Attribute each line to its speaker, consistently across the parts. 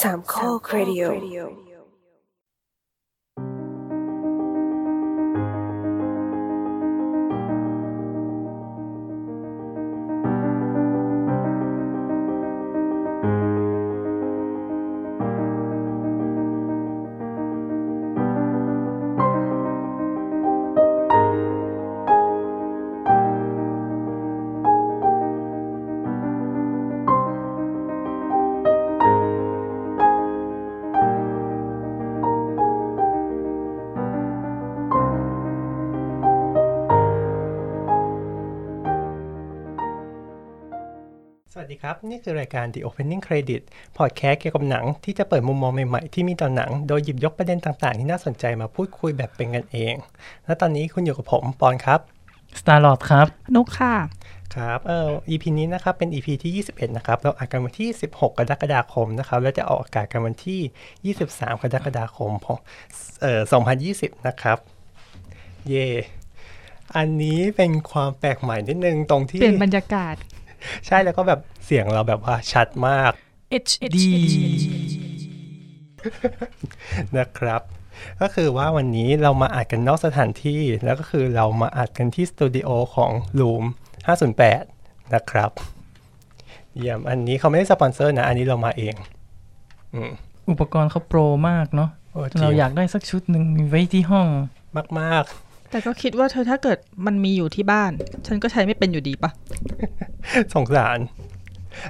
Speaker 1: สามข้อครดิโอ
Speaker 2: สวัสดีครับ นี่คือรายการ The Opening Credit พอดแคสต์เกี่ยวกับหนังที่จะเปิดมุมมองใหม่ๆ ที่มีต่อหนัง โดยหยิบยกประเด็นต่างๆ ที่น่าสนใจมาพูดคุยแบบเป็นกันเอง และตอนนี้คุณอยู่กับผมปอนครับ
Speaker 3: สตาร์ลอดครับ
Speaker 4: นุกค่ะ
Speaker 2: ครับเอ่อ EP นี้นะครับ เป็น EP ที่ 21 นะครับ เราอัดกันวันที่ 16 กรกฎาคมนะครับ และจะออกอากาศกันวันที่ 23 กรกฎาคมพเอ่อ2020 นะครับ เย่อันนี้เป็นความแปลกใหม่นิดนึงตรงที่
Speaker 4: เปลี่ยนบรรยากาศ
Speaker 2: ใช่แล้วก็แบบเสียงเราแบบว่าชัดมาก
Speaker 3: ดี
Speaker 2: นะครับ ก็คือว่าวันนี้เรามาอัดกันนอกสถานที่ แล้วก็คือเรามาอัดกันที่สตูดิโอของ Room 508 นะครับเยี่ยมอันนี้เขาไม่ได้สปอนเซอร์นะ อันนี้เรามาเองอืม
Speaker 3: อุปกรณ์เขาโปรมากเนาะ
Speaker 2: โอ้จริง
Speaker 3: เราอยากได้สักชุดหนึ่งมีไว้ที่ห้อง
Speaker 2: มาก
Speaker 4: แต่ก็คิดว่าเธอถ้าเกิดมันมีอยู่ที่บ้าน ฉันก็ใช้ไม่เป็นอยู่ดีปะ
Speaker 2: ๆ สงสาร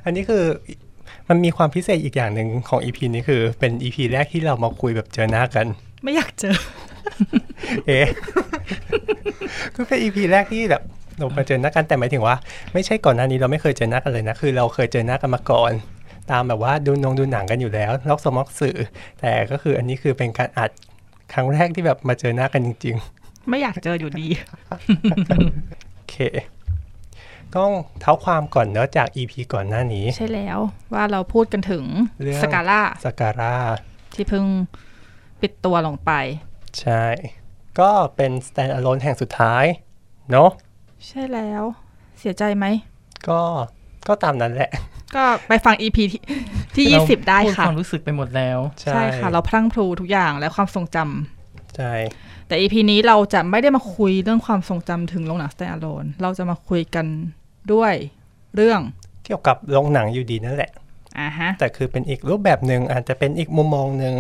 Speaker 2: อันนี้คือมันมีความพิเศษอีกอย่างหนึ่งของ EP นี้คือเป็น EP แรกที่เรามาคุยแบบเจอหน้ากัน
Speaker 4: ไม่อยากเจอ
Speaker 2: เอ๊ะ ก็เป็น EP แรกที่แบบเรามาเจอหน้ากันแต่หมายถึงว่า ไม่ใช่ก่อนหน้านี้เราไม่เคยเจอหน้ากันเลยนะ คือเราเคยเจอหน้ากันมาก่อน ตามแบบว่าดูนงดูหนังกันอยู่แล้วลอกสมอกสื่อ แต่ก็คืออันนี้คือเป็นการอัดครั้งแรกที่แบบมาเจอหน้ากันจริง ๆ
Speaker 4: ไม่อยากเจออยู่ดี
Speaker 2: โอเค ต้องเท้าความก่อนเนาะจาก EP ก่อนหน้านี้
Speaker 4: ใช่แล้วว่าเราพูดกันถึง
Speaker 2: เรื่อง
Speaker 4: สกาล่า
Speaker 2: สการ่า
Speaker 4: ที่เพิ่งปิดตัวลงไป
Speaker 2: ใช่ ก็เป็น stand alone แห่งสุดท้ายเนาะ
Speaker 4: ใช่แล้ว เสียใจไหม
Speaker 2: ก็ ก็ตามนั้นแหละ
Speaker 4: ก็ไปฟัง EP ที่ที่
Speaker 3: เรา
Speaker 4: 20 ได้
Speaker 3: พูด
Speaker 4: ค่ะ
Speaker 3: ความรู้สึกไปหมดแล้ว
Speaker 2: ใช่
Speaker 4: ใช่ค่ะ เราพลั้งพลูทุกอย่างและความทรงจำ
Speaker 2: ใช่
Speaker 4: แต่ EP นี้เราจะไม่ได้มาคุยเรื่องความทรงจำถึงโรงหนัง Stand Alone เราจะมาคุยกันด้วยเรื่อง
Speaker 2: เกี่ยวกับโรงหนังอยู่ดีนั่นแหละ
Speaker 4: อ่าฮะ
Speaker 2: แต่คือเป็นอีกรูปแบบหนึ่งอาจจะเป็นอีกมุมมองหนึ่ง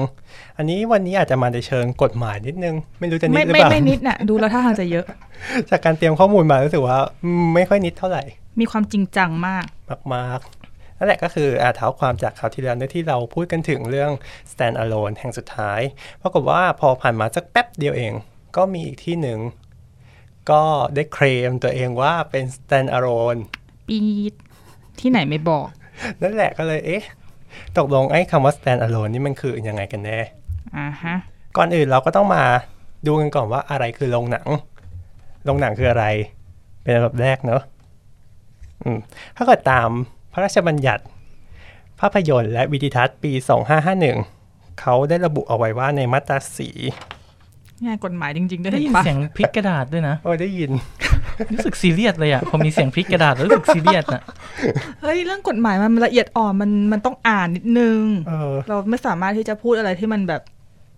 Speaker 2: อันนี้วันนี้อาจจะมาในเชิงกฎหมายนิดนึง ไม่รู้จะนิด
Speaker 4: ไม่
Speaker 2: หรือ
Speaker 4: ไม่
Speaker 2: เปล่า
Speaker 4: ไม่นิดน่ะ ดูแล้วท่าทางจะเยอะ
Speaker 2: จากการเตรียมข้อมูลมารู้สึกว่าอืมไม่ค่อยนิดเท่าไหร่
Speaker 4: มีความจริงจังมาก
Speaker 2: มากๆ นั่นแหละก็คืออาเท้าความจากคราวที่แล้วเนี่ยที่เราพูดกันถึงเรื่อง stand alone แห่งสุดท้าย ปรากฏว่าพอผ่านมาสักแป๊บเดียวเอง ก็มีอีกที่หนึ่ง ก็ได้เคลมตัวเองว่าเป็น stand alone
Speaker 4: ปีดที่ไหนไม่บอก
Speaker 2: นั่นแหละก็เลยเอ๊ะ ตกลงไอ้คำว่า stand alone นี่มันคือยังไงกันแน่
Speaker 4: อ่าฮะ
Speaker 2: ก่อนอื่นเราก็ต้องมาดูกันก่อนว่าอะไรคือโรงหนัง โรงหนังคืออะไร เป็นอันดับแรกเนอะอืมถ้าเกิดตามพระราชบัญญัติ ภาพยนตร์และวิดิทัศน์ปี 2551 เขาได้ระบุเอาไว้ว่าในมาตราสี
Speaker 4: งานกฎหมายจริง ๆ ด้วย
Speaker 3: ได้
Speaker 4: เห็
Speaker 3: ยิน
Speaker 4: นปะ
Speaker 3: เสียงพลิกกระดาษด้วยนะ
Speaker 2: โอ้ยได้ยิน
Speaker 3: รู้สึกซีเรียสเลยอ่ะ พอมีเสียงพลิกกระดาษแล้วรู้สึกซีเรียสอ่ะ
Speaker 4: เฮ้ย เรื่องกฎหมายมันละเอียดอ่อนมันมันต้องอ่านนิดนึง
Speaker 2: เออ
Speaker 4: เราไม่สามารถที่จะพูดอะไรที่มันแบบ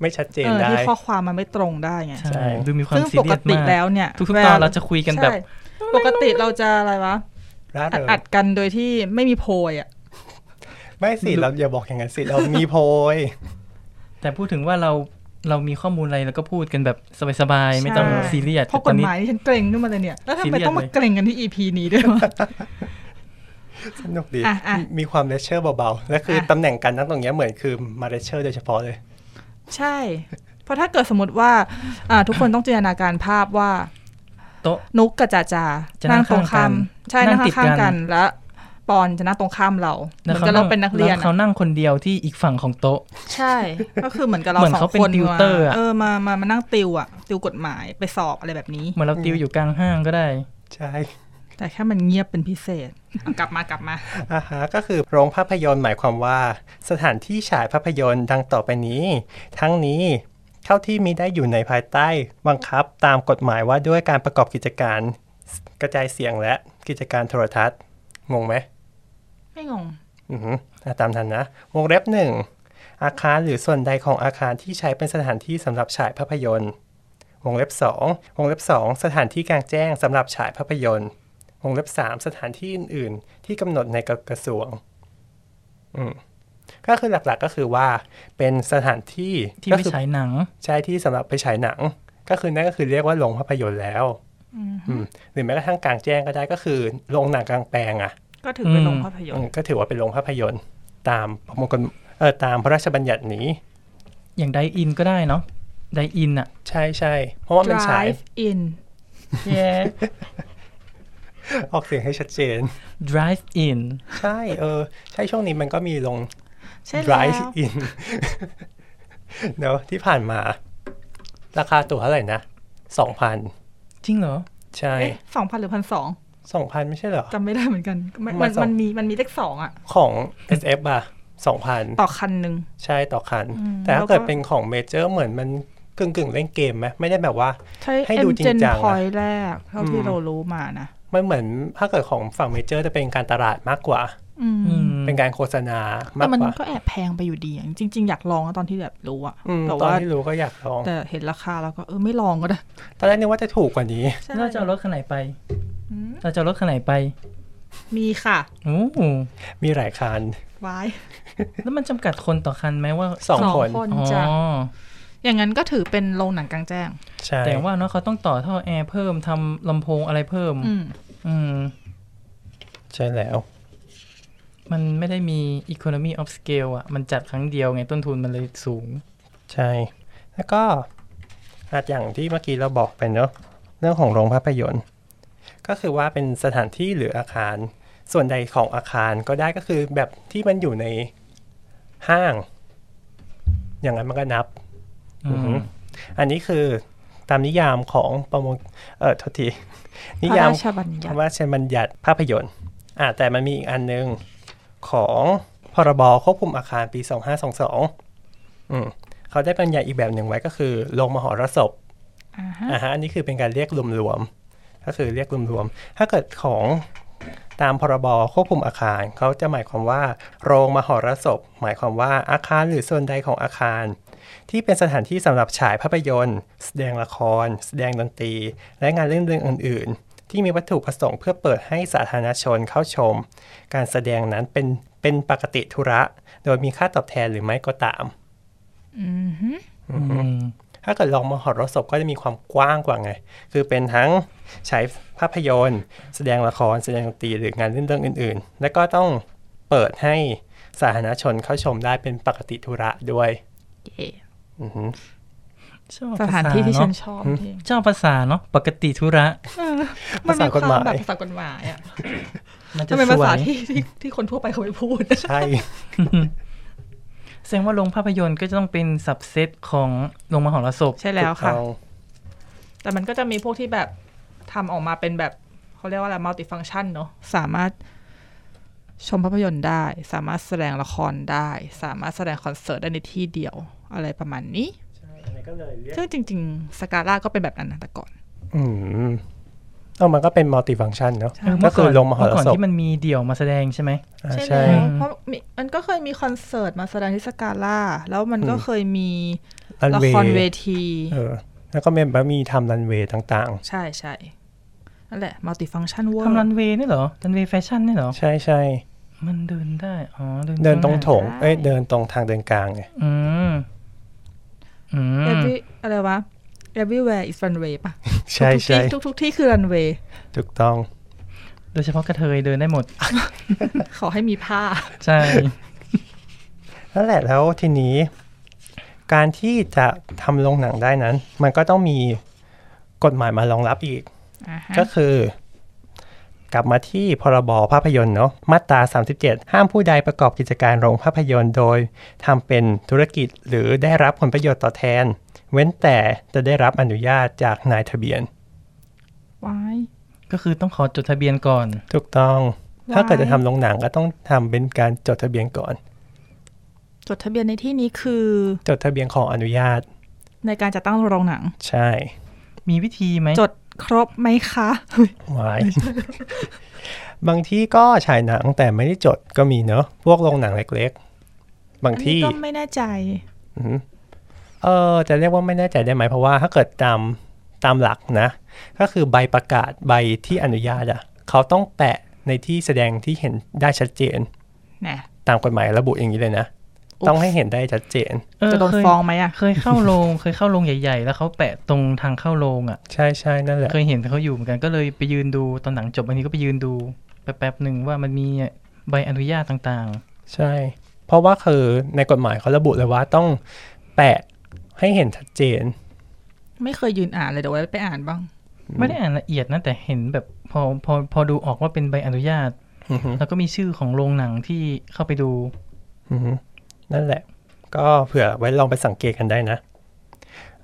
Speaker 2: ไม่ชัดเจน
Speaker 4: เออ
Speaker 2: ได้
Speaker 4: ที่ข้อความมันไม่ตรงได้ไง
Speaker 2: ใช่
Speaker 3: ใช่ ดูมีความ
Speaker 4: ซึ่ง
Speaker 3: ซี
Speaker 4: ป
Speaker 3: เรี
Speaker 4: ก
Speaker 3: ยส
Speaker 4: ติ
Speaker 3: มาก
Speaker 4: แล้วเนี่ย
Speaker 3: ทุก
Speaker 4: ว
Speaker 3: ๆ
Speaker 4: ล
Speaker 3: ตอนเราจะคุยกันแบบ
Speaker 4: ใช่ปกติเราจะอะไรวะ
Speaker 2: ร่า
Speaker 4: อัด
Speaker 2: เริง
Speaker 4: อัดกันโดยที่ไม่มีโพยอ่ะ
Speaker 2: ไม่สิ เราอย่าบอกอย่างนั้นสิ เรามีโพย
Speaker 3: แต่พูดถึงว่าเราเรามีข้อมูลอะไรแล้วก็พูดกันแบบสบายๆ ไม่ต้อง
Speaker 4: ใช่
Speaker 3: ซีเรียส
Speaker 4: เพราะก
Speaker 3: ตอ
Speaker 4: ฎ
Speaker 3: น
Speaker 4: ห
Speaker 3: นี้
Speaker 4: มายนี่ฉันเกรงขึ้นมาเลยเนี่ย แล้วทำ
Speaker 3: ซี
Speaker 4: ไม
Speaker 3: เรียส
Speaker 4: ต้องมา
Speaker 3: เลย
Speaker 4: เกรงกันที่ EP นี้ด้วยวะ
Speaker 2: สนุกดี
Speaker 4: อ่ะอ่ะ
Speaker 2: มีความเลเชอร์เบาๆ และคืออะ ตำแหน่งการนั่งตรงเนี้ยเหมือนคือมาเลเชอร์โดยเฉพาะเลย
Speaker 4: ใช่ เพราะถ้าเกิดสมมติว่าอ่า ทุกคนต้องจินตนาการภาพว่า
Speaker 3: โต๊ะ
Speaker 4: นุกกับจ่าจ่า
Speaker 3: จะนั่
Speaker 4: นั่
Speaker 3: ง
Speaker 4: งตรงข้ามใช่
Speaker 3: นั่
Speaker 4: นั่
Speaker 3: ง
Speaker 4: ง
Speaker 3: ติด
Speaker 4: ข้างๆ
Speaker 3: กั
Speaker 4: กัน นและปอนจะนั่งตรงข้ามเราเหมือนกับเราเป็นนักเรียน
Speaker 3: แล้ว
Speaker 4: อะ
Speaker 3: เขานั่งคนเดียวที่อีกฝั่งของโต๊ะ
Speaker 4: ใช่ ก็คือเหมือนกับเรา
Speaker 3: เหมือน
Speaker 4: สอง
Speaker 3: เขาเป็น
Speaker 4: คน
Speaker 3: ติวเตอร์อะ
Speaker 4: เออมามามานั่งติวอ่ะ ติวกฎหมายไปสอบอะไรแบบนี้
Speaker 3: เหมือนเราติวอยู่กลางห้างก็ได้
Speaker 2: ใช่
Speaker 4: แต่แค่มันเงียบเป็นพิเศษอ่ะกลับมากลับมา
Speaker 2: อ่าฮะก็คือโรงภาพยนตร์หมายความว่า สถานที่ฉายภาพยนตร์ดังต่อไปนี้ ทั้งนี้เท่าที่มีได้อยู่ในภายใต้บังคับตามกฎหมายว่าด้วยการประกอบกิจการกระจายเสียงและกิจการโทรทัศน์งงไหม
Speaker 4: ไม่งง
Speaker 2: อือหืออ่ะตามทันนะ วงเล็บหนึ่ง อาคารหรือส่วนใดของอาคารที่ใช้เป็นสถานที่สำหรับฉายภาพยนตร์ วงเล็บสองวงเล็บสองสถานที่กลางแจ้งสำหรับฉายภาพยนตร์ วงเล็บสามสถานที่อื่น ๆ ที่กำหนดในกฎกระทรวงอืมก็คือหลักๆก็คือว่าเป็นสถานที่
Speaker 3: ที่
Speaker 2: ก็
Speaker 3: ไป
Speaker 2: คือ
Speaker 3: ฉายหนัง
Speaker 2: ใช่ที่สำหรับไปฉายหนัง ก็คือนั่นก็คือเรียกว่าโรงภาพยนตร์แล้วอืมหรือแม้กระทั่งกลางแจ้งก็ได้ก็คือโรงหนังกลางแปลงอ่ะ
Speaker 4: ก็ถือเป็น
Speaker 3: อืม
Speaker 4: โรงภาพยน
Speaker 2: อื
Speaker 4: ต
Speaker 2: ม
Speaker 4: ร์
Speaker 2: ก็ถือว่าเป็นโรงภาพยนตร์ ตามประมวลกฎเออตามพระราชบัญญัตินี้
Speaker 3: อย่างไดอินก็ได้เนาะไดอินอะ
Speaker 2: ใช่ใช่เพราะว่ามันฉาย
Speaker 4: อิน
Speaker 3: แย่
Speaker 2: ออกเสียงให้ชัดเจน
Speaker 3: drive in
Speaker 2: ใช่เออ ใช่ช่วงนี้มันก็มีลง
Speaker 4: ใช่แล้ว
Speaker 2: drive in เนอะที่ผ่านมา ราคาตั๋วเท่าไหร่นะสองพัน
Speaker 3: จริงเหรอ
Speaker 2: ใช่
Speaker 4: เอ๊ะสองพันหรือพันสอง
Speaker 2: สองพันไม่ใช่เหรอ
Speaker 4: จำไม่ได้เหมือนกันมัน
Speaker 2: มั
Speaker 4: มัน น
Speaker 2: สอง
Speaker 4: มันมีมันมีเลขสองอ่ะ
Speaker 2: ของ SF อ่ะสองพัน
Speaker 4: ต่อคันหนึ่ง
Speaker 2: ใช่ต่อคัน
Speaker 4: อืม
Speaker 2: แต่ถ้าเกิด
Speaker 4: แล้วก็
Speaker 2: เป็นของเมเจอร์เหมือนมันกึ่งกึ่งๆเล่นเกมไหมไม่ได้แบบว่า
Speaker 4: ใช้
Speaker 2: ให้
Speaker 4: เอ็
Speaker 2: ดู
Speaker 4: ม
Speaker 2: จริง
Speaker 4: เจน
Speaker 2: จังอะ
Speaker 4: พอยแรกเท่า
Speaker 2: อื
Speaker 4: ที่
Speaker 2: ม
Speaker 4: เรารู้มานะ
Speaker 2: มันเหมือนถ้าเกิดของฝั่งเมเจอร์จะเป็นการตลาดมากกว่า
Speaker 4: อืม
Speaker 3: อืม
Speaker 2: เป็นการโฆษณามาก
Speaker 4: แต่มัน
Speaker 2: กว่า
Speaker 4: ก็แอบแพงไปอยู่ดีอะจริง ๆ อยากลองอะตอนที่แบบรู้อะ
Speaker 2: อืม
Speaker 4: แต่
Speaker 2: ตอน
Speaker 4: ว่า
Speaker 2: ที่รู้ก็อยากลอง
Speaker 4: แต่เห็นราคาแล้วก็เออไม่ลองก็ได้
Speaker 2: ตอนแรกนึกว่าจะถูกกว่านี้
Speaker 3: เราจะเอารถคันไหนไป
Speaker 4: อืม
Speaker 3: เราจะเอารถคันไหนไป
Speaker 4: มีค่ะ
Speaker 3: โอ้โห
Speaker 2: มีหลายคัน
Speaker 4: ไว้
Speaker 3: แล้วมันจำกัดคนต่อคันไหมว่า
Speaker 2: สองคน
Speaker 3: อ๋อ
Speaker 4: จ้ะอย่างนั้นก็ถือเป็นโรงหนังกลางแจ้ง
Speaker 2: ใช่
Speaker 3: แต่ว่าเนาะเขาต้องต่อท่อแอร์เพิ่มทำลำโพงอะไรเพิ่ม
Speaker 4: อืม
Speaker 3: อืม
Speaker 2: ใช่แล้ว
Speaker 3: มันไม่ได้มี economy of scale อ่ะ มันจัดครั้งเดียวไงต้นทุนมันเลยสูง
Speaker 2: ใช่ แล้วก็อาจอย่างที่เมื่อกี้เราบอกไปเนอะเรื่องของโรงภาพยนตร์ ก็คือว่าเป็นสถานที่หรืออาคาร ส่วนใดของอาคารก็ได้ก็คือแบบที่มันอยู่ในห้าง อย่างนั้นมันก็นับอื
Speaker 3: อื
Speaker 2: อ
Speaker 3: ม
Speaker 2: หือ อันนี้คือตามนิยามของประมวลเออโทษที นิ
Speaker 4: พระ
Speaker 2: ยาม
Speaker 4: ราชบัญ
Speaker 2: พ
Speaker 4: ญั
Speaker 2: ระ
Speaker 4: ติ
Speaker 2: ราชบัญญัติภาพยนตร์อ่าแต่มันมีอีกอันหนึงของพรบควบคุมอาคารปี 2522อืมเขาได้บัญญัติอีกแบบหนึ่งไว้ก็คือโรงมหรสพ
Speaker 4: อ่าฮะ
Speaker 2: อ่าฮะอันนี้คือเป็นการเรียกรวมๆก็คือเรียกรวมๆถ้าเกิดของตามพรบควบคุมอาคารเขาจะหมายความว่า โรงมหรสพ หมายความว่าอาคารหรือส่วนใดของอาคาร ที่เป็นสถานที่สำหรับฉายภาพยนตร์ แสดงละคร แสดงดนตรี และงานเล่นเรื่องอื่น ๆ ที่มีวัตถุประสงค์เพื่อเปิดให้สาธารณชนเข้าชม การแสดงนั้นเป็นเป็นปกติธุระ โดยมีค่าตอบแทนหรือไม่ก็ตาม
Speaker 4: อืมฮึ
Speaker 3: อืม
Speaker 2: ถ้าเกิดลองมหรสพก็จะมีความกว้างกว่าไง คือเป็นทั้งใช้ภาพยนตร์ แสดงละคร แสดงดนตรีหรืองานเล่นเรื่องอื่น ๆ และก็ต้องเปิดให้สาธารณชนเข้าชมได้เป็นปกติธุระด้วย
Speaker 4: เย่
Speaker 2: อือหือ
Speaker 3: ชอบ
Speaker 4: ส
Speaker 3: ภษ
Speaker 4: ถานที่ที่ฉัน
Speaker 3: เอะ
Speaker 4: ชอบ
Speaker 2: อืม
Speaker 4: จริง
Speaker 3: ชอบภาษาเนาะปกติธุระ
Speaker 4: เออ
Speaker 2: ภาษา
Speaker 4: มันมี
Speaker 2: กฎหมาย
Speaker 4: แบบภาษากฎหมายอ่ะ
Speaker 3: มันจะ
Speaker 4: มันเป็น
Speaker 3: ส
Speaker 4: ภา
Speaker 3: วย
Speaker 4: ษาที่ที่ที่คนทั่วไปเขาไม่พูด
Speaker 2: ใช่
Speaker 3: แสดงว่าโรงภาพยนตร์ก็จะต้องเป็นสับเซตของโรงมหรสพ
Speaker 4: ใช่แล้วค่ะ
Speaker 2: ถูกต้อง
Speaker 4: แต่มันก็จะมีพวกที่แบบทำออกมาเป็นแบบเขาเรียกว่าอะไรมัลติฟังชันเนาะสามารถชมภาพยนตร์ได้ สามารถแสดงละครได้ สามารถแสดงคอนเสิร์ตได้ในที่เดียวอะไรประมาณนี้
Speaker 2: ใช่อันนี้ก็เลยเรียก
Speaker 4: ซึ่งจริง ๆ สกาล่าก็เป็นแบบนั้นนะแต่ก่อน
Speaker 2: อืมเอามันก็เป็นมัลติฟังชันเนาะ
Speaker 4: ใช่
Speaker 3: เออ
Speaker 2: ก็
Speaker 3: เมื่อ
Speaker 2: คื
Speaker 3: ก่อ
Speaker 2: อนลงมห
Speaker 3: เมื่อ
Speaker 2: ร
Speaker 3: ก่อน
Speaker 2: สพ
Speaker 3: ที่มันมีเดี่ยวมาแสดงใช่ไหม
Speaker 2: อ่า
Speaker 4: ใช่
Speaker 2: ใช่
Speaker 4: แล้วเพราะมีมันก็เคยมีคอนเสิร์ตมาแสดงที่สกาล่าแล้วมันก็
Speaker 2: อืม
Speaker 4: เคยมี
Speaker 2: รัน
Speaker 4: ละ
Speaker 2: เว
Speaker 4: ครเว
Speaker 2: ย์
Speaker 4: ที
Speaker 2: เออ แล้วก็มีแบบมีทำรันเวย์ต่าง
Speaker 4: ใช่ใช่นั่นแหละมัลติฟังชันเวอร์
Speaker 3: ทำรันเวย์นี่เหรอ รันเวย์แฟชั่นนี่เหรอ
Speaker 2: ๆ ใช่ใช่
Speaker 3: มันเดินได้ อ๋อ เดิน
Speaker 2: เดินตรง
Speaker 3: ข้าหา
Speaker 2: โถงเอ้ยเดินตรงทางเดินกลางไง
Speaker 3: อืม อื
Speaker 4: เอ
Speaker 3: ม
Speaker 4: วีอะไรวะ everywhere is runway ป่ะ
Speaker 2: ใช่ใช่
Speaker 4: ทุกๆที่ทุกๆที่คือรันเวย์
Speaker 2: ถูกต้อง
Speaker 3: โดยเฉพาะกระเทยเดินได้ หมด
Speaker 4: ขอให้มีผ้า
Speaker 3: ใช่
Speaker 2: นั่นแหละแล้วทีนี้ การที่จะทำโรงหนังได้นั้น มันก็ต้องมีกฎหมายมารองรับอีก ก็คือ กลับมาที่พรบภาพยนตร์เนาะมาตรา 37 ห้ามผู้ใดประกอบกิจการโรงภาพยนตร์โดยทำเป็นธุรกิจหรือได้รับผลประโยชน์ต่อบแทน เว้นแต่จะได้รับอนุญาตจากนายทะเบียน
Speaker 4: วาย
Speaker 3: ก็คือต้องขอจดทะเบียนก่อน
Speaker 2: ถูกต้อง ถ้าเกิด
Speaker 4: ว้าย
Speaker 2: จะทำโรงหนังก็ต้องทำเป็นการจดทะเบียนก่อน
Speaker 4: จดทะเบียนในที่นี้คือ
Speaker 2: จดทะเบียนขออนุญาต
Speaker 4: ในการจัดตั้งโรงหนัง
Speaker 2: ใช่
Speaker 3: มีวิธีไหม
Speaker 4: จดครบไหมคะ
Speaker 2: ไว้ บางที่ก็ฉายหนังแต่ไม่ได้จดก็มีเนอะพวกโรงหนังเล็ก บาง
Speaker 4: อันนี้
Speaker 2: ที่
Speaker 4: ก็ไม่แน่ใจ
Speaker 2: อืมเออจะเรียกว่าไม่แน่ใจได้ไหมเพราะว่าถ้าเกิดตามตามหลักนะ ก็คือใบประกาศใบที่อนุญาตอ่ะเขาต้องแปะในที่แสดงที่เห็นได้ชัดเจน
Speaker 4: นะ
Speaker 2: ตามกฎหมายระบุอย่างนี้เลยนะ
Speaker 4: อุ๊ย
Speaker 2: ต้องให้เห็นได้ชัดเจน
Speaker 3: เออ
Speaker 4: จะโดน
Speaker 3: เคย
Speaker 4: ฟ้องไหมอ่ะ
Speaker 3: เคยเข้าโรงเคยเข้าโรงใหญ่ ๆ แล้วเขาแปะตรงทางเข้าโรงอ่ะ
Speaker 2: ใช่ใช่นั่นแหละ
Speaker 3: เคยเห็นเขาอยู่เหมือนกันก็เลยไปยืนดูตอนหนังจบบางทีก็ไปยืนดูแป๊บๆหนึ่งว่ามันมีใบอนุญาตต่าง
Speaker 2: ใช่ เพราะว่าคือในกฎหมายเขาระบุเลยว่าต้องแปะให้เห็นชัดเจน
Speaker 4: ไม่เคยยืนอ่านเลยเดี๋ยวไว้ไปอ่านบ้าง
Speaker 3: ๆ ไม่ได้อ่านละเอียดนะแต่เห็นแบบพอพอพอดูออกว่าเป็นใบอนุญาต
Speaker 2: อือฮึ
Speaker 3: แล้วก็มีชื่อของโรงหนังที่เข้าไปดู
Speaker 2: อือฮึนั่นแหละ ก็เผื่อไว้ลองไปสังเกตกันได้นะ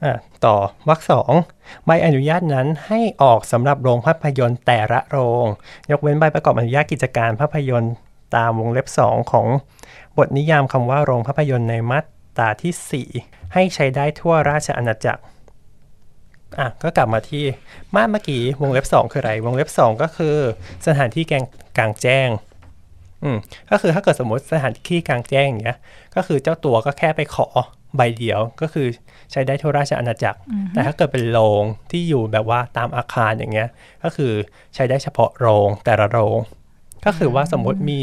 Speaker 2: อ่ะต่อวรรคสองใบอนุญาตนั้นให้ออกสำหรับโรงภาพยนตร์แต่ละโรง ยกเว้นใบประกอบอนุญาตกิจการภาพยนตร์ตามวงเล็บ 2 ของบทนิยามคำว่าโรงภาพยนตร์ในมาตราที่ 4 ให้ใช้ได้ทั่วราชอาณาจักร อ่ะก็กลับมาที่มาเมื่อกี้วงเล็บ 2 คืออะไร วงเล็บ 2 ก็คือสถานที่แกงกลางแจ้งอืมก็คือถ้าเกิดสมมติสถานที่กลางแจ้งอย่างเงี้ยก็คือเจ้าตัวก็แค่ไปขอใบเดียวก็คือใช้ได้ทั่วราชอาณาจักร แต่ถ้าเกิดเป็นโรงที่อยู่แบบว่าตามอาคารอย่างเงี้ย ก็คือใช้ได้เฉพาะโรงแต่ละโรง ก็คือว่าสมมติมี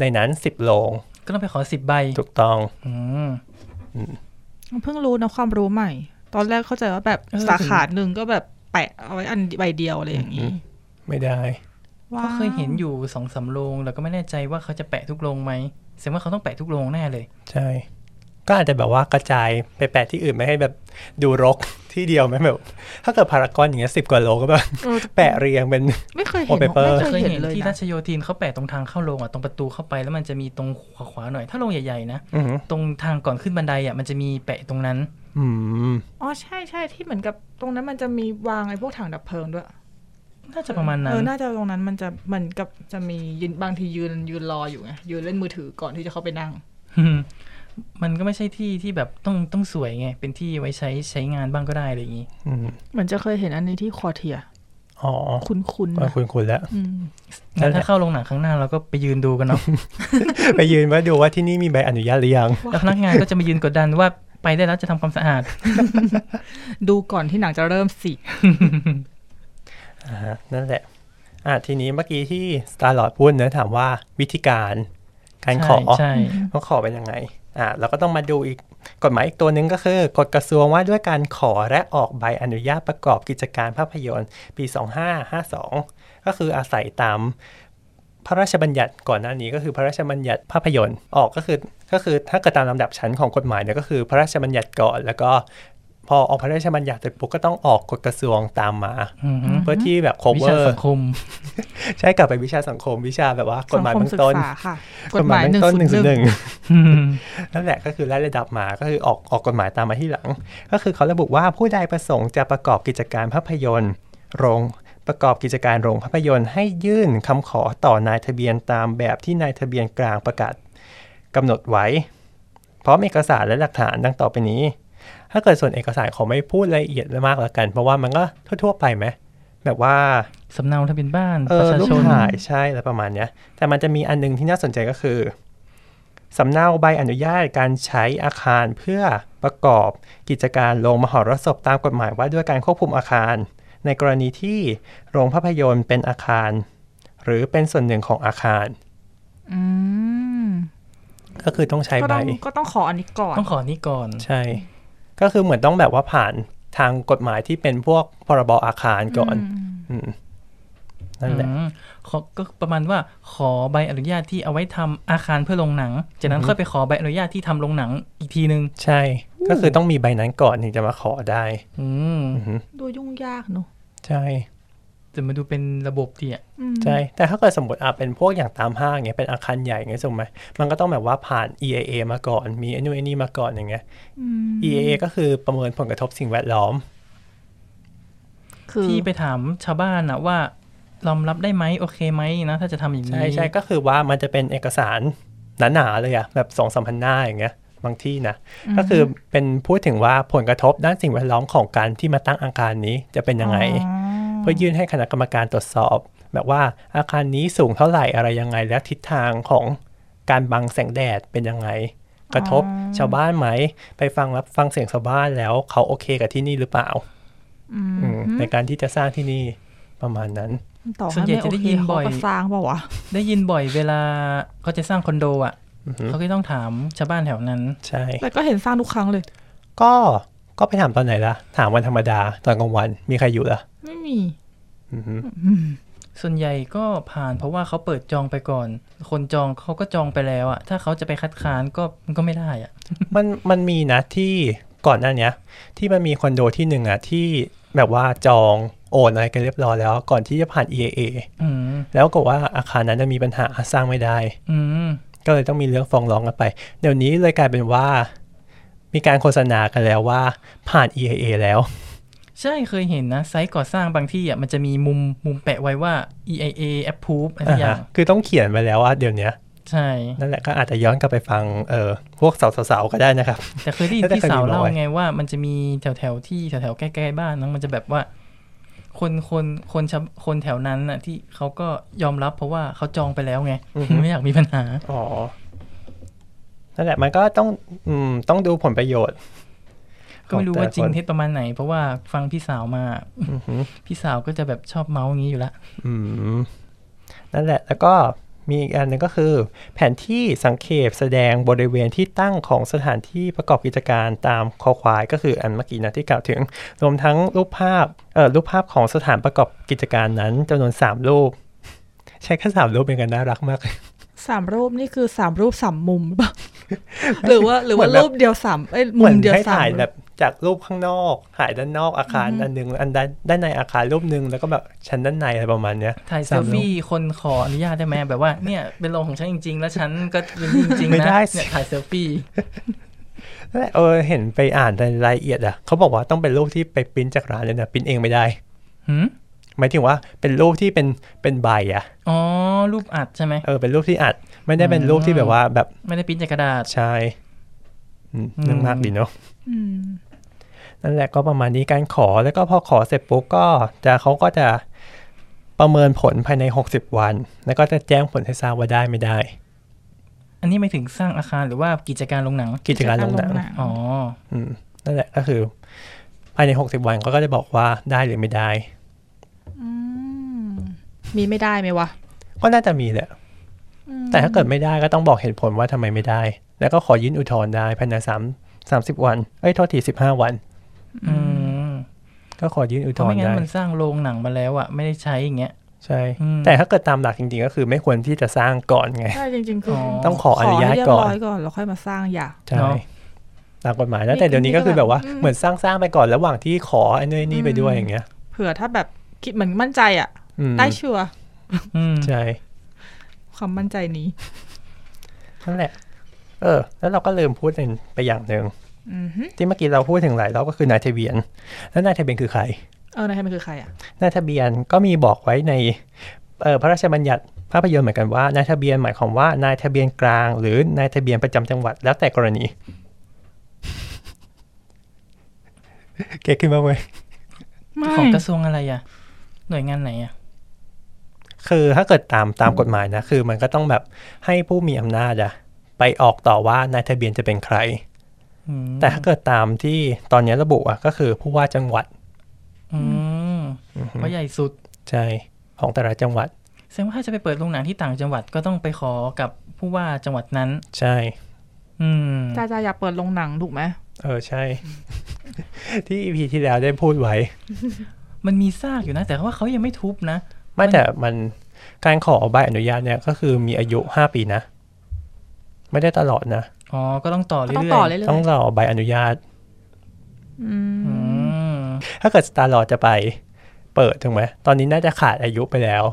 Speaker 2: ในนั้น 10 โรง
Speaker 3: ก็ต้องไปขอสิบใบ
Speaker 2: ถูกต้อง
Speaker 3: อืม
Speaker 4: เพิ่งรู้นะความรู้ใหม่ ตอนแรกเข้าใจว่าแบบ
Speaker 3: เออ
Speaker 4: สาขาหนึ่งก็แบบแปะเอาไว้อันใบเดียวอะไรอย่างนี้
Speaker 2: อืม ไม่ได้
Speaker 4: ว้า
Speaker 3: ก็
Speaker 4: ว
Speaker 3: เคยเห็นอยู่สองสามโรงแล้วก็ไม่แน่ใจว่าเขาจะแปะทุกโรงไหมแสดงว่าเขาต้องแปะทุกโรงแน่เลย
Speaker 2: ใช่ ก็อาจจะแบบว่ากระจายไปแปะที่อื่นไม่ให้แบบดูรกที่เดียวไหมแบบถ้าเกิดพารากอนอย่างเงี้ยสิบกว่าโลก็แบบ
Speaker 4: เออ
Speaker 2: แปะเรียงเป็น
Speaker 4: ไม่เคย
Speaker 2: โอ
Speaker 4: เห็น
Speaker 2: เปเปอร์
Speaker 4: ไม่
Speaker 3: เค
Speaker 4: เค
Speaker 3: ย
Speaker 4: ย
Speaker 3: เห็
Speaker 4: เห็
Speaker 3: น
Speaker 4: นเลย
Speaker 3: ที่
Speaker 4: นะ
Speaker 3: ราชโยธินเขาแปะตรงทางเข้าโรงอ่ะตรงประตูเข้าไปแล้วมันจะมีตรงขวาขวาๆหน่อย ถ้าโรงใหญ่ๆนะ
Speaker 2: อื้อหือ
Speaker 3: ตรงทางก่อนขึ้นบันไดอ่ะมันจะมีแปะตรงนั้น
Speaker 2: อืม
Speaker 4: อ๋อใช่ใช่ที่เหมือนกับตรงนั้นมันจะมีวางไอ้พวกถังดับเพลิงด้วย
Speaker 3: น่าจะประมาณนั้
Speaker 4: เอน อน่าจะตรงนั้นมันจะเหมือนกับจะมียืนบางทียืนยืนรออยู่ไงยืนเล่นมือถือก่อนที่จะเข้าไปนั่ง
Speaker 3: อืมมันก็ไม่ใช่ที่ที่แบบต้องต้องสวยไง เป็นที่ไว้ใช้ใช้งานบ้างก็ได้อะไรอย่างงี้
Speaker 2: อืม
Speaker 4: เหมือนจะเคยเห็นอันนี้ที่คอเทีย
Speaker 2: อ๋อ
Speaker 4: คุ้นๆ
Speaker 2: มา
Speaker 4: นะ
Speaker 2: คุณคุณแล้ว
Speaker 4: อืม
Speaker 2: นั่นแหละ
Speaker 3: ถ้าเข้าโรงหนังครั้งหน้าเราก็ไปยืนดูกันเนาะ
Speaker 2: ไปยืนมาดูว่าที่นี่มีใบอนุญาตหรือยัง
Speaker 3: แล้วพนักงานก็จะมายืนกดดันว่าไปได้แล้วจะทำความสะอาด
Speaker 4: ดูก่อนที่หนังจะเริ่มสิ
Speaker 2: อ่าฮะนั่นแหละ อ่ะทีนี้เมื่อกี้ที่ Star Lord พูดเนะถามว่าวิธีการ การขอ
Speaker 3: ใช่ใช่
Speaker 2: ต้องขอเป็นยังไง อ่ะเราก็ต้องมาดูอีกกฎหมายอีกตัวหนึ่งก็คือกฎกระทรวงว่าด้วยการขอและออกใบอนุญาตประกอบกิจการภาพยนตร์ ปี 2552 ก็คืออาศัยตามพระราชบัญญัติก่อนหน้านี้ก็คือพระราชบัญญัติภาพยนตร์ออกก็คือก็คือถ้าเกิดตามลำดับชั้นของกฎหมายเนี่ยก็คือพระราชบัญญัติก่อน แล้วก็พอออกพระราชบัญญัติเสร็จปุ๊บก็ต้องออกกฎกระทรวงตามมา
Speaker 3: อือหือ
Speaker 2: เพื่อที่แบบ
Speaker 3: วิชา
Speaker 2: cover
Speaker 3: สังคม
Speaker 2: ใช่กลับไปวิชาสังคมวิชาแบบว่ากฎหมาย
Speaker 4: สั
Speaker 2: เบื้
Speaker 4: งคมศึ
Speaker 2: องต้น
Speaker 4: ษาค่ะกฎหมายห
Speaker 2: เบื้
Speaker 4: นึ่ง
Speaker 2: องต้น
Speaker 4: ศู
Speaker 2: หนึ่ง
Speaker 4: นย์ห
Speaker 2: ห
Speaker 4: นึ่
Speaker 2: นึ่
Speaker 4: ง
Speaker 2: งนั่นแหละก็คือไล่ระดับมาก็คือออกออกกฎหมายตามมาที่หลัง ก็คือเขาระบุว่าผู้ใดประสงค์จะประกอบกิจการภาพยนตร์ โรงประกอบกิจการโรงภาพยนตร์ให้ยื่นคำขอต่อนายทะเบียนตามแบบที่นายทะเบียนกลางประกาศกำหนดไว้ พร้อมเอกสารและหลักฐานดังต่อไปนี้ ถ้าเกิดส่วนเอกสารขอไม่พูดรายละเอียดมากแล้วกัน เพราะว่ามันก็ทั่วๆไปไหมแบบว่า
Speaker 3: สำเนาทะเบียนบ้าน
Speaker 2: เอ
Speaker 3: ป
Speaker 2: อ
Speaker 3: ระชา
Speaker 2: รูป
Speaker 3: ชน
Speaker 2: ถ่ายใช่อะไรประมาณเนี้ย แต่มันจะมีอันหนึงที่น่าสนใจก็คือสำเนาใบอนุญาตการใช้อาคารเพื่อประกอบกิจการโรงมหรสพตามกฎหมายว่าด้วยการควบคุมอาคาร ในกรณีที่โรงภาพยนตร์เป็นอาคาร หรือเป็นส่วนหนึ่งของอาคาร
Speaker 4: อืม
Speaker 2: ก็คือต้องใช้
Speaker 4: ก็
Speaker 2: ใบ
Speaker 4: ต้องก็ต้องขออันนี้ก่อน
Speaker 3: ต้องขอนี้ก่อน
Speaker 2: ใช่ ก็คือเหมือนต้องแบบว่าผ่านทางกฎหมายที่เป็นพวกพรบอาคารก่อนอืมนั่นแหละ
Speaker 3: อืมขอก็ประมาณว่าขอใบอนุญาตที่เอาไว้ทำอาคารเพื่อโรงหนัง จากนั้
Speaker 2: อื
Speaker 3: น
Speaker 2: อฮึ
Speaker 3: ค่อยไปขอใบอนุญาตที่ทำโรงหนังอีกทีนึง
Speaker 2: ใช่ ก็คือต้องมีใบนั้นก่อนถึงจะมาขอได้
Speaker 3: อืม
Speaker 2: อือฮึ
Speaker 4: ดูยุ่งยากเนอะ
Speaker 2: ใช่
Speaker 3: จะมาดูเป็นระบบดีอ่ะ
Speaker 4: อืม
Speaker 2: ใช่ แต่ถ้าเกิดสมมติอ่ะเป็นพวกอย่างตามห้างเงี้ย เป็นอาคารใหญ่เงี้ยถูกไหมมันก็ต้องแบบว่าผ่าน EAA มาก่อน มีไอ้นู่นไอ้นี่มาก่อนอย่างเงี้ย
Speaker 4: อืม
Speaker 2: EAA ก็คือประเมินผลกระทบสิ่งแวดล้อม
Speaker 4: คือ
Speaker 3: ที่ไปถามชาวบ้านนะว่ารองรับได้ไหมโอเคไหมนะถ้าจะทำอย่างนี้
Speaker 2: ใช่ใช่ก็คือว่ามันจะเป็นเอกสารหนาๆเลยอะแบบสองสามพันหน้าอย่างเงี้ย บางที่นะ ก็คือเป็นพูดถึงว่าผลกระทบด้านสิ่งแวดล้อมของการที่มาตั้งอาคารนี้จะเป็นยังไง เพื่อยื่นให้คณะกรรมการตรวจสอบ แบบว่าอาคารนี้สูงเท่าไหร่อะไรยังไง และทิศทางของการบังแสงแดดเป็นยังไง กระทบชาวบ้านไหม ไปฟังรับฟังเสียงชาวบ้านแล้วเขาโอเคกับที่นี่หรือเปล่า
Speaker 4: อืม
Speaker 2: อืมในการที่จะสร้างที่นี่ประมาณนั้น
Speaker 4: ต่อ
Speaker 3: ส่วน
Speaker 4: ให้
Speaker 3: ใหญ่
Speaker 4: ไม่
Speaker 3: จะ
Speaker 4: โอ
Speaker 3: ได้
Speaker 4: เค
Speaker 3: ยินบ่
Speaker 4: เขา
Speaker 3: อย
Speaker 4: ก็สร้างเปล่าวะ
Speaker 3: ได้ยินบ่อยเวลาเขาจะสร้างคอนโดอ่ะ
Speaker 2: อือฮึ
Speaker 3: เขาก็ต้องถามชาวบ้านแถวนั้น
Speaker 2: ใช่
Speaker 4: แต่ก็เห็นสร้างทุกครั้งเลย
Speaker 2: ก็ก็ไปถามตอนไหนล่ะ ถามวันธรรมดาตอนกลางวันมีใครอยู่ล่ะ
Speaker 4: ไม่มี
Speaker 2: อือฮึ
Speaker 4: อืม
Speaker 3: ส่วนใหญ่ก็ผ่านเพราะว่าเขาเปิดจองไปก่อน คนจองเขาก็จองไปแล้วอะถ้าเขาจะไปคัดค้านก็มันก็ไม่ได้อะ
Speaker 2: มันมันมีนะที่ก่อนหน้าเนี้ย ที่มันมีคอนโดที่หนึ่งอะที่แบบว่าจองโอนอะไรกันเรียบร้อยแล้ว ก่อนที่จะผ่าน EAA
Speaker 3: อืม
Speaker 2: แล้วก็ว่าอาคารนั้นจะมีปัญหาสร้างไม่ได้
Speaker 3: อืม
Speaker 2: ก็เลยต้องมีเรื่องฟ้องร้องกันไป เดี๋ยวนี้เลยกลายเป็นว่า มีการโฆษณากันแล้วว่าผ่าน EAA แล้ว
Speaker 3: ใช่เคยเห็นนะ ไซต์ก่อสร้างบางที่อะมันจะมีมุมมุมแปะไว้ว่า EIA approve อะไรสักอย่าง
Speaker 2: คือต้องเขียนไปแล้วว่าเดี๋ยวเนี้ย
Speaker 3: ใช่
Speaker 2: นั่นแหละก็อาจจะย้อนกลับไปฟังเออพวกสาวๆก็ได้นะครับ
Speaker 3: แต่เคยได้ยิน
Speaker 2: แต่
Speaker 3: พี่
Speaker 2: เคยมี
Speaker 3: สาวเล่า
Speaker 2: บ่อย
Speaker 3: ไงว่ามันจะมีแถวแถวๆที่แถวแถวๆใกล้ๆบ้านนะมันจะแบบว่า คนคนคนชาวคนแถวนั้นน่ะ ที่เขาก็ยอมรับเพราะว่าเขาจองไปแล้วไงไม่อยากมีปัญหา
Speaker 2: อ๋อ นั่นแหละมันก็ต้องอืมต้องดูผลประโยชน์
Speaker 3: ก็ไม่รู้ว่าจริง
Speaker 2: ของแต่ละคน
Speaker 3: เท็จประมาณไหน เพราะว่าฟังพี่สาวมา
Speaker 2: อือหือ
Speaker 3: พี่สาวก็จะแบบชอบเมาส์อย่างนี้อยู่ละ
Speaker 2: อืม นั่นแหละ แล้วก็มีอีกอันหนึงก็คือ แผนที่สังเขปแสดงบริเวณที่ตั้งของสถานที่ประกอบกิจการตามคอควาย ก็คืออันเมื่อกี้นะที่กล่าวถึง รวมทั้งรูปภาพเอ่อรูปภาพของสถานประกอบกิจการนั้นจำนวนสามรูป ใช้แค่สามรูปเป็นกันน่ารักมาก
Speaker 4: สามรูปนี่คือสามรูปสามมุมหรือเปล่าหรือว่าหรือว่า
Speaker 2: เหมือนแบบ
Speaker 4: รูปเดียวสามเอ้ย
Speaker 2: เห
Speaker 4: มุ
Speaker 2: มือ
Speaker 4: ม
Speaker 2: น
Speaker 4: เดียว
Speaker 2: ให้
Speaker 4: สาม
Speaker 2: ถ่าย
Speaker 4: รูป
Speaker 2: แบบจากรูปข้างนอกถ่ายด้านนอกอาคาร
Speaker 4: อือฮึ
Speaker 2: อันหนึงอันด้านด้านในอาคารรูปหนึ่งแล้วก็แบบชั้นด้านในอะไรประมาณเนี้ย
Speaker 3: ถ่ายเซ
Speaker 2: สาม
Speaker 3: ล
Speaker 2: รูป
Speaker 3: ฟี่คนขออนุญาตได้ไหมแบบว่าเนี่ยเป็นโรงของฉันจริง ๆ แล้วฉันก็เป็นจริงๆ
Speaker 2: ไม่
Speaker 3: นะ
Speaker 2: ได้สิ
Speaker 3: เนี่ยถ่ายเซลฟี่
Speaker 2: นั่นแหละเออเห็นไปอ่านในรายละเอียดอ่ะเขาบอกว่าต้องเป็นรูปที่ไปปริ้นจากร้านเลยนะปริ้นเองไม่ได้
Speaker 3: หืม
Speaker 2: หมายถึงว่าเป็นรูปที่เป็นเป็นใบอ่ะ
Speaker 3: อ๋อ รูปอัดใช่ไหม
Speaker 2: เออเป็นรูปที่อัด ไม่ได้เป็น
Speaker 3: อืม
Speaker 2: รูปที่แบบว่าแบบ
Speaker 3: ไม่ได้ปริ้นจากกระดาษ
Speaker 2: ใช่อืม
Speaker 3: อืม
Speaker 2: เรื่องมากดีเนาะ
Speaker 4: อืม
Speaker 2: นั่นแหละก็ประมาณนี้การขอแล้วก็พอขอเสร็จปุ๊บก็จะเขาก็จะประเมินผลภายใน 60 วัน แล้วก็จะแจ้งผลให้ทราบว่าได้ไม่ได้
Speaker 3: อันนี้ไม่ถึงสร้างอาคารหรือว่ากิจการโรงหนัง
Speaker 2: กิจการลงหนัง
Speaker 3: อ๋อ
Speaker 2: อืมนั่นแหละก็คือ ภายใน 60 วันเขาก็จะบอกว่าได้หรือไม่ได้
Speaker 4: อืมมีไม่ได้ไหมวะ
Speaker 2: ก็น่าจะมีแหละ
Speaker 4: อืม
Speaker 2: แต่ถ้าเกิดไม่ได้ก็ต้องบอกเหตุผลว่าทำไมไม่ได้ แล้วก็ขอยื่นอุทธรณ์ได้ภายในสามสามสิบวันเอ้ยโทษทีสิบห้าวัน
Speaker 3: อืม
Speaker 2: ก็ขอยื่นอุท
Speaker 3: เพ
Speaker 2: ธ
Speaker 3: ราะ
Speaker 2: ร
Speaker 3: ไม่
Speaker 2: ณ์
Speaker 3: งั้น
Speaker 2: ได้
Speaker 3: มันสร้างโรงหนังมาแล้วอะไม่ได้ใช้อย่างเงี้ย
Speaker 2: ใช่
Speaker 3: อืม
Speaker 2: แต่ถ้าเกิดตามหลักจริงๆ ก็คือไม่ควรที่จะสร้างก่อนไง
Speaker 4: ใช่จริงๆคืออ
Speaker 2: ต้องขออนุญาต
Speaker 4: ให้เรีบ
Speaker 2: ก่อน
Speaker 4: ร้ยก่อนแล้วค่อยมาสร้างอย่า
Speaker 2: ใช่
Speaker 3: เนอะ
Speaker 2: ตามกฎหมายแล้วแต่เดี๋ยวนี้ก็คือแบบว่า
Speaker 4: อืม
Speaker 2: เหมือนสร้างๆไปก่อนระหว่างที่ขอไอ้นี่นี่ไปด้วยอย่างเงี้ย
Speaker 4: เผื่อถ้าแบบคิดเหมือนมั่นใจอ่ะ
Speaker 2: อืม
Speaker 4: ได้ชัวร์
Speaker 3: อืม
Speaker 2: ใช่
Speaker 4: ความมั่นใจนี้
Speaker 2: นั่นแหละ เออ แล้วเราก็ลืมพูดถึงไปอย่างหนึ่ง
Speaker 4: อือฮึ
Speaker 2: ที่เมื่อกี้เราพูดถึงหลายรอบก็คือนายทะเบียน แล้วนายทะเบียนคือใคร
Speaker 4: เออนายไทยมันคือใครอ่ะ
Speaker 2: นายทะเบียนก็มีบอกไว้ในเอ่อพระราชบัญญัติภาพยนตร์เหมือนกันว่านายทะเบียนหมายความว่านายทะเบียนกลาง หรือนายทะเบียนประจำจังหวัดแล้วแต่กรณี เก๊กขึ้นมาเว้ย
Speaker 3: ของกระทรวงอะไรอะหน่วยงานไหนอะ
Speaker 2: คือถ้าเกิดตามตามกฎหมายนะ คือมันก็ต้องแบบให้ผู้มีอำนาจอะไปออกต่อว่านายทะเบียนจะเป็นใคร
Speaker 3: อืม
Speaker 2: แต่ถ้าเกิดตามที่ตอนนี้ระบุอะก็คือผู้ว่าจังหวัด
Speaker 3: อืมเพราะใหญ่สุด
Speaker 2: ใช่ของแต่ละจังหวัด
Speaker 3: แสดงว่าถ้าจะไปเปิดโรงหนังที่ต่างจังหวัดก็ต้องไปขอกับผู้ว่าจังหวัดนั้น
Speaker 2: ใช่
Speaker 3: อืม
Speaker 4: จ้าจ้าอยากเปิดโรงหนังถูกไหม
Speaker 2: เออใช่ ที่ EP ที่แล้วได้พูดไว้
Speaker 3: มันมีซากอยู่นะ แต่ว่าเขายังไม่ทุบนะ
Speaker 2: ไม่
Speaker 3: มัน
Speaker 2: แต่มันการขอใบอนุญาตเนี่ยก็คือมีอายุห้าปีนะ ไม่ได้ตลอดนะ
Speaker 3: อ๋อ ก็ต้องต่อเรื่
Speaker 4: ต้อ
Speaker 3: อย
Speaker 4: ง
Speaker 3: ๆ
Speaker 4: ต่อเลยเลย
Speaker 2: ต้องรอใบอนุญาต
Speaker 4: อืม
Speaker 3: อืม
Speaker 2: ถ้าเกิดสตาร์ลอจะไปเปิดถูกไหมตอนนี้น่าจะขาดอายุไปแล้ว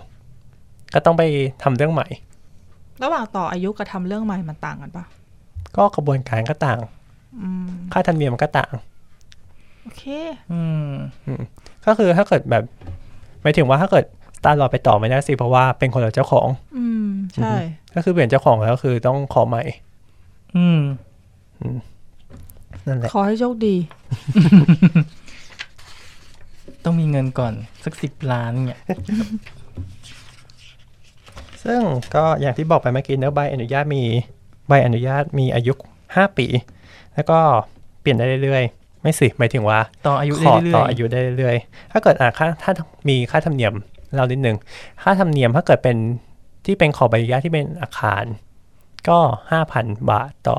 Speaker 2: ก็ต้องไปทำเรื่องใหม่
Speaker 4: ระหว่างต่ออายุกับทำเรื่องใหม่มันต่างกันปะ
Speaker 2: ก็กระบวนการก็ต่าง
Speaker 4: อืม
Speaker 2: ค่าธรรมเนียมก็ต่าง
Speaker 4: โอเค
Speaker 3: อืม
Speaker 2: ก็คือถ้าเกิดแบบหมายถึงว่าถ้าเกิดสตาร์ลอไปต่อไม่ได้สิเพราะว่าเป็นคนละเจ้าของ
Speaker 4: อืม ใช่
Speaker 2: ก็คือเปลี่ยนเจ้าของแล้วคือต้องขอใหม่
Speaker 3: อืม
Speaker 2: นั่นแหละ
Speaker 4: ขอให้โชคดี
Speaker 3: ต้องมีเงินก่อนสักสิบล้านเนี่ย
Speaker 2: ซึ่งก็อย่างที่บอกไปเมื่อกี้เนอะใบอนุญาตมีใบอนุญาตมีอายุ 5 ปี แล้วก็เปลี่ยนได้เรื่อยๆ ไม่สิหมายถึงว่า
Speaker 3: ต่ออายุ
Speaker 2: ขอ
Speaker 3: เรื่อยๆ
Speaker 2: ต่ออายุได้เรื่อยๆ ถ้าเกิดอ่ะค่าถ้ามีค่าธรรมเนียมเรานิดหนึ่ง ค่าธรรมเนียมถ้าเกิดเป็นที่เป็นขอใบอนุญาตที่เป็นอาคาร ก็ห้าพันบาทต่อ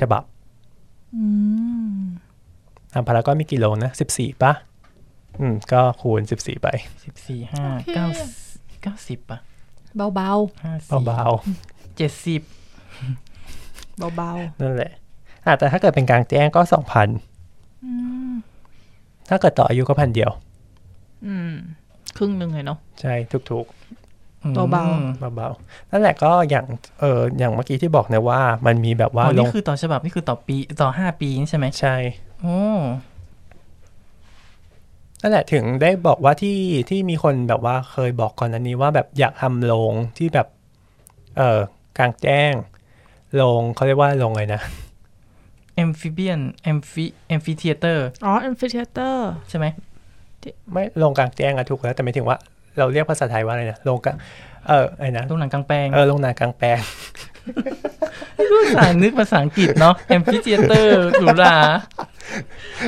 Speaker 2: ฉบับทำพารากอนมีกี่โลนะสิบสี่ปะอืม ก็คูณสิบสี่ไป
Speaker 3: สิบสี่ห้าเก้าเก้าสิบอ่ะ
Speaker 1: เบา
Speaker 3: ห้าสิ
Speaker 2: เบา
Speaker 3: เจ็ดสิบ
Speaker 4: เบา
Speaker 2: ๆ นั่นแหละอ่ะแต่ถ้าเกิดเป็นกลางแจ้งก็สองพันถ้าเกิดต่ออายุก็พันเดียว
Speaker 4: ๆอืม ครึ่งหนึ่งเลยเนาะ
Speaker 2: ใช่ถูก
Speaker 3: อืม
Speaker 4: เบา
Speaker 2: ๆเบาๆนั่นแหละก็อย่างเอออย่างเมื่อกี้ที่บอกนะว่า มันมีแบบว่า
Speaker 3: อ๋อ
Speaker 2: ล
Speaker 3: นี่
Speaker 2: ง
Speaker 3: คือต่อฉบับนี่คือต่อปีต่อห้าปีนี่ใช่ไหม
Speaker 2: ใช่
Speaker 3: โอ้
Speaker 2: นั่นแหละถึงได้บอกว่าที่ที่มีคนแบบว่าเคยบอกก่อนอันนี้ว่าแบบอยากทำโรงที่แบบ เออกลางแจ้งโรงเขาเรียกว่าโรงอะไรนะ
Speaker 3: แอมฟิเบียนแอมฟิแอมฟิเทเตอร์
Speaker 4: อ๋อ amphitheater
Speaker 3: ใช่ไหม
Speaker 2: ไม่โรงกลางแจ้งอะถูกแล้วแต่หมายถึงว่าเราเรียกภาษาไทยว่าอะไรนะโรงกลางเออไอ้นะ
Speaker 3: ตรงหนังกลางแปลง
Speaker 2: เออโรงหนากลางแปลง
Speaker 3: รู้สารนึกภาษาอังกฤษเนาะแอมพิเจเตอร์หรูหรา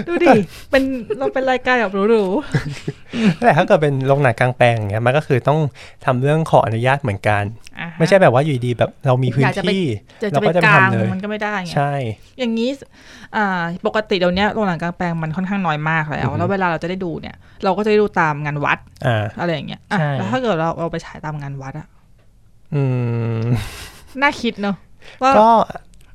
Speaker 4: ดู ดิ เป็นเราเป็นรายการแบบหรู
Speaker 2: นั่นแหละถ้าเกิดเป็นโรงหนากลางแปลงอย่างเงี้ยมันก็คือต้องทำเรื่องขออนุญาตเหมือนกัน
Speaker 4: ๆอ่าฮะ
Speaker 2: ไม่ใช่แบบว่าอยู่ดีแบบเรามีพื้นที่
Speaker 1: ๆ จะ
Speaker 2: เรา
Speaker 1: จะ
Speaker 2: ก็
Speaker 1: เป็น
Speaker 2: จะ
Speaker 4: กลาง
Speaker 2: ทำเลย
Speaker 4: มันก็ไม่ได้ไง
Speaker 2: ใช่
Speaker 4: อย่างนี้อ่าปกติเดี๋ยวนี้โรงหนังกลางแปลงมันค่อนข้างน้อยมากแล้ว
Speaker 2: อือฮึ
Speaker 4: แล้วเวลาเราจะได้ดูเนี่ย เราก็จะได้ดูตามงานวัด
Speaker 2: อ่า
Speaker 4: อะไรอย่างเงี้ยอ่ะแล้วถ้าเกิดเราเราไปฉายตามงานวัดอะ
Speaker 2: อืม
Speaker 4: น่าคิดเนอะว่า
Speaker 2: ก็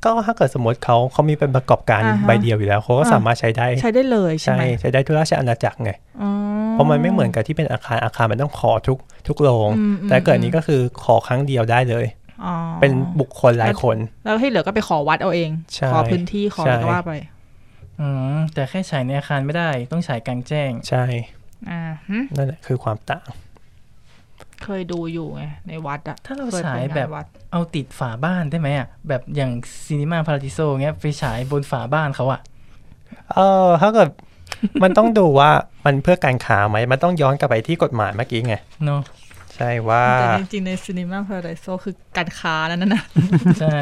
Speaker 2: ก็ถ้าเกิดสมมติเขาเขามีเป็นประกอบการ
Speaker 4: อ่าฮะ
Speaker 2: ใบเดียวอยู่แล้วเขาก็
Speaker 4: อ่า
Speaker 2: สามารถใช้ได้
Speaker 4: ใช้ได้เลยใช่
Speaker 2: ใช่
Speaker 4: ไหม
Speaker 2: ใช้ได้ทุกราชอาณาจักรไง
Speaker 4: อ๋อ
Speaker 2: เพราะมันไม่เหมือนกับที่เป็นอาคารอาคารมันต้องขอทุกทุกโรง
Speaker 4: อืมอืม
Speaker 2: แต่เกิดนี้ก็คือขอครั้งเดียวได้เลย
Speaker 4: อ๋อ
Speaker 2: เป็นบุคคลหลายคน
Speaker 4: แล้วที่เหลือก็ไปขอวัดเอาเอง
Speaker 2: ใช่
Speaker 4: ขอพื้นที่ขอ
Speaker 2: ใช่
Speaker 4: อะไรก็ว่าไป
Speaker 3: อืมแต่แค่ฉายในอาคารไม่ได้ต้องฉายกลางแจ้ง
Speaker 2: ใช่
Speaker 4: อ่าหึ
Speaker 2: นั่นแหละคือความต่าง
Speaker 4: เคยดูอยู่ไงในวัดอะ
Speaker 3: ถ้าเรา
Speaker 4: คไป
Speaker 3: ฉาย
Speaker 4: งน
Speaker 3: แบบ
Speaker 4: วัด
Speaker 3: เอาติดฝาบ้านได้ไหมอ่ะ แบบอย่างซีนีมาพาราดิโซเงี้ยไปฉายบนฝาบ้านเขาอ่ะ
Speaker 2: เออถ้าเกิด มันต้องดูว่ามันเพื่อการค้าไหมมันต้องย้อนกลับไปที่กฎหมายเมื่อกี้ไง
Speaker 3: เนาะ
Speaker 2: ใช่ว่า
Speaker 4: แต่จริงๆในซีนีมาพาราไดโซคือการค้านั่นน่ะ
Speaker 3: ใช่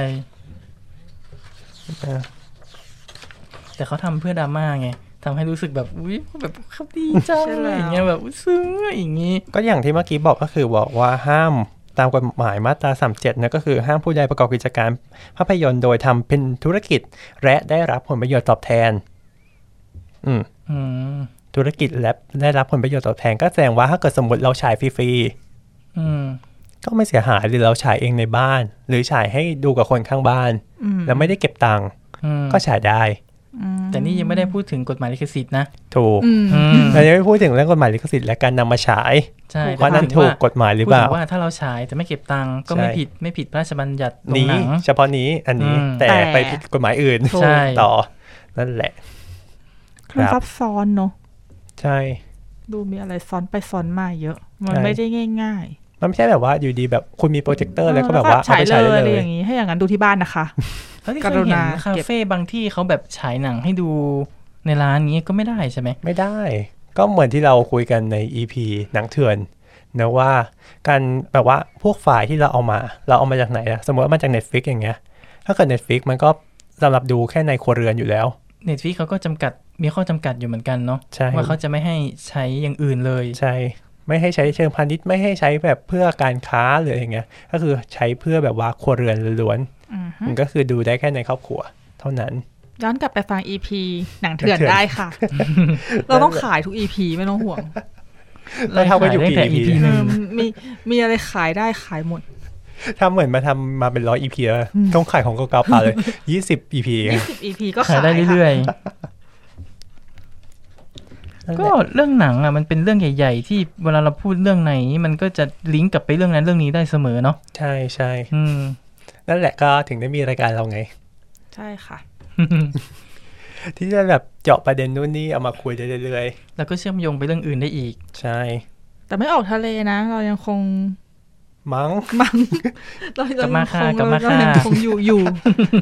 Speaker 3: แต่เขาทำเพื่อดราม่าไงทำให้รู้สึกแบบ อุ้ยแบบเขาดีจังอะไรอย่างเงี้ยแบบอุ๊ยซึ้งอะไรอย่างงี้
Speaker 2: ก็อย่างที่เมื่อกี้บอกก็คือบอกว่าห้ามตามกฎหมายมาตรา37นะก็คือห้ามผู้ใดประกอบกิจการภาพยนตร์โดยทำเป็นธุรกิจ และได้รับผลประโยชน์ตอบแทน อืม
Speaker 3: อืม
Speaker 2: ธุรกิจและได้รับผลประโยชน์ตอบแทนก็แสดงว่าถ้าเกิดสมมติเราฉายฟรี
Speaker 3: อืม
Speaker 2: ๆก็ไม่เสียหายหรือเราฉายเองในบ้าน หรือฉายให้ดูกับคนข้างบ้าน
Speaker 4: อืม
Speaker 2: แล้วไม่ได้เก็บตังค์
Speaker 3: อืม
Speaker 2: ก็ฉายได้
Speaker 4: อืม
Speaker 3: แต่นี่ยังไม่ได้พูดถึงกฎหมายลิขสิทธิ์นะ
Speaker 2: ถูก
Speaker 4: อืม
Speaker 3: อืม
Speaker 2: เรายังไม่พูดถึงเรื่องกฎหมายลิขสิทธิ์และการนำมาฉาย
Speaker 3: ใช่
Speaker 2: ว่านั่น
Speaker 3: แต่
Speaker 2: ถู
Speaker 3: พูด
Speaker 2: ก
Speaker 3: ถึงว่า
Speaker 2: กฎหมายหรือ
Speaker 3: พูด
Speaker 2: เปล่า
Speaker 3: ถึงว่าถ้าเราฉายแต่ไม่เก็บตังค์ก็ไม่
Speaker 2: ใช่
Speaker 3: ผิดไม่ผิดพระราชบัญญัติโรง
Speaker 2: นี้
Speaker 3: หนัง
Speaker 2: เฉพาะนี้อันนี้
Speaker 3: อืม
Speaker 2: แต่
Speaker 4: แต่
Speaker 2: ไปผิดกฎหมายอื่น
Speaker 3: ถูกใช่
Speaker 2: ต่อ นั่นแหละ ค
Speaker 4: ค
Speaker 2: รั
Speaker 4: รับ ซับซ้อนเนอะ
Speaker 2: ใช่
Speaker 4: ดูมีอะไรซ้อนไปซ้อนมาเยอะ มัน
Speaker 2: ใช่
Speaker 4: ไม่ได้ง่าย
Speaker 2: มันไม่ใช่แบบว่าอยู่ดีแบบคุณมีโปรเจคเตอ
Speaker 4: ๆ
Speaker 2: ร์แล้วก็
Speaker 4: เอ
Speaker 2: แบ
Speaker 4: อบ
Speaker 2: ว่าเอา
Speaker 4: ฉาย
Speaker 2: ไป
Speaker 4: เล
Speaker 2: ฉาย
Speaker 4: ย
Speaker 2: ได้
Speaker 4: อะไร
Speaker 2: เลย
Speaker 4: อย่างนี้ ให้อย่างนั้นดูที่บ้านนะคะ
Speaker 3: แล้วที่
Speaker 4: ก
Speaker 3: เค
Speaker 4: รุ
Speaker 3: ยเห็
Speaker 4: ณาน เก็บ
Speaker 3: คาเฟ่บางที่เขาแบบฉายหนังให้ดูในร้านนี้ก็ไม่ได้ใช่ไหม
Speaker 2: ไม่ได้ ก็เหมือนที่เราคุยกันใน EP หนังเถื่อนนะว่าการแบบว่าพวกฝ่ายที่เราเอามา เราเอามาจากไหนอะสมมติว่ามาจาก Netflix อย่างเงี้ย ถ้าเกิด Netflix มันก็สำหรับดูแค่ในครัวเรือนอยู่แล้ว
Speaker 3: เน็ตฟ i ิเขาก็จำกัดมีข้อจำกัดอยู่เหมือนกันเนาะ
Speaker 2: ใช่
Speaker 3: ว่าเขาจะไม่ให้ใช้อย่างอื่นเลย
Speaker 2: ใช่ ไม่ให้ใช้เชิงพาณิชย์ไม่ให้ใช้แบบเพื่อการค้าหรืออย่างเงี้ย ก็คือใช้เพื่อแบบว่าครัวเรือนล้วน
Speaker 4: อือฮึ
Speaker 2: ๆมันก็คือดูได้แค่ในครอบครัว เท่านั้น
Speaker 4: ย้อนกลับไปฟัง EP หนังเถื่อน
Speaker 2: หนังเถื่อน
Speaker 4: ได้ ค่ะ เราต้องขายทุก EP ไม่ต้องห่วง
Speaker 2: เราทำกันอยู่
Speaker 3: ได้แต่
Speaker 2: กี่
Speaker 3: EP
Speaker 2: ปี
Speaker 3: ห
Speaker 4: เอ
Speaker 3: นึ่ง
Speaker 4: อมีมีอะไรขายได้ขายหมด
Speaker 2: ถ้าเหมือนมาทำมาเป็นร้อย EP แล้วต้องขายของเก่าๆเปล่าเลย20 EP
Speaker 4: 20 EP ก็
Speaker 3: ขา
Speaker 4: ขาย ย
Speaker 3: ได้เรื่
Speaker 4: ค่ะ
Speaker 3: อย
Speaker 2: นั่น
Speaker 3: ๆ
Speaker 2: แห
Speaker 3: ก็
Speaker 2: ละ
Speaker 3: เรื่องหนังอ่ะมันเป็นเรื่องใหญ่ๆ ที่เวลาเราพูดเรื่องไหน มันก็จะลิงก์กลับไปเรื่องนั้นเรื่องนี้ได้เสมอเนาะ
Speaker 2: ใช่ใช่
Speaker 3: อืม
Speaker 2: นั่นแหละก็ถึงได้มีรายการเราไง
Speaker 4: ใช่ค่ะ
Speaker 2: ที่จะแบบเจาะประเด็นนู่นนี่เอามาคุยได้เรื่อย
Speaker 3: แล้วก็เชื่อมโยงไปเรื่องอื่นได้อีก
Speaker 2: ๆ ใช่
Speaker 4: แต่ไม่ออกทะเลนะ เรายังคง
Speaker 2: มั้ง
Speaker 4: เรา
Speaker 3: กลั
Speaker 4: ยั
Speaker 3: บมาค่ะ
Speaker 4: ง
Speaker 3: กลับมา
Speaker 4: เรา
Speaker 3: ค่ะ
Speaker 4: ยังคงอยู่อยู่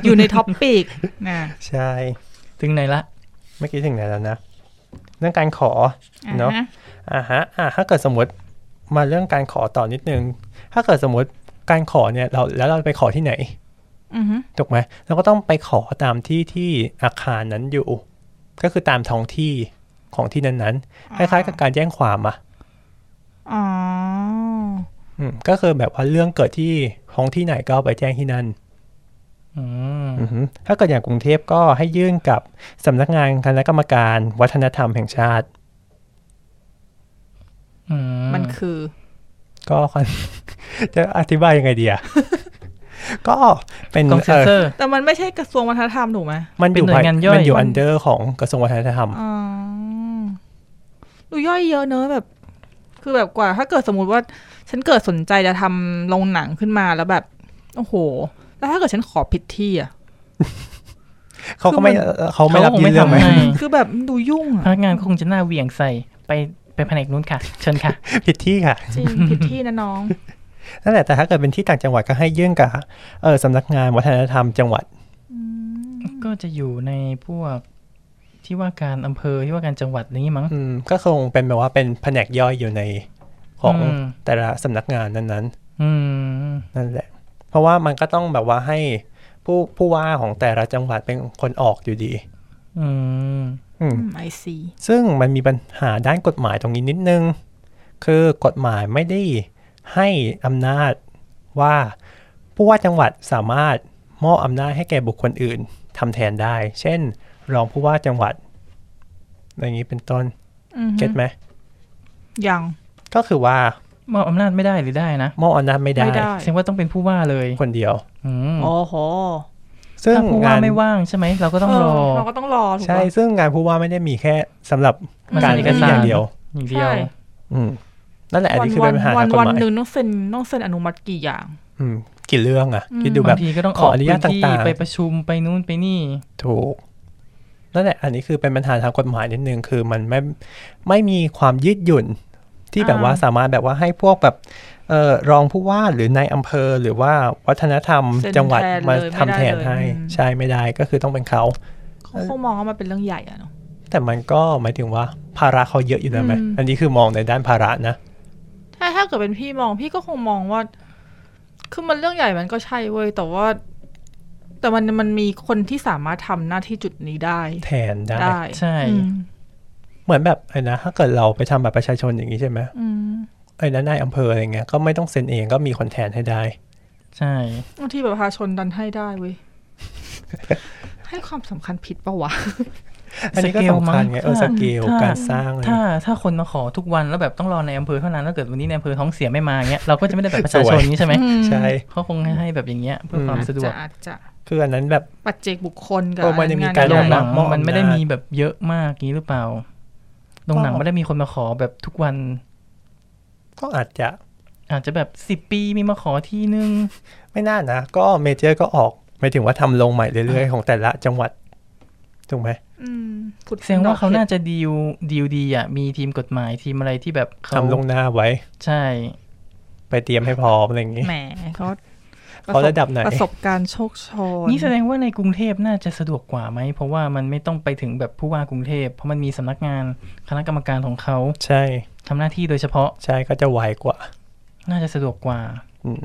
Speaker 4: อยู่ในท็อปปิกนะ
Speaker 2: ใช่
Speaker 3: ถึงไหนละ
Speaker 2: เมื่อกี้ถึงไหนแล้วนะ เรื่องการขอ
Speaker 4: อ่
Speaker 2: เนอะ
Speaker 4: ฮ
Speaker 2: อ่าฮะอ่าถ้าเกิดสมมติมาเรื่องการขอต่อนิดนึง ถ้าเกิดสมมติการขอเนี่ยเราแล้วเราไปขอที่ไหน
Speaker 4: อือฮึ
Speaker 2: ถูกไหมเราก็ต้องไปขอตามที่ที่อาคารนั้นอยู่ ก็คือตามท้องที่ของที่นั้นๆคล้ายๆกับการแจ้งความอะ
Speaker 4: อ๋อ
Speaker 2: อืมก็คือแบบว่าเรื่องเกิดที่ท้องที่ไหนก็เอาไปแจ้งที่นั่น
Speaker 3: อืม
Speaker 2: อือฮึถ้าเกิดอย่างกรุงเทพก็ให้ยื่นกับสำนักงานคณะกรรมการวัฒนธรรมแห่งชาติ
Speaker 3: อื
Speaker 4: มันคือ
Speaker 2: ก็ค่อน จะอธิบายยังไงดีอะ ก็เป็น
Speaker 3: กองเซนเซ
Speaker 2: เอ่อ
Speaker 3: อร์
Speaker 4: แต่มันไม่ใช่กระทรวงวัฒนธรรมถูกไหม
Speaker 2: มันอยู่
Speaker 3: เป็นหน่วยงานย่อย
Speaker 2: มันอยู่อันเดอร์ของกระทรวงวัฒนธรรม
Speaker 4: อ๋อดูย่อยเยอะเนอะแบบ คือแบบกว่า ถ้าเกิดสมมุติว่าฉันเกิดสนใจจะทำโรงหนังขึ้นมาแล้วแบบ โอ้โห แล้วถ้าเกิดฉันขอผิดที่อะ
Speaker 2: เขาก็ไม่
Speaker 4: คือมัน
Speaker 2: เอ่อเขาไม่รับ
Speaker 3: คง
Speaker 2: ยื่นเรื่องไหม
Speaker 3: ทำให้
Speaker 4: คือแบบมันดูยุ่งอะ
Speaker 3: พนักงานคงจะหน้าเหวี่ยงใส่ไปไปแผนกนู้นค่ะ เชิญค่ะ
Speaker 2: ผิดที่ค่ะ
Speaker 4: จริงผิดที่นะน้อง
Speaker 2: นั่นแหละแต่ถ้าเกิดเป็นที่ต่างจังหวัดก็ให้ยื่นกับเออสำนักงานวัฒนธรรมจังหวัด
Speaker 3: ก็จะอยู่ในพวกที่ว่าการอำเภอที่ว่าการจังหวัดอะไรอย่างงี้มั้ง
Speaker 2: อืมก็คงเป็นแบบว่าเป็นแผนกย่อยอยู่ในของ
Speaker 3: อืม
Speaker 2: แต่ละสำนักงานนั้นๆ
Speaker 3: อืม
Speaker 2: นั่นแหละ เพราะว่ามันก็ต้องแบบว่าให้ผู้ผู้ว่าของแต่ละจังหวัดเป็นคนออกอยู่ดี
Speaker 3: อืม
Speaker 2: อืม
Speaker 4: ไอซี
Speaker 2: ซึ่งมันมีปัญหาด้านกฎหมายตรงนี้นิดนึง คือกฎหมายไม่ได้ให้อำนาจว่าผู้ว่าจังหวัดสามารถมอบอำนาจให้แก่บุคคลอื่นทำแทนได้ เช่น รองผู้ว่าจังหวัดอย่างนี้เป็นต้น เก็ตไหม
Speaker 4: ยัง
Speaker 2: ก็คือว่าม
Speaker 3: อบอำนาจไม่ได้หรือได้นะ
Speaker 2: มอบอำนาจไม่ได้
Speaker 4: ไม่ได้
Speaker 3: แสดงว่าต้องเป็นผู้ว่าเลย
Speaker 2: คนเดียว
Speaker 3: อืม
Speaker 4: โอ้โห
Speaker 2: ซึ่ง
Speaker 3: ถ้าผู้ว่าง
Speaker 2: าน
Speaker 3: ไม่ว่างใช่ไหมเราก็ต้องรอ
Speaker 4: เเราก็ต้องรอถูก
Speaker 2: ใช่
Speaker 4: ปะ
Speaker 2: ซึ่งงานผู้ว่าไม่ได้มีแค่สำหรับ
Speaker 4: มัน
Speaker 2: การ
Speaker 3: เป็น
Speaker 2: เป็น
Speaker 3: เอกสา
Speaker 2: อ
Speaker 3: ร
Speaker 2: ย่างเดียว
Speaker 3: อย่างเดียว
Speaker 4: ใช่
Speaker 2: อืมนั่นแหละอัน
Speaker 4: วั
Speaker 2: นี้คือ
Speaker 4: วั
Speaker 2: เป็นปัญหา
Speaker 4: วั
Speaker 2: ทางกฎ
Speaker 4: วัน
Speaker 2: หมาย
Speaker 4: หนึ่งต้องเซ็นต้องเซ็นอนุมัติกี่อย่าง
Speaker 2: อืมกี่เรื่องอะ
Speaker 4: อืม
Speaker 2: คิดดูแบบ
Speaker 3: า
Speaker 2: บ
Speaker 3: งทีก็ต้อง
Speaker 2: ข
Speaker 3: อ
Speaker 2: อ
Speaker 3: อก
Speaker 2: อนุญาต
Speaker 3: พื้นที่
Speaker 2: ต่างๆ
Speaker 3: ไปประชุมไปนู่นไปนี่
Speaker 2: ถูกนั่นแหละอันนี้คือเป็นปัญหาทางกฎหมายนิดนึงคือมันไม่ไม่มีความยืดหยุ่น ที่แบบ
Speaker 4: อ่า
Speaker 2: ว่าสามารถแบบว่าให้พวกแบบเอ่อรองผู้ว่าหรือในายอำเภอหรือว่าวัฒนธรรม
Speaker 4: เซ็น
Speaker 2: จังหวัด
Speaker 4: แทน
Speaker 2: มา
Speaker 4: เลย
Speaker 2: ทำ
Speaker 4: ไม่ได้
Speaker 2: แทน
Speaker 4: เลย
Speaker 2: ให้
Speaker 4: อืม
Speaker 2: ใช่ไม่ได้ก็คือต้องเป็นเขา
Speaker 4: เขาคงมองว่ามันเป็นเรื่องใหญ่อะเนาะ
Speaker 2: แต่มันก็หมายถึงว่าภาระเขาเยอะอยู่แล้วไหม
Speaker 4: อืม
Speaker 2: อันนี้คือมองในด้านภาระนะ
Speaker 4: ถ้าถ้าเกิดเป็นพี่มองพี่ก็คงมองว่า คือมันเรื่องใหญ่มันก็ใช่เว้ยแต่ว่า แต่มันมันมีคนที่สามารถทำหน้าที่จุดนี้ได้
Speaker 2: แทนได้
Speaker 4: ได้
Speaker 3: ใช่
Speaker 4: อืม
Speaker 2: เหมือนแบบไอ้นะถ้าเกิดเราไปทำแบบประชาชนอย่างนี้ใช่ไหม
Speaker 4: อืม
Speaker 2: ไอ้นะนายอำเภออะไรเงี้ยก็ไม่ต้องเซ็นเองก็มีคนแทนให้ได้
Speaker 3: ใช่
Speaker 4: บางทีแบบประชาชนดันให้ได้เว้ย ให้ความสำคัญผิดปะวะ
Speaker 2: อันนี้ก็สำคัญไงเออสเกล
Speaker 3: ถ้
Speaker 2: การสร้างอะไร
Speaker 3: ถ้าถ้าคนมาขอทุกวันแล้วแบบต้องรอในอำเภอเท่านั้นแล้วเกิดวันนี้ในอำเภอท้องเสียไม่มาเงี้ยเราก็จะไม่ได้แบบประชาชนนี้ใช่ไหม
Speaker 4: อืม
Speaker 2: ใช่
Speaker 3: เขาคงให้แบบอย่างเงี้ยเพื่อความสะดวก
Speaker 4: อาจจะ
Speaker 2: คืออันนั้นแบบ
Speaker 4: ปัจเจกบุคคลกับ
Speaker 2: เออมันจะมีกา
Speaker 3: โร
Speaker 2: โรง ง
Speaker 3: ห
Speaker 2: หนั
Speaker 3: นัง
Speaker 2: ง
Speaker 3: มันไม่ได้
Speaker 2: อำนาจ
Speaker 3: มีแบบเยอะมากนี้หรือเปล่าโรงหนังไม่ได้มีคนมาขอแบบทุกวัน
Speaker 2: ก็อาจจะ
Speaker 3: อาจจะแบบสิบปีมีมาขอที่นึง
Speaker 2: ไม่น่านะ ก็เมเจอร์ก็ออกหมายถึงว่าทำลงใหม่เรื่อยๆ ของแต่ละจังหวัดถูกไหม
Speaker 4: อืมขุด
Speaker 3: แสดงว่าเขา
Speaker 4: ดอกห็ด
Speaker 3: น่าจะดีลดีลดีอ่ะมีทีมกฎหมายทีมอะไรที่แบบเขา
Speaker 2: ทำลงหน้าไว้
Speaker 3: ใช่
Speaker 2: ไปเตรียมให้พร้อมอะไรอย่างนี้
Speaker 4: แหมเขา
Speaker 2: เขาระดับไหน
Speaker 4: ประสบการณ์โชคโชน
Speaker 3: นี่แสดงว่าในกรุงเทพน่าจะสะดวกกว่าไหม เพราะว่ามันไม่ต้องไปถึงแบบผู้ว่ากรุงเทพ เพราะมันมีสำนักงานคณะกรรมการของเขา
Speaker 2: ใช่
Speaker 3: ทำหน้าที่โดยเฉพาะ
Speaker 2: ใช่ก็จะไวกว่า
Speaker 3: น่าจะสะดวกกว่า
Speaker 2: อืม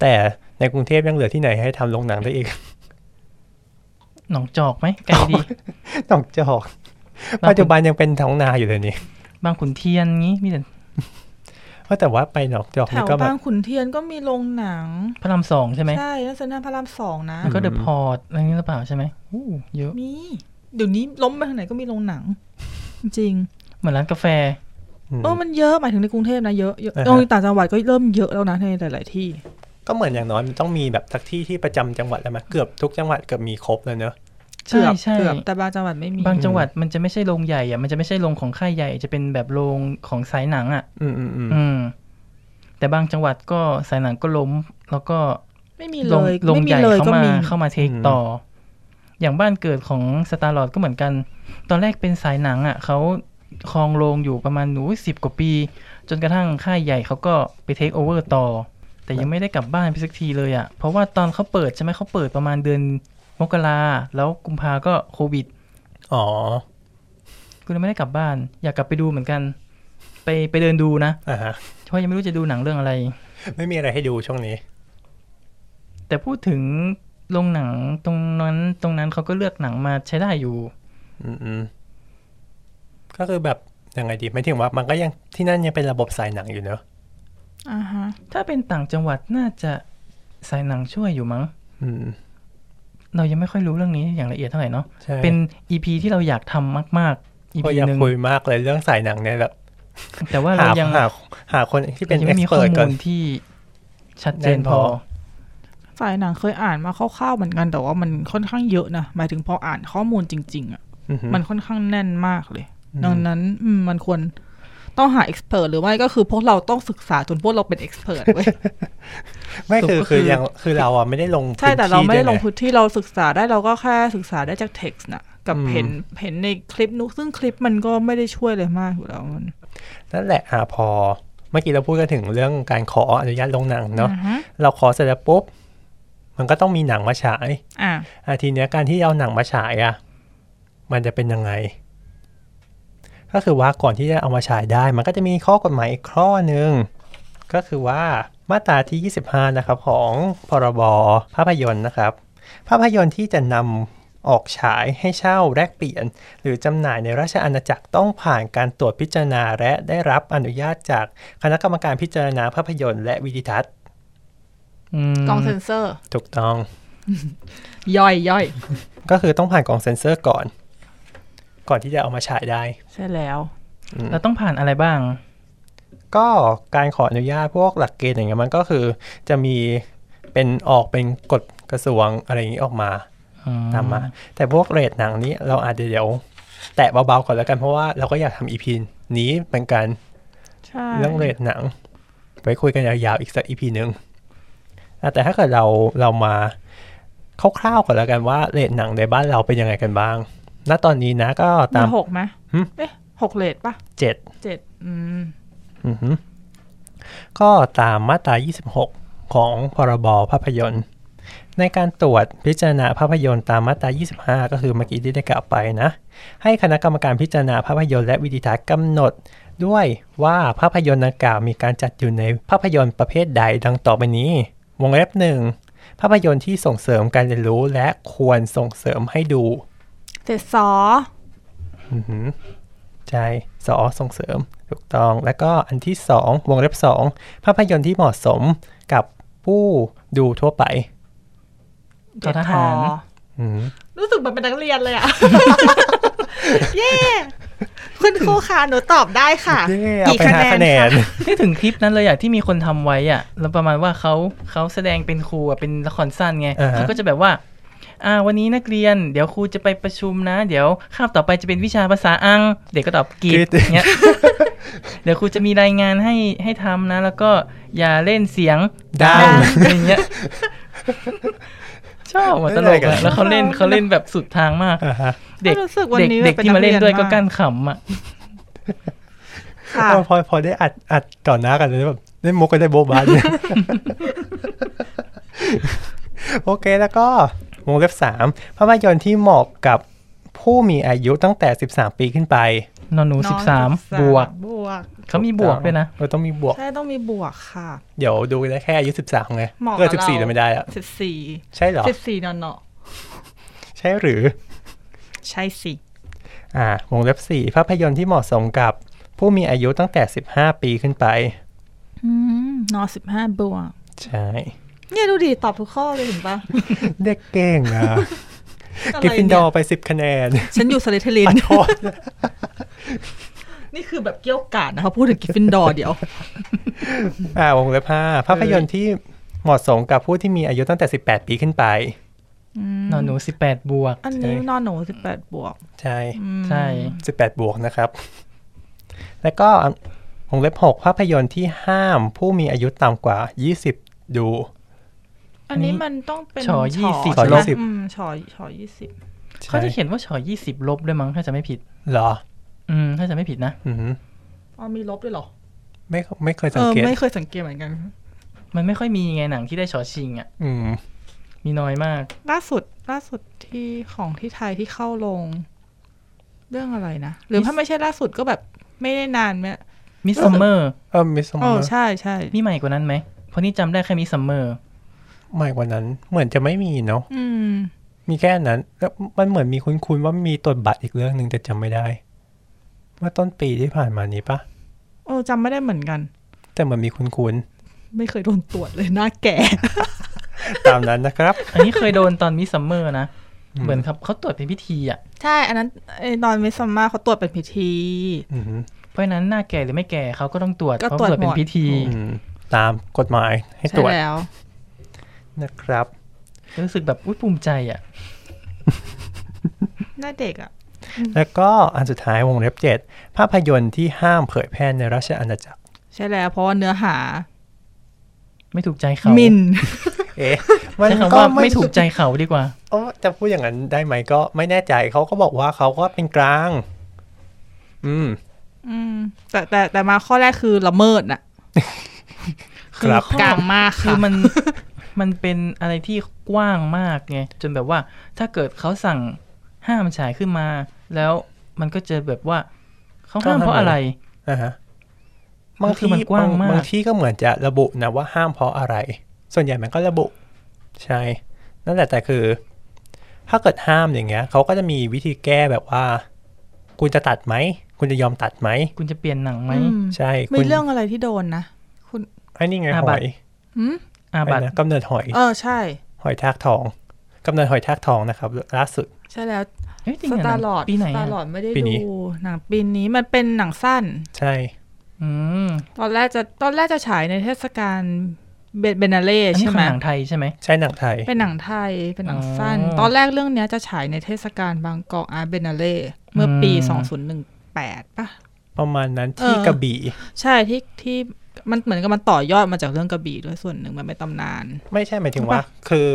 Speaker 2: แต่ในกรุงเทพยังเหลือที่ไหนให้ทำลงหนังได้อีก
Speaker 3: หนองจอกไหมไกลดี
Speaker 2: นอกจอกปัจจุบันยังเป็นท้องนาอยู่เลยนี่
Speaker 3: บางขุนเทียนงี้มีแต่
Speaker 2: เพราะแต่ว่าไปหนอกจอก
Speaker 4: แถ
Speaker 2: นี่ก็แบบ
Speaker 4: วา
Speaker 2: บ
Speaker 4: งขุนเทียนก็มีโรงหนัง
Speaker 3: พระรามสองใช่ไหม
Speaker 4: ใช่แล้วเซ็นทรัลพระรามสองนะ
Speaker 3: แล้วก็
Speaker 2: อืม
Speaker 3: เดอะพอร์ตอะไรนี้หรือเปล่าใช่ไหมอู้เยอะ
Speaker 4: มี เดี๋ยวนี้ล้มไปทางไหนก็มีโรงหนั ง จริง
Speaker 3: เหมือนร้านกาแฟ
Speaker 2: อืม
Speaker 4: เออมันเยอะหมายถึงในกรุงเทพนะเยอะเยอะ
Speaker 2: อ่าฮะ
Speaker 4: เออต่างจังหวัดก็เริ่มเยอะแล้วนะในหลาย ๆ ที่
Speaker 2: ก็เหมือนอย่างน้อยมันต้องมีแบบสักที่ที่ประจำจังหวัดแล้วมั้ยเกือบทุกจังหวัดเกือบมีครบแล้วเนอะ
Speaker 3: ใช่
Speaker 4: เกือบ
Speaker 3: ใช่
Speaker 4: เกือบแต่บางจังหวัดไม่มี
Speaker 3: บางจังหวัดมันจะไม่ใช่โรงใหญ่อะมันจะไม่ใช่โรงของค่ายใหญ่จะเป็นแบบโรงของสายหนังอ่ะ
Speaker 2: อืมอืมอืม
Speaker 3: อืม แต่บางจังหวัดก็สายหนังก็ล้ม แล้วก็
Speaker 4: ไม่มี
Speaker 3: ล
Speaker 4: เล
Speaker 3: ง
Speaker 4: ย
Speaker 3: ลง
Speaker 4: ไม่มี
Speaker 3: ใหญ่
Speaker 4: เลย
Speaker 3: เข้า
Speaker 4: ก็
Speaker 3: มา
Speaker 4: มี
Speaker 3: เข้ามาเทคต่อ อย่างบ้านเกิดของสตาร์ลอดก็เหมือนกัน ตอนแรกเป็นสายหนังอ่ะเขาครองโรงอยู่ประมาณหนูสิบกว่าปี จนกระทั่งค่ายใหญ่เขาก็ไปเทคโอเวอร์ต่อ แต่ยังไม่ได้กลับบ้านไปสักทีเลยอ่ะ เพราะว่าตอนเขาเปิดใช่ไหมเขาเปิดประมาณเดือนมกราแล้วกุมภาก็โควิด
Speaker 2: อ๋อ
Speaker 3: ก็เลยไม่ได้กลับบ้าน อยากกลับไปดูเหมือนกัน ไปไปเดินดูนะ
Speaker 2: อ่าฮะ
Speaker 3: เพราะยังไม่รู้จะดูหนังเรื่องอะไร
Speaker 2: ไม่มีอะไรให้ดูช่วงนี้
Speaker 3: แต่พูดถึง โรงหนังตรงนั้นตรงนั้นเขาก็เลือกหนังมาใช้ได้อยู่
Speaker 2: อืมอืมก็คือแบบยังไงดีไม่ถึงว่ามันก็ยังที่นั่นยังเป็นระบบสายหนังอยู่เนอะ
Speaker 4: อ่าฮะ
Speaker 3: ถ้าเป็นต่างจังหวัดน่าจะสายหนังช่วยอยู่มั้ง
Speaker 2: อืม
Speaker 3: เรายังไม่ค่อยรู้เรื่องนี้อย่างละเอียดเท่าไหร่เนาะ
Speaker 2: ใช่
Speaker 3: เป็น EP ที่เราอยากทำมาก ๆ EP
Speaker 2: ก็อยาก
Speaker 3: หนึ่ง
Speaker 2: คุยมากเลยเรื่องสายหนังเนี่ยแบบ
Speaker 3: แต่ว่า
Speaker 2: หา
Speaker 3: เรายัง
Speaker 2: หาหาคนที่เป็น
Speaker 3: ยัง
Speaker 2: เอ็ก
Speaker 3: ไม่มี
Speaker 2: ซ์เพ
Speaker 3: ข้อ
Speaker 2: ร
Speaker 3: มู
Speaker 2: ก่อน
Speaker 3: ลที่ชัดเจน
Speaker 2: แน่น
Speaker 3: พ
Speaker 2: พ
Speaker 3: อ
Speaker 2: อ
Speaker 4: สายหนังเคยอ่านมาคร่าวๆเหมือนกันแต่ว่ามันค่อนข้างเยอะนะหมายถึงพออ่านข้อมูลจริงๆอะ
Speaker 2: อือหือ
Speaker 4: มันค่อนข้างแน่นมากเลย
Speaker 2: อืม
Speaker 4: ดังนั้นอืมมันควรต้องหาเอ็กซ์เพรสหรือไม่ก็คือพวกเราต้องศึกษาจนพวกเราเป็นเอ็กซ์เพรส เว้ย
Speaker 2: ไม่คือ
Speaker 4: ก็คื
Speaker 2: คือ อยังคือเราอ่ะไม่ได้ลง
Speaker 4: ใช่ แต่
Speaker 2: พื้น
Speaker 4: เรา
Speaker 2: ที่
Speaker 4: ไม่ได้
Speaker 2: วย
Speaker 4: ลง
Speaker 2: ง
Speaker 4: พื้นที่เราศึกษาได้เราก็แค่ศึกษาได้จากเท็กซ์นะกับ
Speaker 2: อืม
Speaker 4: เห็นเห็นในคลิปนุกซึ่งคลิปมันก็ไม่ได้ช่วยเลยมากอยู่แล้วมัน
Speaker 2: นั่นแหละอ่ะพอ เมื่อกี้เราพูดกันถึงเรื่องการขออนุญาตลงหนังเนาะ
Speaker 4: อือฮ
Speaker 2: เราขอเสร็จแล้วปุ๊บมันก็ต้องมีหนังมาฉาย
Speaker 4: อ่ะ
Speaker 2: อาทีเนี้ยการที่เอาหนังมาฉายอ่ะมันจะเป็นยังไง ก็คือว่าก่อนที่จะเอามาฉายได้ มันก็จะมีข้อกฎหมายอีกข้อหนึ่งก็คือว่ามาตราที่ 25 นะครับของพรบภาพยนตร์นะครับ ภาพยนตร์ที่จะนำออกฉายให้เช่าแลกเปลี่ยน หรือจำหน่ายในราชอาณาจักรต้องผ่านการตรวจพิจารณาและได้รับอนุญาตจากคณะกรรมการพิจารณาภาพยนตร์และวิดิทัศน์
Speaker 3: อืม
Speaker 4: กล้องเซนเซอร์
Speaker 2: ถูกต้อง
Speaker 4: ย่อยย่อย
Speaker 2: ก็คือต้องผ่านกล่องเซ็นเซอร์ก่อน ก่อนที่จะเอามาฉายได้
Speaker 4: ใช่แล้ว
Speaker 3: เราต้องผ่านอะไรบ้าง
Speaker 2: ก็การขออนุญาตพวกหลักเกณฑ์อย่างเงี้ยมันก็คือจะมีเป็นออกเป็นกฎกระทรวงอะไรอย่างงี้ออกมา
Speaker 3: อื
Speaker 2: ตามมา แต่พวกเรทหนังนี้เราอาจจะเดี๋ยว แตะเบาๆก่อนแล้วกันเพราะว่าเราก็อยากทำอีพีนี้เหมือนกัน
Speaker 4: ใช่
Speaker 2: เรื่องเรทหนังไปคุยกันยาวๆอีกสักอีพีหนึ่งอ่ะแต่ถ้าเกิดเราเรามาคร่าวๆก่อนแล้วกันว่าเรทหนังในบ้านเราเป็นยังไงกันบ้าง ณตอนนี้นะก็ตาม
Speaker 4: มีหกไหม
Speaker 2: หึ
Speaker 4: เอ๊ะหกเลทปะ
Speaker 2: เจ็ด
Speaker 4: เจ็ดอืม
Speaker 2: อือหือก็ตามมาตรา 26 ของพรบภาพยนตร์ ในการตรวจพิจารณาภาพยนตร์ตามมาตรา 25 ก็คือเมื่อกี้ที่ได้กล่าวไปนะ ให้คณะกรรมการพิจารณาภาพยนตร์และวิดิทัศน์กำหนด ด้วยว่าภาพยนตร์ดังกล่าวมีการจัดอยู่ในภาพยนตร์ประเภทใดดังต่อไปนี้ วงเล็บหนึ่งภาพยนตร์ที่ส่งเสริมการเรียนรู้และควรส่งเสริมให้ดู
Speaker 4: เจ็ดสอ
Speaker 2: อือหือใช่สอส่งเสริมถูกต้อง แล้วก็อันที่สองวงเล็บสองภาพยนตร์ที่เหมาะสมกับผู้ดูทั่วไป
Speaker 3: ต่อทหาร
Speaker 2: อือหือ
Speaker 4: รู้สึกเหมือนเป็นนักเรียนเลยอะ เย้คุณครูค่ะหนูตอบได้ค่ะ
Speaker 2: เย้เอาไปหาคะแนน
Speaker 3: นี่ถึงคลิปนั้นเลยอะที่มีคนทำไว้อะแล้วประมาณว่าเขาเขาแสดงเป็นครูอะเป็นละครสั้นไง
Speaker 2: อ่าฮะ
Speaker 3: เขาก็จะแบบว่า อ่า วันนี้นักเรียน เดี๋ยวครูจะไปประชุมนะ เดี๋ยวคาบต่อไปจะเป็นวิชาภาษาอัง เด็กก็ตอบกรีดเงี้ย เดี๋ยวครูจะมีรายงานให้ให้ทำนะ แล้วก็อย่าเล่นเสียง
Speaker 2: ดัง
Speaker 3: อะไรเงี้ยชอบอะตลกอะแล้วเขาเล่นเขาเล่นแบบสุดทางมาก
Speaker 2: อ่าฮะ
Speaker 3: เด็ก
Speaker 4: รู้สึกวัน
Speaker 3: เด็ก
Speaker 4: นี้
Speaker 3: เด็ก
Speaker 4: ป็
Speaker 3: ที่มาเล่นด้วยก็กั้
Speaker 4: น
Speaker 3: นขำอะ
Speaker 4: ค่ะ
Speaker 2: พอพอพอได้อัดอัดต่อหน้ากันเลยแบบได้มุกก็ได้โบบาน เนี่ย โอเคแล้วก็วงเล็บสามภาพยนตร์ที่เหมาะกับผู้มีอายุตั้งแต่ 13 ปีขึ้นไป
Speaker 3: นอนหนู
Speaker 4: น้
Speaker 3: สิ
Speaker 4: อง
Speaker 3: บสาม
Speaker 4: 13
Speaker 3: บวก
Speaker 4: บวก
Speaker 3: เขามีบวกด้วยนะ
Speaker 2: เราต้องมีบวก
Speaker 4: ใช่ต้องมีบวกค่ะ
Speaker 2: เดี๋ยวดูได้แค่อายุ 13 ไง
Speaker 4: เหมาะกับ
Speaker 2: เกิด14
Speaker 4: เรา
Speaker 2: เลยไม่ได้อะ
Speaker 4: สิบสี่
Speaker 2: ใช่เหรอ
Speaker 4: สิบสี่นอนเนาะ
Speaker 2: ใช่หรือ
Speaker 4: ใช่สิ
Speaker 2: อ่าวงเล็บสี่ภาพยนตร์ที่เหมาะสมกับผู้มีอายุตั้งแต่ 15 ปีขึ้นไป
Speaker 4: นอนสิบห้าบวก
Speaker 2: ใช่
Speaker 4: เนี่ยดูดีตอบทุกข้อเลยเห็นปะ
Speaker 2: เด็กเก่งนะ
Speaker 4: ะไร
Speaker 2: กิฟ
Speaker 4: เย
Speaker 2: ฟินดอร์ไป 10 คะแนน
Speaker 4: ฉันอยู่สลิทลิน
Speaker 2: ขอโทษ
Speaker 4: นี่คือแบบเกี่ยวกาดนะคะพูดถึงกิฟฟินดอร์เดี๋ยว
Speaker 2: อ่าวงเล็บห้าภาพยนตร์ที่เหมาะสมกับผู้ที่มีอายุตั้งแต่ 18 ปีขึ้นไป
Speaker 3: นอนหนูสิบแปดบวก
Speaker 4: อันนี้นอนหนูสิบแปดบวก
Speaker 2: ใช่
Speaker 4: อืม
Speaker 3: ใช่
Speaker 2: 18 บวกนะครับ แล้วก็วงเล็บ 6 ภาพยนตร์ที่ห้ามผู้มีอายุต่ำกว่า 20 ดู
Speaker 4: อันนี้มันต้องเป็น
Speaker 3: ฉอ20
Speaker 4: ใช่ไห
Speaker 2: ล
Speaker 4: ม
Speaker 2: บ
Speaker 4: อืมฉอฉอยี่สิบ
Speaker 3: เขา
Speaker 2: ใช่
Speaker 3: จะเขียนว่าฉอยี่สิบลบด้วยมั้งถ้าจะไม่ผิด
Speaker 2: เหรอ
Speaker 3: อืม ถ้าจะไม่ผิดนะ
Speaker 2: อือหือ
Speaker 4: อ๋อมีลบด้วยเหรอ
Speaker 2: ไม่ไม่เคย
Speaker 4: เอ
Speaker 2: สัง
Speaker 4: อ
Speaker 2: เกต
Speaker 4: ไม่เคยสังเกตเหมือนกัน
Speaker 3: มันไม่ค่อยมีไงหนังที่ได้ฉอชิงอ่ะ
Speaker 2: อืม
Speaker 3: มีน้อยมาก
Speaker 4: ล่าสุดล่าสุดที่ของที่ไทยที่เข้าลง เรื่องอะไรนะ หรือถ้าไม่ใช่ล่าสุดก็แบบไม่ได้นานเนี่ย
Speaker 3: มิสซัมเมอร์
Speaker 2: เออมิสม
Speaker 4: โอ้ใช่ใช่
Speaker 3: นี่ใหม่กว่านั้นไหมเพราะนี่จำได้แค่มิสซัมเมอร์
Speaker 2: ใหม่กว่านั้น เหมือนจะไม่มีเนาะ
Speaker 4: อืม
Speaker 2: มีแค่อันนั้น แล้วมันเหมือนมีคุ้นๆว่ามีตรวจบัตรอีกเรื่องหนึ่งแต่จำไม่ได้ เมื่อต้นปีที่ผ่านมานี้ปะ
Speaker 4: โอ้จำไม่ได้เหมือนกัน
Speaker 2: แต่เหมือนมีคุ้น
Speaker 4: ไม่เคยโดนตรวจเลยหน้าแก่
Speaker 2: ๆ ตามนั้นนะครับ
Speaker 3: อันนี้เคยโดนตอนมิสซัมเมอร์นะ
Speaker 2: อืม
Speaker 3: เหมือนครับเขาตรวจเป็นพิธีอ่ะ
Speaker 4: ใช่อันนั้นไอ้ตอนมิสซัมมาเขาตรวจเป็นพิธี
Speaker 2: อืม
Speaker 3: เพราะฉะนั้นหน้าแก่หรือไม่แก่เขาก็ต้องตรวจ
Speaker 4: ก็
Speaker 3: เพราะ
Speaker 4: ตรวจ
Speaker 3: ตรวจเป็
Speaker 4: หม
Speaker 3: น
Speaker 4: ด
Speaker 3: พิธี
Speaker 2: อืมตามกฎหมายให้ต
Speaker 4: ใช่
Speaker 2: รวจ
Speaker 4: แล้ว
Speaker 2: นะครับ
Speaker 3: รู้สึกแบบอุ้ยภูมิใจอ่ะ
Speaker 4: หน้าเด็กอ่ะ
Speaker 2: แล้วก็อันสุดท้ายวงเล็บ 7 ภาพยนตร์ที่ห้ามเผยแพร่ในราชอาณาจักร
Speaker 4: ใช่แล้ว เพราะว่าเนื้อหา
Speaker 3: ไม่ถูกใจเขา
Speaker 4: มิน
Speaker 2: เอ๊ะ
Speaker 3: ใช้คำว่าไม่ถูกใจเขาดีกว่า
Speaker 2: เอ้าจะพูดอย่างนั้นได้ไหมก็ไม่แน่ใจเขาก็บอกว่าเขาก็เป็นกลาง อืม
Speaker 4: อืม แต่แต่แต่มาข้อแรกคือละเมิดน่ะ
Speaker 2: ครับ
Speaker 3: ข้อก
Speaker 4: ลางมาก
Speaker 3: คื
Speaker 4: ค่ะ
Speaker 3: อมัน มันเป็นอะไรที่กว้างมากไงจนแบบว่าถ้าเกิดเขาสั่งห้ามฉายขึ้นมา แล้วมันก็จะแบบว่าเขาห้ามเพราะอะไร
Speaker 2: อ่าฮะ
Speaker 3: ก็
Speaker 2: บาง
Speaker 3: คือ
Speaker 2: ที่
Speaker 3: มันกว้างมาก
Speaker 2: บางที่ก็เหมือนจะระบุนะว่าห้ามเพราะอะไร ส่วนใหญ่มันก็ระบุ ใช่ นั่นแหละแต่คือ ถ้าเกิดห้ามอย่างเงี้ยเขาก็จะมีวิธีแก้แบบว่า คุณจะตัดไหม คุณจะยอมตัดไหม
Speaker 3: คุณจะเปลี่ยนหนังไหม
Speaker 4: อืม
Speaker 2: ใช่
Speaker 4: มี
Speaker 2: คุณ
Speaker 4: เรื่องอะไรที่โดนนะคุณ
Speaker 2: ไอ้นี่ไง
Speaker 3: อา
Speaker 2: ห
Speaker 3: บัติ
Speaker 2: อย
Speaker 4: หืม
Speaker 3: อาบั
Speaker 2: ไอ้
Speaker 3: ติ
Speaker 2: นะกำเนิดหอย
Speaker 4: เออใช่
Speaker 2: หอยทากทองกำเนิดหอยทากทองนะครับล่าสุด
Speaker 4: ใช่แล้ว
Speaker 3: เฮ้ยจริง
Speaker 4: ส
Speaker 3: เหรอ
Speaker 4: ตาร์ลอด
Speaker 3: ปีไหน
Speaker 4: สตาร์ลอด
Speaker 3: อะ
Speaker 4: ไม่ได้
Speaker 2: ปีนี้
Speaker 4: ดูหนังปีนี้มันเป็นหนังสั้น
Speaker 2: ใช่
Speaker 3: อืม
Speaker 4: ตอนแรกจะตอนแรกจะฉายในเทศกาลเบเบนาเล่
Speaker 3: อันนี้
Speaker 4: ใช่
Speaker 3: คือ
Speaker 4: ไหม
Speaker 3: หนังไทยใช่ไหม
Speaker 2: ใช่หนังไทย
Speaker 4: เป็นหนังไทยเป็นหนังสั้น
Speaker 3: อ๋อ
Speaker 4: ตอนแรกเรื่องเนี้ยจะฉายในเทศกาลบางกอกอาร์เบนาเล่เมื่อปี
Speaker 3: อืม
Speaker 4: 2018ป่ะ
Speaker 2: ประมาณนั้นที่
Speaker 4: เออ
Speaker 2: กระบี่
Speaker 4: ใช่ที่ที่มันเหมือนกับมันต่อยอดมาจากเรื่องกระบี่ด้วยส่วนหนึ่งมันเป็นตำนาน
Speaker 2: ไม่ใช่หมายถึงว่า คือ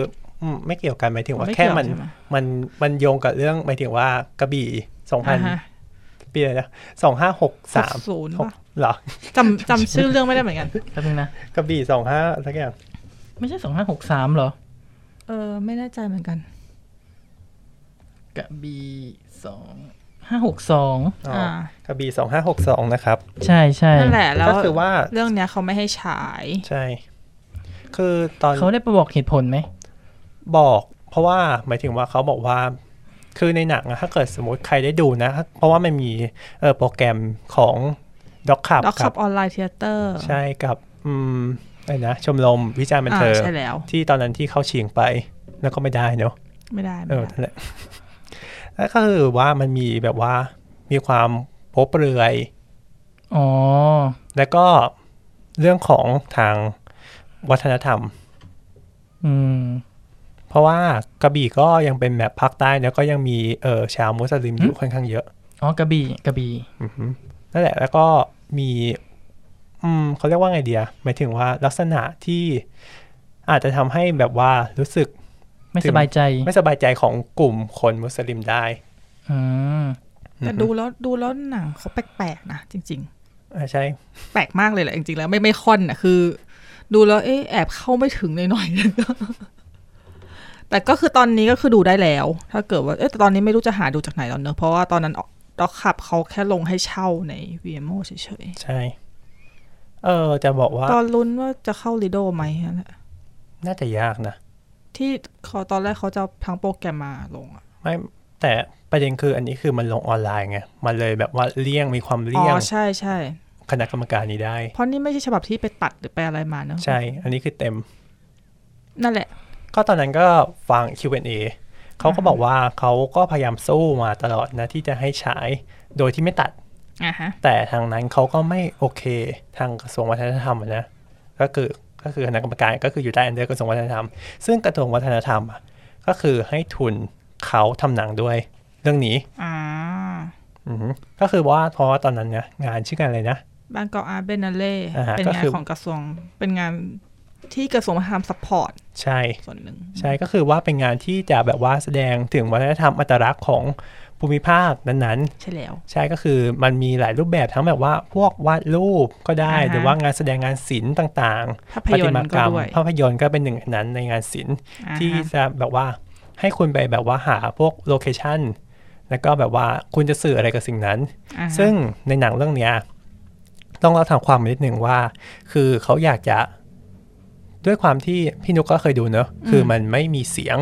Speaker 2: อืมไม่เกี่ยวกันหมายถึงว่า
Speaker 4: ไม่เกี่
Speaker 2: แค่
Speaker 4: ยว
Speaker 2: มัน
Speaker 4: ใช่ไหม
Speaker 2: มันมันโยงกับเรื่องหมายถึงว่ากระบี่สองพัน
Speaker 4: อ่าฮะ
Speaker 2: ปีอะไรนะสองห้าหกสาม
Speaker 4: ศูนย์
Speaker 2: หก
Speaker 4: ป่ะ
Speaker 2: เหรอ
Speaker 4: จำจำชื่อเรื่องไม่ได้เหมือนกัน
Speaker 3: แป๊บนึงนะ
Speaker 2: กระบี่สองห้าสักอย่าง
Speaker 3: ไม่ใช่สองห้าหกสามเหรอ
Speaker 4: เออ ไม่แน่ใจเหมือนกัน
Speaker 3: กระบี่สองห้าหกสอง
Speaker 2: อ๋ออา กระบี่สองห้าหกสองนะครับ
Speaker 3: ใช่ใช่
Speaker 4: นั่นแหละแล้ว
Speaker 2: ก็คือว่า
Speaker 4: เรื่องเนี้ยเขาไม่ให้ฉาย
Speaker 2: ใช่ คือตอน
Speaker 3: เขาได้ไปบอกเหตุผลไหม
Speaker 2: บอกเพราะว่าหมายถึงว่าเขาบอกว่า คือในหนังอะถ้าเกิดสมมติใครได้ดูนะ เพราะว่ามันมีเอ่อโปรแกรมของด็อกขับ
Speaker 4: ด็อก
Speaker 2: กั
Speaker 4: ขั
Speaker 2: บบ
Speaker 4: ออนไลน์เทเตอร์
Speaker 2: ใช่กับอืมอะไรนะชมรมวิจารณ์บันเทิง
Speaker 4: ใช่แล้ว
Speaker 2: ที่ตอนนั้นที่เข้าชิงไป แล้วก็ไม่ได้เนอะ
Speaker 4: ไม่ได้ไม่
Speaker 2: เออ
Speaker 4: ได้
Speaker 2: นั่นแหละแล้วก็คือว่ามันมีแบบว่ามีความโป๊เปลือย
Speaker 3: อ๋อ
Speaker 2: แล้วก็เรื่องของทางวัฒนธรรม
Speaker 3: อืม
Speaker 2: เพราะว่ากระบี่ก็ยังเป็นแบบภาคใต้แล้วก็ยังมีเออชาวมุสลิมอยู่ค่อนข้างเยอะ
Speaker 3: อ๋อกระบี่กระบี่
Speaker 2: อือฮึนั่นแหละแล้วก็มี อืมเขาเรียกว่าไงเดียหมายถึงว่าลักษณะที่อาจจะทำให้แบบว่ารู้สึก
Speaker 3: ไม่สบายใจ
Speaker 2: ไม่สบายใจของกลุ่มคนมุสลิมได้
Speaker 3: อืม
Speaker 4: แต่ดูแล้วดูแล้วหนังเขาแปลกๆนะจริง
Speaker 2: อ่าใช่
Speaker 4: ๆ แปลกมากเลยแหละจริงๆแล้วไม่ไม่ค่อนอ่ะคือ ดูแล้วเอ๊ะแอบเข้าไม่ถึง หน่อยๆ แต่ก็คือตอนนี้ก็คือดูได้แล้ว ถ้าเกิดว่าเอ๊ะแต่ตอนนี้ไม่รู้จะหาดูจากไหนแล้วเนอะเพราะว่าตอนนั้นด็อกขับเขาแค่ลงให้เช่าใน VMO เฉย
Speaker 2: ใช่ เออ จะบอกว่า
Speaker 4: ๆตอนลุ้นว่าจะเข้าลิโดไหมนั่นแหละ
Speaker 2: น่าจะยากนะ
Speaker 4: ที่เขาตอนแรกเขาจะเอาทั้งโปรแกรมมาลงอะ
Speaker 2: ไม่แต่ประเด็นคืออันนี้คือมันลงออนไลน์ไงมันเลยแบบว่าเลี่ยงมีความ
Speaker 4: อ๋
Speaker 2: เลี่ยง
Speaker 4: อใช่ใช่
Speaker 2: คณะกรรมการนี้ได้
Speaker 4: เพราะนี่ไม่ใช่ฉบับที่ไปตัดหรือไปอะไรมาเนอะ
Speaker 2: ใช่ อันนี้คือเต็ม
Speaker 4: นั่นแหละ
Speaker 2: ก็ตอนนั้นก็ฟัง Q&A เขาก็บอกว่าเขาก็พยายามสู้มาตลอดนะ ที่จะให้ฉายโดยที่ไม่ตัด
Speaker 4: อ่ะฮะ
Speaker 2: แต่ทางนั้นเขาก็ไม่โอเคทางกระทรวงวัฒนธรรมอะนะก็คือก็คือคณะกรรมการก็คืออยู่ใต้อันเดอร์กระทรวงวัฒนธรรม ซึ่งกระทรวงวัฒนธรรมอะก็คือให้ทุนเขาทำหนังด้วย เรื่องนี้
Speaker 4: อ่า
Speaker 2: อือหือก็คือว่าเพราะว่าตอนนั้นเนี่ยงานชื่องานอะไรนะ
Speaker 4: บางกอกอาร์เบนาเล่
Speaker 2: อ่าฮะ
Speaker 4: เป็น
Speaker 2: ก็
Speaker 4: งา
Speaker 2: คื
Speaker 4: น
Speaker 2: อ
Speaker 4: ของกระทรวง เป็นงานที่กระทรวงวัฒนธรรมซัพพอร์ต
Speaker 2: ใช่
Speaker 4: ส่วนหนึ่ง
Speaker 2: ใช่ก็คือว่าเป็นงานที่จะแบบว่าแสดงถึงวัฒนธรรมอัตลักษณ์ของภูมิภาคนั้นๆ
Speaker 4: ใช่แล้ว
Speaker 2: ใช่ก็คือมันมีหลายรูปแบบทั้งแบบว่าพวกวาดรูปก็ได้
Speaker 4: อ่าฮะ
Speaker 2: หรือว่างานแสดงงานศิลป์ต่าง
Speaker 4: ภา
Speaker 2: ๆ
Speaker 4: พยนตร์ก็ด้วย
Speaker 2: ภาพยนตร์ก็เป็นหนึ่งในนั้นในงานศิลป์
Speaker 4: อ่าฮะ
Speaker 2: ที่จะแบบว่าให้คุณไปแบบว่าหาพวกโลเคชันแล้วก็แบบว่าคุณจะสื่ออะไรกับสิ่งนั้น
Speaker 4: อ่าฮะ
Speaker 2: ซึ่งในหนังเรื่องเนี้ยต้องเล่าทางความนิดหนึ่งว่า คือเขาอยากจะ ด้วยความที่พี่นุกก็เคยดูเนอะคือมันไม่มีเสียง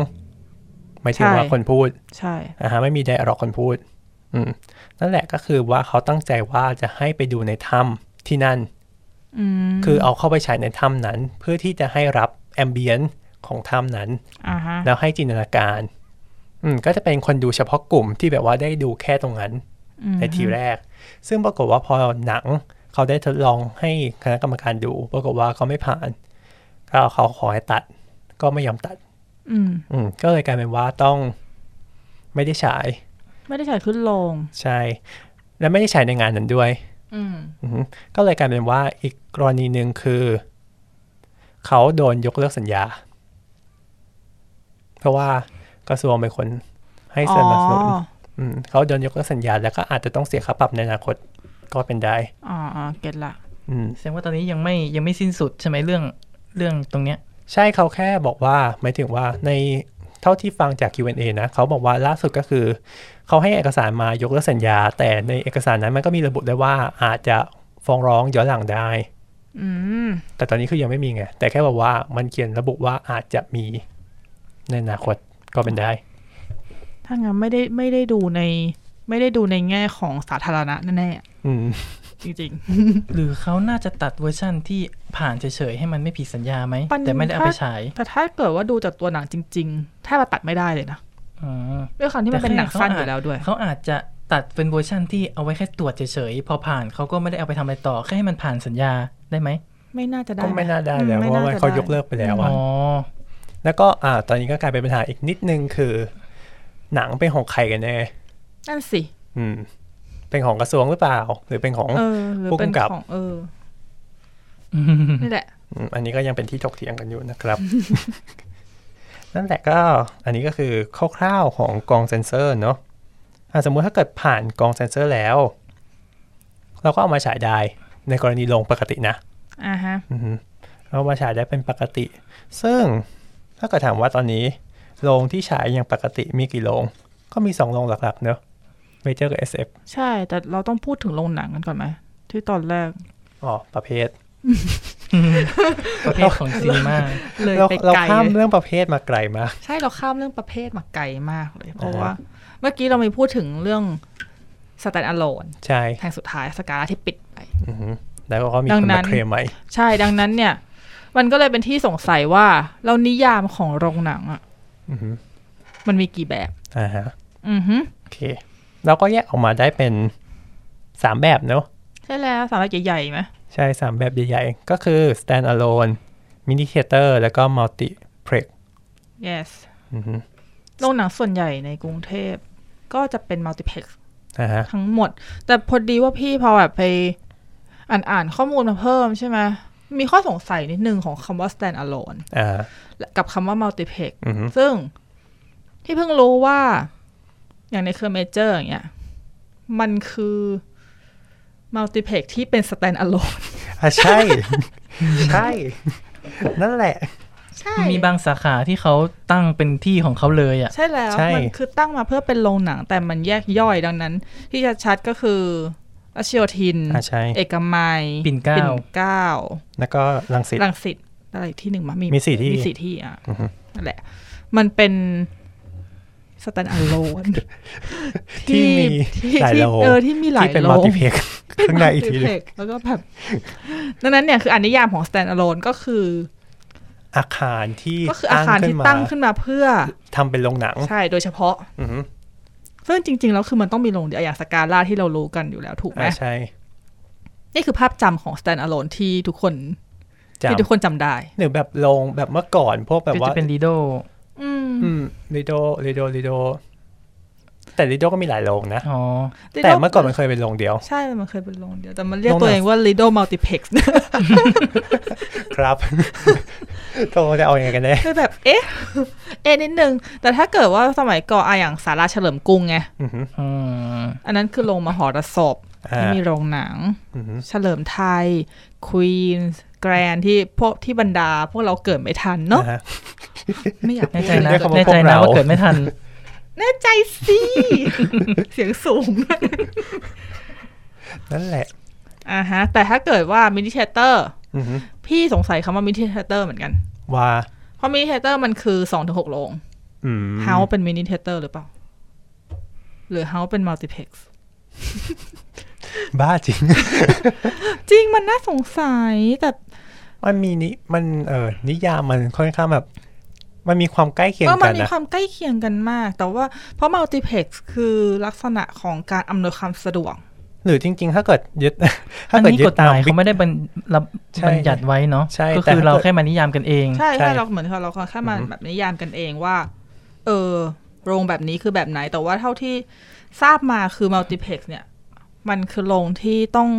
Speaker 2: ไม่ใช่ว่า
Speaker 4: ใช่
Speaker 2: คนพูด
Speaker 4: ใช่
Speaker 2: อ่าฮะไม่มีไดอะล็อกคนพูด อืมนั่นแหละก็คือว่าเขาตั้งใจว่าจะให้ไปดูในถ้ำที่นั่น
Speaker 4: อืม
Speaker 2: คือเอาเข้าไปฉายในถ้ำนั้น เพื่อที่จะให้รับแอมเบียนซ์ของถ้ำนั้น
Speaker 4: อ่าฮะ
Speaker 2: แล้วให้จินตนาการ อืมก็จะเป็นคนดูเฉพาะกลุ่มที่แบบว่าได้ดูแค่ตรงนั้น
Speaker 4: อืม
Speaker 2: ในทีแรก ซึ่งปรากฏว่าพอหนังเขาได้ทดลองให้คณะกรรมการดู ปรากฏว่าเขาไม่ผ่าน ก็เขาขอให้ตัด ก็ไม่ยอมตัด
Speaker 4: อืม
Speaker 2: อืมก็เลยกลายเป็นว่าต้องไม่ได้ฉาย
Speaker 4: ไม่ได้ฉายขึ้นลง
Speaker 2: ใช่ และไม่ได้ใช้ในงานนั้นด้วย
Speaker 4: อืม
Speaker 2: อือฮึก็เลยกลายเป็นว่าอีกกรณีหนึ่งคือ เขาโดนยกเลิกสัญญา เพราะว่ากระทรวงเป็นคนให้สนับสนุน
Speaker 4: อ๋อ
Speaker 2: มเขาโดนยกเลิกสัญญา แล้วก็อาจจะต้องเสียค่าปรับในอนาคตก็เป็นได้
Speaker 4: อ๋ออ๋อเก็ตละ
Speaker 2: อืม
Speaker 3: แสดงว่าตอนนี้ยังไม่ยังไม่สิ้นสุดใช่ไหมเรื่องเรื่องตรงเนี้ย
Speaker 2: ใช่เขาแค่บอกว่าหมายถึงว่าในเท่าที่ฟังจาก Q&A นะเขาบอกว่าล่าสุดก็คือ เขาให้เอกสารมายกเลิกสัญญา แต่ในเอกสารนั้นมันก็มีระบุได้วยว่าอาจจะฟ้องร้องย้อนหลังได้
Speaker 4: อืม
Speaker 2: แต่ตอนนี้คือยังไม่มีไง แต่แค่บอกว่ามันเขียนระบุว่าอาจจะมีในอนาคตก็เป็นได้
Speaker 4: ถ้างั้นไม่ได้ไม่ได้ดูใน ไม่ได้ดูในแง่ของสาธารณะแน่
Speaker 2: อืม
Speaker 4: ๆจริง
Speaker 3: หรือเขาน่าจะตัดเวอร์ชั่นที่ผ่านเฉยๆ ให้มันไม่ผิดสัญญาไหม
Speaker 4: ปัญหา
Speaker 3: แต่ไม่ได้เอาไปฉาย
Speaker 4: ๆ แต่ถ้าเกิดว่าดูจากตัวหนังจริงๆ ถ้ามาตัดไม่ได้เลยนะ
Speaker 3: อ๋อ
Speaker 4: ด้วยความที่มันเป็นหนังสั้นอยู่แล้วด้วย
Speaker 3: เขาอาจจะตัดเป็นเวอร์ชั่นที่เอาไว้แค่ตรวจเฉยๆ พอผ่านเขาก็ไม่ได้เอาไปทำอะไรต่อ แค่ให้มันผ่านสัญญาได้ไหม
Speaker 4: ไม่น่าจะได้
Speaker 2: ก็ไม่น่าได้แล้ว
Speaker 4: อื
Speaker 2: เพ
Speaker 4: ม
Speaker 2: ราะว่า
Speaker 4: จะ
Speaker 2: เขายก
Speaker 4: ได้
Speaker 2: เลิกไปแล้ว
Speaker 3: อ๋
Speaker 2: อะ
Speaker 3: อ
Speaker 2: แล้วก็อ่า ตอนนี้ก็กลายเป็นปัญหาอีกนิดนึงคือ หนังเป็นของใครกันแน่
Speaker 4: นั่นสิ
Speaker 2: อืม เป็นของกระทรวงหรือเปล่า หรือเป็นของ
Speaker 4: เออหรือเป็น
Speaker 2: ผู้กำกับ
Speaker 4: ของเออนี่แหละ
Speaker 2: มอันนี้ก็ยังเป็นที่ถกเถียงกันอยู่นะครับ นั่นแหละก็ อันนี้ก็คือคร่าวๆของกองเซนเซอร์เนาะอ่ะสมมุติถ้าเกิดผ่านกองเซนเซอร์แล้ว เราก็เอามาฉายได้ในกรณีลงปกตินะ
Speaker 4: อ่าฮะ
Speaker 2: อือฮึเอามาฉายได้เป็นปกติ ซึ่งถ้าเกิดถามว่าตอนนี้โรงที่ฉายอย่างปกติมีกี่โรงก็มีสองโรงหลักๆเนอะเมเจอร์กับ SF
Speaker 4: ใช่ แต่เราต้องพูดถึงโรงหนังกันก่อนไหมที่ตอนแรก
Speaker 2: อ๋อ ประเภท
Speaker 3: ประเภทของซีนีมา
Speaker 4: เลย
Speaker 2: เรา
Speaker 4: ไป
Speaker 2: เรา
Speaker 4: ไกล
Speaker 2: ข้าม
Speaker 4: เลย
Speaker 2: เรื่องประเภทมาไกลมาก
Speaker 4: ใช่เราข้ามเรื่องประเภทมาไกลมากเลย เพราะ
Speaker 2: อ่า
Speaker 4: ว่า เมื่อกี้เรามีพูดถึงเรื่อง stand alone
Speaker 2: ใช่
Speaker 4: แทงสุดท้ายสกาลาที่ปิดไป
Speaker 2: อือฮึแล้วก็มี
Speaker 4: ดั
Speaker 2: ค
Speaker 4: ง
Speaker 2: น
Speaker 4: นั้
Speaker 2: มาน เคลมใหม่
Speaker 4: ใช่ดังนั้นเนี่ย มันก็เลยเป็นที่สงสัยว่า เรานิยามของโรงหนังอ่ะ
Speaker 2: อือฮึ
Speaker 4: มันมีกี่แบบ
Speaker 2: อ่าฮะ
Speaker 4: อือฮึ
Speaker 2: โอเค เราก็แยกออกมาได้เป็นสามแบบเนอะ
Speaker 4: ใช่แล้วสามแบบใหญ่ๆไหม
Speaker 2: ใช่สามแบบใหญ่ๆ ก็คือ stand alone mini theater แล้วก็ multiplex
Speaker 4: yes
Speaker 2: อือฮึ
Speaker 4: โรงหนังส่วนใหญ่ในกรุงเทพ ก็จะเป็น multiplex
Speaker 2: อ่าฮะ
Speaker 4: ทั้งหมด แต่พอดีว่าพี่พอแบบไปอ่านอ่านข้อมูลมาเพิ่มใช่ไหมมีข้อสงสัยนิดนึงของคำว่า stand alone
Speaker 2: อ่า
Speaker 4: กับคำว่า multiplex
Speaker 2: อือฮึ
Speaker 4: ซึ่งที่เพิ่งรู้ว่าอย่างในเคอร์เมเจอร์อย่างเงี้ยมันคือ multiplex ที่เป็น stand alone
Speaker 2: อ่ะใช่ ใช่ นั่นแหละ
Speaker 4: ใช่
Speaker 3: มีบางสาขาที่เขาตั้งเป็นที่ของเขาเลยอ่ะ
Speaker 4: ใช่แล้ว
Speaker 2: ใช่
Speaker 4: มันคือตั้งมาเพื่อเป็นโรงหนัง แต่มันแยกย่อยดังนั้น ที่จะชัดก็คือรัชโยธิน
Speaker 2: อ่าใช่
Speaker 4: เอกมัย
Speaker 3: ปิ่นเกล้า
Speaker 4: เกล้า
Speaker 2: แล้วก็ลังสิต
Speaker 4: รังสิตอะไรที่หนึ่งมามี
Speaker 2: มีสี่ที่
Speaker 4: มีสี่ที่อ่ะ
Speaker 2: อือฮึ
Speaker 4: นั่นแหละ มันเป็นสแตนอะโลน
Speaker 2: ที่มีหลายโล
Speaker 4: เออที่มีหลาย
Speaker 2: ที่เป็น
Speaker 4: โล
Speaker 2: มัลติเพกข้างในอีกทีหนึง
Speaker 4: แล้วก็แบบดังนั้นเนี่ยคืออันนิยามของ stand alone ก็คือ
Speaker 2: อาคารที่
Speaker 4: ก็คืออาคารที่ตั้งขึ้นมาเพื่อ
Speaker 2: ทำเป็นโรงหนัง
Speaker 4: ใช่โดยเฉพาะ
Speaker 2: อือฮึ
Speaker 4: ซึ่งจริง ๆ แล้วคือมันต้องมีโรงเดียวอย่างสกาล่าที่เรารู้กันอยู่แล้วถูกไหม
Speaker 2: อ่าใช่
Speaker 4: นี่คือภาพจำของ stand alone ที่ทุกคน
Speaker 2: จ
Speaker 4: ที่ทุกคนจำได้
Speaker 2: ำหรือแบบโรงแบบเมื่อก่อนพวกแบบ
Speaker 3: ก็
Speaker 2: ว่า
Speaker 3: จะเป็นลีโด
Speaker 4: อืม
Speaker 2: อืมลิโดลิโดลิโดแต่ลิโดก็มีหลายโรงนะ
Speaker 3: อ๋อ
Speaker 2: แต่เมื่อก่อนมันเคยเป็นโรงเดียว
Speaker 4: ใช่มันเคยเป็นโรงเดียว แต่มันเรียก
Speaker 2: โรงหนัง
Speaker 4: ตัวเองว่า Lido Multiplex
Speaker 2: ครับ โทรจะเอายังไงกันแน่
Speaker 4: คือแบบ เอ๊ะ เอ๊ะนิดนึง แต่ถ้าเกิดว่าสมัยก่อนอะอย่างสาราเฉลิมกรุงไง
Speaker 2: อือฮึ
Speaker 3: อืม
Speaker 4: อันนั้นคือโรงมหรสพ
Speaker 2: อ่า
Speaker 4: ที่มีโรงหนัง
Speaker 2: อือฮึ
Speaker 4: เฉลิมไทย ควีนแกรนที่พวกที่บรรดา พวกเราเกิดไม่ทันเนาะ
Speaker 2: อ่าฮ
Speaker 4: ไม่อยาก
Speaker 3: แน่ใจนะ
Speaker 2: เรียกเขาว่า
Speaker 3: แน่ใจ
Speaker 2: พวก
Speaker 3: นะ
Speaker 2: เรา
Speaker 3: ว่าเกิดไม่ทัน
Speaker 4: แน่ใจสิ เสียงสูง
Speaker 2: นั่นแหละ
Speaker 4: อ่าฮะ แต่ถ้าเกิดว่ามินิเทเตอร์
Speaker 2: อือฮึ
Speaker 4: พี่สงสัยคำว่ามินิเทเตอร์เหมือนกัน
Speaker 2: ว่า
Speaker 4: เพราะมินิเทเตอร์มันคือสองถึงหกโรง
Speaker 2: อืม
Speaker 4: เฮาเป็นมินิเทเตอร์หรือเปล่า หรือเฮาเป็นมัลติเพล็กซ์
Speaker 2: บ้าจริง
Speaker 4: จริงมันน่าสงสัยแต่
Speaker 2: มันมีนิมันเออนิยามมันค่อนข้างแบบ มันมีความใกล้เคียง
Speaker 4: เออมั
Speaker 2: กัน น
Speaker 4: มี
Speaker 2: นะ
Speaker 4: ความใกล้เคียงกันมาก แต่ว่าเพราะ multiplex คือลักษณะของการอำนวยความสะดวก
Speaker 2: หรือจริง ๆ ถ้าเกิด ยึด ถ้า
Speaker 3: อัน
Speaker 2: เกิด
Speaker 3: นี้
Speaker 2: ยึ
Speaker 3: ก
Speaker 2: ด
Speaker 3: ฎ
Speaker 2: ตาม
Speaker 3: หมาย
Speaker 2: วิ
Speaker 3: เขาไม่ได้บัญรับ
Speaker 2: ใช่
Speaker 3: บัญญัติไว้เนาะ
Speaker 2: ใช่
Speaker 3: ก็
Speaker 2: แต่
Speaker 3: คือ
Speaker 2: ถ้า
Speaker 3: เรา
Speaker 2: เกิด
Speaker 3: แค่มานิยามกันเอง
Speaker 4: ใช่
Speaker 2: ใช่
Speaker 4: ใช่เราเหมือนเราเราแค่มาแบบนิยามกันเองว่า เออ โรงแบบนี้คือแบบไหน แต่ว่าเท่าที่ทราบมาคือ multiplex เนี่ย มันคือโรงที่ต้อง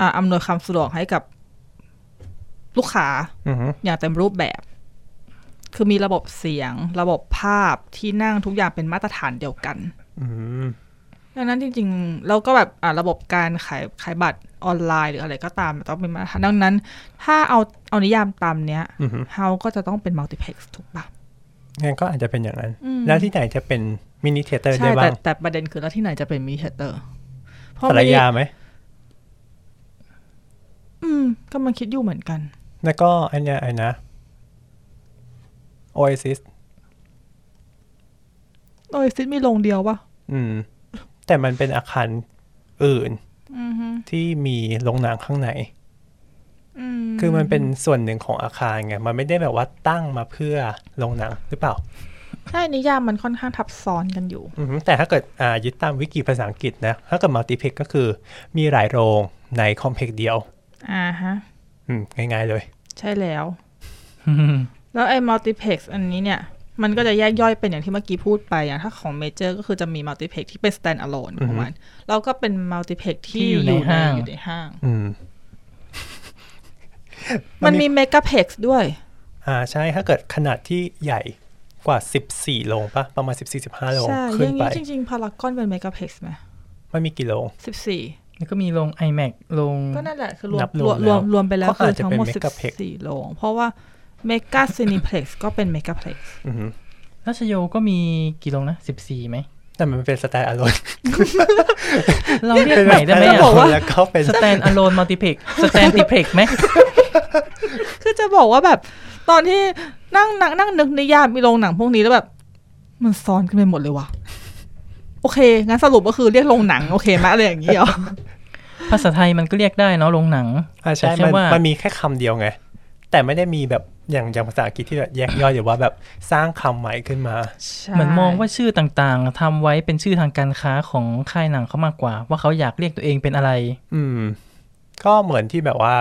Speaker 4: อ่าอำนวยความสะดวกให้กับลูกค้า
Speaker 2: อือฮึ
Speaker 4: อย่างเต็มรูปแบบ คือมีระบบเสียง ระบบภาพที่นั่งทุกอย่างเป็นมาตรฐานเดียวกัน
Speaker 2: อืม
Speaker 4: ดังนั้นจริงๆ เราก็แบบอ่าระบบการขายขายบัตรออนไลน์หรืออะไรก็ตามต้องเป็นมาตรฐานดังนั้น ถ้าเอาเอานิยามตามเนี้ย
Speaker 2: อือฮึ
Speaker 4: เฮาก็จะต้องเป็นมัลติเพล็กซ์ถูกปะ
Speaker 2: งั้นก็อาจจะเป็นอย่างนั้น
Speaker 4: อืม
Speaker 2: แล้วที่ไหนจะเป็นมินิเทเตอร์
Speaker 4: ใช่แต่
Speaker 2: ได้บ้าง
Speaker 4: แต่ประเด็นคือแล้วที่ไหนจะเป็นมินิเทเตอร์เพราะ
Speaker 2: สระ
Speaker 4: ไม่ได้
Speaker 2: ยาไหม
Speaker 4: อืมก็มันคิดอยู่เหมือนกัน
Speaker 2: แล้วก็อันเนี้ยไอ้นะ Oasis
Speaker 4: โดยซิดมีโรงเดียววะ
Speaker 2: อืม แต่มันเป็นอาคารอื่น
Speaker 4: อือฮึ
Speaker 2: ที่มีโรงหนังข้างใน
Speaker 4: อื
Speaker 2: คือมันเป็นส่วนหนึ่งของอาคารไง มันไม่ได้แบบว่าตั้งมาเพื่อโรงหนังหรือเปล่า
Speaker 4: ใช่นิยามมันค่อนข้างทับซ้อนกันอยู่
Speaker 2: อือหือแต่ถ้าเกิดอ่ายึดตามวิกิภาษาอังกฤษนะ ถ้าเกิดมัลติเพกก็คือมีหลายโรงในคอมเพล็กซ์เดียว
Speaker 4: อ่าฮะ
Speaker 2: อืม ง่ายๆเลย
Speaker 4: ใช่แล้ว แล้วไอ้มัลติเพล็กซ์อันนี้เนี่ย มันก็จะแยกย่อยเป็นอย่างที่เมื่อกี้พูดไปอย่างถ้าของเมเจอร์ก็คือจะมีมัลติเพล็กซ์ที่เป็น stand alone ของมัน แล้วก็เป็นมัลติเพล็กซ์ที่
Speaker 3: ที่อยู่ในห้าง
Speaker 4: อยู่ในห้าง
Speaker 2: อืม
Speaker 4: มันมีเมกะเพล็กซ์ด้วย
Speaker 2: อ่าใช่ถ้าเกิดขนาดที่ใหญ่กว่า 14 โรงปะประมาณ 14-15 โรง
Speaker 4: ใช่ อ
Speaker 2: ขึ้น
Speaker 4: ย่าง
Speaker 2: ไป
Speaker 4: นี้จริง ๆ พารากอนเป็นเมกะเพล็กซ์ไหม
Speaker 2: มันมีกี่โรง
Speaker 4: สิบสี่
Speaker 3: แล้วก็มีลง iMac ลง
Speaker 4: ก็นั่นแหละคือรว
Speaker 2: นั
Speaker 4: ม
Speaker 2: บรวม
Speaker 4: รว
Speaker 2: แล้ว
Speaker 4: มรวมไปแล้ว
Speaker 2: ก็
Speaker 4: คืออ
Speaker 2: อาจจะ
Speaker 4: ทั้ง
Speaker 2: เป็น
Speaker 4: หมดสิบ
Speaker 2: megaplex
Speaker 4: สี่โรงเพราะว่าเมกะซีนิเพล็กซ์ก็เป็นเมกะเพล็กซ์
Speaker 2: อือหือ
Speaker 3: รัชโยก็มีกี่โรงนะสิบสี่ไหม
Speaker 2: แต่มันเป็นสแตนด์อะโลน
Speaker 3: เราเรียกใหม่ได้ไหม
Speaker 2: แล้ว
Speaker 3: อะ
Speaker 2: แล้วก็เป็น
Speaker 3: สแตนอะโลนมัลติเพ กสแตนติเพกไหม
Speaker 4: คือจะบอกว่าแบบ ตอนที่นั่งนั่งนั่งนึกนิยามมีโรงหนังพวกนี้แล้วแบบ มันซ้อนกันไปหมดเลยว่ะโอเคงั้นสรุปก็คือเรียกโรงหนังโอเคไหมอะไรอย่างนี้เหรอ
Speaker 3: ภาษาไทยมันก็เรียกได้เนาะโรงหนัง
Speaker 2: อ่าใช่
Speaker 3: แต่แค่
Speaker 2: มัน
Speaker 3: ว่ามั
Speaker 2: มันมีแค่คำเดียวไง แต่ไม่ได้มีแบบอย่างอย่างภาษาอังกฤษที่แบบแยกย่อยหรือว่าแบบสร้างคำใหม่ขึ้นมา
Speaker 3: เหมือนมองว่าชื่อต่างๆทำไว้เป็นชื่อทางการค้าของค่ายหนังเขามากกว่า ว่าเขาอยากเรียกตัวเองเป็นอะไร
Speaker 2: อืม ก็เหมือนที่แบบว่า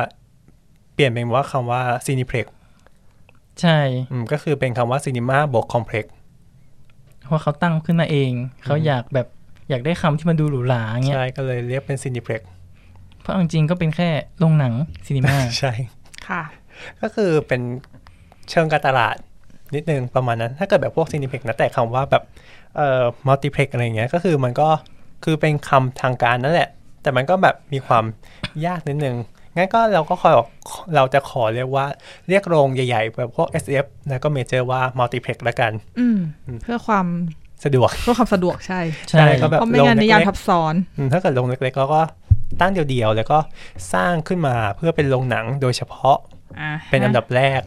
Speaker 2: เปลี่ยนเป็นว่าคำว่าซีนิเพล็ก
Speaker 3: ใช่
Speaker 2: ก็คือเป็นคำว่าซีนิมาบวกคอมเพล็ก
Speaker 3: ว่าเขาตั้งขึ้นมาเอง เขาอยากแบบอยากได้คำที่มันดูหรูหราเงี้ย
Speaker 2: ใช่ก็เลยเรียกเป็นซีนิเพล็ก
Speaker 3: เพราะเอาจริงๆก็เป็นแค่โรงหนังซีนีมา
Speaker 2: ใช่
Speaker 4: ค่ะ
Speaker 2: ก็คือเป็นเชิงการตลาดนิดนึงประมาณนั้น ถ้าเกิดแบบพวกซีนิเพล็กนะแต่คำว่าแบบเอ่อมัลติเพล็กอะไรอย่างเงี้ยก็คือมันก็คือเป็นคำทางการนั่นแหละ แต่มันก็แบบมีความยากนิดนึง งั้นก็เราก็คอยเราจะขอเรียกว่าเรียกโรงใหญ่ๆ แบบพวก SF แล้วก็เมเจอร์ว่ามัลติเพล็กละกัน
Speaker 4: อืม เพื่อความ
Speaker 2: สะดวก
Speaker 4: เพื่อความสะดวกใช่
Speaker 3: ใช่
Speaker 2: ใช่ก็ แบบ
Speaker 4: เพราะไม่
Speaker 2: ลง
Speaker 4: งั้นนิยาม
Speaker 2: เล็กๆ
Speaker 4: ทับซ้อน
Speaker 2: อืมถ้าเกิดโรงเล็กๆแล้วก็ตั้งเดียวๆ แล้วก็สร้างขึ้นมาเพื่อเป็นโรงหนังโดยเฉพาะ
Speaker 4: อ่า
Speaker 2: เป็นอันดับแรก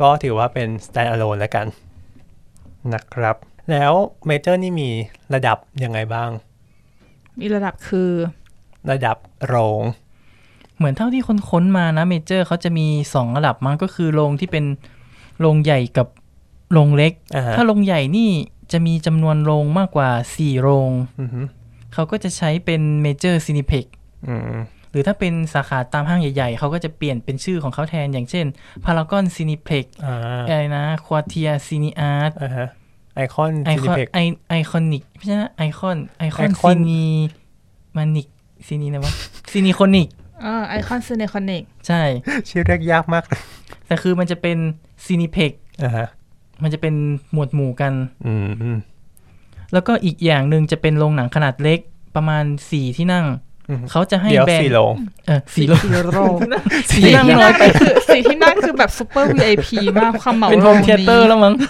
Speaker 2: ก็ถือว่าเป็น stand alone แล้วกันนะครับ แล้วเมเจอร์นี่มีระดับยังไงบ้าง
Speaker 4: มีระดับคือ
Speaker 2: ระดับโรง
Speaker 3: เหมือนเท่าที่คนค้นๆมานะเมเจอร์เขาจะมีสองระดับมั้งก็คือโรงที่เป็นโรงใหญ่กับโรงเล็ก
Speaker 2: อ่าฮะ
Speaker 3: ถ้าโรงใหญ่นี่จะมีจำนวนโรงมากกว่า 4 โรง
Speaker 2: อือฮึ
Speaker 3: เขาก็จะใช้เป็นเมเจอร์ซีนิเพ็ก
Speaker 2: อืม
Speaker 3: หรือถ้าเป็นสาขาตามห้างใหญ่ๆ เขาก็จะเปลี่ยนเป็นชื่อของเขาแทน อย่างเช่นพารากอนซีนิเพ็ก
Speaker 2: อ่า
Speaker 3: อะไรนะควอเทียซีนิอาร์ต
Speaker 2: อ่าฮะไอคอน
Speaker 3: ไอ
Speaker 2: ซีนิ
Speaker 3: คอน
Speaker 2: เพ็ก
Speaker 3: ไอไอคอนิกไม่ใช่นะไอคอนไอคอน
Speaker 2: Icon
Speaker 3: ซีนีมานิกซีนีนะวะซีนิคอนิก
Speaker 4: อ่าไอคอนซีเนคอนิก
Speaker 3: ใช่
Speaker 2: ชื่อเรียกยากมากเลย
Speaker 3: แต่คือมันจะเป็นซีนิเพ็ก
Speaker 2: อ่าฮะ
Speaker 3: มันจะเป็นหมวดหมู่กัน
Speaker 2: อืมอืม
Speaker 3: แล้วก็อีกอย่างหนึ่งจะเป็นโรงหนังขนาดเล็กประมาณสี่ที่นั่ง
Speaker 2: อืม
Speaker 3: เขาจะให้
Speaker 2: เดี๋ยว
Speaker 3: แบ่ง
Speaker 2: สี่โรง
Speaker 3: เออสี่โรง
Speaker 4: โรง
Speaker 3: สี
Speaker 4: สี
Speaker 3: นั่ง
Speaker 4: ที่
Speaker 3: น้
Speaker 4: นั่
Speaker 3: อย
Speaker 4: ง
Speaker 3: ไป
Speaker 4: คือสีที่นั่งคือแบบซูเปอร์ VIP มากความเหมา
Speaker 3: เป็นโฮ
Speaker 4: โรง
Speaker 3: มเทเตอร์
Speaker 4: นี้
Speaker 3: แล้วมั้ง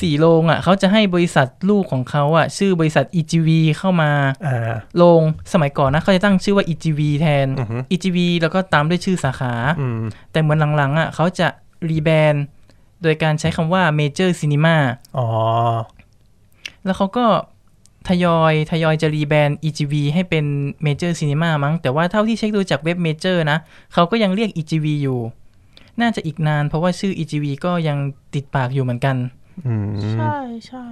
Speaker 3: สี่โรงอ่ะเขาจะให้บริษัทลูกของเขาอ่ะชื่อบริษัท EGV เข้ามา
Speaker 2: อ่า
Speaker 3: โรงสมัยก่อนนะเขาจะตั้งชื่อว่า EGV แทน
Speaker 2: อือฮึ
Speaker 3: EGV แล้วก็ตามด้วยชื่อสาขา
Speaker 2: อืม
Speaker 3: แต่เหมือนหลังๆอ่ะเขาจะรีแบรนด์โดยการใช้คำว่า Major Cinema
Speaker 2: อ๋อ
Speaker 3: แล้วเขาก็ทยอยทยอยจะรีแบรนด์ EGV ให้เป็น Major Cinema มั้ง แต่ว่าเท่าที่เช็คดูจากเว็บ Major นะ เขาก็ยังเรียก EGV อยู่ น่าจะอีกนานเพราะว่าชื่อ EGV ก็ยังติดปากอยู่เหมือนกัน
Speaker 2: อืม
Speaker 4: ใช่ใช่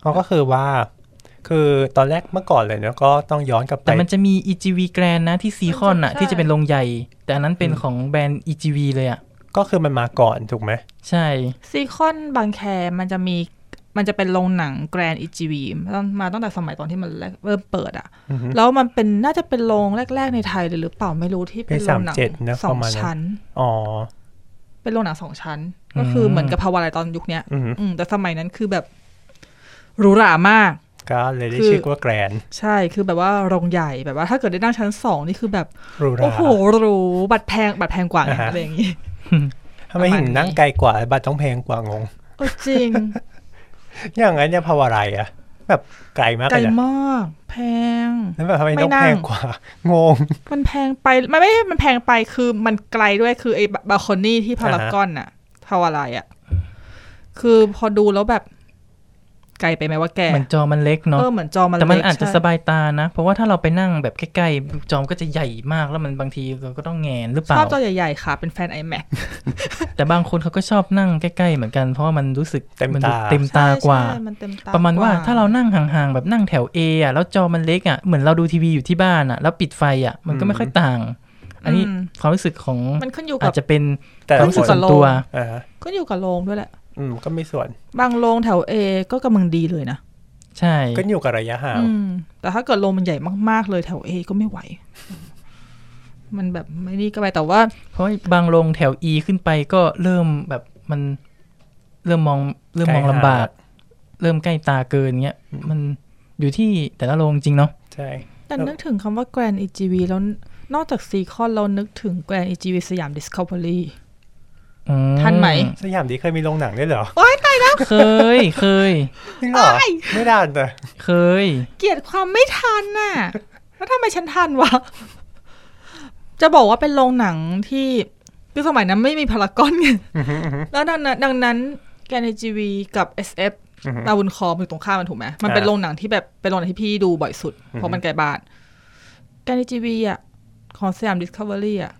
Speaker 2: เขาก็คือว่า คือตอนแรกเมื่อก่อนเลยเนาะก็ต้องย้อนกลับไป
Speaker 3: แต่มันจะมี EGV Grand นะที่ซีคอนอะ
Speaker 4: ใช่
Speaker 3: ที่จะเป็นโรงใหญ่ แต่อันนั้นเป็นของแบรนด์ EGV เลยอะ
Speaker 2: ก็คือมันมาก่อนถูกไหม
Speaker 3: ใช่
Speaker 4: ซีคอนบางแคมันจะมีมันจะเป็นโรงหนังแกรนด์อีจีวีมาตั้งแต่สมัยตอนที่มันแรกเริ่มเปิดอะ
Speaker 2: อือฮึ
Speaker 4: แล้วมันเป็นน่าจะเป็นโรงแรก ๆ ในไทยเลยหรือเปล่าไม่รู้ที่เป็นโรงหนัง
Speaker 2: ปี37นะ
Speaker 4: สอ
Speaker 2: ประ
Speaker 4: ง
Speaker 2: มาณนั้น
Speaker 4: ชั้น
Speaker 2: อ๋อ
Speaker 4: เป็นโรงหนังสองชั้น ก็คือเหมือนกับภาวะอะไรตอนยุคเนี้ย
Speaker 2: อืม
Speaker 4: อืมแต่สมัยนั้นคือแบบหรูหรามาก
Speaker 2: ก็เลยได้
Speaker 4: คือ
Speaker 2: ชื่อว่าแกรน
Speaker 4: ใช่คือแบบว่าโรงใหญ่แบบว่า ถ้าเกิดได้นั่งชั้นสองนี่คือแบบ
Speaker 2: หรูหรา
Speaker 4: โอ้โหหรูบัตรแพงบัตรแพงกว่าไง
Speaker 2: อ่าฮะ
Speaker 4: อะไรอย่างงี้
Speaker 2: ทำไมถึงนั่งไกลกว่าบัตรต้องแพงกว่างง
Speaker 4: เออจริง
Speaker 2: อย่างนั้นเนี่ยภาวะอะไรอะแบบไกลมาก
Speaker 4: ไกล
Speaker 2: เลยนะ
Speaker 4: มากแพง
Speaker 2: แล้วแบบทำไม
Speaker 4: ไม่
Speaker 2: ต้อง
Speaker 4: นั่ง
Speaker 2: แพงกว่า งง
Speaker 4: มันแพงไปมันไม่ใช่มันแพงไปคือมันไกลด้วยคือไอ้บาคอนี่ที่พารากอนอะพาวาไลอะคือพอดูแล้วแบบ ไกลไปไหมว่าแก
Speaker 3: เหมือนจอมันเล็ก
Speaker 4: เอ
Speaker 3: เนาะ
Speaker 4: อเหมือนจอมัน
Speaker 3: แต่มัน
Speaker 4: เล็ก
Speaker 3: อาจจะ
Speaker 4: ใช่
Speaker 3: สบายตานะ เพราะว่าถ้าเราไปนั่งแบบใกล้ๆจอมก็จะใหญ่มากแล้วมันบางทีเราก็ต้องแงนหรือเป
Speaker 4: ช
Speaker 3: ล่า
Speaker 4: อบจอใหญ่ๆค่ะ เป็นแฟน iMac
Speaker 3: แต่บางคนเขาก็ชอบนั่งใกล้ ๆ เหมือนกัน เพราะว่ามันรู้สึก
Speaker 2: เต็ม
Speaker 3: นดู
Speaker 2: ตา
Speaker 3: เต็มตากว่า
Speaker 4: ใช่ใช่นเต็ต
Speaker 3: ประมาณว่าถ้าเรา
Speaker 4: ก
Speaker 3: นั่งห่างๆ แบบนั่งแถว A อ่ะแล้วจอมันเล็กอ่ะเหมือนเราดูทีวีอยู่ที่บ้านอ่ะแล้วปิดไฟอ่ะมันก็ไม่ค่อยต่าง อันนี้
Speaker 4: ม
Speaker 3: ความรู้สึกของ
Speaker 4: มันขึ้นอยู่
Speaker 3: อา
Speaker 4: กับ
Speaker 3: จจะเป็น
Speaker 2: แต่
Speaker 3: ควา
Speaker 2: ละ
Speaker 3: มรู้
Speaker 2: ค
Speaker 3: สึก
Speaker 2: น
Speaker 4: มั
Speaker 3: ส่วน น
Speaker 4: ขึ้นกับ
Speaker 3: ตัว
Speaker 4: โล
Speaker 2: อ่า
Speaker 4: ขึ้นอยู่กับโรงด้วยแหละ
Speaker 2: อืมก็มีส่วน
Speaker 4: บางโรงแถวเอก็กำลังดีเลยนะ
Speaker 3: ใช่
Speaker 2: ก็อยู่กับระยะห่าง
Speaker 4: อืม แต่ถ้าเกิดโรงมันใหญ่มากๆเลยแถวเอก็ไม่ไหว มันแบบไม่นี่ก็ไปแต่ว่า
Speaker 3: เพราะบางโรงแถว E ขึ้นไปก็เริ่มแบบมันเริ่มมองเริ่มมอง
Speaker 2: ใกล้
Speaker 3: ลำ
Speaker 2: หา
Speaker 3: บาก เริ่มใกล้ตาเกินเงี้ย
Speaker 2: อืม
Speaker 3: มันอยู่ที่แต่ละโรงจริงเนาะ
Speaker 2: ใช่
Speaker 4: แต่
Speaker 2: แล้ว
Speaker 4: นึกถึงคำว่า Grand EGV แล้วนอกจากซีคอนเรานึกถึง Grand EGV สยาม Discovery
Speaker 3: อื
Speaker 4: ทันไหม
Speaker 2: สยามดีเคยมีโรงหนังด้วยเหรอ
Speaker 3: เคยเคย
Speaker 2: จริงเหรอไม่ได้เลย
Speaker 3: เคย
Speaker 4: เกลียดความไม่ทันน่ะ แล้วทำไมฉันทันวะ จะบอกว่าเป็นโรงหนังที่คือสมัยนั้นไม่มีพารากอนไง แล้วดังนั้นดังนั้น Grand EGV กับ SF
Speaker 2: อือฮึ
Speaker 4: ตาบุญคอมอยู่ตรงข้ามมันถูกไหมมันเป็น
Speaker 2: อ่า
Speaker 4: โรงหนังที่แบบเป็นโรงหนังที่พี่ดูบ่อยสุด เพ
Speaker 2: อือฮึ
Speaker 4: ราะมันไกลบ้านการจีวีอ่ะ ของสยามดิสคัฟเวอรี่อ่ะ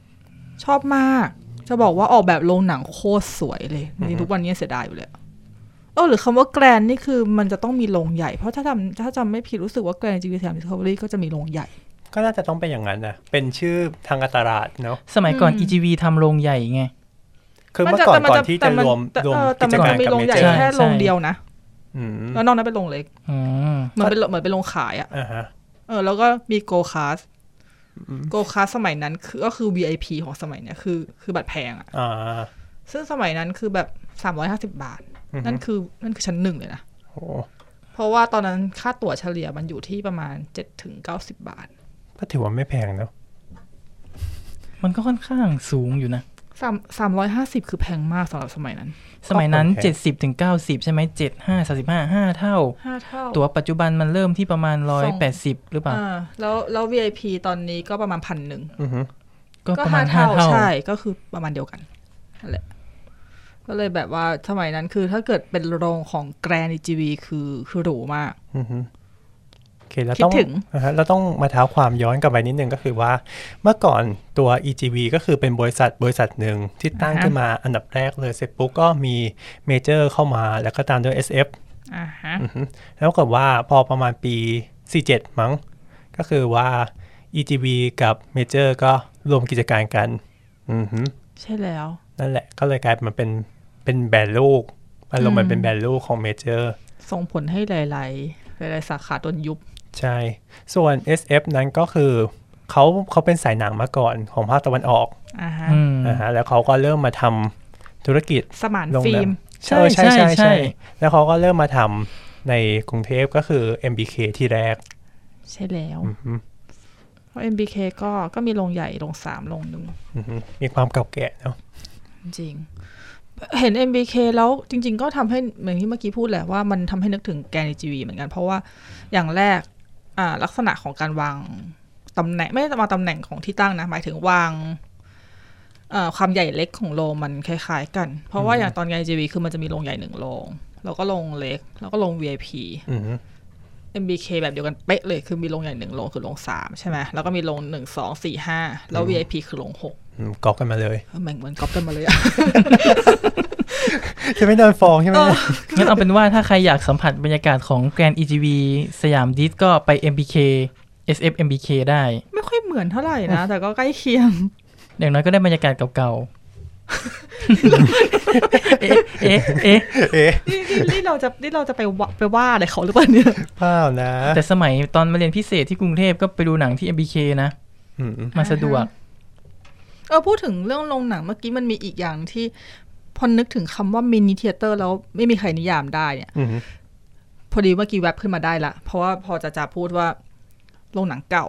Speaker 4: ชอบมาก จะบอกว่าออกแบบโรงหนังโคตรสวยเลยจริงๆทุกวันนี้เสียดายอยู่เลยอะเออหรือคำว่าแกรนนี่คือมันจะต้องมีโรงใหญ่ เพราะถ้าจำถ้าจำไม่ผิดรู้สึกว่าแกรนจีวีสยามดิสคัฟเวอรี่ก็จะมีโรงใหญ่
Speaker 2: ก็น่าจะต้องเป็นอย่างนั้นนะเป็นชื่อทางการตลาดเนาะ
Speaker 3: สมัยก่อน
Speaker 4: อืม
Speaker 3: EGV ทำโรงใหญ่ไง
Speaker 2: คือ
Speaker 4: มั
Speaker 2: เมื่อก่อน
Speaker 4: มั
Speaker 2: ก่อนที่
Speaker 4: แต่
Speaker 2: จะ
Speaker 4: น
Speaker 2: รวม
Speaker 4: แต่
Speaker 2: รวม
Speaker 4: เออแต่
Speaker 2: กิจ
Speaker 4: มัน
Speaker 2: การ
Speaker 4: จะมี
Speaker 2: กับ
Speaker 4: โรง
Speaker 2: เม
Speaker 4: ใหญ่
Speaker 2: เจอร์
Speaker 4: แค่โรง
Speaker 3: ใช่
Speaker 4: เดียวนะ
Speaker 2: อืม
Speaker 4: แล้วนอกนั้นเป็นโรงเล็ก
Speaker 3: อืม
Speaker 4: เหมือนเป็นโรงเหมือนเป็นโรงขายอ่ะ
Speaker 2: อ่าฮะ
Speaker 4: เออแล้วก็มีโกคาส
Speaker 2: อืม
Speaker 4: โกคาสสมัยนั้นคือก็คือ VIP ของสมัยเนี้ยคือคือบัตรแพงอ่ะ
Speaker 2: อ่า
Speaker 4: ซึ่งสมัยนั้นคือแบบสามร้อยห้าสิบาท
Speaker 2: อืม
Speaker 4: นั่นคือนั่นคือชั้นหนึ่งเลยนะ
Speaker 2: โห
Speaker 4: เพราะว่าตอนนั้นค่าตั๋วเฉลี่ยมันอยู่ที่ประมาณเจ็ดถึงเก้าสิบาท
Speaker 2: ก็ถือว่าไม่แพงเนาะ
Speaker 3: มันก็ค่อนข้างสูงอยู่นะ
Speaker 4: สามสามร้อยห้าสิบคือแพงมากสำหรับสมัยนั้น
Speaker 3: สมัยนั้น 70ถึง90 ใช่ไหม7 5 35 5 เท่า
Speaker 4: ห้าเท่า
Speaker 3: ตัวปัจจุบันมันเริ่มที่ประมาณ
Speaker 4: สอง
Speaker 3: 180 หรือเปล่า
Speaker 4: อ่าแล้วแล้ว VIP ตอนนี้ก็ประมาณพันหนึ่ง
Speaker 2: อือฮึ
Speaker 3: ก็ประมาณ 5 เท่า
Speaker 4: ใช่ก็คือประมาณเดียวกันนั่นแหละก็เลยแบบว่าสมัยนั้นคือถ้าเกิดเป็นโรงของแกรนด์จีวีคือคือหรูมาก
Speaker 2: อือฮึโอเคแล้ว
Speaker 4: คิด
Speaker 2: ต้อง
Speaker 4: ถึง
Speaker 2: อ่าฮะเราต้องมาเท้าความย้อนกลับไปนิดนึงก็คือว่า เมื่อก่อนตัว EGV ก็คือเป็นบริษัทบริษัทหนึ่งที่ตั้งขึ้นมาอันดับแรกเลยเสร็จปุ๊บก็มีเมเจอร์เข้ามาแล้วก็ตามด้วย SF
Speaker 4: อ่าฮะ
Speaker 2: อือฮึแล้วก็ว่าพอประมาณปี 47 มั้ง ก็คือว่า EGB กับ Major ก็รวมกิจการกันอือฮึ
Speaker 4: ใช่แล้ว
Speaker 2: นั่นแหละก็เลยกลายเป็นมันเป็นเป็นแบรนด์ลูกอารมณ์มัน
Speaker 4: อืม
Speaker 2: เป็นแบรนด์ลูกของ Major
Speaker 4: ส่งผลให้หลาย ๆ หลาย ๆ สาขาโดนยุบ
Speaker 2: ใช่ ส่วน SF นั้นก็คือเขาเขาเป็นสายหนังมาก่อนของภาคตะวันออก
Speaker 4: อ่าฮะ
Speaker 3: อืม
Speaker 2: นะฮะแล้วเขาก็เริ่มมาทำธุรกิจ
Speaker 4: สมาน
Speaker 2: โรง
Speaker 4: ฟิ
Speaker 2: แร
Speaker 4: ล์
Speaker 2: ม
Speaker 4: ม
Speaker 3: ใช่
Speaker 2: เออใช่
Speaker 3: ใช่
Speaker 2: ใช่
Speaker 3: ใช่
Speaker 2: ใช่แล้วเขาก็เริ่มมาทำในกรุงเทพก็คือ MBK ที่แรก
Speaker 4: ใช่แล้ว
Speaker 2: อือฮึ
Speaker 4: เพราะ MBK ก็ก็มีโรงใหญ่โรงสามโรงหนึ่ง
Speaker 2: อือฮึมีความเก่าแก่เนาะ
Speaker 4: จริง เห็น MBK แล้วจริง ๆ ก็ทำให้เหมือนที่เมื่อกี้พูดแหละว่ามันทำให้นึกถึงแกน g v เหมือนกัน เพราะว่าอย่างแรกอ่าลักษณะของการวางตำแหน่ง ไม่ได้มางตำแหน่งของที่ตั้งนะ หมายถึงวางเอ่อความใหญ่เล็กของโรงมันคล้าย ๆ กัน เพราะว่าอย่างตอนแกน g v คือมันจะมีโรงใหญ่หนึ่งโรงแล้วก็โรงเล็ก แล้วก็โรง VIP
Speaker 2: อือฮึ
Speaker 4: MBK แบบเดียวกันเป๊ะเลยคือมีโรงใหญ่หนึ่งโรงคือโรงสามใช่ไหมแล้วก็มีโรงหนึ่งสองสี่ห้าแล้ว VIP คือโรงหก
Speaker 2: อืมก๊อปกันมา เลย
Speaker 4: เออแม่งเหมือนก๊อปกันมาเลยอะ
Speaker 2: จะไม่โดนฟ้องใช่ไหมเนี่ย
Speaker 3: งั้นเอาเป็นว่าถ้าใครอยากสัมผัสบรรยากาศของแกรน EGV สยามดิสก็ไป MBK SF MBK ได้
Speaker 4: ไม่ค่อยเหมือนเท่าไหร่ นะ แต่ก็ใกล้เคียง
Speaker 3: อย่างน้อยก็ได้บรรยากาศเก่าๆ เอ๊ะ เอ๊ะ เอ๊ะ
Speaker 2: เอ๊ะ
Speaker 4: นี่นี่นี่เราจะนี่เราจะไปวะไปว่าอะไรเขาหรือเปล่าเนี่ย
Speaker 2: เปล่านะ
Speaker 3: แต่สมัยตอนมาเรียนพิเศษที่กรุงเทพก็ไปดูหนังที่ MBK นะ
Speaker 2: อืม
Speaker 3: มาสะดวก
Speaker 4: เออพูดถึงเรื่องโรงหนังเมื่อกี้มันมีอีกอย่างที่ พอนึกถึงคำว่ามินิเทเตอร์แล้วไม่มีใครนิยามได้เนี่ย
Speaker 2: อืม
Speaker 4: พอดีเมื่อกี้แวบขึ้นมาได้ละ เพราะว่าพอจะจะพูดว่าโรงหนังเก่า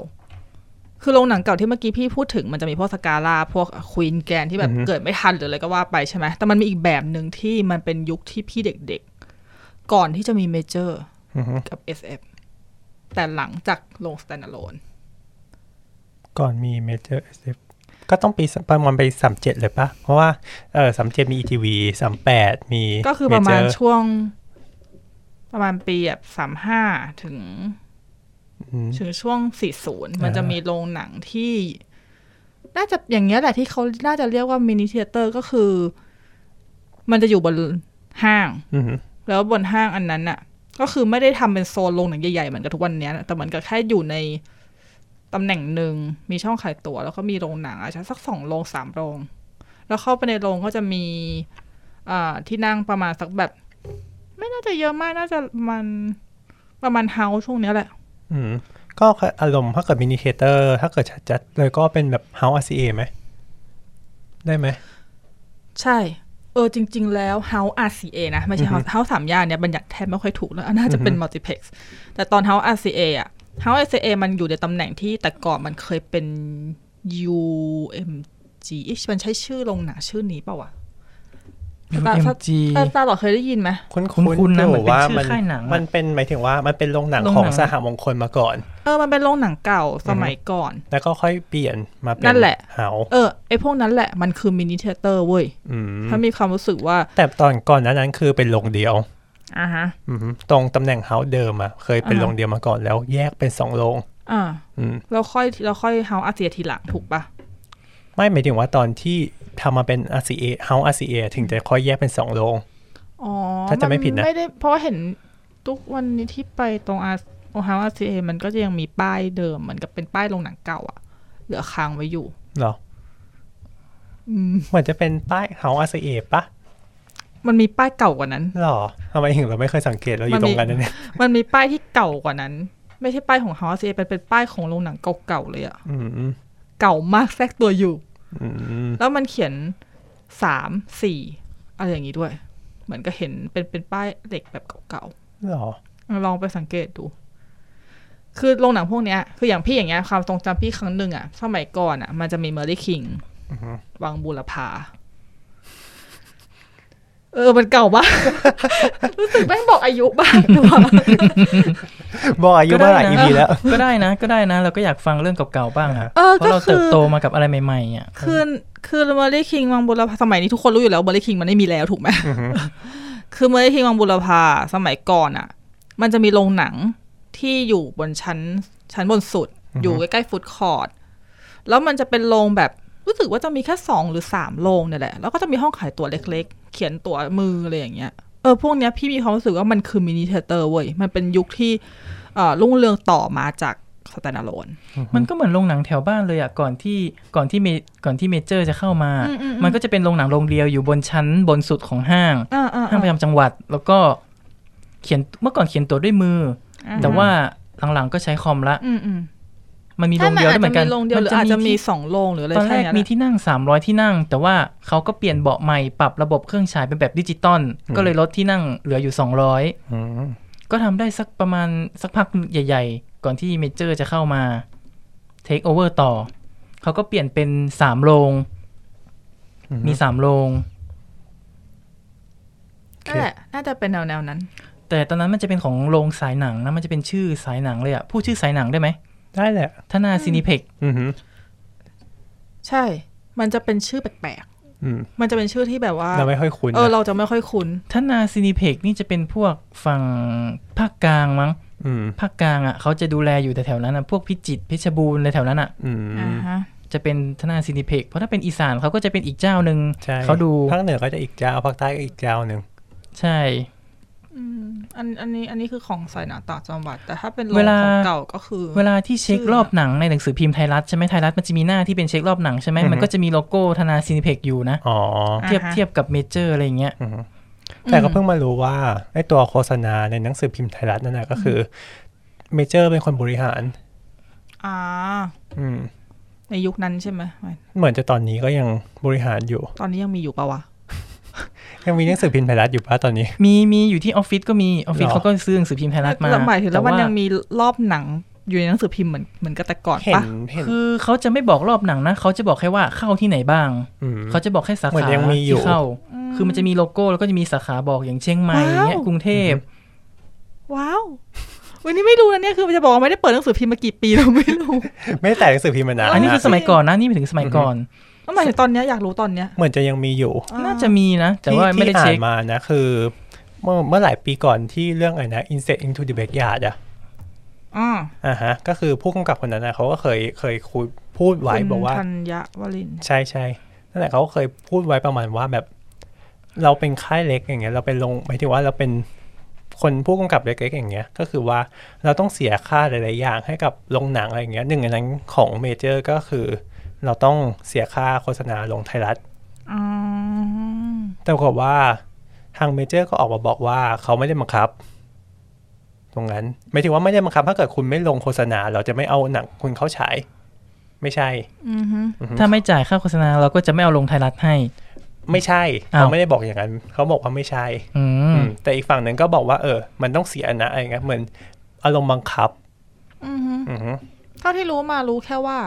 Speaker 4: คือโรงหนังเก่าที่เมื่อกี้พี่พูดถึงมันจะมีพวกสกาลาพวกควีนแกนที่แบบเกิดไม่ทันหรืออะไรก็ว่าไปใช่ไหมแต่มันมีอีกแบบหนึ่งที่มันเป็นยุคที่พี่เด็กๆ ก่อนที่จะมีเมเจอร์
Speaker 2: อืม
Speaker 4: กับ SF แต่หลังจากลง standalone
Speaker 2: ก่อนมีเมเจอร์เอฟก็ต้องปีสักประมาณไปสามเจ็ดเลยปะเพราะว่าเออสามเจ็ดมีอีทีวีสามแปดมี
Speaker 4: ก็คือประมาณ
Speaker 2: เจอ
Speaker 4: ช่วง ประมาณปีแบบสามห้าถึง
Speaker 2: อืม
Speaker 4: ถึงช่วงสี่ศูนย์
Speaker 2: อ่ามั
Speaker 4: มันจะมีโรงหนังที่ น่าจะอย่างเงี้ยแหละที่เขาน่าจะเรียกว่ามินิเทเตอร์ก็คือ มันจะอยู่บนห้าง
Speaker 2: อืม
Speaker 4: แล้วบนห้างอันนั้นน่ะ ก็คือไม่ได้ทำเป็นโซนโรงหนังใหญ่ๆเหมือนกับทุกวันเนี้ยนะแต่เหมือนกับแค่อยู่ในตำแหน่งหนึ่งมีช่องขายตั๋วแล้วก็มีโรงหนังอาจจะสักสองโรงสามโรง แล้วเข้าไปในโรงก็จะมีอ่าที่นั่งประมาณสักแบบ ไม่น่าจะเยอะมากน่าจะมันประมาณเฮาช่วงเนี้ยแหละ
Speaker 2: อืมก็อารมณ์ถ้าเกิดมินิเทเตอร์ถ้าเกิดจัดๆเลยก็เป็นแบบเฮาส์อาซีเอไหมได้ไหม
Speaker 4: ใช่ เออจริง ๆ แล้ว House RCA นะ ไม่ใช่ House House สามย่านเนี่ยบัญญัติแทบไม่ค่อยถูกแล้ว น่าจะเป็น Multiplex แต่ตอน House RCA อะ House RCA มันอยู่ในตำแหน่งที่แต่ก่อนมันเคยเป็น UMG เอ๊ะมันใช้ชื่อลงหนังชื่อนี้เปล่าวะ
Speaker 3: UMG
Speaker 4: เออตาหลอดเคยได้ยินไหม
Speaker 2: คุ้น
Speaker 3: คุ้นๆนะ
Speaker 2: ยู่
Speaker 3: เหมือนเป็น
Speaker 2: ว่า
Speaker 3: ชื่อค่ายหนังอะ
Speaker 2: มันเป็นหมายถึงว่ามันเป็นโรงหนัง
Speaker 3: โรงหนัง
Speaker 2: ของสหมงคลมาก่อน
Speaker 4: เออมันเป็นโรงหนังเก่าสมัยก่อน
Speaker 2: แล้วก็ค่อยเปลี่ยนมาเป็น
Speaker 4: นั่นแหละ
Speaker 2: เฮา
Speaker 4: เออไอพวกนั้นแหละมันคือมินิเทเตอร์เว้ย
Speaker 2: อืม
Speaker 4: ถ้ามีความรู้สึกว่า
Speaker 2: แต่ตอนก่อนหนั้นนั้นคือเป็นโรงเดียว
Speaker 4: อ่าฮะ
Speaker 2: อืมตรงตำแหน่งเฮาเดิมอะเคยเป็น
Speaker 4: อ่าฮะ
Speaker 2: โรงเดียวมาก่อนแล้วแยกเป็นสองโรง
Speaker 4: อ่า
Speaker 2: อืม
Speaker 4: เราค่อยเราค่อย House RCA ทีหลังถูกปะ
Speaker 2: ไม่หมายถึงว่าตอนที่ทำมาเป็น RCA เฮา RCA ถึงจะค่อยแยกเป็นสองโรง
Speaker 4: อ๋อ
Speaker 2: ถ้าจะไม่ผิดนะ
Speaker 4: ไม่ได้เพราะเห็นทุกวันนี้ที่ไปตรงอาโอฮาวอาซีเอมันก็จะยังมีป้ายเดิมเหมือนกับเป็นป้ายโรงหนังเก่าอะเหลือค้างไว้อยู่
Speaker 2: เหรอ
Speaker 4: อืม
Speaker 2: เหมือนจะเป็นป้ายเฮา RCA ปะ
Speaker 4: มันมีป้ายเก่ากว่านั้น
Speaker 2: เหรอทำไมถึงเราไม่เคยสังเกตเราอยู่ตรงกันนะเนี่ย
Speaker 4: มันมีป้ายที่เก่ากว่านั้น ไม่ใช่ป้ายของฮาวอาซีเอเป็นเป็นป้ายของโรงหนังเก่าๆเลยอะ
Speaker 2: อืมอืม
Speaker 4: เก่ามากแทรกตัวอยู่
Speaker 2: อืม
Speaker 4: แล้วมันเขียนสามสี่อะไรอย่างงี้ด้วย เหมือนก็เห็นเป็นเป็นป้ายเหล็กแบบเก่าๆ
Speaker 2: เหรอ
Speaker 4: ลองไปสังเกตดู คือโรงหนังพวกเนี้ย คืออย่างพี่อย่างเงี้ยความทรงจำพี่ครั้งหนึ่งอะสมัยก่อนอะมันจะมีเมอร์ลี่คิง
Speaker 2: อืม
Speaker 4: วังบุรพา เออ มัน เก่ามาก รู้สึกแม่งบอกอายุบ้างด้วย
Speaker 2: บอกอายุมาหลาย
Speaker 3: ก็
Speaker 2: EP
Speaker 3: ได้นะ
Speaker 2: แล้ว
Speaker 3: ก็ได้นะ ก็ได้นะ เราก็อยากฟังเรื่องเก่าๆบ้างอะ
Speaker 4: เออ
Speaker 3: เพราะเรา
Speaker 4: ก็คือ
Speaker 3: เติบโตมากับอะไรใหม่ๆอ่ะ
Speaker 4: คือคือเมอร์ลี่คิงวังบุรพาสมัยนี้ทุกคนรู้อยู่แล้วเมอร์ลี่คิงมันไม่มีแล้วถูกไหม
Speaker 2: อือฮึ
Speaker 4: คือเมอร์ลี่คิงวังบุรพาสมัยก่อนอะมันจะมีโรงหนังที่อยู่บนชั้นชั้นบนสุด อยู่ใกล้ๆฟู้ดคอร์ทแล้วมันจะเป็นโรงแบบรู้สึกว่าจะมีแค่สองหรือสามโรงเนี่ยแหละ แล้วก็จะมีห้องขายตั๋วเล็กๆ เขียนตั๋วมืออะไรอย่างเงี้ยเออพวกเนี้ยพี่มีความรู้สึกว่ามันคือมินิเทเตอร์เว้ยมันเป็นยุคที่เอ่อรุ่งเรืองต่อมาจากสแตนด์อะโลน
Speaker 3: มันก็เหมือนโรงหนังแถวบ้านเลยอ่ะก่อนที่ก่อนที่เมก่อนที่เมเจอร์จะเข้ามา
Speaker 4: อืมอืมอืม
Speaker 3: มันก็จะเป็นโรงหนังโรงเดียวอยู่บนชั้นบนสุดของห้าง
Speaker 4: อ่าอ่า
Speaker 3: ห้างประจำจังหวัดแล้วก็เขียนเมื่อก่อนเขียนตัวด้วยมืออแต่ว่าหลังๆก็ใช้คอมละ
Speaker 4: อืมอืม
Speaker 3: มันมีโร
Speaker 4: ถ้างมัน
Speaker 3: เดียว
Speaker 4: อา
Speaker 3: ได้
Speaker 4: จ
Speaker 3: เหมื
Speaker 4: จะ
Speaker 3: อนกั
Speaker 4: มี
Speaker 3: น
Speaker 4: โรงเดียวหรืออาจจะมีสองโรงหรืออะไร
Speaker 3: ตอนแร
Speaker 4: แค่
Speaker 3: ก
Speaker 4: นั้นแห
Speaker 3: มี
Speaker 4: ละ
Speaker 3: ที่นั่ง 300 ที่นั่ง แต่ว่าเขาก็เปลี่ยนเบาะใหม่ปรับระบบเครื่องฉายเป็นแบบดิจิตอล
Speaker 2: อืม
Speaker 3: ก็เลยลดที่นั่งเหลืออยู่
Speaker 2: อืม
Speaker 3: 200 ก็ทำได้สักประมาณสักพักใหญ่ๆ ก่อนที่เมเจอร์จะเข้ามาเทคโอเวอร์ต่อ เขาก็เปลี่ยนเป็น 3 โรง
Speaker 2: อืม
Speaker 3: มี 3 โรง
Speaker 4: แหละ น่าจะเป็นแนวแนวๆนั้น
Speaker 3: แต่ตอนนั้นมันจะเป็นของโรงสายหนังนะมันจะเป็นชื่อสายหนังเลยอะพูดชื่อสายหนังได้ไหม
Speaker 2: ได้แหละ
Speaker 3: ธนาซินิเพก
Speaker 2: อือหือ
Speaker 4: ใช่ มันจะเป็นชื่อแปลก
Speaker 2: อืม
Speaker 4: ๆ มันจะเป็นชื่อที่แบบว่า
Speaker 2: เราไม่ค่อยคุ้น
Speaker 4: เออ
Speaker 2: นะ
Speaker 4: เราจะไม่ค่อยคุ้น
Speaker 3: ธนาซินิเพกนี่จะเป็นพวกฝั่งภาคกลางมั้ง
Speaker 2: อืม
Speaker 3: ภาคกลางอะเขาจะดูแลอยู่แถวๆนั้นอะพวกพิจิตรเพชรบูรณ์อะไรแถวนั้นอะ
Speaker 2: อืม
Speaker 4: อ่าฮะ
Speaker 3: จะเป็นธนาซินิเพกเพราะถ้าเป็นอีสานเขาก็จะเป็นอีกเจ้าหนึ่ง
Speaker 2: ใช่
Speaker 3: เขาดู
Speaker 2: ภาคเหนือก็จะอีกเจ้าภาคใต้ก็อีกเจ้าหนึ่ง
Speaker 3: ใช่
Speaker 4: อืมอันอันนี้อันนี้คือของสายหนังต่างจังหวัด แต่ถ้าเป็นโรง
Speaker 3: เวลา
Speaker 4: ของเก่าก็คือ
Speaker 3: เวลาที่เช็ครอบหนังในหนังสือพิมพ์ไทยรัฐใช่ไหมไทยรัฐมันจะมีหน้าที่เป็นเช็ครอบหนังใช่ไหมมันก็จะมีโลโก้ธนาซินิเพกอยู่นะ
Speaker 2: อ๋อ
Speaker 3: เทียบ
Speaker 4: อ่าฮะ
Speaker 3: เทียบกับเมเจอร์อะไรอย่างเงี้ย
Speaker 2: อือหือแต่ก็เพิ่งมารู้ว่าไอตัวโฆษณาในหนังสือพิมพ์ไทยรัฐนั่นนะก็คือเมเจอร์เป็นคนบริหาร
Speaker 4: อ่า
Speaker 2: อืม
Speaker 4: ในยุคนั้นใช่ไหม
Speaker 2: เหมือนจะตอนนี้ก็ยังบริหารอยู่
Speaker 4: ตอนนี้ยังมีอยู่ปะวะ
Speaker 2: ยังมีหนังสือพิมพ์ไทยรัฐอยู่ป่ะตอนนี้
Speaker 3: มีมีอยู่ที่ออฟฟิศก็มีออฟฟิศ
Speaker 2: หรอ
Speaker 3: เขาก็ซื้อหนังสือพิมพ์ไทยรัฐมา
Speaker 4: แล้วหมายถึงแล้วมัน
Speaker 3: ต่
Speaker 4: ยังมีรอบหนังอยู่ในหนังสือพิมพ์เหมือนเหมือนกับแต่ก่อน
Speaker 2: เห็
Speaker 4: ปะ
Speaker 2: นเห็น
Speaker 3: คือเขาจะไม่บอกรอบหนังนะเขาจะบอกแค่ว่าเข้าที่ไหนบ้าง
Speaker 2: ม
Speaker 3: เขาจะบอกแค่สา
Speaker 2: เหมือ
Speaker 3: ขาท
Speaker 2: นยังมีอยู่
Speaker 3: ี่เข้า คือมันจะมีโลโก้แล้วก็จะมีสาขาบอกอย่างเชียงใหม่อย่างเงี้ยกรุงเทพ
Speaker 4: ว้ าววันนี้ไม่รู้นะเนี่ยคือจะบอกว่าไม่ได้เปิดหนังสือพิมพ์มากี่ปีแล้วไม่ รู้
Speaker 2: ไม่ได้แต่หนังสือพิมพ์มานาน
Speaker 3: อันนี้คือ
Speaker 2: นะ
Speaker 3: สมัยก่อนนะนี่ไปถึงสมัยก่อน
Speaker 4: แล้วหมายถึงตอนเนี้ยอยากรู้ตอนเนี้ย
Speaker 2: เหมือนจะยังมีอยู่
Speaker 3: น่าจะมีนะ แต่ว่า
Speaker 2: ที่
Speaker 3: ไม่ได้
Speaker 2: ที่อ่า
Speaker 3: เช็
Speaker 2: น
Speaker 3: ค
Speaker 2: มานะคือเมื่อเมื่อหลายปีก่อนที่เรื่องอะไรนะ Insect into the Backyard อะ
Speaker 4: อ่า
Speaker 2: อ่าฮะ ก็คือผู้กำกับคนนั้นนะเขาก็เคยเคยคุยพูดไว้
Speaker 4: คุณ
Speaker 2: บอกว่า
Speaker 4: ธัญวรินทร์
Speaker 2: ใช่ใช่นั่นแหละเขาเคยพูดไว้ประมาณว่าแบบ เราเป็นค่ายเล็กอย่างเงี้ย เราเป็นลงหมายถึงว่าเราเป็นคนผู้กำกับเล็กๆอย่างเงี้ย ก็คือว่าเราต้องเสียค่าหลายๆอย่างให้กับโรงหนังอะไรอย่างเงี้ยหนึ่งในนั้นของเมเจอร์ก็คือ เราต้องเสียค่าโฆษณาลงไทยรัฐ
Speaker 4: อ๋อ
Speaker 2: แต่ปรากฏว่าทางเมเจอร์ก็ออกมาบอกว่าเขาไม่ได้บังคับ ตรงนั้นหมายถึงว่าไม่ได้บังคับถ้าเกิดคุณไม่ลงโฆษณา เราจะไม่เอาหนังคุณเข้าฉายไม่ใช่
Speaker 4: อือฮึ
Speaker 3: ถ้าไม่จ่ายค่าโฆษณาเราก็จะไม่เอาลงไทยรัฐให้
Speaker 2: ไม่ใช่
Speaker 3: อ้าว
Speaker 2: เขาไม่ได้บอกอย่างนั้นเขาบอกว่าไม่ใช่
Speaker 3: อืม
Speaker 2: อืมแต่อีกฝั่งหนึ่งก็บอกว่าเออ มันต้องเสียนะอะไรเงี้ยเหมือนอารมณ์บังคับ
Speaker 4: อือฮึ
Speaker 2: อือฮึ
Speaker 4: เท่าที่รู้มารู้แค่ว่า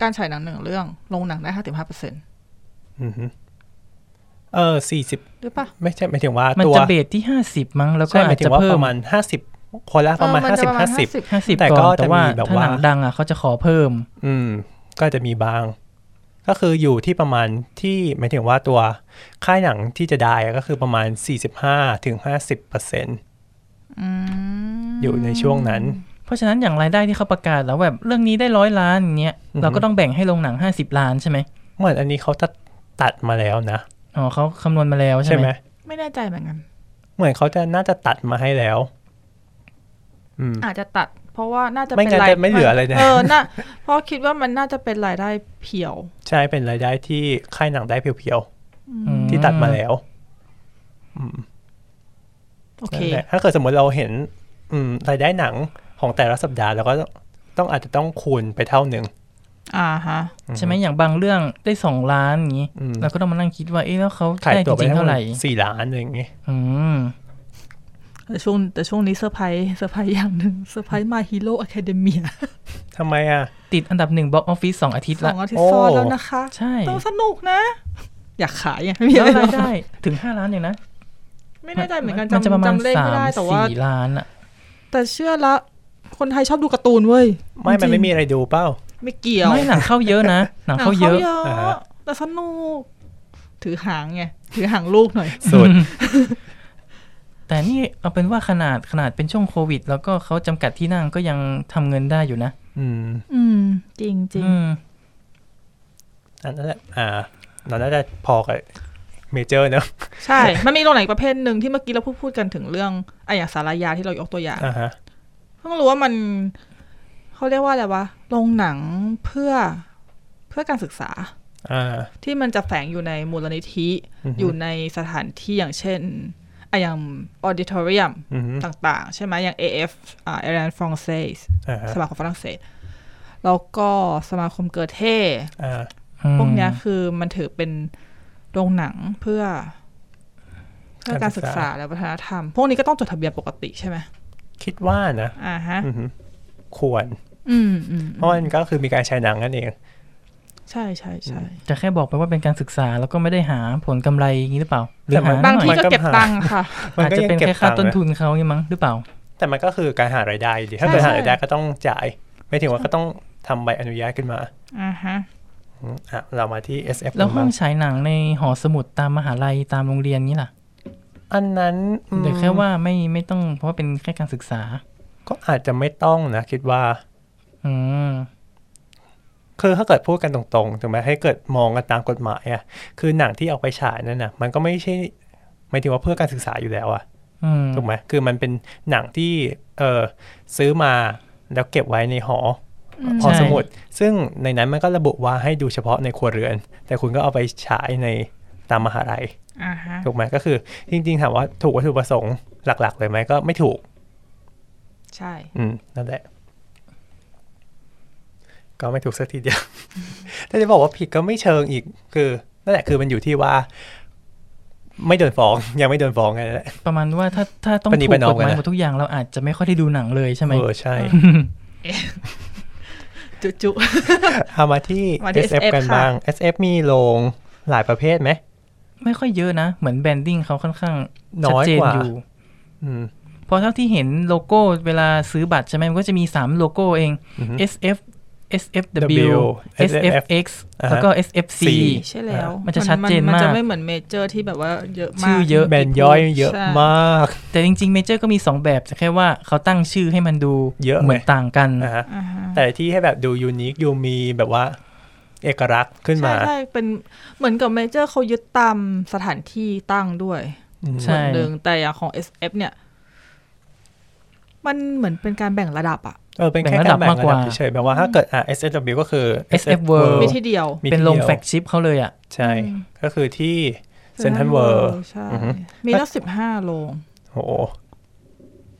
Speaker 4: การฉายหนังหนึ่งเรื่องลงหนังได้ห้าสิบห้าเปอร์เซ็นต์
Speaker 2: อือฮึเออสี่สิบ
Speaker 4: หรือปะ
Speaker 2: ไม่ใช่หมายถึงว่า
Speaker 3: มัน
Speaker 2: ตัว
Speaker 3: จะเบสที่ห้าสิบมั้งแล้วก็
Speaker 2: ใช่หมา
Speaker 3: อาย จ
Speaker 2: ถึ
Speaker 3: จะ
Speaker 2: งว่า
Speaker 3: เพิ่
Speaker 2: ป
Speaker 3: ม
Speaker 2: ระมาณห้าสิบคนละประมาณ
Speaker 4: เออ
Speaker 2: ห้าสิบ
Speaker 4: นจะประมาณ
Speaker 2: ห้าสิบ
Speaker 3: ห้าสิบ
Speaker 2: แต่ก็
Speaker 3: ก่อนแต่ว่า
Speaker 2: จะมีแบบ
Speaker 3: ถ้าหนัง
Speaker 2: ว่า
Speaker 3: ดังอ่ะเขาจะขอเพิ่ม
Speaker 2: อืม ก็อาจจะมีบาง ก็คืออยู่ที่ประมาณที่หมายถึงว่าตัวค่ายหนังที่จะได้อะก็คือประมาณสี่สิบห้าถึงห้าสิบเปอร์เซ็นต์
Speaker 4: อืม
Speaker 2: อยู่ในช่วงนั้น
Speaker 3: เพราะฉะนั้นอย่างรายได้ที่เขาประกาศแล้วแบบเรื่องนี้ได้ร้อยล้านอย่างเงี้ย
Speaker 2: อือฮึ
Speaker 3: เราก็ต้องแบ่งให้โรงหนังห้าสิบล้านใช่ไหม
Speaker 2: เหมือนอันนี้เขาตัดตัดมาแล้วนะ
Speaker 3: อ๋อเขาคำนวณมาแล้วใช่
Speaker 2: ใช่
Speaker 3: ไห
Speaker 2: ไห
Speaker 3: ม
Speaker 2: ม
Speaker 4: ไม่แน่ใจเหมือนกัน
Speaker 2: เหมือนเขาจะน่าจะตัดมาให้แล้ว อืม
Speaker 4: อาจจะตัด เพราะว่าน่าจะ
Speaker 2: ไม่งั้น
Speaker 4: ป็าย
Speaker 2: จะไม่เหลืออะไรนะ
Speaker 4: เออน่าเพราะคิดว่ามันน่าจะเป็นรายได้เพียว
Speaker 2: ใช่เป็นรายได้ที่ค่ายหนังได้เพียว
Speaker 3: อืม
Speaker 2: ๆ ที่ตัดมาแล้วอืม
Speaker 4: โอเค
Speaker 2: นั่นแหละถ้าเกิดสมมติเราเห็น อืมรายได้หนังของแต่ละสัปดาห์เราก็ต้องอาจจะต้องคูณไปเท่าหนึ่ง
Speaker 4: อ่าฮะ
Speaker 3: ใช่ไหมอย่างบางเรื่องได้สองล้านอย่างงี้
Speaker 2: อืม
Speaker 3: เราก็ต้องมานั่งคิดว่าเอ๊ะแล้วเขา
Speaker 2: ขาย
Speaker 3: ได้จ
Speaker 2: ตัวไป
Speaker 3: ริงๆ
Speaker 2: เท่า
Speaker 3: เท่า
Speaker 2: ไห
Speaker 3: ไห
Speaker 2: ร่
Speaker 3: ร่
Speaker 2: สี่ล้านอะไรอย่างงี้
Speaker 3: อืม
Speaker 4: แต่ช่วงแต่ช่วงนี้เซอร์ไพรส์เซอร์ไพรส์อย่างหนึ่งเซอร์ไพรส์มาฮีโร่อะคาเดมี
Speaker 2: ทำไมอ่ะ
Speaker 3: ติดอันดับหนึ่งบ็อกออฟฟิศสองอาทิตย์
Speaker 4: สอ
Speaker 3: ละ
Speaker 4: งอาทิตย์ซ้อน
Speaker 2: โอ้
Speaker 4: แล้วนะคะ
Speaker 3: ใช่
Speaker 4: ต้องสนุกนะ อยากขายไงไม่มี
Speaker 3: แล้
Speaker 4: อะ
Speaker 3: ว
Speaker 4: ไร
Speaker 3: รายได้ถึงห้าล้านอย่างนะ
Speaker 4: ไม่แน่ใจเหมือนกัน
Speaker 3: มันจะประ
Speaker 4: จำ
Speaker 3: มาณ
Speaker 4: จำเลข
Speaker 3: สา
Speaker 4: ไม่
Speaker 3: ม
Speaker 4: ได้แต่ว่า
Speaker 3: สี่ล้านอะ
Speaker 4: แต่เชื่อละ คนไทยชอบดูการ์ตูนเว้ย
Speaker 2: ไม่ มันไม่มีอะไรดูเป้า
Speaker 4: ไม่เกี่ยว
Speaker 3: ไม่หนังเข้าเยอะ นะหนังเข้าเยอะ
Speaker 4: หนังเข้าเย
Speaker 2: อ่าฮะ
Speaker 4: อะแต่สนุก ถือหางไงถือหางลูกหน่อย
Speaker 2: สุด
Speaker 3: แต่นี่เอาเป็นว่าขนาดขนาดเป็นช่วงโควิด แล้วก็เขาจำกัดที่นั่งก็ยังทำเงินได้อยู่นะ
Speaker 2: อืม
Speaker 4: อืม จริงจริง
Speaker 3: อืม
Speaker 2: อันนั้นแหละอ่าเราน่าจะพอกับเมเจอร์เนอะ
Speaker 4: ใช่ มันมีโรงหนังอีกประเภทหนึ่งที่เมื่อกี้เราพูดพูดกันถึงเรื่องไอ้อย่างสารยาที่เรายกตัวอย่าง
Speaker 2: อ่าฮะ
Speaker 4: เพิ่งรู้ว่ามันเขาเรียกว่าอะไรวะ โรงหนังเพื่อเพื่อการศึกษา
Speaker 2: อ่า
Speaker 4: ที่มันจะแฝงอยู่ในมูลนิธิ
Speaker 2: อือฮึ
Speaker 4: อยู่ในสถานที่อย่างเช่นไอะอย่างออดิทอเรียม
Speaker 2: อืมฮึ
Speaker 4: ต่างๆ ใช่ไหมอย่าง AF อ่าเอรันฟรองเซส
Speaker 2: อ่าฮะ
Speaker 4: สมาคมฝรั่งเศส แล้วก็สมาคมเกอเท่
Speaker 2: อ่า
Speaker 4: พวกเนี้ยคือมันถือเป็นโรงหนังเพื่อ เพื่อการศึกษาและวัฒนธรรม พวกนี้ก็ต้องจดทะเบียนปกติใช่ไหม
Speaker 2: คิดว่านะ
Speaker 4: อ่าฮะ
Speaker 2: อืมฮึควร
Speaker 4: อืมอืม
Speaker 2: เพราะมันก็คือมีการใช้หนังนั่นเอง
Speaker 4: ใช่ใช่ใช่
Speaker 3: จะแค่บอกไปว่าเป็นการศึกษาแล้วก็ไม่ได้หาผลกำไรอย่างนี้หรือเปล่า หรือหา
Speaker 4: บาง
Speaker 3: หน่อย
Speaker 4: ที่
Speaker 2: มัน
Speaker 4: ก็
Speaker 2: ก็
Speaker 4: เก็บ
Speaker 2: หา
Speaker 4: ตังค์ค่ะ
Speaker 2: มัน
Speaker 3: อาจ
Speaker 2: ก็
Speaker 3: จะ
Speaker 2: ยัง
Speaker 3: เป็น
Speaker 2: เก็บ
Speaker 3: แค่ค่า
Speaker 2: ตังค์
Speaker 3: ต้น
Speaker 2: นะ
Speaker 3: ทุนเขาอย่างมั้งหรือเปล่า
Speaker 2: แต่มันก็คือการหารายได้อยู่ดีถ้าเกิด
Speaker 4: ใช่
Speaker 2: หารายได้ก็ต้องจ่าย ไม่ถึงว่าก็ต้องทำใบอนุญาตขึ้นมา
Speaker 4: อ่าฮะ
Speaker 2: อืมอ่ะเรามาที่ SF
Speaker 3: แล้วห้
Speaker 2: บ้า
Speaker 3: อง งฉายหนังในหอสมุดตามมหาลัยตามโรงเรียนนี้ล่ะ
Speaker 2: อันนั้นอืม
Speaker 3: เดี๋ยวแค่ว่าไม่ไม่ต้องเพราะว่าเป็นแค่การศึกษา
Speaker 2: ก็อาจจะไม่ต้องนะคิดว่า
Speaker 3: อืม
Speaker 2: คือถ้าเกิดพูดกันตรงๆถูกไหมให้เกิดมองกันตามกฎหมายอะคือหนังที่เอาไปฉายนั่นนะมันก็ไม่ใช่หมายถึงว่าเพื่อการศึกษาอยู่แล้วอะ
Speaker 3: อืม
Speaker 2: ถูกไหมคือมันเป็นหนังที่เออซื้อมาแล้วเก็บไว้ในหอหอสมุด ซึ่งในนั้นมันก็ระบุว่าให้ดูเฉพาะในครัวเรือน แต่คุณก็เอาไปฉายในตามมหาลัย
Speaker 4: อ่าฮะ
Speaker 2: ถูกไหมก็คือจริงๆถามว่าถูกวัตถุประสงค์หลัก ๆ เลยไหมก็ไม่ถูก
Speaker 4: ใช่
Speaker 2: อืมนั่นแหละ ก็ไม่ถูกสักทีเดียว ถ้าจะบอกว่าผิดก็ไม่เชิงอีก คือนั่นแหละคือมันอยู่ที่ว่า ไม่โดนฟ้อง ยังไม่โดนฟ้องไงนั่นแหละ
Speaker 3: ประมาณว่าถ้าถ้าต้อง
Speaker 2: ประนี
Speaker 3: ถูก
Speaker 2: ประนอก
Speaker 3: กฎหมา
Speaker 2: กัน
Speaker 3: ย
Speaker 2: นะ
Speaker 3: หมดทุกอย่างเราอาจจะไม่ค่อยได้ดูหนังเลยใช่ไหม
Speaker 2: เออใช่
Speaker 4: จุจุ
Speaker 2: เอามาที่
Speaker 4: มาที่ SF
Speaker 2: SF กัน
Speaker 4: ค่ะ
Speaker 2: บ้าง SF มีโรงหลายประเภทไหม
Speaker 3: ไม่ค่อยเยอะนะ เหมือนแบรนดิ้งเขาค่อนข้าง
Speaker 2: น้
Speaker 3: ชัด
Speaker 2: อย
Speaker 3: เจน
Speaker 2: กว่า
Speaker 3: อยู่
Speaker 2: อืม
Speaker 3: เพราะเท่าที่เห็นโลโก้เวลาซื้อบัตรใช่ไหมมันก็จะมี 3 โลโก้เอง
Speaker 2: อือฮึ
Speaker 3: SF SFW
Speaker 2: W
Speaker 3: SFX
Speaker 2: อ่าฮะ
Speaker 3: แล้วก็ SFC
Speaker 4: ใช่แล้ว
Speaker 3: มันจะชัดเจน
Speaker 4: มันจะ
Speaker 3: มาก
Speaker 4: ไม่เหมือนเมเจอร์ที่แบบว่าเยอะมาก
Speaker 3: ชื่อเยอะ
Speaker 2: แบรนด์ย่อยเยอะ
Speaker 4: ใช่
Speaker 2: มาก
Speaker 3: แต่จริงๆ เมเจอร์ก็มี 2 แบบแต่แค่ว่าเขาตั้งชื่อให้มันดู
Speaker 2: เยอะไหม
Speaker 3: มือนต่างกัน
Speaker 2: นะฮะ
Speaker 4: อ่าฮะ
Speaker 2: แต่ที่ให้แบบดูยูนิคยูมีแบบว่า เอกลักษณ์ขึ้น
Speaker 4: ใช่
Speaker 2: มา
Speaker 4: ใช่เป็นเหมือนกับเมเจอร์เขายึดตามสถานที่ตั้งด้วย
Speaker 2: อืม
Speaker 3: ใช่
Speaker 4: ส่วนหนึ่งแต่อย่างของ SF เนี่ย มันเหมือนเป็นการแบ่งระดับอะ
Speaker 2: เออเป็นแค่กา
Speaker 3: แบ่งระ
Speaker 2: ร
Speaker 3: ดับ
Speaker 2: แบ่งระ
Speaker 3: มากก
Speaker 2: ดับ
Speaker 3: ว่า
Speaker 2: เฉยๆแบบว่าถ้าเกิดอ่ะ SFW ก็คือ
Speaker 3: SF World
Speaker 4: มีที่เดียว
Speaker 2: มี
Speaker 3: เป็น
Speaker 2: ที่
Speaker 3: ลง
Speaker 2: ดียว
Speaker 3: แฟกชิปเขาเลยอ่ะ
Speaker 2: ใช่
Speaker 4: อืม
Speaker 2: ก็คือที่ Central World
Speaker 4: ใช่
Speaker 2: อือฮึ
Speaker 4: มีตั้งสิบห้าโรง
Speaker 2: โห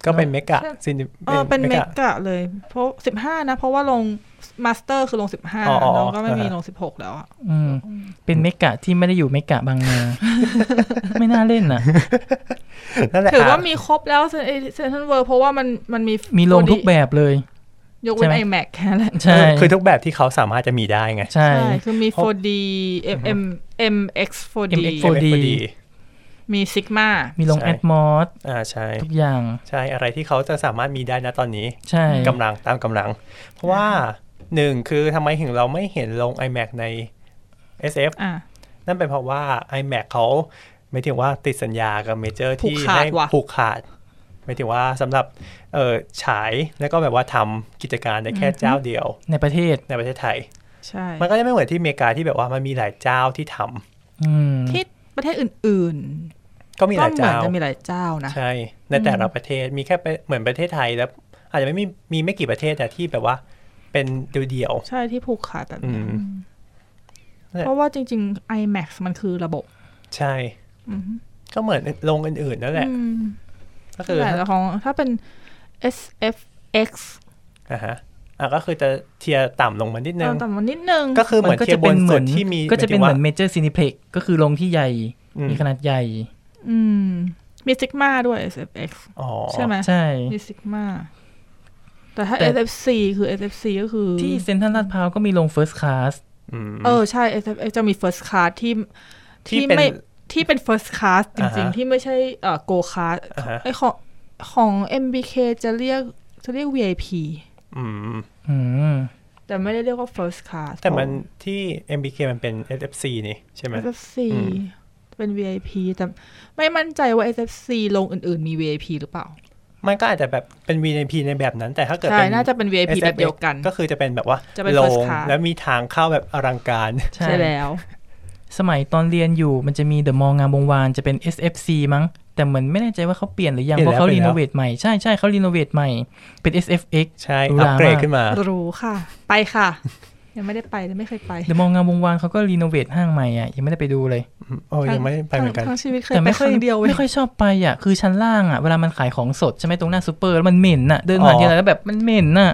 Speaker 2: ก็เป็นเมกะซิน
Speaker 4: เออเป็นเม
Speaker 2: ะ
Speaker 4: กะเลย เพราะสิบห้านะ เพราะว่าโรงมาสเตอร์คือโรงสิบห้า
Speaker 2: อ๋ออ๋อ
Speaker 4: แล้วก็ไม่มี
Speaker 2: อ่าฮะ
Speaker 4: โรงสิบหกแล้วอะ
Speaker 3: อืม เป็นเมกะที่ไม่ได้อยู่เมกะบางนา ไม่น่าเล่นอ่ะ
Speaker 2: นั่นแหละ
Speaker 4: ถือว่า
Speaker 2: ะ
Speaker 4: มีครบแล้วเซนทรัลเวิร์เพราะว่ามันมันมี
Speaker 3: มี
Speaker 4: มี
Speaker 3: ลงทุกแบบเลย
Speaker 4: ยกเว้
Speaker 3: ใช่
Speaker 4: น
Speaker 3: ไหม
Speaker 4: ไอแม็กแค่นั้นแหละ
Speaker 3: ใช่
Speaker 2: คือทุกแบบที่เขาสามารถจะมีได้ไง
Speaker 3: ใช่
Speaker 4: ใช่ คือมี
Speaker 2: เพราะ
Speaker 4: 4D M M M X 4D
Speaker 3: MX
Speaker 2: 4D
Speaker 4: มี Sigma
Speaker 3: มีลง
Speaker 2: ใช่
Speaker 3: แอดมอส
Speaker 2: อ่าใช่
Speaker 3: ทุกอย่าง
Speaker 2: ใช่ อะไรที่เขาจะสามารถมีได้นะตอนนี้
Speaker 3: ใช่
Speaker 2: กำลังตามกำลัง เพราะว่าหนึ่งคือทำไมถึงเราไม่เห็นลง iMac ใน SF
Speaker 4: อ่ะ
Speaker 2: นั่นเป็นเพราะว่า iMac เขาไม่ถึงว่าติดสัญญากับเมเจอร์ที่
Speaker 4: ผูกขาด
Speaker 2: ให้
Speaker 4: ว่ะ
Speaker 2: ผูกขาดไม่ถึงว่าสำหรับเออฉายแล้วก็แบบว่าทำกิจการได้แค่เจ้าเดียว
Speaker 3: ในประเทศ
Speaker 2: ในประเทศไทย
Speaker 4: ใช่
Speaker 2: มันก็จะไม่เหมือนที่อเมริกาที่แบบว่ามันมีหลายเจ้าที่ทำ
Speaker 3: อืม
Speaker 4: ที่ประเทศอื่น
Speaker 2: ก็มี
Speaker 4: ๆ
Speaker 2: ห
Speaker 4: ก็
Speaker 2: ลาย
Speaker 4: เหมือน
Speaker 2: เจ้า
Speaker 4: จะมีหลายเจ้านะ
Speaker 2: ใช่ ในแต่ละประเทศมีแค่ไปเหมือนประเทศไทยแล้ว อาจจะไม่มีมีไม่กี่ประเทศแต่ที่แบบว่าเป็นเดี่ยว
Speaker 4: ใช่ที่ผูกขาดแบบ
Speaker 2: ๆอื
Speaker 4: นี้
Speaker 2: ม ม
Speaker 4: เพราะว่าจริง ๆ IMAX มันคือระบบ
Speaker 2: ใช่
Speaker 4: อือฮึ
Speaker 2: ก็เหมือนลงอื่นๆนั่นแหละ
Speaker 4: อืม
Speaker 2: ก็คือ
Speaker 4: แต่ของถ้าเป็น SFX
Speaker 2: อ่ะฮะอ่ะก็คือจะเทียร์ต่ำลงมานิดนึง
Speaker 4: ต่ำมันนิดนึง
Speaker 2: ก็คือเหมือนเทียร์บนสุดที่มี
Speaker 3: ก็จะเป็
Speaker 2: ห
Speaker 3: นเห
Speaker 2: มาย
Speaker 3: มือ
Speaker 2: ถึง
Speaker 3: น
Speaker 2: ว่า
Speaker 3: เมเจอร์ซีนิเพล็กก็คือลงที่ใหญ่
Speaker 2: อืม
Speaker 3: มีขนาดใหญ่
Speaker 4: อืม มี Sigma ด้วย SFX
Speaker 2: อ๋อ
Speaker 4: ใช่ไหม
Speaker 3: ใช่
Speaker 4: มีซิกมาแต่ถ้า
Speaker 3: แต่
Speaker 4: SFC คือ SFC ก็คือ
Speaker 3: ที่เซ็นทรัลลาดพร้าวก็มีลงเฟิร์สคลาส
Speaker 2: อืม
Speaker 4: เออ ใช่ SFX จะมี first class ที่
Speaker 2: ที่
Speaker 4: ที่
Speaker 2: เป็น
Speaker 4: ไม่ที่เป็น first class จริง
Speaker 2: อ่าฮะ
Speaker 4: ๆ ที่ไม่ใช่เอ่อ go class
Speaker 2: อ่าฮะ
Speaker 4: ไอของของ MBK จะเรียกจะเรียก VIP
Speaker 2: อืม
Speaker 3: อืม
Speaker 4: แต่ไม่ได้เรียกว่า first class
Speaker 2: แต่มัน
Speaker 4: เพราะ
Speaker 2: ที่ MBK มันเป็น SFC นี่ใช่ไหม
Speaker 4: SFC
Speaker 2: อืม
Speaker 4: เป็น VIP แต่ไม่มั่นใจว่า SFC ลงอื่นๆ มี VIP หรือเปล่า
Speaker 2: มันก็อาจจะแบบเป็น VIP ในแบบนั้น แต่ถ้าเกิด
Speaker 4: ใช่
Speaker 2: เป็น
Speaker 4: น่าจะเป็น VIP
Speaker 2: SFX
Speaker 4: แบบเดียวกัน
Speaker 2: ก็คือจะเป็นแบบว่า
Speaker 4: จะเป็น
Speaker 2: โล
Speaker 4: first
Speaker 2: ง
Speaker 4: class
Speaker 2: แล้วมีทางเข้าแบบอลังการ
Speaker 3: ใช่
Speaker 4: ใช่แล้ว
Speaker 3: สมัยตอนเรียนอยู่มันจะมีเดอะมองงามวงวานจะเป็น SFC มั้ง แต่เหมือนไม่แน่ใจว่าเขาเปลี่ยนหรือยัง
Speaker 2: เปลี่
Speaker 3: เพ
Speaker 2: ยนแล้
Speaker 3: ราะ
Speaker 2: ว
Speaker 3: เขา
Speaker 2: เปลี่
Speaker 3: รี
Speaker 2: ยนแล้ว
Speaker 3: โนเวทใหม่ใช่ใช่เขารีโนเวทใหม่เป็น SFX
Speaker 2: ใช่
Speaker 3: หรูห
Speaker 2: อัป
Speaker 3: รา
Speaker 2: เกรด
Speaker 3: มาก
Speaker 2: ขึ้นมา
Speaker 4: รู้ค่ะ ไปค่ะ ยังไม่ได้ไปเลยไม่เคยไป
Speaker 3: เดอะมองงามวงวานเขาก็รีโนเวทห้างใหม่อ่ะยังไม่ได้ไปดูเลย
Speaker 2: โอ้ยยังไม่ได้ไปเหมือนกัน
Speaker 4: ทั้งชีวิตเคย
Speaker 3: แต่
Speaker 4: ไป
Speaker 3: ไม่
Speaker 4: ค
Speaker 3: ค่อย
Speaker 4: รั้งเดียวเว้ย
Speaker 3: ไม่ค่อยชอบไปอ่ะคือชั้นล่างอ่ะเวลามันขายของสดใช่ไหมตรงหน้าซูเปอร์แล้วมันเหม็นอ่ะเดินผ่าน
Speaker 2: อ๋อ
Speaker 3: ทีไรแล้วแบบมันเหม็นอ่ะ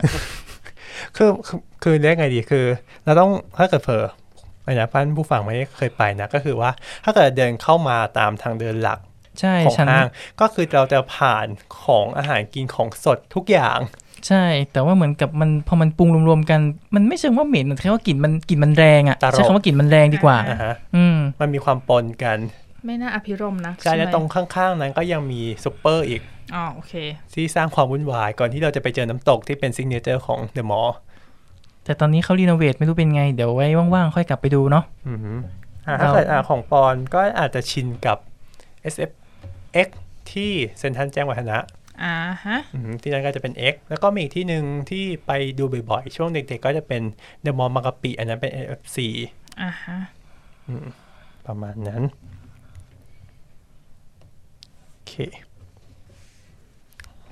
Speaker 2: คือคือคือเรียกไงดีคือเราต้องถ้าเกิดเผลอไอ้นะพันผู้ฟังไม่ได้เคยไปนะ ก็คือว่าถ้าเกิดเดินเข้ามาตามทางเดินหลัก
Speaker 3: ใช่
Speaker 2: ของ
Speaker 3: ชั้น
Speaker 2: ห้าง ก็คือเราจะผ่านของอาหารกินของสดทุกอย่าง
Speaker 3: ใช่ แต่ว่าเหมือนกับมันพอมันปรุงรวมๆกัน มันไม่เชิงว่าเหม็นแต่แค่ว่ากลิ่นมันกลิ่นมันแรงอ่ะ
Speaker 2: ตลก
Speaker 3: ใช้คำว่ากลิ่นมันแรงดีกว่า
Speaker 2: อ่าฮะ
Speaker 3: อืม
Speaker 2: มันมีความปนกัน
Speaker 4: ไม่น่าอภิรมย์นะ
Speaker 2: ใช่
Speaker 4: ไหม
Speaker 2: แล้วตรงข้างๆนั้นก็ยังมีซุปเปอร์อีก
Speaker 4: อ๋อโอเค
Speaker 2: ที่สร้างความวุ่นวายก่อนที่เราจะไปเจอน้ำตกที่เป็นซิงเนเจอร์ของเดอะมอลล์
Speaker 3: แต่ตอนนี้เขารีโนเวทไม่รู้เป็นไง เดี๋ยวไว้ว่างๆ ค่อยกลับไปดูเนาะ
Speaker 2: อือฮึอ่าถ้าเกิดอ่าของปอนก็อาจจะชินกับ SFX ที่เซนทรันแจ้งวัฒนะ
Speaker 4: อ่าฮะ
Speaker 2: อืมที่นั่นก็จะเป็น X แล้วก็มีอีกที่หนึ่งที่ไปดูบ่อยๆ ช่วงเด็กๆ ก็จะเป็นเดอะมอลล์บางกะปิอันนั้นเป็น FC
Speaker 4: อ่าฮะ
Speaker 2: ประมาณนั้น โอเค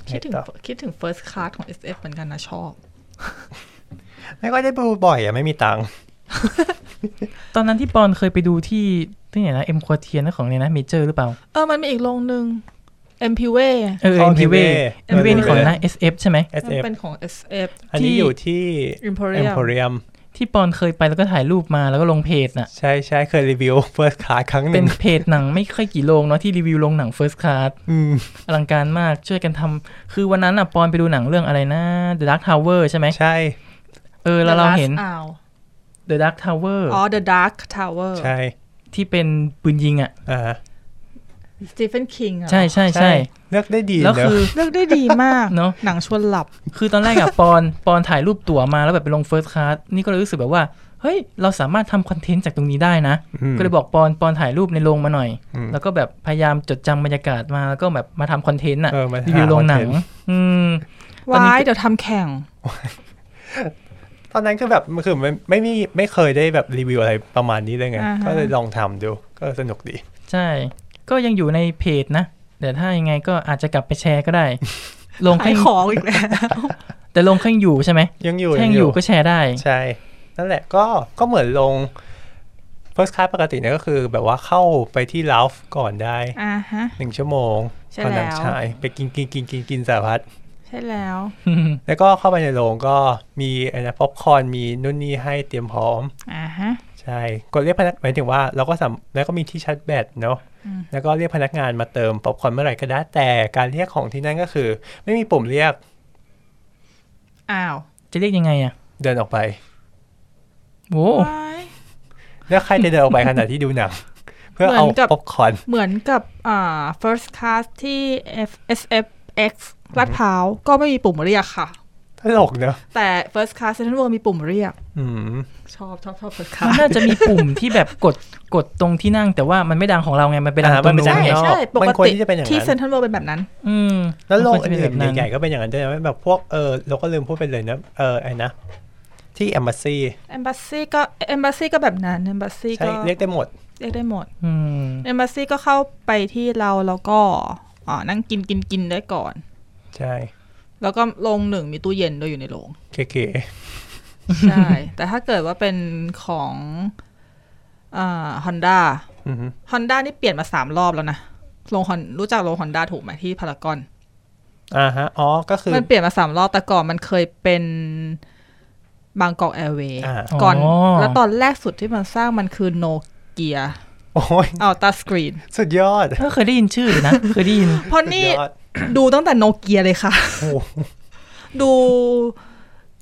Speaker 4: คิดถึง
Speaker 2: ไหนต่อ
Speaker 4: คิดถึง first class ของ SF เหมือนกันนะชอบ
Speaker 2: ไม่ก็ได้ดูบ่อยอะไม่มีตังค์
Speaker 3: ตอนนั้นที่ปอนเคยไปดูที่ที่ไหนนะเอ็มควอเทียนะของเนี่ยนะเมเจอร์หรือเปล่า
Speaker 4: เออ มันมีอีกโรงหนึ่ง MPV
Speaker 3: เออเอ็มพีเวเอ็มพีเวนี่ของนะเอสเอฟใช่ไหม
Speaker 2: เอส
Speaker 4: มัน
Speaker 2: เอฟ
Speaker 4: เป็นของ SF
Speaker 2: อันนี้อยู่ที่
Speaker 4: Emporium
Speaker 2: Emporium
Speaker 3: ที่ปอนเคยไปแล้วก็ถ่ายรูปมาแล้วก็ลงเพจน่ะ
Speaker 2: ใช่ใช่เคยรีวิว First Class ครั้งห
Speaker 3: เป็
Speaker 2: นึ่
Speaker 3: น
Speaker 2: ง
Speaker 3: เพจหนังไม่ค่อยกี่โรงเนาะที่รีวิวโรงหนัง First Class
Speaker 2: อืม
Speaker 3: อลังการมากช่วยกันทำคือวันนั้นอ่ะปอนไปดูหนังเรื่องอะไรนะ The Dark Tower ใช่ไหม
Speaker 2: ใช่
Speaker 3: เออแล้วเราเห็น
Speaker 4: อ้าว
Speaker 3: The Dark Tower
Speaker 4: อ๋อ The Dark Tower
Speaker 2: ใช่
Speaker 3: ที่เป็นปืนยิงอ่ะ
Speaker 2: อ่า
Speaker 4: Stephen King อะ
Speaker 3: ใช่ใช่ใช่
Speaker 2: เลือกได้ดี
Speaker 3: แล้ว
Speaker 2: เนอะ
Speaker 3: คือ
Speaker 4: เลือกได้ดีมาก
Speaker 3: เนอะ
Speaker 4: หนังชวนหลับ
Speaker 3: คือตอนแรกอะ ปอนปอนถ่ายรูปตั๋วมาแล้วแบบไปลงเฟิร์สคลาสนี่ก็เลยรู้สึกแบบว่า เฮ้ย เราสามารถทำคอนเทนต์จากตรงนี้ได้นะ
Speaker 2: ม
Speaker 3: ก็เลยบอกปอนปอนถ่ายรูปในโรงมาหน่อย
Speaker 2: อืม
Speaker 3: แล้วก็แบบพยายามจดจำบรรยากาศมาแล้วก็แบบมาทำคอนเทนต์อะ
Speaker 2: เออมาหา
Speaker 3: รีวิวโรงหนั
Speaker 2: คอ
Speaker 3: ง
Speaker 2: นเทนต์
Speaker 3: อืม ตอนนี้
Speaker 4: ว้าย
Speaker 3: ก็
Speaker 4: เดี๋ยวทำแข่ง
Speaker 2: ตอนนั้นคือแบบคือไม่ไม่มีไม่เคยได้แบบรีวิวอะไรประมาณนี้เลยไง
Speaker 4: อ่าฮะ
Speaker 2: ก็เลยลองทำดูก็สนุกดี
Speaker 3: ใช่ ก็ยังอยู่ในเพจนะเดี๋ยวถ้ายังไงก็อาจจะกลับไปแชร์ ก็ได้ ลง
Speaker 4: ขา
Speaker 3: แค่
Speaker 4: ยของอีกแล้ว
Speaker 3: แต่ลงแค่ยังอยู่ใช่ไหม
Speaker 2: ยังอยู่
Speaker 3: แค่ยังอยู่ก็แชร์ได้
Speaker 2: ใช่ นั่นแหละก็ก็เหมือนลง first class ปกติเนี่ยก็คือ แบบว่าเข้าไปที่ลาฟก่อนได้
Speaker 4: อ่าฮะ
Speaker 2: หนึ่งชั่วโมง
Speaker 4: ใช่
Speaker 2: ตอนนั้น
Speaker 4: แล้ว
Speaker 2: ใช่ไปกินกินกินกินกินสารพัด
Speaker 4: ใช่แล้ว
Speaker 2: แล้วก็เข้าไปในโรงก็มีไอ้นะป๊อปคอร์นมีนู่นนี่ให้เตรียมพร้อม
Speaker 4: อ่าฮะ
Speaker 2: ใช่กดเรียกพนักหมายถึงว่าเราก็สามแล้วก็มีที่ชาร์จแบตเนาะ
Speaker 4: อืม
Speaker 2: แล้วก็เรียกพนักงานมาเติมป๊อปคอร์นเมื่อไหร่ก็ได้แต่การเรียกของที่นั่นก็คือ ไม่มีปุ่มเรียก
Speaker 4: อ้าว
Speaker 3: จะเรียกยังไงอะ
Speaker 2: เดินออกไป
Speaker 3: โว้
Speaker 4: ว้าย
Speaker 2: แล้วใครจะเดินออกไปขณะที่ดูหนัง เพื่อเอา
Speaker 4: เหมือนกับ
Speaker 2: ป๊อปคอร์น
Speaker 4: เหมือนกับอ่า first class ที่ F SFX ลาดพร้าวก็ไม่มีปุ่มเรียกค่ะ
Speaker 2: ตลกเนอะ
Speaker 4: แต่ first class Central World มีปุ่มเรียก
Speaker 2: อืม
Speaker 4: ชอบชอบชอบ first
Speaker 3: มัน
Speaker 4: class
Speaker 3: น่าจะมีปุ่มที่แบบกดกดตรงที่นั่ง แต่ว่ามันไม่ดังของเราไงมันไปดัง
Speaker 2: อ่า
Speaker 3: ตรง
Speaker 2: มันไปดัง
Speaker 3: นู้นไง
Speaker 2: ข้าอก
Speaker 4: ใช่ ป
Speaker 2: มัน
Speaker 4: ก
Speaker 2: ควร
Speaker 4: ติ
Speaker 2: ที่จะเป็นอย่างนั้น
Speaker 4: ที่ Central World เป็นแบบนั้น
Speaker 3: อืม
Speaker 2: แล้วโลก
Speaker 3: มันควรจะเป็
Speaker 2: อื่
Speaker 3: นแบ
Speaker 2: น
Speaker 3: บนั้น
Speaker 2: ใหญ่ๆก็เป็นอย่างนั้นด้วยนะแบบพวกเออเราก็ลืมพูดไปเลยนะเออไอ้นะ ที่แอมบ s ซี
Speaker 4: เอมบัสซี่ก็เอมบัสซี่ก็แบบนั้นเอมบัสซี่
Speaker 2: ใช่
Speaker 4: ก็
Speaker 2: เรียกได้หมด
Speaker 4: เรียกได้หมด
Speaker 3: อืม
Speaker 4: เอมบัสซี่ก็เข้าไปที่เราแล้วก็อ่านั่งกินกินกินได้ก่อน
Speaker 2: ใช่
Speaker 4: แล้วก็โรงหนึ่งมีตู้เย็นด้วยอยู่ในโรง
Speaker 2: เก๋
Speaker 4: ใช่ แต่ถ้าเกิดว่าเป็นของอ่าฮอนด้า
Speaker 2: ๆอืม
Speaker 4: ฮอนด้านี่เปลี่ยนมาสามรอบแล้วนะโรงฮอนรู้จักโรงฮอนด้าถูกไหมที่พารากอน
Speaker 2: อ่าฮะ อ๋อ ก็คือ
Speaker 4: มันเปลี่ยนมาสามรอบแต่ก่อนมันเคยเป็นบางกอกแอร์เวย์
Speaker 2: อ่า
Speaker 4: ก่อน แล้วตอนแรกสุดที่มันสร้างมันคือโนเกีย
Speaker 2: โอ้ย
Speaker 4: เอาตาสกรีน
Speaker 2: สุดยอด
Speaker 3: เออเคยได้ยินชื่ออยู่ นะเคยได้ยิน
Speaker 4: เพราะ
Speaker 2: สุด
Speaker 4: นี่
Speaker 2: ยอด
Speaker 4: ดูตั้งแต่โนเกียเลยค่ะ
Speaker 2: โอ้โห
Speaker 4: ดู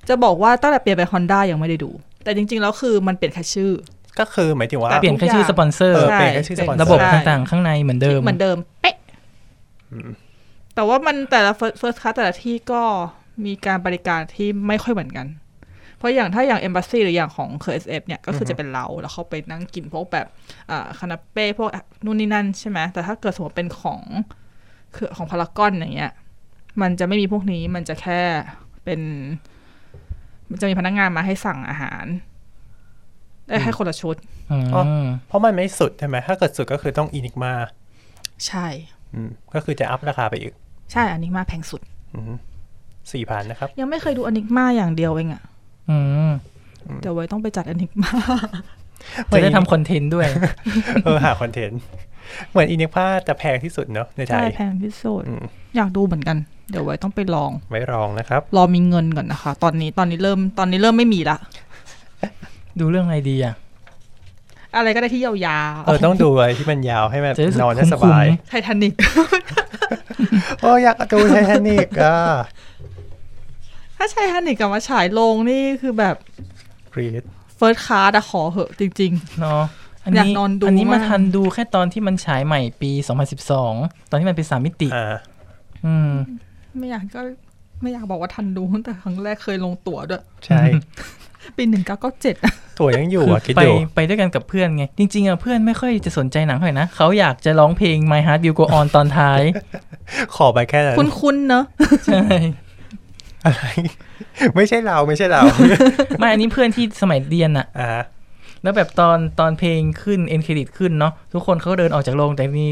Speaker 4: จะบอกว่าตั้งแต่เปลี่ยนไปฮอนด้ายังไม่ได้ดู แต่จริงๆแล้วคือมันเปลี่ยนแค่ชื่อ
Speaker 2: ก็คือหมายถึงว่า
Speaker 4: แต่
Speaker 3: เปลี่ยนแค่ชื่อสปอนเซอร์
Speaker 2: เออ
Speaker 4: ใช่
Speaker 2: เปลี่ยนแค่ชื่อสปอนเซอ
Speaker 3: ระ
Speaker 2: ร์
Speaker 3: บบ
Speaker 4: ใช่
Speaker 3: ต่างๆ ข้างในเหมือนเดิม
Speaker 4: เหมือนเดิมเป๊ะ แต่ว่ามันแต่ละเฟิร์สคลาสแต่ละที่ก็มีการบริการที่ไม่ค่อยเหมือนกัน เพราะอย่างถ้าอย่างเอมบัสซีหรืออย่างของเคอร์เอฟเนี่ยก็คือจะเป็นเรา แล้วเขาไปนั่งกินพวกแบบอ่าคานาเป้พวกนู่นนี่นั่นใช่ไหมแต่ถ้าเกิดสมมติเป็นของคือของพารากอนอย่างเงี้ย มันจะไม่มีพวกนี้มันจะแค่เป็น มันจะมีพนักงานมาให้สั่งอาหาร ได้ให้คนละชุด
Speaker 3: อืม
Speaker 2: เพราะมันไม่สุดใช่ไหมถ้าเกิดสุดก็คือต้องอินิกมา
Speaker 4: ใช่
Speaker 2: อืมก็คือจะอัพราคาไปอีก
Speaker 4: ใช่อันนี้มาแพงสุด
Speaker 2: สี่พันนะครับ
Speaker 4: ยังไม่เคยดูอนิกมาอย่างเดียวเองอะ
Speaker 3: อืม
Speaker 4: เดี๋ยวไว้ต้องไปจัดอนิกมา
Speaker 3: จะได้ทำคอนเทนต์ด้วย
Speaker 2: เออหาคอนเทนต์ เหมือนอินิกมาจะแพงที่สุดเนอะในไท
Speaker 4: ใช่
Speaker 2: ย
Speaker 4: แพงที่สุด
Speaker 2: อืม
Speaker 4: อยากดูเหมือนกัน เดี๋ยวไว้ต้องไปลอง
Speaker 2: ไว้รองนะครับ
Speaker 4: รอมีเงินก่อนนะคะ ตอนนี้ตอนนี้เริ่มตอนนี้เริ่มไม่มีละ
Speaker 3: ดูเรื่องอะไรดีอ่ะ
Speaker 4: อะไรก็ได้ที่ยาว
Speaker 2: เออต้องดูอะไรที่มันยาวให้มัน
Speaker 3: จะได้รู้สึก
Speaker 2: นอนให้ส
Speaker 3: คุ้ม
Speaker 2: บาย
Speaker 4: ๆไททานิก
Speaker 2: โอ้อยากดูไททานิกอ่ะ
Speaker 4: ถ้าใช้ฮันนิกกลับมาฉายโรงนี่คือแบบ
Speaker 2: กรีด
Speaker 4: เฟิร์สคลาสอะขอเหอะจริง
Speaker 3: เนาะอัน
Speaker 4: อยาก
Speaker 3: นี้
Speaker 4: นอนดู
Speaker 3: อัน
Speaker 4: มาม
Speaker 3: นี้าก ทันดูแค่ตอนที่มันฉายใหม่ปี 2012 ตอนที่มันเป็นสามมิติ
Speaker 2: อ่า
Speaker 3: อืม
Speaker 4: ๆ ไม่อยากก็ไม่อยากบอกว่าทันดูตั้งแต่ครั้งแรกเคยลงตั๋วด้วย
Speaker 2: ใช่
Speaker 4: ปีหนึ่งเก้าเก้าเจ็ด
Speaker 2: ถั่วยังอยู่ อ่ะ
Speaker 3: คื
Speaker 2: คิด
Speaker 3: ไป
Speaker 2: อยู่
Speaker 3: ไปด้วยกันกับเพื่อนไง จริง ๆอ่ะเพื่อนไม่ค่อยจะสนใจหนังเท่าไหร่นะเขาอยากจะร้องเพลง My Heart Will Go On ตอนท้าย
Speaker 2: ขอไปแค่นั้น
Speaker 4: คุ้นๆเนอะ
Speaker 3: ใช่
Speaker 2: อะไร ไม่ใช่เราไม่ใช่เรา
Speaker 3: ไม่อันนี้เพื่อนที่สมัยเรียนอะ
Speaker 2: อ่า
Speaker 3: แล้วแบบตอนตอนเพลงขึ้นเอ็นเครดิตขึ้นเนาะทุกคนเขาก็เดินออกจากโรงแต่มี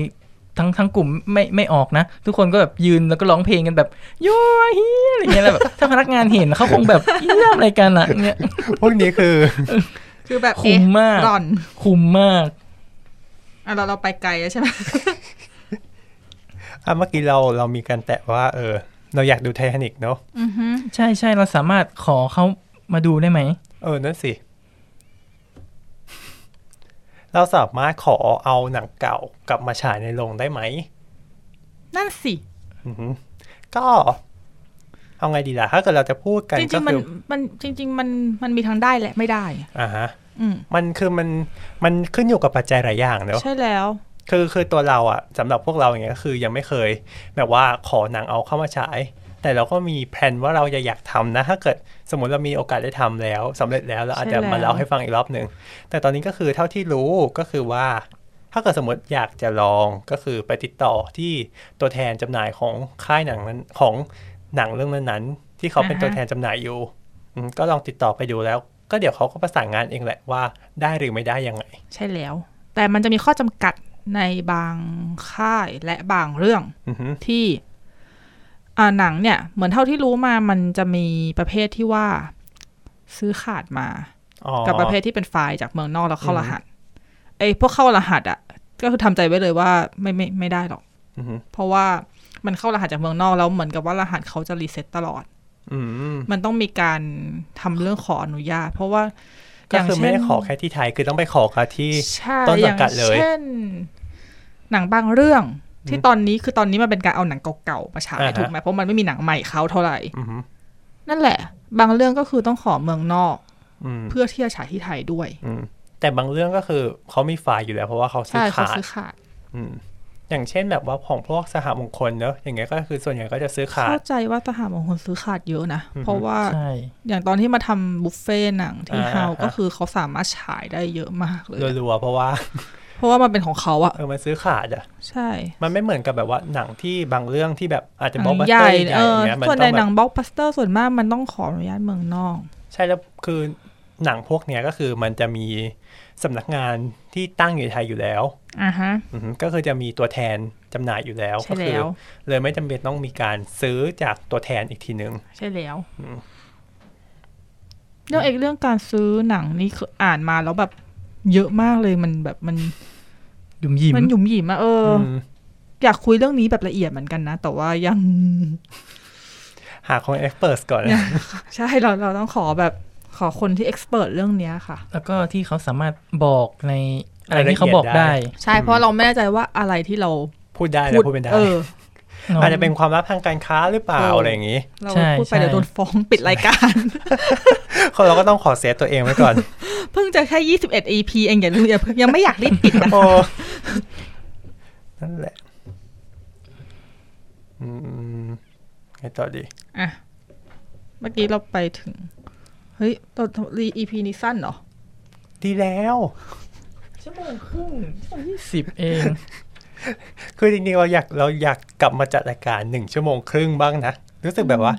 Speaker 3: ทั้งทั้งกลุ่มไม่ไม่ออกนะ ทุกคนก็แบบยืนแล้วก็ร้องเพลงกันแบบยูเฮียอะไรเงี้ยแล้วแบบถ้าพนักงานเห็นเขาคงแบบเยี่ยมอะไรกันอะเนี่ย
Speaker 2: พวกนี้คือ
Speaker 4: คือแบบ
Speaker 3: คุ้มมาก
Speaker 4: เอ๊ะหล่อน
Speaker 3: คุ้มมาก
Speaker 4: อ่ะเราเราไปไกลแล้วใช่ไหม
Speaker 2: อ่ะเมื่อกี้เราเรามีการแตะว่า เออ เราอยากดูไททานิกเนาะ
Speaker 4: อือฮึ
Speaker 3: ใช่ใช่เราสามารถขอเขามาดูได้ไหม
Speaker 2: เออนั่นสิ เราสามารถขอเอาหนังเก่ากลับมาฉายในโรงได้ไหม
Speaker 4: นั่นสิ
Speaker 2: อือหือก็ เอาไงดีล่ะ ถ้าเกิดเราจะพูดกัน
Speaker 4: จริ
Speaker 2: ก็
Speaker 4: งๆมัน
Speaker 2: คือ
Speaker 4: มันจริง ๆ มันมันมีทั้งได้และไม่ได้
Speaker 2: อ่าฮะ
Speaker 4: อืม
Speaker 2: มันคือมันมันขึ้นอยู่กับปัจจัยหลายอย่างเนอะ
Speaker 4: ใช่แล้ว
Speaker 2: คือคือตัวเราอะสำหรับพวกเราอย่างเงี้ยคือยังไม่เคย แบบว่าขอหนังเอาเข้ามาฉาย แต่เราก็มีแผนว่าเราจะอยากทำนะ ถ้าเกิดสมมติเรามีโอกาสได้ทำแล้วสำเร็จแล้วเราอาจจะ
Speaker 4: ใช่แล้ว
Speaker 2: มาเล่าให้ฟังอีกรอบหนึ่งแต่ตอนนี้ก็คือเท่าที่รู้ก็คือว่า ถ้าเกิดสมมติอยากจะลองก็คือไปติดต่อที่ตัวแทนจำหน่ายของค่ายหนังนั้นของหนังเรื่องนั้นๆที่เขาเป็นตัวแทนจำหน่ายอยู่อืมก็ลองติดต่อไปดูแล้ว ก็เดี๋ยวเขาก็ประสานงานเองแหละว่าได้หรือไม่ได้ยังไง
Speaker 4: ใช่แล้ว แต่มันจะมีข้อจำกัดในบางค่ายและบางเรื่อง
Speaker 2: อือฮึ
Speaker 4: ที่อ่าหนังเนี่ย เหมือนเท่าที่รู้มามันจะมีประเภทที่ว่าซื้อขาดมา
Speaker 2: อ๋อ
Speaker 4: กับประเภทที่เป็นไฟล์จากเมืองนอกแล้วเข้า
Speaker 2: อื
Speaker 4: ร
Speaker 2: อฮึ
Speaker 4: หัสไอ้พวกเข้ารหัสอ่ะ ก็คือทำใจไว้เลยว่าไม่ไม่ไม่ได้หรอก
Speaker 2: อือฮึ
Speaker 4: เพราะว่ามันเข้ารหัสจากเมืองนอกแล้วเหมือนกับว่ารหัสเขาจะรีเซ็ตตลอด
Speaker 2: อืม
Speaker 4: มันต้องมีการทำเรื่องขออนุญาต เพราะว่า
Speaker 2: ก็คือไม่
Speaker 4: ย่าง
Speaker 2: ได้
Speaker 4: เช่น
Speaker 2: ขอแค่ที่ไทยคือต้องไปขอกับที่
Speaker 4: ใช่
Speaker 2: ต้นสังกัดเลย
Speaker 4: อางเช่น หนังบางเรื่อง ที่ตอนนี้คือตอนนี้มันเป็นการเอาหนังเก่าๆมาฉายถูกไหมเพราะมันไม่มีหนังใหม่เขาเท่าไหร่
Speaker 2: อือหือ
Speaker 4: นั่นแหละ บางเรื่องก็คือต้องขอเมืองนอก
Speaker 2: อืม
Speaker 4: เพื่อที่จะฉายที่ไทยด้วย
Speaker 2: อืมแต่บางเรื่องก็คือเขามีฝ่ายอยู่แล้วเพราะว่าเขาซื้
Speaker 4: ใช่
Speaker 2: อ
Speaker 4: เขา
Speaker 2: ขาด
Speaker 4: ซื้อขาด
Speaker 2: อืมอย่างเช่นแบบว่าของพวกสหมงคลเนอะอย่างเงี้ยก็คือส่วนใหญ่ก็จะซื้อขาด
Speaker 4: เข้าใจว่าทหารบางคนซื้อขาดเยอะนะ
Speaker 2: อือฮึ
Speaker 4: เพราะว่า
Speaker 3: ใช่
Speaker 4: อย่างตอนที่มาทำบุฟเฟ่ต์หนังที่
Speaker 2: อ่า
Speaker 4: เฮา
Speaker 2: อ่า
Speaker 4: ก็คือเขาสามารถฉายได้เยอะมากเลย
Speaker 2: รัวๆเพราะว่า
Speaker 4: เพราะว่ามันเป็นของเขาอะ
Speaker 2: เออมันซื้อขาดอ่ะ
Speaker 4: ใช่
Speaker 2: มันไม่เหมือนกับแบบว่าหนังที่บางเรื่องที่แบบอาจจะ
Speaker 4: ห
Speaker 2: บ
Speaker 4: นั
Speaker 2: ล็อก
Speaker 4: ง
Speaker 2: บัส
Speaker 4: ให
Speaker 2: เตอ
Speaker 4: ญ่
Speaker 2: ร์ใหญ่
Speaker 4: เออ
Speaker 2: ๆอย่างเงี้ยมัน
Speaker 4: ส่วน
Speaker 2: ต้
Speaker 4: ใน
Speaker 2: อ
Speaker 4: ห
Speaker 2: งแบ
Speaker 4: นั
Speaker 2: บ
Speaker 4: งบล็อกบัสเตอร์ส่วนมากมันต้องขออนุญาตเมืองนอก
Speaker 2: ใช่แล้วคือหนังพวกเนี้ยก็คือมันจะมีสำนักงานที่ตั้งอยู่ในไทยอยู่แล้ว
Speaker 4: อ่ะฮะ
Speaker 2: อือหือก็คือจะมีตัวแทนจำหน่ายอยู่แล้ว
Speaker 4: ใช่
Speaker 2: ก็คื
Speaker 4: แล้ว
Speaker 2: เลยไม่จำเป็นต้องมีการซื้อจากตัวแทนอีกทีนึง
Speaker 4: ใช่แล้ว
Speaker 2: อืม
Speaker 4: เรื่องเอกเรื่องการซื้อหนังนี่คืออ่านมาแล้วแบบเยอะมากเลยมันแบบมัน
Speaker 3: ยุ่มยิ้ม
Speaker 4: มันหยุมหยิมอะเอออ
Speaker 2: ม
Speaker 4: อยากคุยเรื่องนี้แบบละเอียดเหมือนกันนะ แต่ว่ายัง
Speaker 2: หาของเอ็กเพิร์สก่อนนะ
Speaker 4: เนี่ย ใช่เราเราต้องขอแบบขอคนที่เอ็กซ์เพรสเรื่องเนี้ยค่ะ
Speaker 3: แล้วก็ที่เขาสามารถบอกในอะไร
Speaker 2: รายละเอียด
Speaker 3: ที่เขาบอกได้
Speaker 4: ใช่เพราะเราไม่แน่ใจว่าอะไรที่เรา
Speaker 2: พูดได้แล้วพูดไม่ได้
Speaker 4: เออ
Speaker 3: เนอะ
Speaker 2: อาจจะเป็นความลับทางการค้าหรือเปล่า
Speaker 4: เอออ
Speaker 2: อะไรอย่างนี้
Speaker 4: เรา
Speaker 3: ใช่
Speaker 4: พูดไป
Speaker 3: ใช่
Speaker 4: เดี๋ยวโดนฟ้องปิดรายการ
Speaker 2: เราก็ต้องขอเซฟตัวเองไว้ก่อน
Speaker 4: เพิ่งจะแค่ยี่สิบเอ็ด EP เองอย่าลืมอย่าเพิ่งยังไม่อยากรีบปิดนะ
Speaker 2: โอ้นั่นแหละ อืมไงต่อดี
Speaker 4: อ่ะเมื่อกี้เราไปถึงเฮ้ยตอนรี EP นี้สั้นเหรอ
Speaker 2: ดีแล้ว
Speaker 3: ชั่วโมงครึ่งชั่วโมงยี่สิบเอง
Speaker 2: คือจริงๆเราอยากเราอยากกลับมาจัดรายการหนึ่งชั่วโมงครึ่งบ้างนะ รู้สึกแบบว่า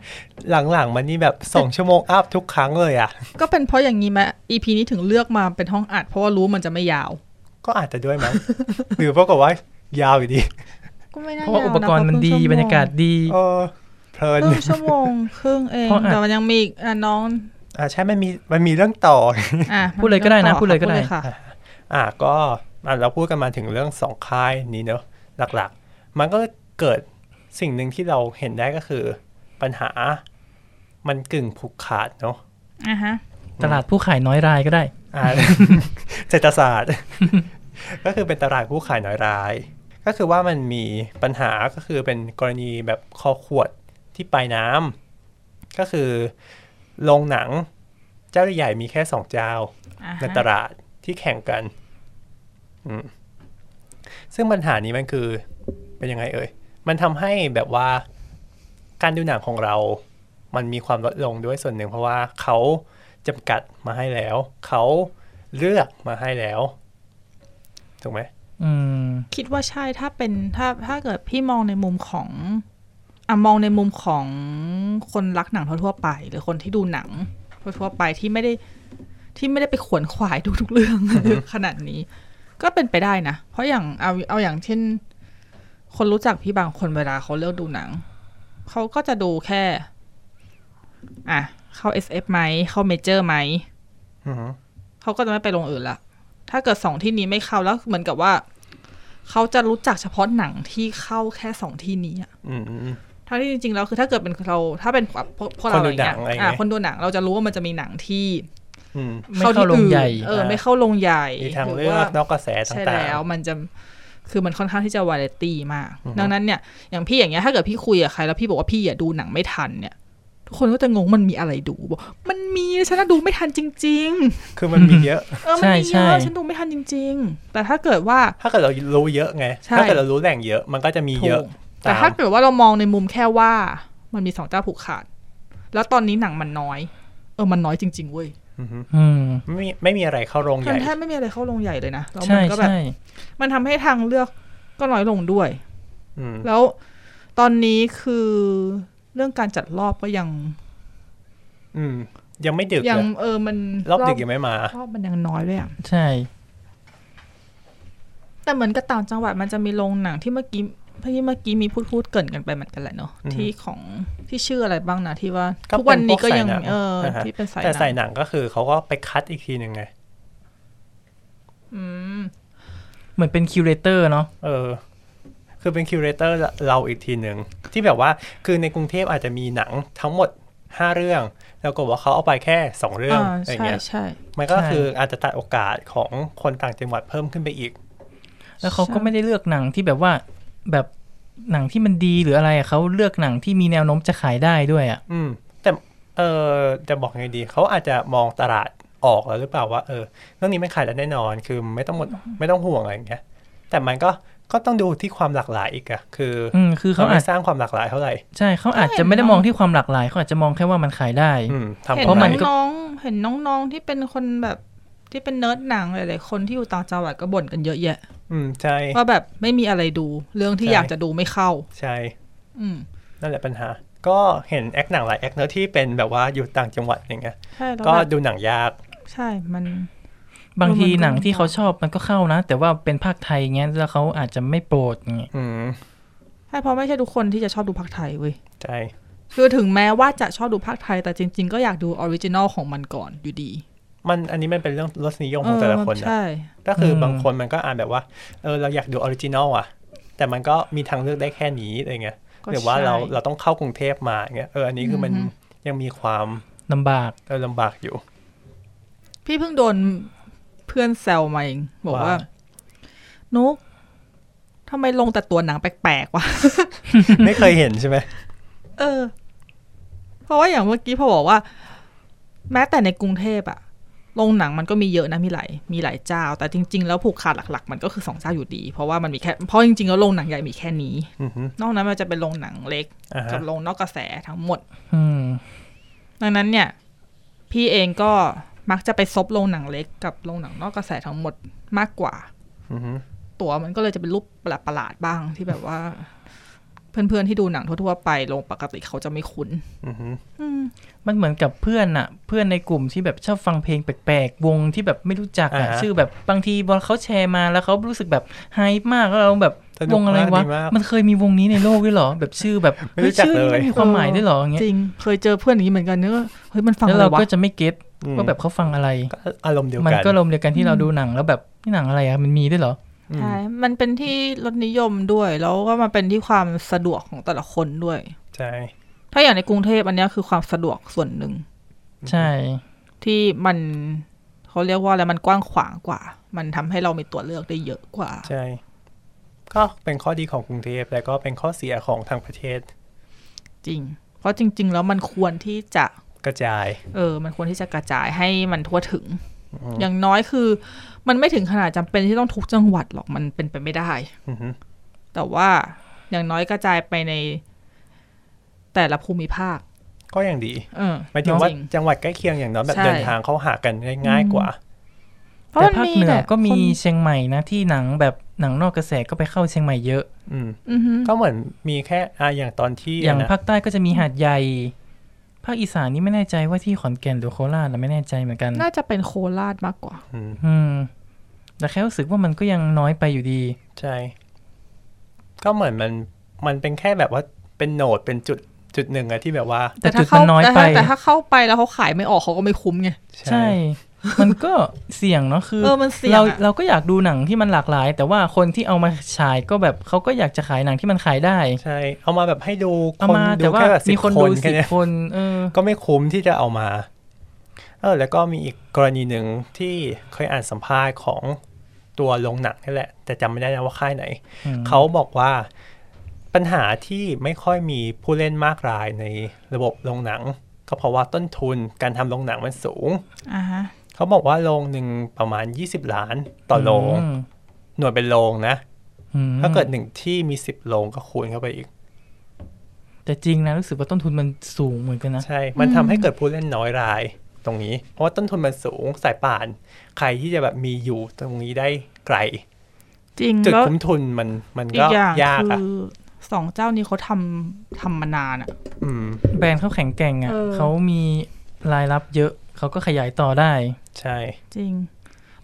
Speaker 2: หลังๆมันนี่แบบสองชั่วโมงอัพทุกครั้งเลยอ่ะ
Speaker 4: ก็เป็นเพราะอย่างนี้ไหม EP นี้ถึงเลือกมาเป็นห้องอัด เพราะว่ารู้มันจะไม่ยาว
Speaker 2: ก็อาจจะด้วยมั้ง หรือเพราะกับว่ายาวอยู่ดี
Speaker 4: ก็ไม่น่า
Speaker 3: เพ
Speaker 4: ยาว
Speaker 3: ราะว่าอุปกรณ์มันดีบรรยากาศดี
Speaker 2: เออเพลิน
Speaker 4: ครึ่งชั่วโมงครึ่งเอง
Speaker 3: เพราะอัด
Speaker 4: แต่มันยังมีอีกอ่ะน้อง
Speaker 2: อ่าใช่ มันมี มันมีเรื่องต่อ
Speaker 4: อ่ะ
Speaker 3: พูดเลยก็ได้นะ
Speaker 4: ต่อ
Speaker 3: พูดเลยก็ได้
Speaker 4: ค่ะ
Speaker 2: อ่ะก็อ่ะเราพูดกันมาถึงเรื่องสองค่ายนี้เนอะหลักๆ มันก็เกิดสิ่งหนึ่งที่เราเห็นได้ก็คือ ปัญหามันกึ่งผูกขาดเนอะ
Speaker 4: อ่ะฮะ
Speaker 3: ตลาดผู้ขายน้อยรายก็ได้
Speaker 2: อ่า เศรษฐศาสตร์ ก็คือเป็นตลาดผู้ขายน้อยราย ก็คือว่ามันมีปัญหาก็คือเป็นกรณีแบบคอขวดที่ปลายน้ำ ก็คือโรงหนังเจ้าใหญ่ๆมีแค่สองเจ้า
Speaker 4: อ่าฮะ
Speaker 2: ในตลาดที่แข่งกัน อืม ซึ่งปัญหานี้มันคือ เป็นยังไงเอ่ย มันทำให้แบบว่าการดูหนังของเรา มันมีความลดลงด้วยส่วนหนึ่ง เพราะว่าเขาจำกัดมาให้แล้ว เขาเลือกมาให้แล้ว ถูกไหม
Speaker 3: อืม
Speaker 4: คิดว่าใช่ถ้าเป็นถ้าถ้าเกิดพี่มองในมุมของอ่ะมองในมุมของคนรักหนังทั่วๆไป หรือคนที่ดูหนังทั่วๆไปที่ไม่ได้ที่ไม่ได้ไปขวนขวายดูทุกเรื่อง ขนาดนี้ ก็เป็นไปได้นะ เพราะอย่างเอาเอาอย่างเช่น คนรู้จักพี่บางคนเวลาเขาเลือกดูหนัง เขาก็จะดูแค่ อ่ะ เข้า SF ไหมเข้าเมเจอร์ไหม
Speaker 2: อือหือ
Speaker 4: เขาก็จะไม่ไปลงอื่นละ ถ้าเกิดสองที่นี้ไม่เข้าแล้วเหมือนกับว่า เขาจะรู้จักเฉพาะหนังที่เข้าแค่สองที่นี้อะ
Speaker 2: อืมอืมอืม
Speaker 4: ทั้งที่จริงๆแล้วคือถ้าเกิดเป็นเรา ถ้าเป็นแบบพวกพวก
Speaker 2: ค
Speaker 4: เรา
Speaker 2: นดู
Speaker 4: อย่างเงี้ย
Speaker 2: หนังอะไรอย่างเงี้ย
Speaker 4: อ่ะคนดูหนังเราจะรู้ว่ามันจะมีหนังที่
Speaker 2: อืม
Speaker 3: ไม่เข้าโรงใหญ่
Speaker 4: ที่อื่นเออ
Speaker 2: อ่า
Speaker 4: ไม่เข้าลงใหญ่
Speaker 2: มีทาง
Speaker 4: หรื
Speaker 2: เลือก
Speaker 4: ว่า
Speaker 2: นอกกระแส
Speaker 4: ใช่
Speaker 2: ต่าง
Speaker 4: แล้วมันจะคือมันค่อนข้างที่จะวาไรตี้มาก
Speaker 2: อือฮึ
Speaker 4: ดังนั้นเนี่ยอย่างพี่อย่างเงี้ยถ้าเกิดพี่คุยกับใครแล้วพี่บอกว่าพี่อย่าดูหนังไม่ทันเนี่ย ทุกคนก็จะงงมันมีอะไรดูบอกมันมีฉันน่ะดูไม่ทันจริง ๆ
Speaker 2: ๆ คือมันมีเยอะ
Speaker 4: เออ มั
Speaker 3: ใช่
Speaker 4: นมีเย
Speaker 3: ใช่
Speaker 4: อะฉันดูไม่ทันจริง ๆ แต่ถ้าเกิดว่า
Speaker 2: ถ้าเกิดเรารู้เยอะไง
Speaker 4: ใช่
Speaker 2: ถ้าเกิดเรารู้แหล่งเยอะ มันก็จะมี
Speaker 4: ถู
Speaker 2: เยอะ
Speaker 4: กแต่
Speaker 2: ตาม
Speaker 4: ถ้าเกิดว่าเรามองในมุมแค่ว่า มันมีสองเจ้าผูกขาด แล้วตอนนี้หนังมันน้อย เออมันน้อยจริง ๆ เว้ย
Speaker 2: อือหือ
Speaker 3: อืม
Speaker 2: ไม่มีไม่มีอะไรเข้าโรงให
Speaker 4: มัน
Speaker 2: ญ่
Speaker 4: แทบไม่มีอะไรเข้าลงใหญ่เลยนะแล้วมั
Speaker 3: ใช่
Speaker 4: นก็แบบ
Speaker 3: ใช่
Speaker 4: มันทำให้ทางเลือกก็น้อยลงด้วย
Speaker 2: อืม
Speaker 4: แล้วตอนนี้คือเรื่องการจัดรอบก็ยัง
Speaker 2: อืม ยังไม่ดึก
Speaker 4: ยั
Speaker 2: เล
Speaker 4: ง
Speaker 2: ย
Speaker 4: เออมัน
Speaker 2: รอบดึกยังไม่มา
Speaker 4: รอบมันยังน้อยด้วยอะ
Speaker 3: ใช่
Speaker 4: แต่เหมือนกับต่างจังหวัดมันจะมีโรงหนังที่เมื่อกี้ที่เมื่อกี้มีพูดพูดเกรินกันไปเหมือนกันแหละเนาะ
Speaker 2: อือฮึ
Speaker 4: ที่ของที่ชื่ออะไรบ้างนะที่ว่า
Speaker 2: ก็
Speaker 4: ทุกวันนี้ก็ยัง
Speaker 2: เป็นพวกสายหนัง
Speaker 4: เอออา
Speaker 2: ฮะ
Speaker 4: ที่เป็นสายห
Speaker 2: แต่
Speaker 4: นั
Speaker 2: ใส่
Speaker 4: ง
Speaker 2: หนังก็คือเขาก็ไปคัดอีกทีหนึ่งไง
Speaker 4: อืม
Speaker 3: เหมือนเป็นคิวเรเตอร์เนาะ
Speaker 2: เออ คือเป็นคิวเรเตอร์เราอีกทีหนึ่งที่แบบว่าคือในกรุงเทพอาจจะมีหนังทั้งหมด 5 เรื่อง แล้วก็ว่าเขาเอาไปแค่ 2 เรื่อง
Speaker 4: อ่า
Speaker 2: อะไร
Speaker 4: ใช่
Speaker 2: เงี้ย
Speaker 4: ใช่
Speaker 2: มันก็
Speaker 3: ใช่
Speaker 2: คืออาจจะตัดโอกาสของคนต่างจังหวัดเพิ่มขึ้นไปอีก
Speaker 3: แล้วเขาก็ไม่ได้เลือกหนังที่แบบว่าแบบหนังที่มันดีหรืออะไรอะเขาเลือกหนังที่มีแนวโน้มจะขายได้ด้วยอ่ะ
Speaker 2: อืม แต่เออจะบอกไงดี เขาอาจจะมองตลาดออกแล้วหรือเปล่าว่าเออเรื่องนี้ไม่ขายแล้วแน่นอนคือไม่ต้องหมดไม่ต้องห่วงอะไรอย่างเงี้ย แต่มันก็ก็ต้องดูที่ความหลากหลายอีกอะคือ
Speaker 3: อืมคือ
Speaker 2: เขา
Speaker 3: เขา
Speaker 2: ไม่
Speaker 3: อาจ
Speaker 2: สร้างความหลากหลายเท่าไหร่
Speaker 3: ใช่เขาอาจจะไม่ได้มองที่ความหลากหลายเขาอาจจะมองแค่ว่ามันขายได้
Speaker 2: อืมทำ
Speaker 4: เห็น
Speaker 2: กำไร
Speaker 3: มันก็
Speaker 4: น้องๆเห็นน้องๆที่เป็นคนแบบที่เป็นเนิร์ดหนังหลายๆคนที่อยู่ต่างจังหวัดก็บ่นกันเยอะแยะ
Speaker 2: อืม ใช่
Speaker 4: ว่าแบบไม่มีอะไรดูเรื่องที่
Speaker 2: ใช่
Speaker 4: อยากจะดูไม่เข้า
Speaker 2: ใช่
Speaker 4: อืม
Speaker 2: นั่นแหละปัญหา ก็เห็นแอคหนังหลายแอคเนอะที่เป็นแบบว่าอยู่ต่างจังหวัดอย่างเงี้ย
Speaker 4: ใช่แล้ว
Speaker 2: ก็
Speaker 4: แบบ
Speaker 2: ดูหนังยาก
Speaker 4: ใช่มัน
Speaker 3: บางที
Speaker 4: มันก็
Speaker 3: หนังที่เขาชอบมันก็เข้านะ แต่ว่าเป็นภาคไทยเงี้ยแล้วเขาอาจจะไม่โปรดเงี้ย
Speaker 2: อืม
Speaker 4: ใช่เพราะไม่ใช่ทุกคนที่จะชอบดูภาคไทยเว้ย
Speaker 2: ใช่
Speaker 4: คือถึงแม้ว่าจะชอบดูภาคไทย แต่จริง ๆ ก็อยากดูออริจินอลของมันก่อนอยู่ดี
Speaker 2: มันอันนี้มันเป็นเรื่องรสนิยมของแต่ละคน
Speaker 4: เออ
Speaker 2: นะ
Speaker 4: ใช่
Speaker 2: ก็คือบางคนมันก็อ่านแบบว่า เออเราอยากดูออริจินอลอ่ะ แต่มันก็มีทางเลือกได้แค่นี้อะไรเงี้ย
Speaker 4: ก็
Speaker 2: หรือว่าเรา
Speaker 4: ใช่
Speaker 2: เราต้องเข้ากรุงเทพมาอย่างเงี้ย เอออันนี้คือมัน
Speaker 4: อือฮึ
Speaker 2: ยังมีความ
Speaker 3: ลำบาก
Speaker 2: เออลำบากอยู่
Speaker 4: พี่เพิ่งโดนเพื่อนแซวมาเองบอกว่า
Speaker 2: ว่า
Speaker 4: นุกทำไมลงแต่ตัวหนังแปลกๆวะ
Speaker 2: ไม่เคยเห็นใช่ไหม
Speaker 4: เออ เพราะว่าอย่างเมื่อกี้พอบอกว่า แม้แต่ในกรุงเทพอะโรงหนังมันก็มีเยอะนะมีหลายมีหลายเจ้า แต่จริง ๆ แล้วผูกขาดหลัก ๆ มันก็คือสองเจ้าอยู่ดี เพราะว่ามันมีแค่เพราะจริงๆแล้วโรงหนังใหญ่มีแค่นี้
Speaker 2: อือฮึ
Speaker 4: นอกนั้นมันจะเป็นโรงหนังเล็ก
Speaker 2: อ่า
Speaker 4: กั
Speaker 2: ฮะ
Speaker 4: บโรงนอกกระแสทั้งหมด
Speaker 3: อืม
Speaker 4: ดังนั้นเนี่ย พี่เองก็มักจะไปซบโรงหนังเล็กกับโรงหนังนอกกระแสทั้งหมดมากกว่า
Speaker 2: อือฮึ
Speaker 4: ตั๋วมันก็เลยจะเป็นรูปประหลาดๆบ้างที่แบบว่า เพื่อนๆที่ดูหนังทั่วๆไปโรงปกติเขาจะไม่คุ้น
Speaker 2: อือฮึ
Speaker 4: อืม
Speaker 3: มันเหมือนกับเพื่อนอะเพื่อนในกลุ่มที่แบบชอบฟังเพลงแปลกๆ วงที่แบบไม่รู้จักอะชื่อแบบบางทีบอลเขาแชร์มาแล้วเขารู้สึกแบบไฮป์มากแล้วเราแบบ
Speaker 2: สนุ
Speaker 3: ว
Speaker 2: ก
Speaker 3: งอะไร
Speaker 2: มาก
Speaker 3: วะ
Speaker 2: ดีมาก
Speaker 3: มันเคยมีวงนี้ในโลกด้วยเหรอ แบบชื่อแบบ
Speaker 2: ไม่รู้จัก
Speaker 3: ฮ้ชื่อนี้
Speaker 2: เลย
Speaker 3: มันมีความหมายด้วยเหรออย่างเงี้ย
Speaker 4: จริง เคยเจอเพื่อนอย่างนี้เหมือนกันเนอะเฮ้ยมันฟัง
Speaker 3: แล้
Speaker 4: อะ
Speaker 3: ว
Speaker 4: ไร
Speaker 3: เรา
Speaker 4: วะ
Speaker 3: ก็จะไม่เก็ต
Speaker 2: อืม
Speaker 3: ว่าแบบเขาฟังอะไร
Speaker 2: ก็อารมณ์เดียว
Speaker 3: มัน
Speaker 2: กัน
Speaker 3: ก็ลมณ์เดียวกันที่เราดูหนังแล้วแบบนี่หนังอะไรอะมันมีด้วยเหรอ
Speaker 2: อืม
Speaker 4: ใช่มันเป็นที่รสนิยมด้วย แล้วก็มันเป็นที่ความสะดวกของแต่ละคนด้วย
Speaker 2: ใช่
Speaker 4: ถ้าอย่างในกรุงเทพอันเนี้ยคือความสะดวกส่วนหนึ่ง
Speaker 3: ใช่
Speaker 4: ที่มันเขาเรียกว่าอะไรมันกว้างขวางกว่า มันทำให้เรามีตัวเลือกได้เยอะกว่า
Speaker 2: ใช่ ก็เป็นข้อดีของกรุงเทพแล้วก็เป็นข้อเสียของทางประเทศ
Speaker 4: จริง เพ ราะจริง ๆ แล้วมันควรที่จะ
Speaker 2: กระจาย
Speaker 4: เออ มันควรที่จะกระจายให้มันทั่วถึง อย่างน้อยคือ มันไม่ถึงขนาดจำเป็นที่ต้องทุกจังหวัดหรอก มันเป็นไปไม่ได้
Speaker 2: อือฮึ
Speaker 4: แต่ว่าอย่างน้อยกระจายไปในแต่ละภูมิภาค
Speaker 2: ก็ยังดี
Speaker 4: เออ
Speaker 2: หมายถึงว่า
Speaker 4: จริ
Speaker 2: จังหวัดใกล้เคียงอย่างน้อยแบบ
Speaker 4: ใช่
Speaker 2: เดินทางเข้าหากันง่ายๆกว่า
Speaker 4: เพราะ
Speaker 3: แต่
Speaker 4: มัน
Speaker 3: ภาค
Speaker 4: มี
Speaker 3: เหนื
Speaker 4: แห
Speaker 3: อ
Speaker 4: ละ
Speaker 3: ก็มี
Speaker 4: คน
Speaker 3: เชียงใหม่นะที่หนังแบบหนังนอกกระแสก็ไปเข้าเชียงใหม่เยอะ
Speaker 2: อืม
Speaker 4: อือฮึ
Speaker 2: ก็เหมือนมีแค่อ่ะอย่างตอนที่
Speaker 3: อย่าง
Speaker 2: นะ
Speaker 3: ภาคใต้ก็จะมีหาดใหญ่ ภาคอีสานนี่ไม่แน่ใจว่าที่ขอนแก่นหรือโคราชเราไม่แน่ใจเหมือนกัน
Speaker 4: น่าจะเป็นโคราชมากกว่า
Speaker 2: อืม
Speaker 3: อืม แต่แค่รู้สึกว่ามันก็ยังน้อยไปอยู่ดี
Speaker 2: ใช่ ก็เหมือนมันมันเป็นแค่แบบว่าเป็นโหนดเป็นจุดจุดหนึ่งอะที่แบบว่า
Speaker 3: แต่
Speaker 4: ถ้า
Speaker 3: จุดมันน้อยไป
Speaker 4: แต่ถ้าแต่ถ้าเข้าไปแล้วเขาขายไม่ออกเขาก็ไม่คุ้มไง
Speaker 3: ใช่ มันก็เสี่ยงเนาะคือ
Speaker 4: เออมันเสี่ยงอะ
Speaker 3: เราก็อยากดูหนังที่มันหลากหลาย แต่ว่าคนที่เอามาฉายก็แบบเขาก็อยากจะขายหนังที่มันขายได้
Speaker 2: ใช่ เอามาแบบให้ดู
Speaker 3: เอา
Speaker 2: คน
Speaker 3: มา
Speaker 2: ดู
Speaker 3: แต่ว่า
Speaker 2: แค่แบบสิ
Speaker 3: มี
Speaker 2: บ
Speaker 3: คน
Speaker 2: ค
Speaker 3: ดู
Speaker 2: น
Speaker 3: สิ
Speaker 2: แค่
Speaker 3: บ
Speaker 2: เนี้ย
Speaker 3: คน เออ
Speaker 2: ก็ไม่คุ้มที่จะเอามา เออ แล้วก็มีอีกกรณีหนึ่งที่เคยอ่านสัมภาษณ์ของตัวโรงหนังนี่แหละ แต่จำไม่ได้นะว่าค่ายไหน
Speaker 3: อืม
Speaker 2: เขาบอกว่าปัญหาที่ไม่ค่อยมีผู้เล่นมากรายในระบบโรงหนัง ก็เพราะว่าต้นทุนการทำโรงหนังมันสูง
Speaker 4: อ่าฮะ
Speaker 2: เขาบอกว่าโรงหนึ่งประมาณ 20 ล้านต่อโรง
Speaker 3: ม
Speaker 2: หน่วยเป็นโรงนะ
Speaker 3: อืม
Speaker 2: ถ้าเกิดหนึ่งที่มี 10โรงก็คูณเข้าไปอีก
Speaker 3: แต่จริงนะรู้สึกว่าต้นทุนมันสูงเหมือนกันนะ
Speaker 2: ใช่ มันทำ
Speaker 4: อืม
Speaker 2: ให้เกิดผู้เล่นน้อยรายตรงนี้ เพราะว่าต้นทุนมันสูงสายป่าน ใครที่จะแบบมีอยู่ตรงนี้ได้ไกล
Speaker 4: จริง
Speaker 2: จุด
Speaker 4: แล้ว
Speaker 2: คุ้มทุนมันมัน
Speaker 4: อี
Speaker 2: ก็
Speaker 4: กอย่าง
Speaker 2: ยาก
Speaker 4: คื
Speaker 2: อ่ะ
Speaker 4: อสองเจ้านี้เขาทำทำมานานอะ
Speaker 2: อืม
Speaker 3: แบรนด์เขาแข็งแกร่งอ่ะ
Speaker 4: เออ
Speaker 3: เขามีรายรับเยอะ เขาก็ขยายต่อได้
Speaker 2: ใช่
Speaker 4: จริง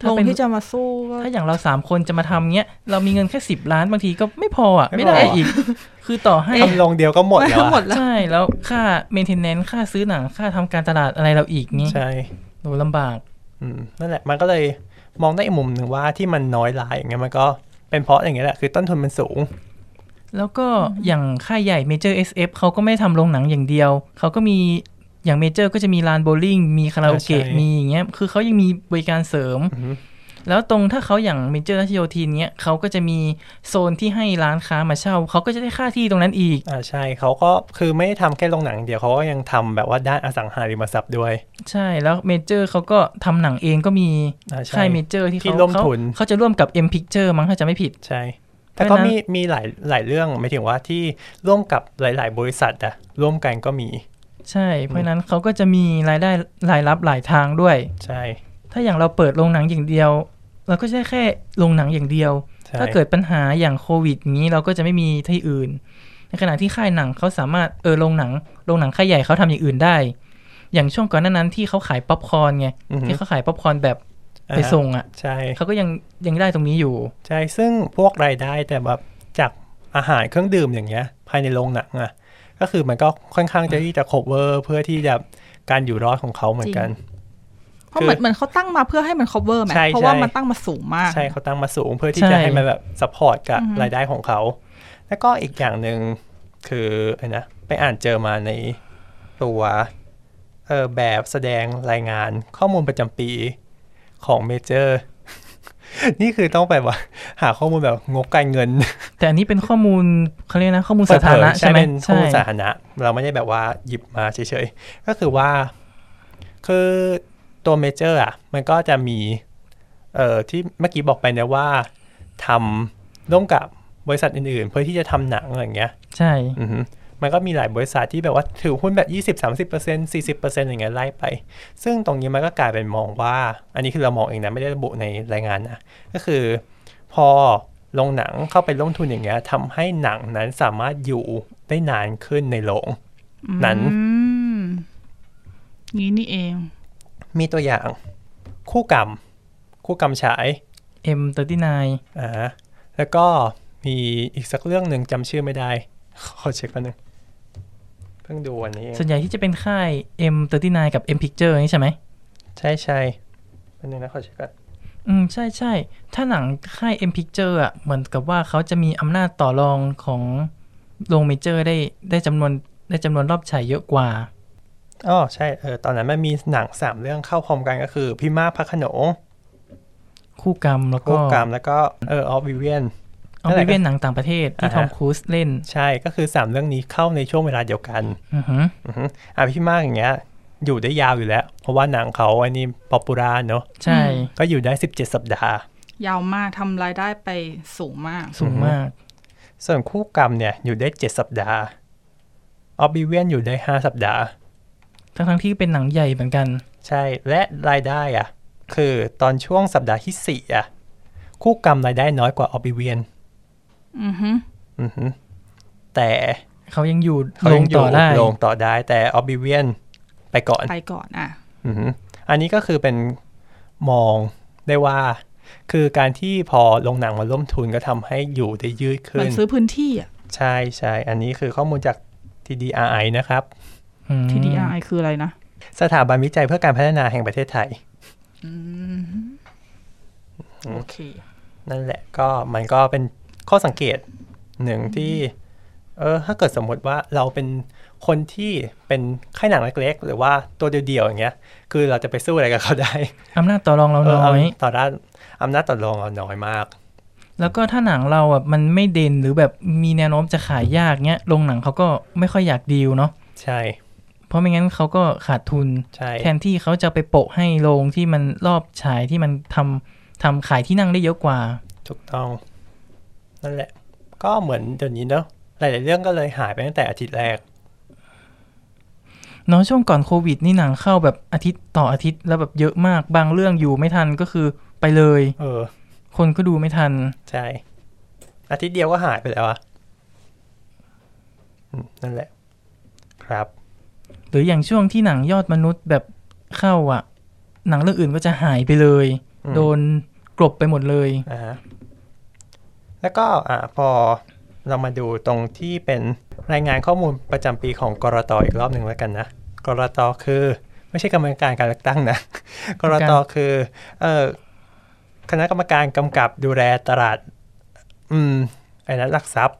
Speaker 4: ล
Speaker 3: ถ้าง เป็น
Speaker 4: ที่จะมาสู้ก็
Speaker 3: ถ้าอย่างเราสามคนจะมาทำเงี้ย เรามีเงินแค่สิบล้านบางทีก็ไม่พออ่ะ
Speaker 2: ไม่
Speaker 3: ไม่
Speaker 2: พอ
Speaker 3: ได้อีก คือต่อให้
Speaker 2: ทำโรงเดียวก็หมดแล้ว
Speaker 4: หม
Speaker 2: อะ
Speaker 4: ดแล้ว
Speaker 3: ใช่แล้วค่าเมนเทนแนนซ์ค่าซื้อหนัง ค่าทำการตลาดอะไรเราอีกนี้
Speaker 2: ใช่
Speaker 3: โหลำบาก
Speaker 2: อืมนั่นแหละ มันก็เลยมองได้อีกมุมหนึ่งว่าที่มันน้อยรายอย่างเงี้ยมันก็เป็นเพราะอย่างเงี้ยแหละ คือต้นทุนมันสูง
Speaker 3: แล้วก็อย่างค่ายใหญ่เมเจอร์ SF เขาก็ไม่ได้ทำโรงหนังอย่างเดียว เขาก็มีอย่างเมเจอร์ก็จะมีลานโบว์ลิ่งมีคาราโอเกะ
Speaker 2: ใช่
Speaker 3: มีอย่างเงี้ยคือเขายังมีบริการเสริม
Speaker 2: อือฮึ
Speaker 3: แล้วตรงถ้าเขาอย่างเมเจอร์ราชโยธินเนี้ยเขาก็จะมีโซนที่ให้ร้านค้ามาเช่า เขาก็จะได้ค่าที่ตรงนั้นอีก
Speaker 2: อ่าใช่เขาก็คือไม่ได้ทำแค่โรงหนังอย่างเดียวเขาก็ยังทำแบบว่าด้านอสังหาริมทรัพย์ด้วย
Speaker 3: ใช่แล้วเมเจอร์เขาก็ทำหนังเองก็มี
Speaker 2: อ่าใช่
Speaker 3: ค่ายเมเจอร์ที่
Speaker 2: ที่
Speaker 3: เขา
Speaker 2: ร่วม
Speaker 3: เขา
Speaker 2: ทุน
Speaker 3: เขาจะร่วมกับ M Picture มั้งถ้าจะไม่ผิด
Speaker 2: ใช่ แต่ก็
Speaker 3: เพราะฉะนั้น
Speaker 2: มีมีหลายหลายเรื่องหมายถึงว่าที่ร่วมกับหลาย ๆ บริษัทอะร่วมกันก็มี
Speaker 3: ใช่ เพราะฉะนั้นเขาก็จะมีรายได้รายรับหลายทางด้วย
Speaker 2: ใช่
Speaker 3: ถ้าอย่างเราเปิดโรงหนังอย่างเดียว เราก็จะได้แค่โรงหนังอย่างเดียว
Speaker 2: ใช่
Speaker 3: ถ้าเกิดปัญหาอย่างโควิดอย่างนี้เราก็จะไม่มีที่อื่น ในขณะที่ค่ายหนังเขาสามารถเออโรงหนังโรงหนังค่ายใหญ่เขาทำอย่างอื่นได้ อย่างช่วงก่อนหน้านั้นที่เขาขายป๊อปคอร์นไง
Speaker 2: อือฮึ
Speaker 3: ที่เขาขายป๊อปคอร์นแบบไป
Speaker 2: อ่า
Speaker 3: ส่งอ่ะ
Speaker 2: ใช่
Speaker 3: เขาก็ยังยังได้ตรงนี้อยู่
Speaker 2: ใช่ซึ่งพวกรายได้แต่แบบจากอาหารเครื่องดื่มอย่างเงี้ย ภายในโรงหนังอะก็คือมันก็ค่อนข้างจะที่จะ cover เพื่อที่จะการอยู่รอดของเขาเหมือนกัน
Speaker 4: เพราะเหมือนเหมือนเขาตั้งมาเพื่อให้มัน cover ไหม
Speaker 2: ใช่
Speaker 4: เพราะว่า
Speaker 2: ใช่
Speaker 4: มันตั้งมาสูงมาก
Speaker 2: ใช่เขาตั้งมาสูงเพื่อที่จะ
Speaker 3: ใช่
Speaker 2: ให้มันแบบ support กับ
Speaker 4: อือฮึ
Speaker 2: รายได้ของเขา แล้วก็อีกอย่างหนึ่งคือไอ้นะไปอ่านเจอมาในตัวเออแบบแสดงรายงานข้อมูลประจำปีของเมเจอร์ นี่คือต้องไปว่าหาข้อมูลแบบงบการเงิน
Speaker 3: แต่อันนี้เป็นข้อมูลเขาเรียกนะข้อมูลสาธารณะ
Speaker 2: เปิดเผย
Speaker 3: ใช่ไหม
Speaker 2: เป็นข้อ
Speaker 3: ใช่
Speaker 2: มูลสาธารณะเราไม่ได้แบบว่าหยิบมาเฉยๆ ก็คือว่าคือตัวเมเจอร์อ่ะ มันก็จะมีเอ่อที่เมื่อกี้บอกไปนะว่าทำร่วมกับบริษัทอื่นๆ เพื่อที่จะทำหนังอะไรอย่างเงี้ย
Speaker 3: ใช่
Speaker 2: อือฮึมันก็มีหลายบริษัทที่แบบว่าถือหุ้นแบบ 20 30 40 อย่างเงี้ยไล่ไป ซึ่งตรงนี้มันก็กลายเป็นมองว่า อันนี้คือเรามองเองนะ ไม่ได้ระบุในรายงานนะ ก็คือพอโรงหนังเข้าไปลงทุนอย่างเงี้ยทำให้หนังนั้นสามารถอยู่ได้นานขึ้นในโรง นั้น
Speaker 4: อืมงี้นี่เอง
Speaker 2: มีตัวอย่างคู่กรรม คู่กรรมฉาย
Speaker 3: เอ็มเตอร์ตี้นาย
Speaker 2: อ่าฮะแล้วก็มีอีกสักเรื่องหนึ่งจำชื่อไม่ได้ ขอเช็คแป๊บนึงเพิ่งดูวันนี้เอง
Speaker 3: ส่วนใหญ่ที่จะเป็นค่ายเอ็มเตอร์ตี้นายกับเอ็มพิกเจอร์นี่ใช่ไหม
Speaker 2: ใช่ใช่แป๊บนึงนะขอเช็คก่อน
Speaker 3: อืมใช่ใช่ถ้าหนังค่าย M Picture อ่ะเหมือนกับว่าเขาจะมีอำนาจต่อรองของโรงเมเจอร์ได้ได้จำนวนได้จำนวนรอบฉายเยอะกว่า
Speaker 2: อ๋อใช่เออตอนนั้นมันมีหนังสามเรื่องเข้าพร้อมกันก็คือพี่มากพระโขนง
Speaker 3: คู่กรรมแล้วก็
Speaker 2: โกกามแล้วก็เออออฟวิเวียน
Speaker 3: เอาไปเล่นหนังต่างประเทศที่
Speaker 2: อ่าฮะ
Speaker 3: ทอมครูซเล่น
Speaker 2: ใช่ก็คือสามเรื่องนี้เข้าในช่วงเวลาเดียวกัน
Speaker 3: อือหือ
Speaker 2: อือฮึอ่ะพี่มากอย่างเงี้ย อยู่ได้ยาวอยู่แล้ว เพราะว่าหนังเขาอันนี้ป๊อปปูล่าเนอะ
Speaker 3: ใช่
Speaker 4: อืม
Speaker 2: ก็อยู่ได้ 17 สัปดาห์
Speaker 4: ยาวมากทำรายได้ไปสูงมาก
Speaker 3: สู
Speaker 2: อือ
Speaker 3: ง
Speaker 2: หือ
Speaker 3: มาก
Speaker 2: ส่วนคู่กรรมเนี่ยอยู่ได้ 7 สัปดาห์ออบบิเวียนอยู่ได้ 5 สัปดาห์
Speaker 3: ทั้งทั้งๆที่เป็นหนังใหญ่เหมือนกัน
Speaker 2: ใช่และรายได้อ่ะ คือตอนช่วงสัปดาห์ที่ 4 อ่ะ คู่กรรมรายได้น้อยกว่าออบบิเวียน
Speaker 4: อือฮึ
Speaker 2: อือฮึแต่
Speaker 3: เขายังอยู่
Speaker 2: เขา
Speaker 3: ล
Speaker 2: ยัง งอยู่
Speaker 3: ต่อได้
Speaker 2: ลงต่อได้แต่ออบบิเวียนไปก่อน
Speaker 4: ไปก่อนอ่ะ
Speaker 2: อือหืออันนี้ก็คือเป็นมองได้ว่า คือการที่พอลงหนังมาร่วมทุนก็ทำให้อยู่ได้ยืด
Speaker 4: มั
Speaker 2: ขึ้
Speaker 4: น
Speaker 2: น
Speaker 4: ซื้อพื้นที่อ่ะ
Speaker 2: ใช่ใช่อันนี้คือข้อมูลจาก TDRI นะครับ
Speaker 3: อืม
Speaker 4: TDI คืออะไรนะ
Speaker 2: สถาบันวิจัยเพื่อการพัฒนาแห่งประเทศไทย
Speaker 4: อืมโอเค
Speaker 2: นั่นแหละก็มันก็เป็นข้อสังเกตหนึ่งที่ เออถ้าเกิดสมมติว่าเราเป็นคนที่เป็นค่ายหนังเล็กๆ หรือว่าตัวเดียวๆอย่างเงี้ย คือเราจะไปสู้อะไรกับเขาได้
Speaker 3: อำนาจต่อรองเรา
Speaker 2: เออ
Speaker 3: น้
Speaker 2: เอา
Speaker 3: อย
Speaker 2: ต่อด้านอำนาจต่อรองเราน้อยมาก
Speaker 3: แล้วก็ถ้าหนังเราอ่ะมันไม่เด่นหรือแบบมีแนวโน้มจะขายยากเนี้ยโรงหนังเขาก็ไม่ค่อยอยากดีลเนาะ
Speaker 2: ใช่
Speaker 3: เพราะไม่งั้นเขาก็ขาดทุน
Speaker 2: ใช่
Speaker 3: แทนที่เขาจะไปโปะให้โรงที่มันรอบฉายที่มันทำทำขายที่นั่งได้เยอะกว่า
Speaker 2: ถูกต้อง นั่นแหละ ก็เหมือนเดี๋ยวนี้เนอะหลาย ๆ เรื่องก็เลยหายไปตั้งแต่อาทิตย์แรก
Speaker 3: เนาะช่วงก่อนโควิดนี่หนังเข้าแบบอาทิตย์ต่ออาทิตย์แล้วแบบเยอะมากบางเรื่องอยู่ไม่ทันก็คือไปเลย
Speaker 2: เออ
Speaker 3: คนก็ดูไม่ทัน
Speaker 2: ใช่ อาทิตย์เดียวก็หายไปแล้วอะอืมนั่นแหละ ครับ
Speaker 3: หรืออย่างช่วงที่หนังยอดมนุษย์แบบเข้าอ่ะ หนังเรื่องอื่นก็จะหายไปเลย
Speaker 2: อืม
Speaker 3: โดนกลบไปหมดเลย
Speaker 2: อ่าฮะแล้วก็อ่าพอเรามาดูตรงที่เป็นรายงานข้อมูลประจำปีของกรตอีกรอบหนึ่งแล้วกันนะกรตคือ ไม่ใช่กรรมการการเลือกตั้งนะ กรตคือเอ่อคณะกรรมการกำกับดูแลตลาด อืมไอ้นั้นหลักทรัพย์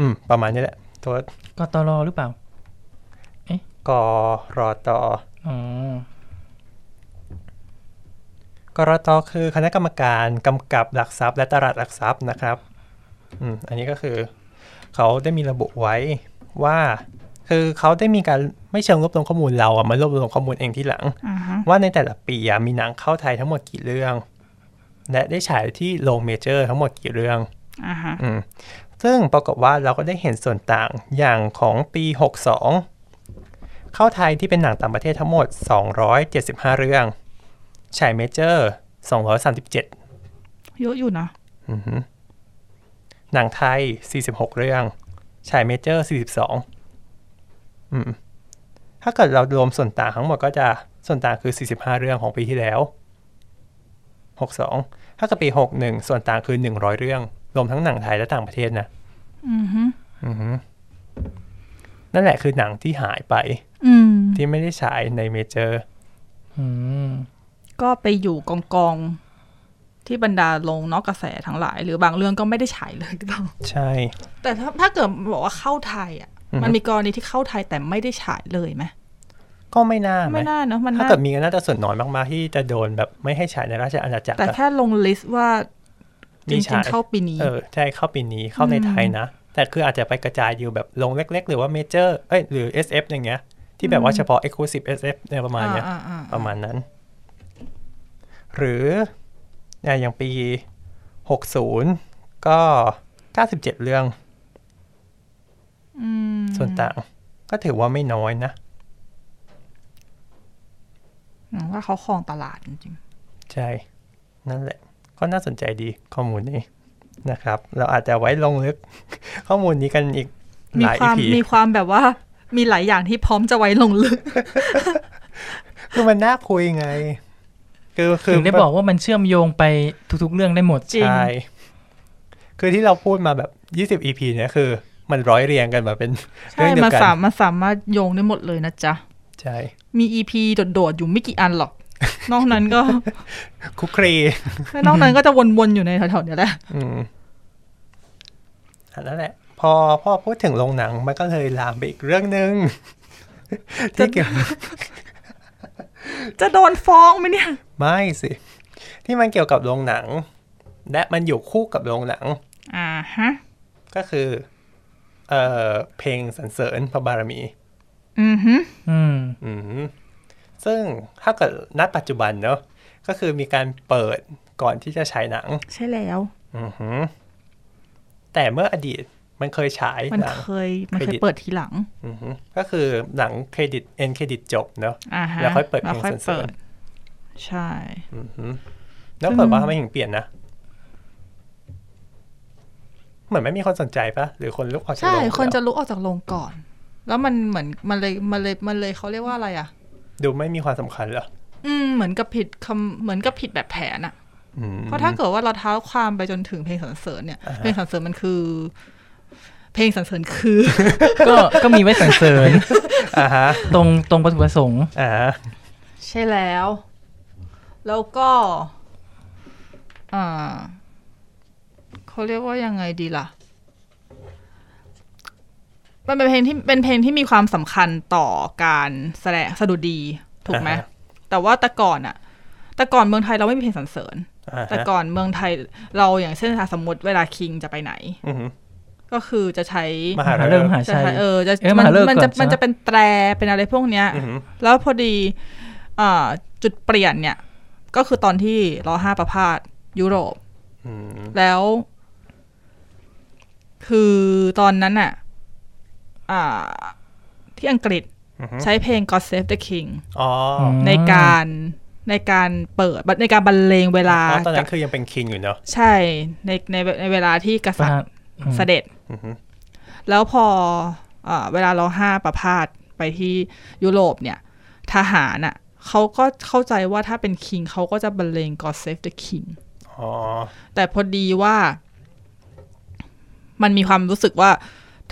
Speaker 2: อืม ประมาณนี้แหละตัว
Speaker 3: กตรหรือเปล่า
Speaker 2: กรต
Speaker 3: อ๋อ
Speaker 2: กรตคือคณะกรรมการกำกับหลักทรัพย์ และตลาดหลักทรัพย์นะครับ อืมอันนี้ก็คือ เขาได้มีระบุไว้ว่า คือเขาได้มีการไม่เชิงรวบรวมข้อมูลเราอะมารวบรวมข้อมูลเองที่หลัง
Speaker 4: อ่าฮะ
Speaker 2: ว่าในแต่ละปีอะมีหนังเข้าไทยทั้งหมดกี่เรื่อง และได้ฉายที่โรงเมเจอร์ทั้งหมดกี่เรื่อง
Speaker 4: อ่าฮะ
Speaker 2: อืมซึ่งปรากฏว่าเราก็ได้เห็นส่วนต่างอย่างของปี 62 เข้าไทยที่เป็นหนังต่างประเทศทั้งหมด 275 เรื่อง ฉายเมเจอร์ 237
Speaker 4: เยอะอยู่นะ
Speaker 2: อือหือหนังไทย 46 เรื่อง ฉายเมเจอร์ 42อืมถ้าเกิดเรารวมส่วนต่างทั้งหมดก็จะส่วนต่างคือ 45 เรื่องของปีที่แล้ว 62 ถ้าเกิดปี 61 ส่วนต่างคือ 100 เรื่อง รวมทั้งหนังไทยและต่างประเทศนะ
Speaker 4: อือฮึ
Speaker 2: อือฮึนั่นแหละคือหนังที่หายไป
Speaker 4: อืม
Speaker 2: ที่ไม่ได้ฉายในเมเจอร์
Speaker 3: อืม
Speaker 4: ก็ไปอยู่กองกองๆที่บรรดาลงนอกกระแสทั้งหลาย หรือบางเรื่องก็ไม่ได้ฉายเลย ก็ต้อง
Speaker 2: ใช่
Speaker 4: แต่ถ้าถ้าเกิดบอกว่าเข้าไทยอ่ะ
Speaker 2: อือฮึ
Speaker 4: มันมีกรณีที่เข้าไทยแต่ไม่ได้ฉายเลยไหม
Speaker 2: ก็ไม่น่าไหม
Speaker 4: ไม่น่าเนอะมัน
Speaker 2: ถ้า
Speaker 4: น่า
Speaker 2: เกิดมีก็น่าจะส่วนน้อยมาก ๆ ที่จะโดนแบบไม่ให้ฉายในราชอาณาจักร
Speaker 4: แต่
Speaker 2: อะ
Speaker 4: แค่ลงลิสต์ว่าจ
Speaker 2: มี
Speaker 4: ริ
Speaker 2: ฉาง ย
Speaker 4: ๆเข้าปีนี้
Speaker 2: เออใช่เข้าปีนี้เข้าในไทยนะ แต่คืออาจจะไปกระจายอยู่แบบลงเล็ก ๆ หรือว่าเมเจอร์เอ้ยหรือ SF อย่างเงี้ย ที่แบบว่าเฉพาะ Exclusive SF เนี่ยประมาณเนี้ย
Speaker 4: อ่าอ่า
Speaker 2: ประมาณนั้น หรืออ่ะอย่างปี 60 ก็ 97 เรื่อง
Speaker 4: อืม
Speaker 2: ส่วนต่างก็ถือว่าไม่น้อยนะ
Speaker 4: หนูว่าเขาครองตลาดจริง
Speaker 2: ใช่ นั่นแหละ ก็น่าสนใจดีข้อมูลนี้นะครับ เราอาจจะไว้ลงลึก ข้อมูลนี้กันอีก
Speaker 4: ๆมี
Speaker 2: หลาย
Speaker 4: ความ
Speaker 2: อี
Speaker 4: มีความแบบว่า มีหลายอย่างที่พร้อมจะไว้ลงลึก
Speaker 2: คือมันน่าคุยไง คือคื
Speaker 3: ถึ
Speaker 2: อง
Speaker 3: ได้บอกว่ามันเชื่อมโยงไปทุกๆเรื่องได้หมด
Speaker 4: จริง
Speaker 2: ใช่คือที่เราพูดมาแบบ 20 EP เนี่ยคือ มันร้อยเรียงกันมาเป็นเรื่
Speaker 4: ใช่
Speaker 2: องเดีย
Speaker 4: มาว
Speaker 2: กัน
Speaker 4: สามมารถสามารถโยงได้หมดเลยนะจ๊ะ
Speaker 2: ใช่
Speaker 4: มีอีพีโดดๆ อยู่ไม่กี่อันหรอก นอกนั้นก็
Speaker 2: คุกครี
Speaker 4: นอกนั้นก็จะวนๆ อยู่ในแถวๆเนี้แหละ
Speaker 2: อืมอันนั้นแหละ พอพ่อพูดถึงโรงหนัง มันก็เลยลามไปอีกเรื่องหนึ่ ง ที่เกี่ยว
Speaker 4: จะโดนฟ้องไหมเนี่ย
Speaker 2: ไม่สิ ที่มันเกี่ยวกับโรงหนัง และมันอยู่คู่กับโรงหนัง
Speaker 4: อ่าฮะ
Speaker 2: ก็คือเอ่อเพลงสรรเสริญพระบารมี
Speaker 4: อือฮึ
Speaker 3: อืม
Speaker 2: อืมซึ่งถ้าเกิดณปัจจุบันเนอะก็คือมีการเปิดก่อนที่จะฉายหนัง
Speaker 4: ใช่แล้ว
Speaker 2: อือหือแต่เมื่ออดีตมันเคยฉาย
Speaker 4: มัน
Speaker 2: หนัง
Speaker 4: เคย มันเค
Speaker 2: เค
Speaker 4: ย
Speaker 2: รดิต
Speaker 4: เปิดทีหลัง
Speaker 2: อือหือก็คือหนังเครดิตเอ็นเครดิตจบเนอะ
Speaker 4: อ่าฮะ
Speaker 2: แล้วค่อยเปิดเพลง
Speaker 4: แล้วค่อย
Speaker 2: สรรเสริญ
Speaker 4: ปิดใช่
Speaker 2: อือหือแล้วเปิดว่าทำไมถึงเปลี่ยนนะ เหมือนไม่มีคนสนใจปะหรือคนลุกออกจาก
Speaker 4: ใช่
Speaker 2: โรง
Speaker 4: คน
Speaker 2: แล้ว
Speaker 4: จะลุกออกจากโรงก่อน แล้วมันเหมือนมันเลยมันเลยมันเลยเขาเรียกว่าอะไรอ่ะ
Speaker 2: ดูไม่มีความสำคัญเหรอ
Speaker 4: อืม เหมือนกับผิดคำเหมือนกับผิดแบบแผนอ่ะ
Speaker 2: อืม
Speaker 4: เพราะถ้าเกิดว่าเราเท้าความไปจนถึงเพลงสรรเสริญเนี่ย
Speaker 2: อ่าฮะ
Speaker 4: เพลงสรรเสริญมันคือ เพลงสรรเสริญคือ
Speaker 3: ก็ก็มีไว้สรรเสริญ
Speaker 2: อ่าฮะ
Speaker 3: ตรงตรงวัตถุประสงค์
Speaker 2: อ่าฮะ
Speaker 4: ใช่แล้ว แล้วก็ อ่าเขาเรียกว่ายังไงดีล่ะ มันเป็นเพลงที่เป็นเพลงที่มีความสำคัญต่อการแสดงสดุดี ถูกไหม แต่ว่าแต่ก่อนอะแต่ก่อนเมืองไทยเราไม่มีเพลงสรรเสริญ
Speaker 2: อ่าฮะ
Speaker 4: แต่ก่อนเมืองไทยเราอย่างเช่นอ่ะสมมติเวลาคิงจะไปไหน
Speaker 2: อือหือ
Speaker 4: ก็คือจะใช้
Speaker 2: ม
Speaker 3: ม
Speaker 2: หา
Speaker 3: หา
Speaker 2: เริ
Speaker 3: เริ่ม
Speaker 2: ง
Speaker 3: มหา
Speaker 4: จะ
Speaker 3: ชัย
Speaker 4: ใช้เออจะ
Speaker 3: เอ๊ะ
Speaker 4: มัน
Speaker 3: มหาฤกษ์
Speaker 4: มัน
Speaker 3: ก่อน
Speaker 4: จะ
Speaker 3: ใช่ไหม
Speaker 4: มันจะเป็นแตรเป็นอะไรพวกเนี้ย
Speaker 2: อือหือ
Speaker 4: แล้วพอดีอ่าจุดเปลี่ยนเนี่ย ก็คือตอนที่รอห้าประพาสยุโรป
Speaker 2: อืม
Speaker 4: แล้ว คือตอนนั้นน่ะอ่า ที่อังกฤษ
Speaker 2: อือหือ
Speaker 4: ใช้เพลง God Save the King
Speaker 2: อ๋ออ
Speaker 3: ม
Speaker 4: ในการในการเปิดในการบรรเลงเวลา
Speaker 2: อ๋อตอนนั้
Speaker 4: กัน
Speaker 2: คือยังเป็นคิงอยู่เนาะ
Speaker 4: ใช่ในในในเวลาที่ก
Speaker 3: ประ
Speaker 4: ษัตริ
Speaker 3: ธาน
Speaker 4: ย์เสด็จ
Speaker 2: อือฮึ
Speaker 4: แล้วพอเออเวลาเราห้าประพาสไปที่ยุโรปเนี่ย ทหารอ่ะเขาก็เข้าใจว่าถ้าเป็นคิงเขาก็จะบรรเลง God Save the King
Speaker 2: อ๋อ
Speaker 4: แต่พอดีว่า มันมีความรู้สึกว่า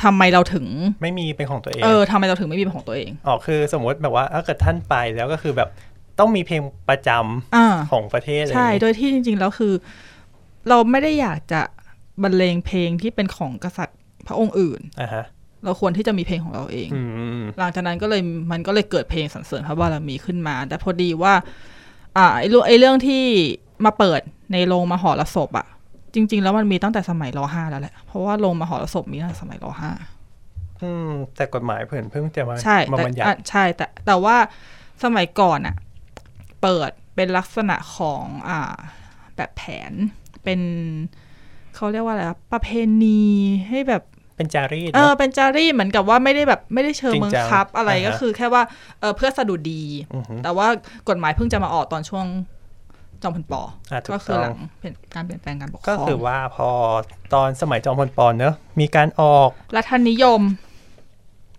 Speaker 4: ทำไมเราถึง
Speaker 2: ไม่มีเป็นของตัวเอง
Speaker 4: เออทำไมเราถึงไม่มีเป็นของตัวเอง
Speaker 2: อ๋อคือสมมติแบบว่าถ้าเกิดท่านไปแล้วก็คือแบบต้องมีเพลงประจำ
Speaker 4: อ่า
Speaker 2: ของประเทศอะไรอ
Speaker 4: ใช่
Speaker 2: ย่าง
Speaker 4: โด
Speaker 2: งี้
Speaker 4: ยที่จริง ๆ แล้วคือ เราไม่ได้อยากจะบรรเลงเพลงที่เป็นของกษัตริย์พระองค์อื่น
Speaker 2: อ่าฮะ
Speaker 4: เราควรที่จะมีเพลงของเราเอง
Speaker 2: อืม
Speaker 4: หลังจากนั้นก็เลยมันก็เลยเกิดเพลงสรรเสริญพระบารมีขึ้นมา แต่พอดีว่า อ่าไอ้เรื่องไอ้เรื่องที่มาเปิดในโรงมหรสพอะจริง ๆ แล้วมันมีตั้งแต่สมัยรห้าแล้วแหละ เพราะว่าโรงมหรสพมีตั้งแต่สมัยรห้า
Speaker 2: อืม แต่กฎหมายเพื่อนเพิ่งจะมา
Speaker 4: ใช่
Speaker 2: มา
Speaker 4: แต่
Speaker 2: บัญญั
Speaker 4: อ่ะ
Speaker 2: ติ
Speaker 4: ใช่แต่แต่ว่าสมัยก่อนอะเปิดเป็นลักษณะของอ่าแบบแผนเป็นเขาเรียกว่าอะไรอะประเพณีให้แบบ
Speaker 2: เป็นจารีต
Speaker 4: เอ
Speaker 2: นะ
Speaker 4: อเป็นจารีตเหมือนกับว่าไม่ได้แบบไม่ได้เชิง
Speaker 2: จริง
Speaker 4: เมือง
Speaker 2: จัง
Speaker 4: คับอะไร
Speaker 2: อ่าฮะ
Speaker 4: ก็คือแค่ว่าเออเพื่อสะดุดี
Speaker 2: อือฮึ
Speaker 4: แต่ว่ากฎหมายเพิ่งจะมาออกตอนช่วงจอมพลปอ
Speaker 2: อ่าถูกต้อง
Speaker 4: ก็คืหลังเปลี่ยนการเปลี่ยนแปลงการปกคร
Speaker 2: ก็
Speaker 4: อง
Speaker 2: คือว่าพอตอนสมัยจอมพลปอนเนอะมีการออก
Speaker 4: รัฐนิยม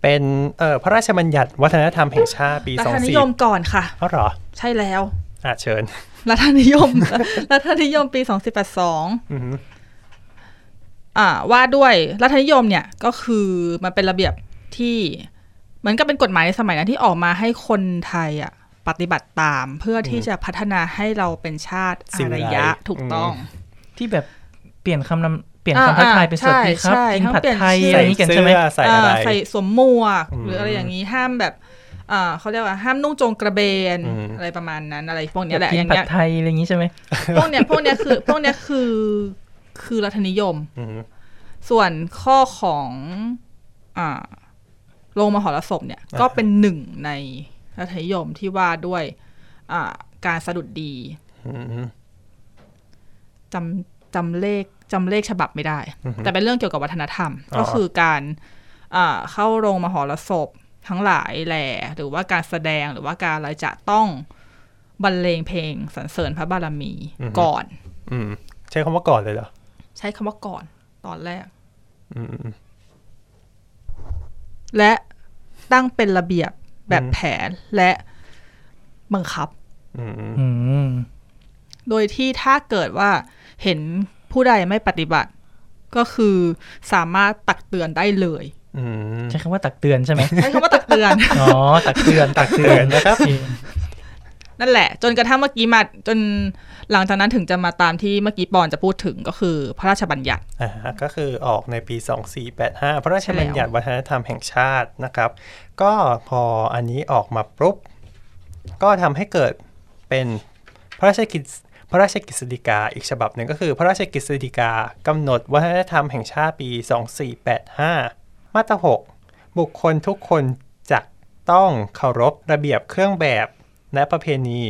Speaker 2: เป็นเอ่อพระราชบัญญัติวัฒนธรรมแห่งชาติปี
Speaker 4: รั
Speaker 2: สอง
Speaker 4: ฐนิ
Speaker 2: สี่
Speaker 4: ยมก่อนค่ะ
Speaker 2: อ๋อเหรอ
Speaker 4: ใช่แล้ว
Speaker 2: อ่ะเชิญ
Speaker 4: รัฐนิยม รัฐนิยมปี 2482
Speaker 2: อือฮึ
Speaker 4: อ่าว่าด้วยรัฐนิยมเนี่ยก็คือมันเป็นระเบียบที่เหมือนกับเป็นกฎหมายในสมัยนั้นที่ออกมาให้คนไทยอ่ะปฏิบัติตามเพื่อที่จะพัฒนาให้เราเป็นชาติอารยะถูกต้อง
Speaker 3: ที่แบบเปลี่ยนคำนำเปลี่ยน
Speaker 4: อ่า
Speaker 3: คำทักทายเป็นสวัสดี
Speaker 4: ใช่ใช่
Speaker 3: ครับกิน
Speaker 4: ทั้ง
Speaker 3: ผัด
Speaker 4: เปลี่ยน
Speaker 3: ไทย
Speaker 4: ชื่ออ
Speaker 3: อะไรอย่างนี้กันใช่ไหม
Speaker 2: เสื้อใส่อะไร
Speaker 4: อ่าใส่สวมหมวก
Speaker 2: อืม
Speaker 4: หรืออะไรอย่างนี้ห้ามแบบอ่าเขาเรียกว่าห้ามนุ่งโจงกระเบน
Speaker 2: อืม
Speaker 4: อะไรประมาณนั้นอะไรพวกเนี้ยแหละอ
Speaker 3: กิ
Speaker 4: น ย่าง
Speaker 3: ผั
Speaker 4: เงี้
Speaker 3: ด
Speaker 4: ย
Speaker 3: ไทยอะไรอย่างนี้ใช่ไหม
Speaker 4: พวกเนี้ยพวกเนี้ยคือพวกเนี้ยคือคือรัฐนิยม
Speaker 2: อือฮึ
Speaker 4: ส่วนข้อของอ่าโรงมหรสพเนี่ยก็เป็นหนึ่งในรัฐนิยมที่ว่าด้วยอ่าการสะดุดดี
Speaker 2: อือฮึ
Speaker 4: จำจำเลขจำเลขฉบับไม่ได้
Speaker 2: อือฮึ
Speaker 4: แต่เป็นเรื่องเกี่ยวกับวัฒนธรรม
Speaker 2: อ๋อ
Speaker 4: ก็คือการอ่าเข้าโรงมหรสพทั้งหลายแหล่หรือว่าการแสดงหรือว่าการอะไรจะต้องบรรเลงเพลงสรรเสริญพระบารมีก่อน
Speaker 2: อืมใช้คำว่าก่อนเลยเหรอ
Speaker 4: ใช้คำว่าก่อนตอนแรก
Speaker 2: อืมอืม
Speaker 4: และตั้งเป็นระเบียบแบบ
Speaker 2: อืม
Speaker 4: แผนและบังคับ
Speaker 2: อืมอืม
Speaker 3: อืม
Speaker 4: โดยที่ถ้าเกิดว่าเห็นผู้ใดไม่ปฏิบัติ ก็คือสามารถตักเตือนได้เลย
Speaker 2: อืม
Speaker 3: ใช้คำว่าตักเตือนใช่ไหม
Speaker 4: ใช้คำว่าตักเตือน
Speaker 3: อ๋อ ตักเตือน ตักเตือนนะครับ
Speaker 4: นั่นแหละ จนกระทั่งเมื่อกี้มาจนหลังจากนั้นถึงจะมาตามที่เมื่อกี้ปอนจะพูดถึงก็คือพระราชบัญญัติ
Speaker 2: อ่าฮะก็คือออกในปี 2485 พระราชบัญญัติวัฒนธรรมแห่งชาตินะครับ ก็พออันนี้ออกมาปุ๊บ ก็ทำให้เกิดเป็นพระราชกิจ พระราชกฤษฎีกาอีกฉบับหนึ่งก็คือพระราชกฤษฎีกากำหนดวัฒนธรรมแห่งชาติปี 2485 มาตรา 6 บุคคลทุกคนจะต้องเคารพระเบียบเครื่องแบบและประเพณี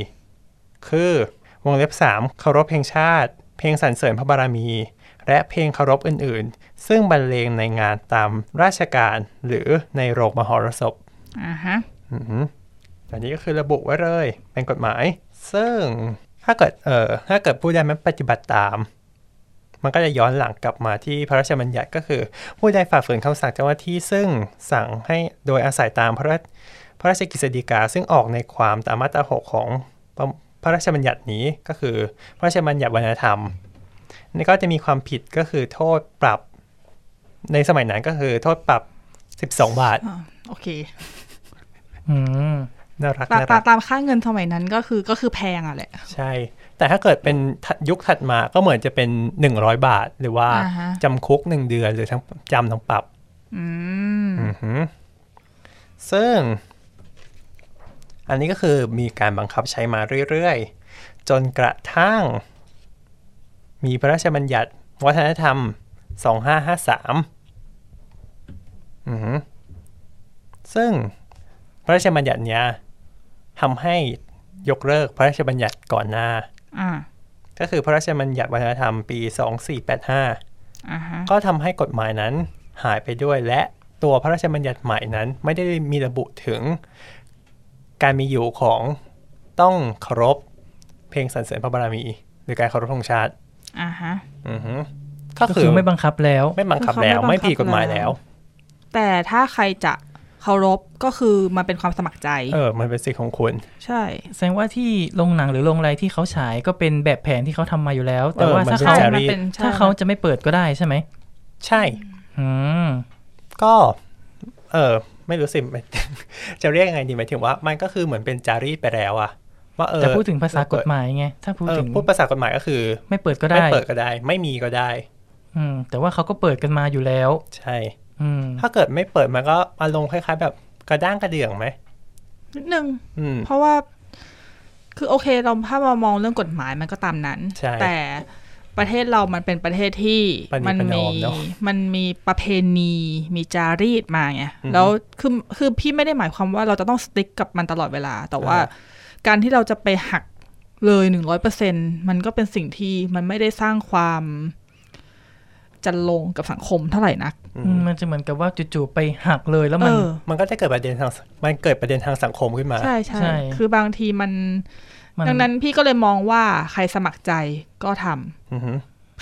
Speaker 2: คือวงเล็บ 3 เคารพเพลงชาติ เพลงสรรเสริญพระบารมี และเพลงเคารพอื่นๆ ซึ่งบรรเลงในงานตามราชการหรือในโรงมหรสพ
Speaker 4: อ่าฮะ
Speaker 2: อือหืออันนี้ก็คือระบุไว้เลย เป็นกฎหมาย ซึ่งถ้าเกิดเอ่อถ้าเกิดผู้ใดไม่ปฏิบัติตาม มันก็จะย้อนหลังกลับมาที่พระราชบัญญัติก็คือ ผู้ใดฝ่าฝืนคำสั่งเจ้าหน้าที่ซึ่งสั่งให้โดยอาศัยตามพระราชพระราชกฤษฎีกาซึ่งออกในความตามมาตราหกของประพระราชบัญญัตินี้ก็คือ พระราชบัญญัติวัฒนธรรมนี่ก็จะมีความผิดก็คือโทษปรับ ในสมัยนั้นก็คือโทษปรับ 12 บาท
Speaker 4: โอเค
Speaker 3: อืม
Speaker 2: น่ารัก
Speaker 4: ตาม
Speaker 2: น่า
Speaker 4: ตา
Speaker 2: รั
Speaker 4: ม
Speaker 2: ก
Speaker 4: ตามค่าเงินสมัยนั้นก็คือก็คือแพงอ่ะแหละ
Speaker 2: ใช่ แต่ถ้าเกิดเป็นถัดยุคถัดมาก็เหมือนจะเป็น 100 บาท หรือว่า
Speaker 4: อ่าฮะ
Speaker 2: จำคุก 1 เดือน หรือทั้งจำทั้งปรับ
Speaker 4: อืม
Speaker 2: อือหือซึ่ง อันนี้ก็คือมีการบังคับใช้มาเรื่อยๆ จนกระทั่ง มีพระราชบัญญัติ วัฒนธรรม 2553อือหือซึ่งพระราชบัญญัติเนี้ยทำให้ยกเลิกพระราชบัญญัติก่อนหน้า
Speaker 4: อ่า
Speaker 2: ก็คือพระราชบัญญัติวัฒนธรรมปี 2485
Speaker 4: อ่าฮะ
Speaker 2: ก็ทำให้กฎหมายนั้นหายไปด้วย และตัวพระราชบัญญัติใหม่นั้น ไม่ได้มีระบุถึงการมีอยู่ของต้องเคารพเพลงสรรเสริญพระบารมี หรือการเคารพธงชาติ
Speaker 4: อ่าฮะ
Speaker 2: อือฮึก็
Speaker 3: ก็
Speaker 2: คื
Speaker 3: คืออ
Speaker 2: ไม่
Speaker 3: ไม่บังคับแล้ว
Speaker 2: บังคับแล้ว
Speaker 4: คือเขาไม่
Speaker 2: ไม่
Speaker 4: บังคับ
Speaker 2: ผิดกฎหมายแล้ว
Speaker 4: แต่ถ้าใครจะเคารพก็คือมันเป็นความสมัครใจ
Speaker 2: เออ มันเป็นสิทธิ์ของคุณ
Speaker 4: ใช่
Speaker 3: แสดงว่าที่โรงหนังหรือโรงอะไรที่เขาฉายก็เป็นแบบแผนที่เขาทำมาอยู่แล้ว แต่ว่า
Speaker 2: เออมัน
Speaker 3: ถ้า
Speaker 2: เป็น
Speaker 3: เขา
Speaker 2: จารีต
Speaker 4: มันเป็นใช่
Speaker 3: ถ้าเขาจะไม่เปิดก็ได้ใช่ไหม
Speaker 2: ใช่
Speaker 3: อืม
Speaker 2: ก็ เออ ไม่รู้สิ จะเรียกยังไงดีหมายถึงว่า มันก็คือเหมือนเป็นจารีตไปแล้วอะว่าเออ
Speaker 3: แต่พูดถึงภาษากฎหมายไง ถ้าพูด
Speaker 2: เออ
Speaker 3: ถึง
Speaker 2: พูดภาษากฎหมายก็คือ
Speaker 3: ไม่เปิดก็
Speaker 2: ไม่
Speaker 3: ได้
Speaker 2: เปิดก็ได้ ไม่มีก็ได้
Speaker 3: อืม แต่ว่าเขาก็เปิดกันมาอยู่แล้ว
Speaker 2: ใช่
Speaker 3: อืม
Speaker 2: ถ้าเกิดไม่เปิดมันก็อารมณ์คล้ายๆ แบบกระด้างกระเดื่องไหม
Speaker 4: นิดนึง
Speaker 2: อืม
Speaker 4: เพราะว่า คือโอเคเราถ้าเรามองเรื่องกฎหมายมันก็ตามนั้น
Speaker 2: ใช่
Speaker 4: แต่ประเทศเรามันเป็นประเทศที่
Speaker 2: ประนี
Speaker 4: มั
Speaker 2: ประน
Speaker 4: มี
Speaker 2: อมเนอะ
Speaker 4: มันมีประเพณีมีจารีตมาไง
Speaker 2: อือฮึ
Speaker 4: แล้วคือคือพี่ไม่ได้หมายความว่าเราจะต้องสติ๊กกับมันตลอดเวลา แต่ว่า
Speaker 2: อ่า
Speaker 4: การที่เราจะไปหักเลยหนึ่งร้อยเปอร์เซ็นมันก็เป็นสิ่งที่มันไม่ได้สร้างความจันลงกับสังคมเท่าไหร่นัก
Speaker 2: อื
Speaker 3: อืม
Speaker 2: ม
Speaker 3: มันจะเหมือนกับว่าจู่ๆไปหักเลยแล้ว
Speaker 4: เอ
Speaker 3: มัน
Speaker 4: อ
Speaker 2: มันก็จะเกิดประเด็นทางมันเกิดประเด็นทางสังคมขึ้นมา
Speaker 4: ใช่ใช่
Speaker 3: ใช่
Speaker 4: คือบางทีมัน
Speaker 3: มั
Speaker 4: ดังนั้นพี่ก็เลยมองว่าใครสมัครใจก็ทำ
Speaker 2: อือฮึ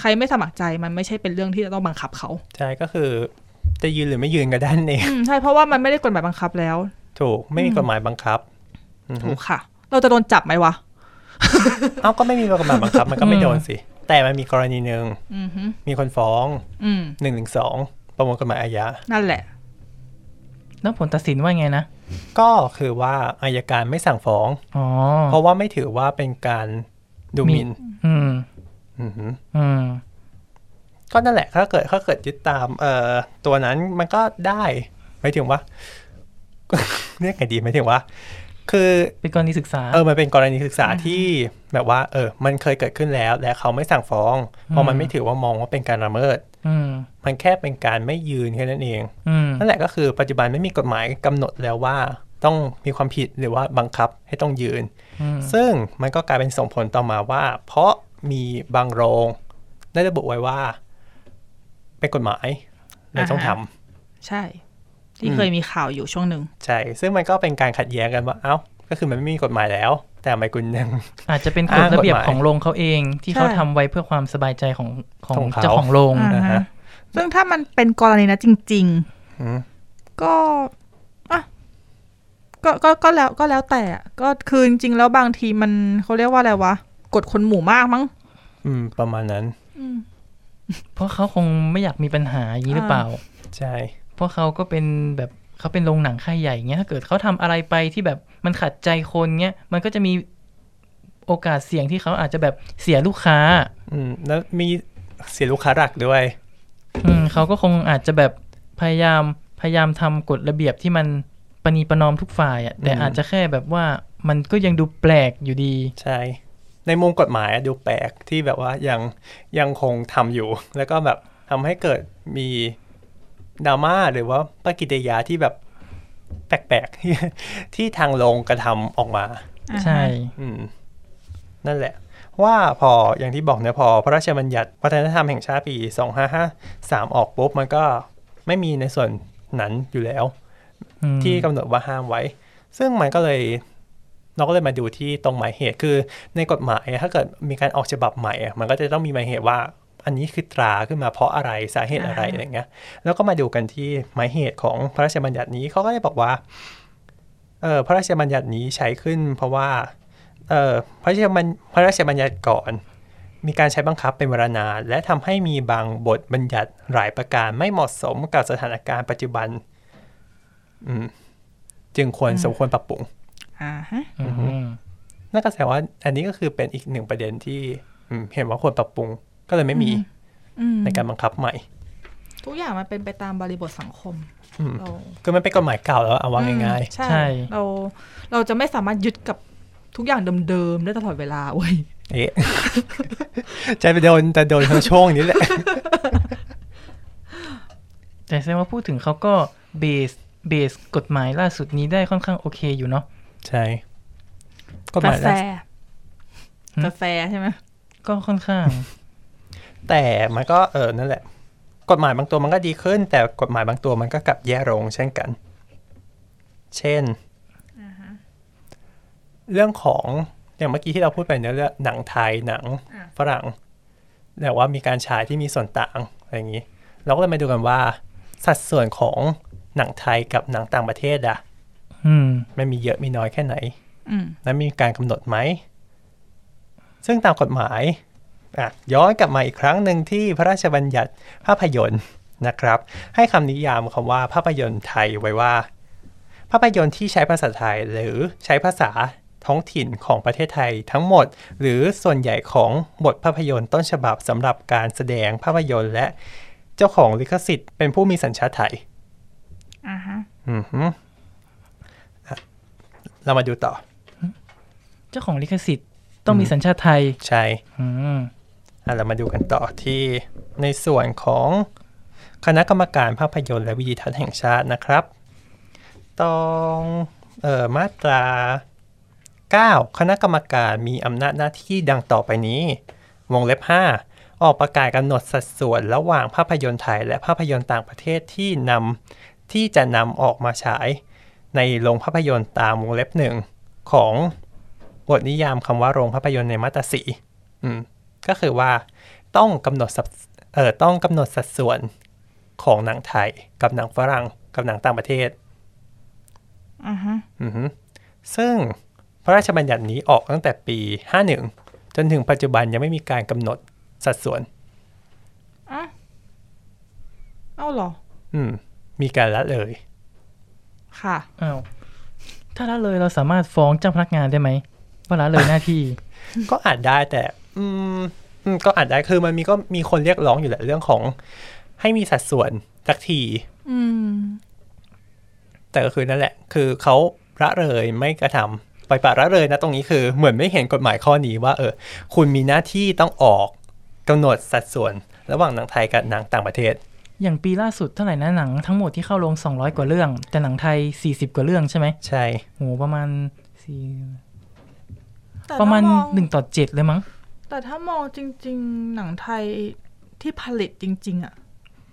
Speaker 4: ใครไม่สมัครใจมันไม่ใช่เป็นเรื่องที่จะต้องบังคับเขา
Speaker 2: ใช่ก็คือจะยืนหรือไม่ยืนก็ได้นั่นเอง
Speaker 4: อืมใช่เพราะว่ามันไม่ได้กฎหมายบังคับแล้ว
Speaker 2: ถูก ไม่มีกฎหมายบังคับอือฮึ
Speaker 4: ถูกค่ะ เราจะโดนจับไหมวะ
Speaker 2: เอ้าก็ไม่มีกฎหมายบังคับ มันก็ไม่โดนสิ แต่มันมีกรณีหนึ่ง
Speaker 4: อือหือ
Speaker 2: มีคนฟ้อง
Speaker 4: อืม
Speaker 2: หนึ่งหนึ่งสองประมวลกฎหมายอาญา
Speaker 4: นั่นแหละ
Speaker 3: แล้วผลตัดสินว่าไงนะ
Speaker 2: ก็คือว่าอายการไม่สั่งฟ้อง
Speaker 3: อ๋อ
Speaker 2: เพราะว่าไม่ถือว่าเป็นการดูหมิ่น
Speaker 3: อืม
Speaker 2: อือฮึ
Speaker 3: อืม
Speaker 2: ก็นั่นแหละถ้าเกิดถ้าเกิดยึดตามเอ่อตัวนั้นมันก็ได้หมายถึงว่า เรียกไงดีหมายถึงว่า คือ
Speaker 3: เป็นกรณีศึกษา
Speaker 2: เออมันเป็นกรณีศึกษาที่แบบว่า เออ มันเคยเกิดขึ้นแล้ว และเขาไม่สั่งฟ้องเพราะมันไม่ถือว่ามองว่าเป็นการละเมิด
Speaker 3: อืม
Speaker 2: มันแค่เป็นการไม่ยืนแค่นั้นเอง
Speaker 3: อืม
Speaker 2: นั่นแหละก็คือปัจจุบันไม่มีกฎหมายกำหนดแล้วว่า ต้องมีความผิดหรือว่าบังคับให้ต้องยืน
Speaker 3: อืม
Speaker 2: ซึ่งมันก็กลายเป็นส่งผลต่อมาว่า เพราะมีบางโรงได้ระบุไว้ว่า เป็นกฎหมายเลยต้องทำ
Speaker 4: อ่าฮะ ใช่ ที่
Speaker 2: อืม
Speaker 4: เคยมีข่าวอยู่ช่วงหนึ่ง
Speaker 2: ใช่ ซึ่งมันก็เป็นการขัดแย้งกันว่า เอ้า ก็คือมันไม่มีกฎหมายแล้ว แต่ทำไมคุณยัง
Speaker 3: อาจจะเป็นกฎ
Speaker 2: อ้าง
Speaker 3: ระเบียบ
Speaker 2: กฎหมาย
Speaker 3: ของโรงเขาเอง ที่เขา
Speaker 4: ใช่
Speaker 3: ทำไว้เพื่อความสบายใจของของ
Speaker 2: ของเขา
Speaker 3: เจ้าของโรง
Speaker 4: อ่า
Speaker 2: นะ
Speaker 4: ฮะ
Speaker 2: ฮะ
Speaker 4: ซึ่งถ้ามันเป็นกรณีนะจริง
Speaker 2: อืม
Speaker 4: ๆ ก็อ่ะก็ก็ก็แล้วก็แล้วแต่อะก็คือจริงๆแล้วบางทีมันเขาเรียกว่าอะไรวะกดคนหมู่มากมั้ง
Speaker 2: อืม ประมาณนั้น
Speaker 4: อืม
Speaker 3: เพราะเขาคงไม่อยากมีปัญหาอย่างนี้หรือเปล่า
Speaker 2: ใช่
Speaker 3: เพราะเขาก็เป็นแบบเขาเป็นโรงหนังค่ายใหญ่เงี้ยถ้าเกิดเขาทำอะไรไปที่แบบมันขัดใจคนเงี้ยมันก็จะมีโอกาสเสี่ยงที่เขาอาจจะแบบเสียลูกค้า
Speaker 2: อืม แล้วมีเสียลูกค้าหลักด้วย
Speaker 3: อืมเขาก็คงอาจจะแบบพยายามพยายามทำกฎระเบียบที่มันประนีประนอมทุกฝ่ายอะแต่
Speaker 2: อืม
Speaker 3: อาจจะแค่แบบว่ามันก็ยังดูแปลกอยู่ดี
Speaker 2: ใช่ ในมุมกฎหมายอะดูแปลกที่แบบว่ายังยังคงทำอยู่ แล้วก็แบบทำให้เกิดมีดราม่าหรือว่าปฏิกิริยาที่แบบแปลกๆที่ ที่ทางลงกระทำออกมา
Speaker 3: ใช่
Speaker 2: อืม นั่นแหละ ว่าพออย่างที่บอกเนี่ยพอพระราชบัญญัติวัฒนธรรมแห่งชาติปี 2553 ออกปุ๊บ มันก็ไม่มีในส่วนนั้นอยู่แล้ว
Speaker 3: อืม
Speaker 2: ที่กำหนดว่าห้ามไว้ ซึ่งมันก็เลยเราก็เลยมาดูที่ตรงหมายเหตุคือในกฎหมายถ้าเกิดมีการออกฉบับใหม่อะมันก็จะต้องมีหมายเหตุว่า อันนี้คือตราขึ้นมาเพราะอะไรสาเหตุอะไร
Speaker 4: อ่า
Speaker 2: อะไรเงี้ย แล้วก็มาดูกันที่หมายเหตุของพระราชบัญญัตินี้เขาก็ได้บอกว่าเออพระราชบัญญัตินี้ใช้ขึ้น เพราะว่าเออพระราชบัญพระราชบัญญัติก่อน มีการใช้บังคับเป็นเวลานานและทำให้มีบางบทบัญญัติหลายประการไม่เหมาะสมกับสถานการณ์ปัจจุบัน อืม จึงควร
Speaker 4: อืม
Speaker 2: สมควรปรับปรุง
Speaker 4: อ่าฮะ
Speaker 3: อืม
Speaker 2: นั่นก็แสดงว่า อันนี้ก็คือเป็นอีกหนึ่งประเด็นที่อืมเห็นว่าควรปรับปรุง ก็เลยไม่มี
Speaker 4: อืม
Speaker 2: ในการบังคับใหม่
Speaker 4: ทุกอย่างมันเป็นไปตามบริบทสังคม
Speaker 2: อืม
Speaker 4: เรา
Speaker 2: คือมันเป็นกฎหมายเก่าแล้วเอาว่าง่าย
Speaker 4: อืมใช่ เราเราจะไม่สามารถยึดกับทุกอย่างเดิมๆได้ตลอดเวลาเว้ย
Speaker 2: ๆ เอ๊ะ จะไปโดนจะโดนทั้งช่วงนี้แหละ
Speaker 3: แต่แสดงว่าพูดถึงเขาก็เบสเบสกฎหมายล่าสุดนี้ได้ค่อนข้างโอเคอยู่เนาะ
Speaker 2: ใช่กฎหมาย
Speaker 4: แฟ
Speaker 2: แล้ว
Speaker 3: หืม
Speaker 4: กาแฟใช่ไหม
Speaker 3: ก็ค่อน ข้าง
Speaker 2: แต่มันก็เออนั่นแหละ กฎหมายบางตัวมันก็ดีขึ้น แต่กฎหมายบางตัวมันก็กลับแย่ลง เช่นกัน เช่น เรื่องของอย่างเมื่อกี้ที่เราพูดไปเนี่ยเรื่องหนังไทยหนังฝรั่งแต่ว่ามีการฉายที่มีส่วนต่างอะไรอย่างนี้ เราก็เลยมาดูกันว่า สัดส่วนของหนังไทยกับหนังต่างประเทศอะ
Speaker 3: อืม
Speaker 2: มันมีเยอะมีน้อยแค่ไหน
Speaker 4: อืม
Speaker 2: นั้นมีการกำหนดไหม ซึ่งตามกฎหมายอ่ะย้อนกลับมาอีกครั้งหนึ่งที่พระราชบัญญัติภาพยนตร์นะครับ ให้คำนิยามคำว่าภาพยนตร์ไทยไว้ว่า ภาพยนตร์ที่ใช้ภาษาไทยหรือใช้ภาษาท้องถิ่นของประเทศไทยทั้งหมด หรือส่วนใหญ่ของบทภาพยนตร์ต้นฉบับสำหรับการแสดงภาพยนตร์และเจ้าของลิขสิทธิ์เป็นผู้มีสัญชาติไทย
Speaker 4: อ่าฮะ
Speaker 2: อือหืออ่ะเรามาดูต่อ
Speaker 3: เจ้าของลิขสิทธิ์ต้องมีสัญชาติไทย
Speaker 2: ใช่
Speaker 3: อืม
Speaker 2: อ่ะเรามาดูกันต่อที่ในส่วนของคณะกรรมการภาพยนตร์และวิดีทัศน์แห่งชาตินะครับ ตองเอ่อมาตรา 9 คณะกรรมการมีอำนาจหน้าที่ดังต่อไปนี้ วงเล็บ 5 ออกประกาศกำหนดสัดส่วนระหว่างภาพยนตร์ไทยและภาพยนตร์ต่างประเทศที่นำที่จะนำออกมาฉาย ในโรงภาพยนตร์ตามวงเล็บหนึ่งของบทนิยามคำว่าโรงภาพยนตร์ในมาตราสีอืม ก็คือว่าต้องกำหนดสัดเอ่อต้องกำหนดสัดส่วนของหนังไทย กับหนังฝรั่งกับหนังต่างประเทศ
Speaker 4: อ่าฮะ
Speaker 2: อือฮึซึ่งพระราชบัญญัตินี้ออกตั้งแต่ปี 51 จนถึงปัจจุบันยังไม่มีการกำหนดสัดส่วน
Speaker 4: อ่ะเอ้าเหรอ
Speaker 2: อืม มีการละเลย
Speaker 4: ค่ะ
Speaker 3: อ้าว ถ้าละเลยเราสามารถฟ้องเจ้าพนักงานได้ไหม ว่าละเลยหน้าที่
Speaker 2: ก็อาจได้แต่ อืมอืมก็อาจได้คือมันมีก็มีคนเรียกร้องอยู่แหละเรื่องของ ให้มีสัดส่วนสักที
Speaker 4: อืม
Speaker 2: แต่ก็คือนั่นแหละ คือเขาระเลยไม่กระทำปล่อยปละระเลยนะตรงนี้คือเหมือนไม่เห็นกฎหมายข้อนี้ว่า เออ คุณมีหน้าที่ต้องออกกำหนดสัดส่วน ระหว่างหนังไทยกับหนังต่างประเทศ
Speaker 3: อย่างปีล่าสุดเท่าไหร่นะหนังทั้งหมดที่เข้าโรง 200 กว่าเรื่อง แต่หนังไทย 40 กว่าเรื่องใช่ไหม
Speaker 2: ใช่
Speaker 3: โหประมาณสี่
Speaker 4: แต่
Speaker 3: ประมาณ
Speaker 4: ถ้อง
Speaker 3: 1ต่อ7เลยมั้ง
Speaker 4: แต่ถ้ามองจริง ๆ หนังไทยที่ผลิตจริง ๆ อ่ะ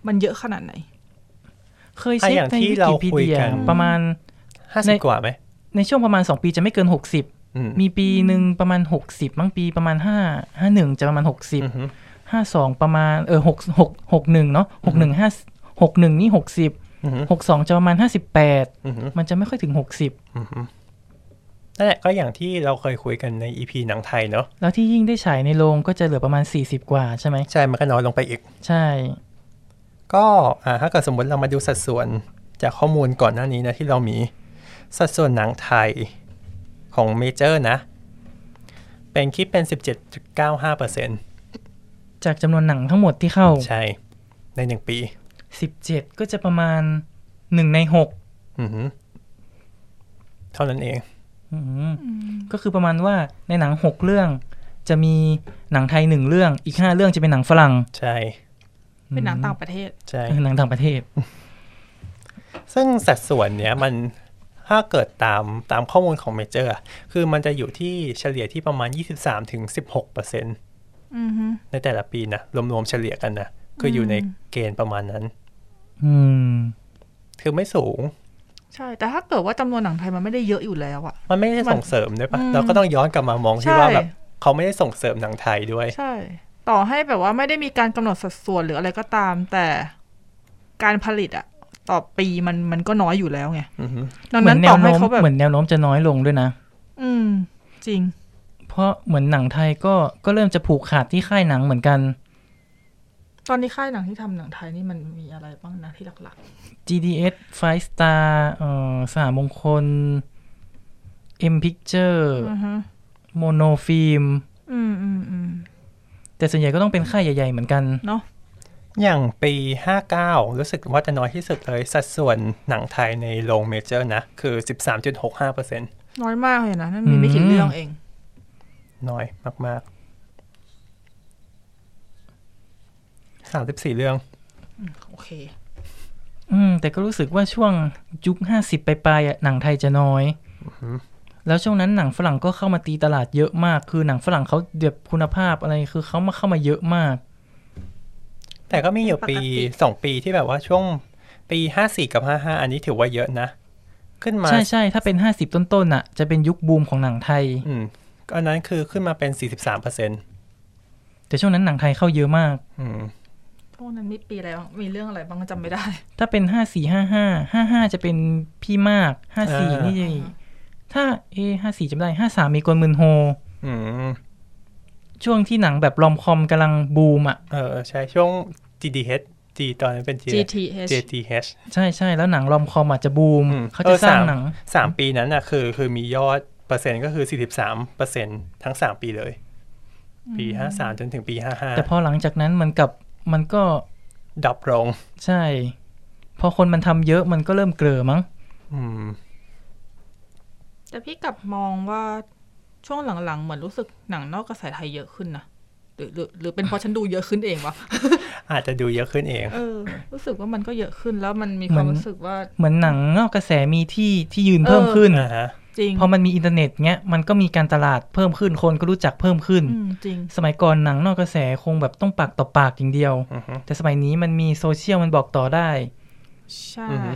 Speaker 4: มันเยอะขนาดไหน
Speaker 3: เคยเช็คในวิกิพีเดียประมาณ
Speaker 2: ห้าสิบกว่าไหม
Speaker 3: ในช่วงประมาณ 2 ปีจะไม่เกิน 60
Speaker 2: อืม
Speaker 3: มีปีหนึ่งประมาณ 60มั้งปีประมาณ 5 51 จะประมาณ 60
Speaker 2: อือฮึ
Speaker 3: ห้าสองประมาณเออหกหกหกหนึ่งเนาะหกหนึ่งห้าหกหนึ่งนี่หกสิบ
Speaker 2: อือฮึ
Speaker 3: หกสองจะประมาณห้าสิบแปด
Speaker 2: อือฮึ
Speaker 3: มันจะไม่ค่อยถึงหกสิบ
Speaker 2: อือฮึนั่นแหละก็อย่างที่เราเคยคุยกันในอีพีหนังไทยเนาะ
Speaker 3: แล้วที่ยิ่งได้ฉายในโรงก็จะเหลือประมาณสี่สิบกว่าใช่ไหม
Speaker 2: ใช่มันก็น้อยลงไปอีก
Speaker 3: ใช่
Speaker 2: ก็อ่าถ้าเกิดสมมติเรามาดูสัดส่วนจากข้อมูลก่อนหน้านี้นะที่เรามีสัดส่วนหนังไทยของเมเจอร์นะ เป็นคิดเป็น 17.95%
Speaker 3: จากจำนวนหนังทั้งหมดที่เข้า
Speaker 2: ใช่ ในหนึ่งปี
Speaker 3: สิบเจ็ดก็จะประมาณหนึ่งในหก
Speaker 2: อือหือเท่านั้นเอง
Speaker 3: อืมก็คือประมาณว่าในหนังหกเรื่อง จะมีหนังไทยหนึ่งเรื่องอีกห้าเรื่องจะเป็นหนังฝรั่ง
Speaker 2: ใช่
Speaker 4: เป็นหนังต่างประเทศ
Speaker 2: ใช่
Speaker 3: เออหนังต่างประเทศ
Speaker 2: ซึ่งสัดส่วนเนี้ยมันถ้าเกิดตามตามข้อมูลของเมเจอร์อะคือมันจะอยู่ที่เฉลี่ยที่ประมาณ 23ถึง16เปอร์เซ็นต์
Speaker 4: อือฮึ
Speaker 2: ในแต่ละปีนะ รวมๆเฉลี่ยกันนะ คืออยู่
Speaker 4: อืม
Speaker 2: ในเกณฑ์ประมาณนั้น
Speaker 3: อืม
Speaker 2: คือไม่สูง
Speaker 4: ใช่ แต่ถ้าเกิดว่าจำนวนหนังไทยมันไม่ได้เยอะอยู่แล้วอะ
Speaker 2: มันไม่ได้
Speaker 4: มัน
Speaker 2: ส่งเสริมด้วยปะ
Speaker 4: อืม
Speaker 2: เราก็ต้องย้อนกลับมามองที่
Speaker 4: ใช่
Speaker 2: ว่าแบบเขาไม่ได้ส่งเสริมหนังไทยด้วย
Speaker 4: ใช่ ต่อให้แบบว่าไม่ได้มีการกำหนดสัดส่วนหรืออะไรก็ตาม แต่การผลิตอะต่อปีมันมันก็น้อยอยู่แล้วไง
Speaker 2: อือฮึ
Speaker 4: ดัง
Speaker 3: เหมื
Speaker 4: นั้
Speaker 3: อน
Speaker 4: น
Speaker 3: แน
Speaker 4: ต่อ
Speaker 3: ว
Speaker 4: ให้
Speaker 3: โน้ม
Speaker 4: เขาแบบ
Speaker 3: เหมือนแนวโน้มจะน้อยลงด้วยนะ
Speaker 4: อืม จริง
Speaker 3: เพราะเหมือนหนังไทยก็ก็เริ่มจะผูกขาดที่ค่ายหนังเหมือนกัน
Speaker 4: ตอนนี้ค่ายหนังที่ทำหนังไทยนี่มันมีอะไรบ้างนะที่หลัก
Speaker 3: GDS Five Star เอ่อสหมงคล M Picture
Speaker 4: ๆอือฮึ
Speaker 3: Mono Film
Speaker 4: อืมอืมอืม
Speaker 3: แต่ส่วนใหญ่ก็ต้องเป็นค่ายใหญ่ ๆ เหมือนกัน
Speaker 4: เนาะ
Speaker 2: อย่างปี 59 รู้สึกว่าจะน้อยที่สุดเลย สัดส่วนหนังไทยในโรงเมเจอร์นะ คือ 13.65เปอร์เซ็นต์
Speaker 4: น้อยมากเลยนะนั่นมีไม่กี่เรื่องเอง
Speaker 2: น้อยมากๆ34เรื่อง
Speaker 4: โอเค
Speaker 3: อืม แต่ก็รู้สึกว่าช่วงยุคห้าสิบปลายๆอะหนังไทยจะน้อย แล้วช่วงนั้นหนังฝรั่งก็เข้ามาตีตลาดเยอะมาก คือหนังฝรั่งเขาเดือบคุณภาพอะไรคือเขามาเข้ามาเยอะมาก
Speaker 2: แต่ก็มีอยู่ปี
Speaker 4: ปกติ
Speaker 2: สองปีที่แบบว่าช่วงปีห้าสี่กับห้าห้าอันนี้ถือว่าเยอะนะ ขึ้นมา
Speaker 3: ใช่ใช่ถ้าเป็นห้าสิบต้นๆน่ะ จะเป็นยุคบูมของหนังไทย
Speaker 2: อืมก็อันนั้นคือขึ้นมาเป็นสี่สิบสามเปอร์เซ็นต์
Speaker 3: แต่ช่วงนั้นหนังไทยเข้าเยอะมาก
Speaker 2: อืม
Speaker 4: พวกนั้นมีปีอะไรบ้างมีเรื่องอะไรบ้างจำไม่ได้
Speaker 3: ถ้าเป็นห้าสี่ห้าห้าห้าห้าจะเป็นพี่มากห้าสี่นี่ ถ้าเอห้าสี่จำได้ห้าสามมีกวนมืนโฮ
Speaker 2: อืม
Speaker 3: ช่วงที่หนังแบบรอมคอมกำลังบูมอ่ะ
Speaker 2: เออใช่ช่วง GDH G ตอนนั้นเป็น G
Speaker 4: GTH
Speaker 2: JTH
Speaker 3: ใช่ใช่แล้วหนังรอมคอมอาจจะบูม
Speaker 2: อืม
Speaker 3: เขาจะ
Speaker 2: เออ
Speaker 3: สร้าง
Speaker 2: สาม
Speaker 3: หนัง
Speaker 2: สามปีนั้นน่ะคือคือมียอดเปอร์เซ็นต์ก็คือสี่สิบสามเปอร์เซ็นต์ทั้งสามปีเลย ปีห้าสามจนถึงปีห้าห้า
Speaker 3: แต่พอหลังจากนั้นมันกับมันก็
Speaker 2: ดับลง
Speaker 3: ใช่ พอคนมันทำเยอะมันก็เริ่มเกลือมั้ง
Speaker 2: อืม
Speaker 4: แต่พี่กลับมองว่าช่วงหลังๆ เหมือนรู้สึกหนังนอกกระแสไทยเยอะขึ้นนะหรือหรือหรือเป็นเพราะฉันดูเยอะขึ้นเองวะ
Speaker 2: อาจจะดูเยอะขึ้นเอง
Speaker 4: เออ รู้สึกว่ามันก็เยอะขึ้นแล้วมันมีความ
Speaker 3: มัน
Speaker 4: รู้สึกว่า
Speaker 3: เหมือนหนังนอกกระแสมีที่ที่ยืน
Speaker 4: เออ
Speaker 3: เพิ่มขึ้น
Speaker 2: อ่าฮะ
Speaker 4: จริง
Speaker 3: พอมันมีอินเทอร์เน็ตเงี้ยมันก็มีการตลาดเพิ่มขึ้นคนก็รู้จักเพิ่มขึ้น
Speaker 4: อืมจริง
Speaker 3: สมัยก่อนหนังนอกกระแสคงแบบต้องปากต่อปากอย่างเดียว
Speaker 2: อือฮึ
Speaker 3: แต่สมัยนี้มันมีโซเชียลมันบอกต่อได้
Speaker 4: ใช่
Speaker 2: อือฮึ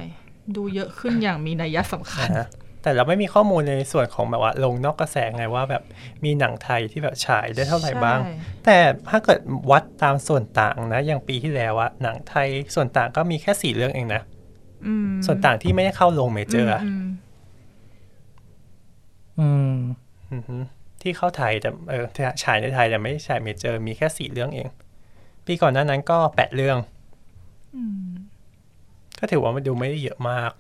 Speaker 4: ดูเยอะขึ้นอย่างมีนัยสำคัญ
Speaker 2: อ่าฮะแต่เราไม่มีข้อมูลในส่วนของแบบว่าลงนอกกระแสไงว่าแบบมีหนังไทยที่แบบฉายได้เท่าไหร่บ้าง
Speaker 4: ใช่
Speaker 2: แต่ถ้าเกิดวัดตามส่วนต่างนะ อย่างปีที่แล้วอะหนังไทยส่วนต่างก็มีแค่สี่เรื่องเองนะ
Speaker 4: อืม
Speaker 2: ส่วนต่างที่ไม่ได้เข้าลงเมเจอร์อะ
Speaker 4: อืม
Speaker 3: อืม
Speaker 2: อือฮึที่เข้าไทยแต่เออฉายในไทยแต่ไม่ได้ฉายเมเจอร์ มีแค่สี่เรื่องเอง ปีก่อนหน้านั้นก็แปดเรื่อง
Speaker 4: อืม
Speaker 2: ก็ถือว่ามันดูไม่ได้เยอะมาก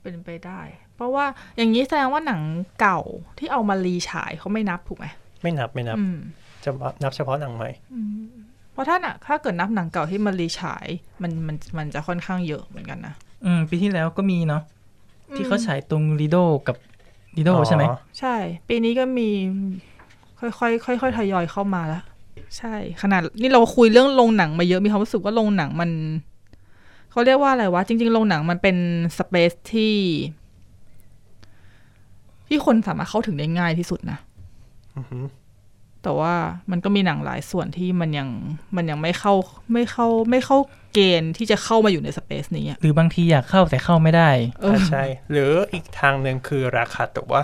Speaker 4: เป็นไปได้ เพราะว่าอย่างนี้แสดงว่าหนังเก่าที่เอามารีฉายเขาไม่นับถูกไหม
Speaker 2: ไม่นับไม่นับ
Speaker 4: อืม
Speaker 2: จะนับเฉพาะหนังใหม่
Speaker 4: เพราะถ้าหนังถ้าเกิดนับหนังเก่าที่มันรีฉายมันมันมันจะค่อนข้างเยอะเหมือนกันนะ
Speaker 3: อืม ปีที่แล้วก็มีเนาะที่เขา
Speaker 4: อืม
Speaker 3: ฉายตรงลีโดกับลีโด
Speaker 2: อ๋อ
Speaker 3: ใช่ไหม
Speaker 4: ใช่ ปีนี้ก็มี ค่อยค่อยค่อยค่อยๆทยอยเข้ามาแล้วใช่ ขนาดนี่เราคุยเรื่องโรงหนังมาเยอะมีความรู้สึกว่าโรงหนังมันเขาเรียกว่าอะไรวะจริง ๆโรงหนังมันเป็นสเปซที่ ที่คนสามารถเข้าถึงได้ง่ายที่สุดนะ
Speaker 2: อือฮึ
Speaker 4: แต่ว่ามันก็มีหนังหลายส่วนที่มันยังมันยังไม่เข้าไม่เข้าไม่เข้าเกณฑ์ที่จะเข้ามาอยู่ในสเปซนี้อะ
Speaker 3: หรือบางทีอยากเข้าแต่เข้าไม่ได้
Speaker 4: เออ
Speaker 2: อ่าใช่ หรืออีกทางหนึ่งคือราคาตั๋ว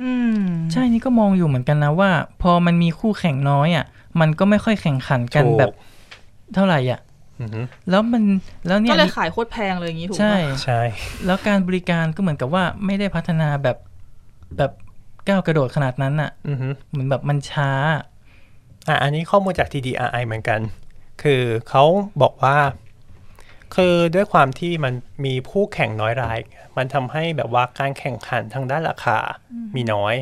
Speaker 4: อืม
Speaker 3: ใช่นี่ก็มองอยู่เหมือนกันนะว่า พอมันมีคู่แข่งน้อยอะ่ะ มันก็ไม่ค่อยแข่งขันกัน
Speaker 2: ถูก
Speaker 3: แบบเท่าไหร่อ่ะ
Speaker 2: อือฮึ
Speaker 3: แล้วมันแล้วเนี่
Speaker 4: ก็
Speaker 3: ย
Speaker 4: เลยขายโคตรแพงเลยอย่างนี้ถูกปะ
Speaker 3: ใช่
Speaker 2: ใช่
Speaker 3: แล้วการบริการก็เหมือนกับว่าไม่ได้พัฒนาแบบแบบก้าวกระโดดขนาดนั้นอ่ะ
Speaker 2: อือฮึ
Speaker 3: เหมือนแบบมันช้า
Speaker 2: อ่ะอันนี้ข้อมูลจาก TDRI เหมือนกัน คือเขาบอกว่า คือด้วยความที่มันมีผู้แข่งน้อยราย มันทำให้แบบว่าการแข่งขันทางด้านราคา มีน้อย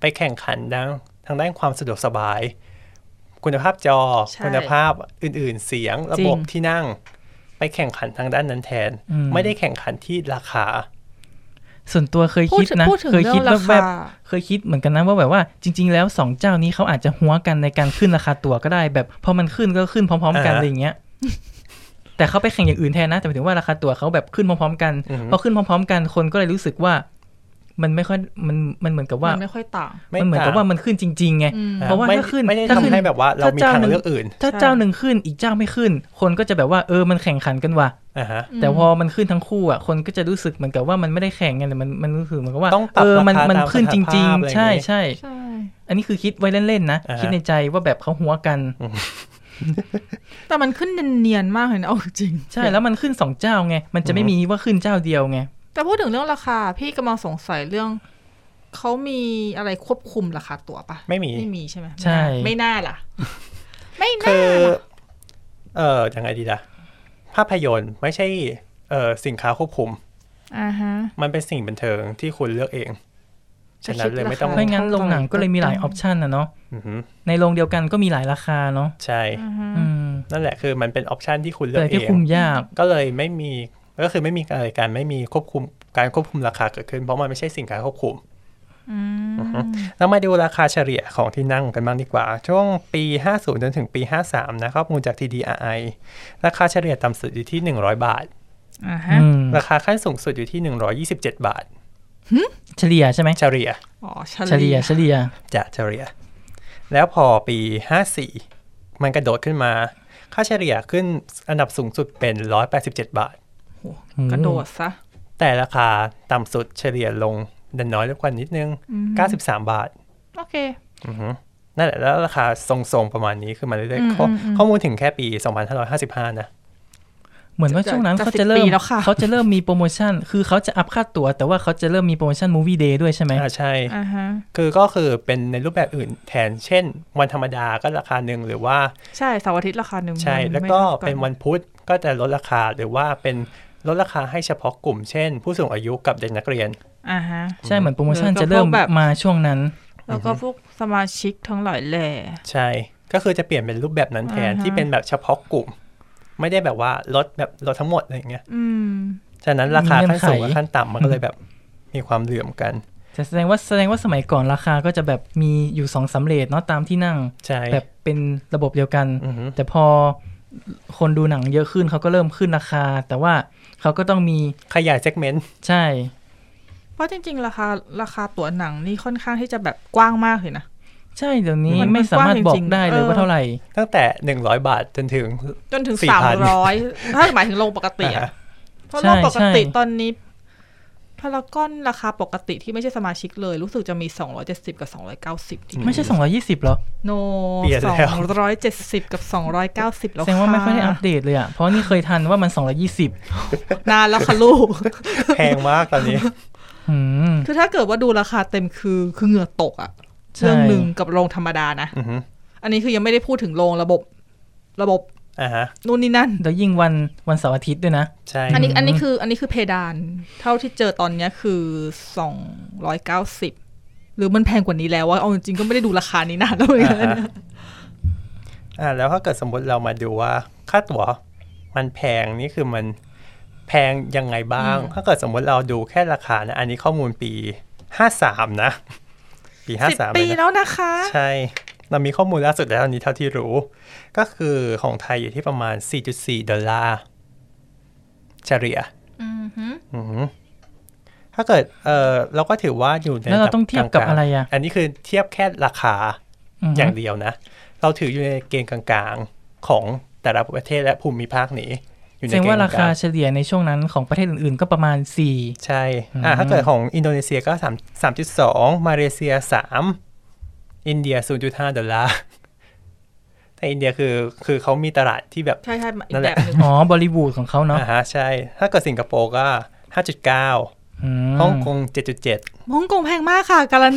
Speaker 2: ไปแข่งขันด้านทางด้านความสะดวกสบาย คุณภาพจอ
Speaker 4: ใช่
Speaker 2: คุณภาพอื่นๆ เสียง ระบบ
Speaker 4: จริง
Speaker 2: ที่นั่ง ไปแข่งขันทางด้านนั้นแทน
Speaker 3: อืม
Speaker 2: ไม่ได้แข่งขันที่ราคา
Speaker 3: ส่วนตัวเคย
Speaker 4: พูด
Speaker 3: คิด
Speaker 4: ถึง
Speaker 3: นะ
Speaker 4: พูดถึง
Speaker 3: เคย
Speaker 4: เรื่อ
Speaker 3: คิด
Speaker 4: ง
Speaker 3: แบ
Speaker 4: รา
Speaker 3: บแบ
Speaker 4: คา
Speaker 3: บเคยคิดเหมือนกันนะว่าแบบว่าจริง ๆ แล้วสองเจ้านี้เขาอาจจะหัวกันในการขึ้นราคาตั๋วก็ได้แบบพอมันขึ้นก็ขึ้นพร้อม ๆ กัน
Speaker 2: อ่าฮะ
Speaker 3: อะไรอย่างเงี้ย แต่เขาไปแข่งอย่างอื่นแทนนะ แต่หมายถึงว่าราคาตั๋วเขาแบบขึ้นพร้อม ๆ กัน
Speaker 2: อือฮึ
Speaker 3: พอขึ้นพร้อม ๆ กันคนก็เลยรู้สึกว่า มันไม่ค่อยมันมันเหมือนกับว่าม
Speaker 4: นไม่ค่อยต่าง
Speaker 3: มันเหมือนกับว่ามันขึ้นจริงๆไง
Speaker 4: อืม
Speaker 2: อ่
Speaker 3: เพราะว่า
Speaker 2: ไม่
Speaker 3: ถ้าขึ้น
Speaker 2: ไม่ได้
Speaker 3: ถ้าขึ้น
Speaker 2: ทำให้แบบว่าเรา
Speaker 3: ถ้า
Speaker 2: มี
Speaker 3: เจ้า
Speaker 2: ทาง
Speaker 3: หนึ่ง
Speaker 2: เลือกอื่น
Speaker 3: ถ้า
Speaker 4: ใช่
Speaker 3: เจ้าหนึ่งขึ้นอีกเจ้าไม่ขึ้น คนก็จะแบบว่าเออมันแข่งขันกันว่ะ
Speaker 2: อ่าฮะ
Speaker 4: ม
Speaker 3: แต่พอมันขึ้นทั้งคู่อ่ะคนก็จะรู้สึกเหมือนกับว่ามันไม่ได้แข่งกันแต่มันมันรู้สึกเหมือนกับว่า
Speaker 2: ต้องปรับ
Speaker 3: เออมัน
Speaker 2: ราคา
Speaker 3: มัน
Speaker 2: ตาม
Speaker 3: ขึ้นจริง
Speaker 2: สภาพอะไร
Speaker 3: ๆ
Speaker 2: อ
Speaker 3: ใช่
Speaker 2: ย่างงี้
Speaker 3: ใช่
Speaker 4: ใช่
Speaker 3: อันนี้คือคิดไว้เล่น ๆ นะ
Speaker 2: อ่าฮะ
Speaker 3: คิดในใจว่าแบบเขาหัวกัน
Speaker 4: แต่มันขึ้นเนียนๆมากเลยนะเอาจริง
Speaker 3: ใช่แล้วมันขึ้นสองเจ้าไง มันจะไม่มีว่าขึ้นเจ้าเดียวไง
Speaker 4: แต่พูดถึงเรื่องราคา พี่กำลังสงสัยเรื่อง เขามีอะไรควบคุมราคาตั๋วปะ
Speaker 2: ไม่มี
Speaker 4: ไม่มีใช่ไหม
Speaker 3: ใช่
Speaker 4: ไม่น่าล่ะ ไม่น่า
Speaker 2: คือ
Speaker 4: ล่ะ
Speaker 2: เออยังไงดีล่ะภาพยนตร์ไม่ใช่เออสินค้าควบคุม
Speaker 4: อ่าฮะ
Speaker 2: มันเป็นสิ่งบันเทิงที่คุณเลือกเอง ฉะนั้นเลยไม่ต้อง
Speaker 4: จะคิดราคา
Speaker 3: เพราะงั้นโรงหนังก็เลยมีหลายออปชันนะเนาะ
Speaker 2: อือฮึ
Speaker 3: ในโรงเดียวกันก็มีหลายราคาเนาะ
Speaker 2: ใช่
Speaker 4: อ่าฮะ
Speaker 3: อืม
Speaker 2: นั่นแหละคือมันเป็นออปชันที่คุณเลื
Speaker 3: แต่
Speaker 2: อกเอ
Speaker 3: ที่
Speaker 2: ง
Speaker 3: คุมยาก
Speaker 2: ก็เลยไม่มีก็คือไม่มีอะไรการไม่มีควบคุมการควบคุมราคาเกิดขึ้นเพราะมันไม่ใช่สินค้าควบคุม
Speaker 4: อืม
Speaker 2: เรามาดูราคาเฉลี่ยของที่นั่งกันบ้างดีกว่า ช่วงปี 50 จนถึงปี 53 นะข้อมูลจาก TDRI ราคาเฉลี่ยต่ำสุดอยู่ที่ 100 บาท
Speaker 4: อ่าฮะ
Speaker 3: อืม
Speaker 2: ราคาขั้นสูงสุดอยู่ที่ 127 บาท
Speaker 3: เฉลี่ยใช่ไหม
Speaker 2: เฉลี่ย
Speaker 4: อ๋อ
Speaker 3: เฉลี่ยเฉลี่ย
Speaker 2: จะเฉลี่ย แล้วพอปี 54 มันกระโดดขึ้นมา ค่าเฉลี่ยขึ้นอันดับสูงสุดเป็น 187 บาท
Speaker 4: กระโดดซะ
Speaker 2: แต่ราคาต่ำสุดเฉลี่ยลงดันน้อยลงกว่านิดนึง
Speaker 4: อืม
Speaker 2: 93 บาท
Speaker 4: โอเค
Speaker 2: อือฮึนั่นแหละแล้วราคาทรงๆ ประมาณนี้ขึ้นมาเรื่อย
Speaker 4: อืม
Speaker 2: ๆข้อ
Speaker 4: อืมอืม
Speaker 2: ข้อมูลถึงแค่ปี 2555 นะ
Speaker 3: เหมือนว่าช่วงนั้น
Speaker 4: จะ
Speaker 3: เขาจะเริ่ม
Speaker 4: สิบปีแล้วค่ะ
Speaker 3: เขาจะเริ่มมีโปรโมชั่น คือเขาจะอัพค่าตั๋วแต่ว่าเขาจะเริ่มมีโปรโมชั่นมูวี่เดย์ด้วยใช่ไหม
Speaker 2: อ่าใช่
Speaker 4: อ่าฮะ
Speaker 2: คือก็คือเป็นในรูปแบบอื่นแทน เช่น วันธรรมดาก็ราคาหนึ่งหรือว่า
Speaker 4: ใช่เสาร์อาทิตย์ราคาหนึ่ง
Speaker 2: ใช่
Speaker 4: มัน
Speaker 2: แล้วก็
Speaker 4: ไม่ท่า
Speaker 2: เป็นวันพุธก็จะลดราคาหรือว่าเป็นลดราคาให้เฉพาะกลุ่ม เช่น ผู้สูงอายุกับเด็กนักเรียน
Speaker 4: อ่าฮะ
Speaker 3: ใช่เหมือนโปรโมชั่น
Speaker 4: เออก็
Speaker 3: จะเริ่ม
Speaker 4: พวกแบบ
Speaker 3: มาช่วงนั้น
Speaker 4: แล้วก็พวกสมาชิกทั้งหลายแหล่
Speaker 2: ใช่ ก็คือจะเปลี่ยนเป็นรูปแบบนั้นแทน
Speaker 4: อ่าฮะ
Speaker 2: ที่เป็นแบบเฉพาะกลุ่ม ไม่ได้แบบว่าลดแบบลดทั้งหมดอะไรอย่างเงี้ย
Speaker 4: อืม
Speaker 2: ฉะนั้นราคา
Speaker 3: มีเงื่
Speaker 2: ขั้
Speaker 3: อน นไข
Speaker 2: สูงกับขั้นต่ำมันก็เลยแบบมีความเหลื่อมกัน
Speaker 3: แต่แสดงว่าแสดงว่าสมัยก่อนราคาก็จะแบบมีอยู่สองสามเลทเนาะตามที่นั่ง
Speaker 2: ใช่
Speaker 3: แบบเป็นระบบเดียวกัน
Speaker 2: อือฮึ
Speaker 3: แต่พอคนดูหนังเยอะขึ้นเขาก็เริ่มขึ้นราคา แต่ว่าเขาก็ต้องมี
Speaker 2: ขยายเซกเมนต์
Speaker 3: ใช่
Speaker 4: เพราะจริง ๆ ราคาราคาตั๋วหนังนี่ค่อนข้างที่จะแบบกว้างมากเลยนะ
Speaker 3: ใช่เดี๋ยวนี้
Speaker 4: มัน
Speaker 3: ไม่สามารถ
Speaker 4: กว้าง
Speaker 3: บอ
Speaker 4: จริ
Speaker 3: ก
Speaker 4: งๆ
Speaker 3: ได้เลย
Speaker 4: เออ
Speaker 3: ว่าเท่าไหร่
Speaker 2: ตั้งแต่ 100 บาทจนถึง
Speaker 4: จนถึง
Speaker 2: 4,000
Speaker 4: สามร้อยถ้าหมายถึงโรงปกติ
Speaker 2: อ่า
Speaker 4: อะเพราะ
Speaker 3: ใช่
Speaker 4: โรงปกติ
Speaker 3: ใช่
Speaker 4: ตอนนี้พารากอนราคาปกติที่ไม่ใช่สมาชิกเลย รู้สึกจะมี 270 กับ 290 ที่
Speaker 3: ไม่ใช่ 220เหรอ
Speaker 4: โน
Speaker 2: เปลี่ยนแล้ว
Speaker 4: 270 กับ 290 แล้ว
Speaker 3: แสดงว่าไม่ค่อยได้อัป
Speaker 4: ค่ะ
Speaker 3: เดตเลยอ่ะเพราะนี่เคยทันว่ามัน 220
Speaker 4: นานแล้วค่ะลูก
Speaker 2: แพงมากตอนนี้
Speaker 3: อืม
Speaker 4: คือถ้าเกิดว่าดูราคาเต็มคือคือเหงื่อตกอะ
Speaker 3: ใช่
Speaker 4: เรื่องหนึ่งกับโรงธรรมดานะ
Speaker 2: อือฮึ
Speaker 4: อันนี้คือยังไม่ได้พูดถึงโรงระบบ ระบบ
Speaker 2: อ่าฮะ
Speaker 4: นู่นนี่นั่น
Speaker 3: แล้วยิ่งวันวันเสาร์อาทิตย์ด้วยนะ
Speaker 2: ใช่
Speaker 4: อันนี้
Speaker 3: อืม
Speaker 4: อันนี้คืออันนี้คือเพดาน เท่าที่เจอตอนเนี้ยคือสองร้อยเก้าสิบหรือมันแพงกว่านี้แล้วว่าเอาจริงๆก็ไม่ได้ดูราคานี้นานแล้วเหมือน
Speaker 2: อ่า
Speaker 4: กัน
Speaker 2: ฮะ อ่าแล้วถ้าเกิดสมมติเรามาดูว่า ค่าตั๋วมันแพงนี่คือมันแพงยังไงบ้าง
Speaker 4: อืม
Speaker 2: ถ้าเกิดสมมติเราดูแค่ราคานะ อันนี้ข้อมูลปี 53 นะ ปี
Speaker 4: สิบ
Speaker 2: 53
Speaker 4: ปี
Speaker 2: เลยนะ
Speaker 4: แล้วนะคะ
Speaker 2: ใช่ เรามีข้อมูลล่าสุดแล้วอันนี้เท่าที่รู้ ก็คือของไทยอยู่ที่ประมาณ 4.4 ดอลลาร์เฉลี่ย
Speaker 4: อือหือ
Speaker 2: อือหือถ้าเกิดเออเราก็ถือว่าอยู่ใน
Speaker 3: แล้วเรา
Speaker 2: ดั
Speaker 3: ต้องเทียบกับ
Speaker 2: ลางๆ
Speaker 3: อะไรอะ
Speaker 2: อันนี้คือเทียบแค่ราคา
Speaker 3: อืม
Speaker 2: อย่างเดียวนะ เราถืออยู่ในเกณฑ์กลางๆของแต่ละประเทศและภูมิภาคนี้ อยู่
Speaker 3: แส
Speaker 2: ใน
Speaker 3: ดง
Speaker 2: เกณ
Speaker 3: ว่า
Speaker 2: ฑ์
Speaker 3: ราก
Speaker 2: ลา
Speaker 3: คาง เฉลี่ยในช่วงนั้นของประเทศอื่นๆ ก็ประมาณ สี่
Speaker 2: ๆใช่อ่า
Speaker 3: อืม
Speaker 2: ถ้าเกิดของอินโดนีเซียก็สามสามจุดสองมาเลเซียสามอินเดียศูนย์จุดห้าดอลลาร์ แต่อินเดียคือคือเขามีตลาดที่แบบ
Speaker 4: ใช่ใช่ๆอี
Speaker 2: นั่
Speaker 4: ก
Speaker 2: นแห
Speaker 4: แบ
Speaker 2: ละ
Speaker 4: บหนึ่ง
Speaker 3: อ๋อบอลิวูดของเขาเนาะ
Speaker 2: อ่าฮะใช่ ถ้าเกิดสิงคโปร์ก็ห้าจุดเก้าม ฮ่องกงเจ็ดจุดเจ็ด
Speaker 4: ฮ่องกงแพงมากค่ะการัน